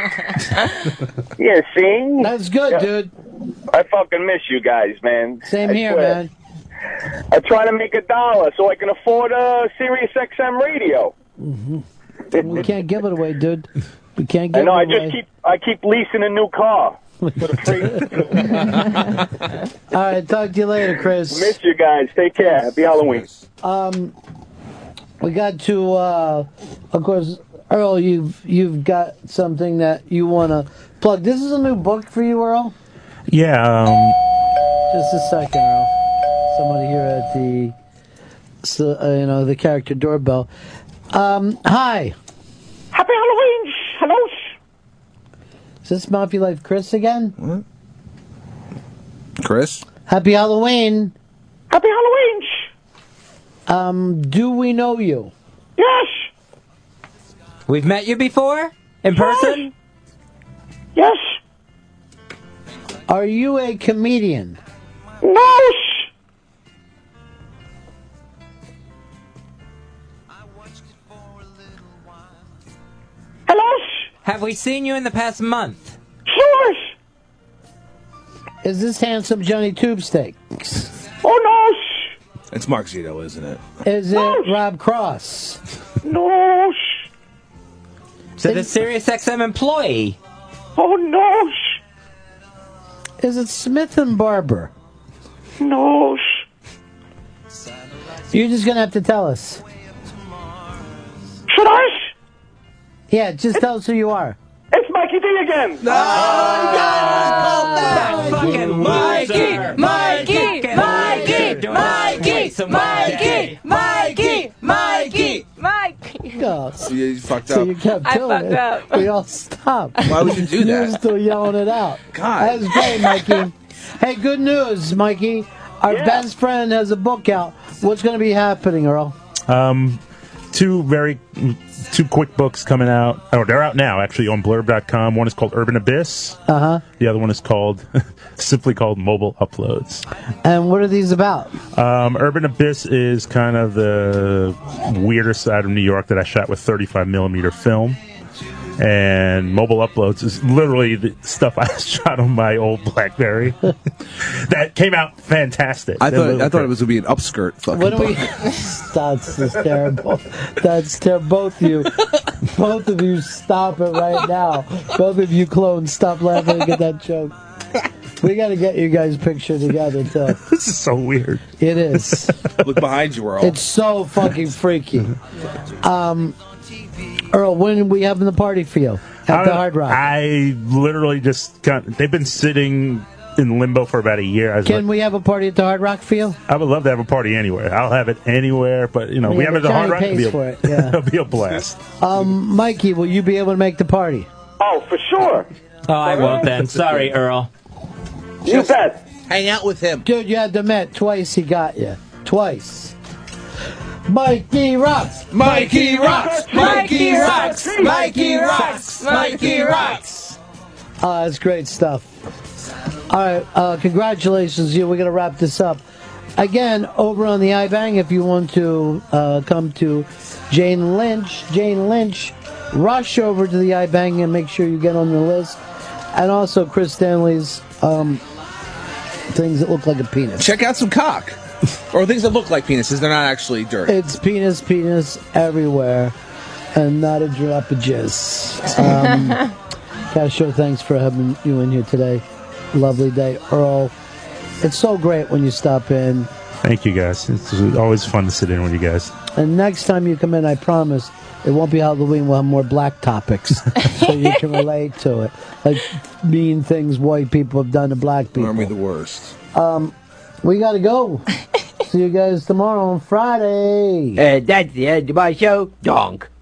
Speaker 20: yeah, see?
Speaker 4: That's good, dude.
Speaker 6: I fucking miss you guys, man.
Speaker 4: Same
Speaker 6: I
Speaker 4: here,
Speaker 6: swear.
Speaker 4: man.
Speaker 6: I try to make a dollar so I can afford a Sirius XM radio.
Speaker 4: We can't give it away, dude. We can't give
Speaker 6: Mm-hmm. I know. I
Speaker 4: it away.
Speaker 6: just keep I keep leasing a new car. For the free.
Speaker 4: All right, talk to you later, Chris.
Speaker 6: miss you guys. Take care. Happy Halloween.
Speaker 4: Um, we got to, uh, of course, Earl. You've you've got something that you want to plug. This is a new book for you, Earl.
Speaker 9: Yeah. Um,
Speaker 4: Just a second, Earl. Somebody here at the, so, uh, you know, the character doorbell. Um, hi,
Speaker 20: Happy Halloween. Hello.
Speaker 4: is this Mafia Life Chris again?
Speaker 5: Chris.
Speaker 4: Happy Halloween.
Speaker 20: Happy Halloween.
Speaker 4: Um, do we know you?
Speaker 20: Yes.
Speaker 2: We've met you before? In person?
Speaker 20: Yes.
Speaker 4: Are you a comedian?
Speaker 20: No. Hello?
Speaker 2: Have we seen you in the past month?
Speaker 20: Sure.
Speaker 4: Is this handsome Johnny Tubesteaks? Oh
Speaker 33: It's Mark Zito, isn't it?
Speaker 4: no! Is it Rob Cross?
Speaker 33: No.
Speaker 2: So the Sirius XM employee.
Speaker 4: Oh no! Is it Smith and Barber? No! You're just gonna have to tell us.
Speaker 6: Should I?
Speaker 4: Yeah, just tell us who you are.
Speaker 6: It's Mikey D again. No,
Speaker 2: fucking Mikey, Mikey, Mikey, Mikey, Mikey, Mikey, Mikey,
Speaker 4: Mikey. Oh,
Speaker 5: So you fucked
Speaker 4: so
Speaker 5: up.
Speaker 4: you kept
Speaker 5: I
Speaker 4: doing
Speaker 5: fucked
Speaker 4: it.
Speaker 5: up.
Speaker 4: We all stopped.
Speaker 5: Why would you do
Speaker 4: You were
Speaker 5: that?
Speaker 4: still yelling it out.
Speaker 5: God.
Speaker 4: that was great, Mikey. hey, good news, Mikey. Our best friend has a book out. What's going to be happening, Earl?
Speaker 9: Um, two very two quick books coming out. Oh, they're out now actually on blurb.com. One is called Urban Abyss.
Speaker 4: Uh
Speaker 9: The other one is called simply called Mobile Uploads.
Speaker 4: huh. And what are these about?
Speaker 9: Um, Urban Abyss is kind of the weirder side of New York that I shot with 35 millimeter film. And mobile uploads is literally the stuff I shot on my old BlackBerry. that came out fantastic.
Speaker 5: I thought I thought it was gonna be an upskirt. Fucking
Speaker 4: What do we?
Speaker 5: book.
Speaker 4: That's just terrible. That's terrible. Both of you, both of you, stop it right now. Both of you clones, stop laughing at that joke. We got to get you guys picture together too.
Speaker 9: This is so weird.
Speaker 4: It is.
Speaker 5: Look behind you, Earl.
Speaker 4: It's so fucking freaky. Um, Earl, when are we having the party for you
Speaker 9: I
Speaker 4: at the
Speaker 9: don't-
Speaker 4: Hard Rock?
Speaker 9: I literally just got. They've been sitting in limbo for about a year. I was
Speaker 4: Can
Speaker 9: like,
Speaker 4: we have a party at the Hard Rock for you?
Speaker 9: I would love to have a party anywhere. I'll have it anywhere, but you know,
Speaker 4: Yeah,
Speaker 9: we have it
Speaker 4: but
Speaker 9: at the hard
Speaker 4: Johnny
Speaker 9: rock. it'll
Speaker 4: pays
Speaker 9: be a-
Speaker 4: for it, yeah.
Speaker 9: it'll be a blast.
Speaker 4: Um, Mikey, will you be able to make the party?
Speaker 6: Oh, for sure.
Speaker 2: Oh, I won't then. Sorry, Earl.
Speaker 6: You bet.
Speaker 5: Hang out with him,
Speaker 4: dude. You had to admit twice he got you. Twice. Mikey rocks.
Speaker 5: Mikey
Speaker 17: rocks! Mikey rocks! Mikey
Speaker 4: rocks!
Speaker 17: Mikey
Speaker 4: rocks! Uh, that's great stuff. All right, uh, congratulations, you. We're going to wrap this up. Again, over on the iBang, if you want to uh, come to Jane Lynch, Jane Lynch, rush over to the iBang and make sure you get on the list. And also Chris Stanley's um, things that look like a penis.
Speaker 5: Check out some cock, or things that look like penises. They're not actually dirty.
Speaker 4: It's penis, penis everywhere, and not a drop of jizz. Um, Castro, thanks for having you in here today. Lovely day, Earl. It's so great when you stop in.
Speaker 9: Thank you guys. It's always fun to sit in with you guys.
Speaker 4: And next time you come in, I promise it won't be Halloween. We'll have more black topics so you can relate to it, like mean things white people have done to black people.
Speaker 5: Aren't we the worst?
Speaker 4: Um, we gotta go. See you guys tomorrow on Friday.
Speaker 3: Uh, that's the end of my show. Donk.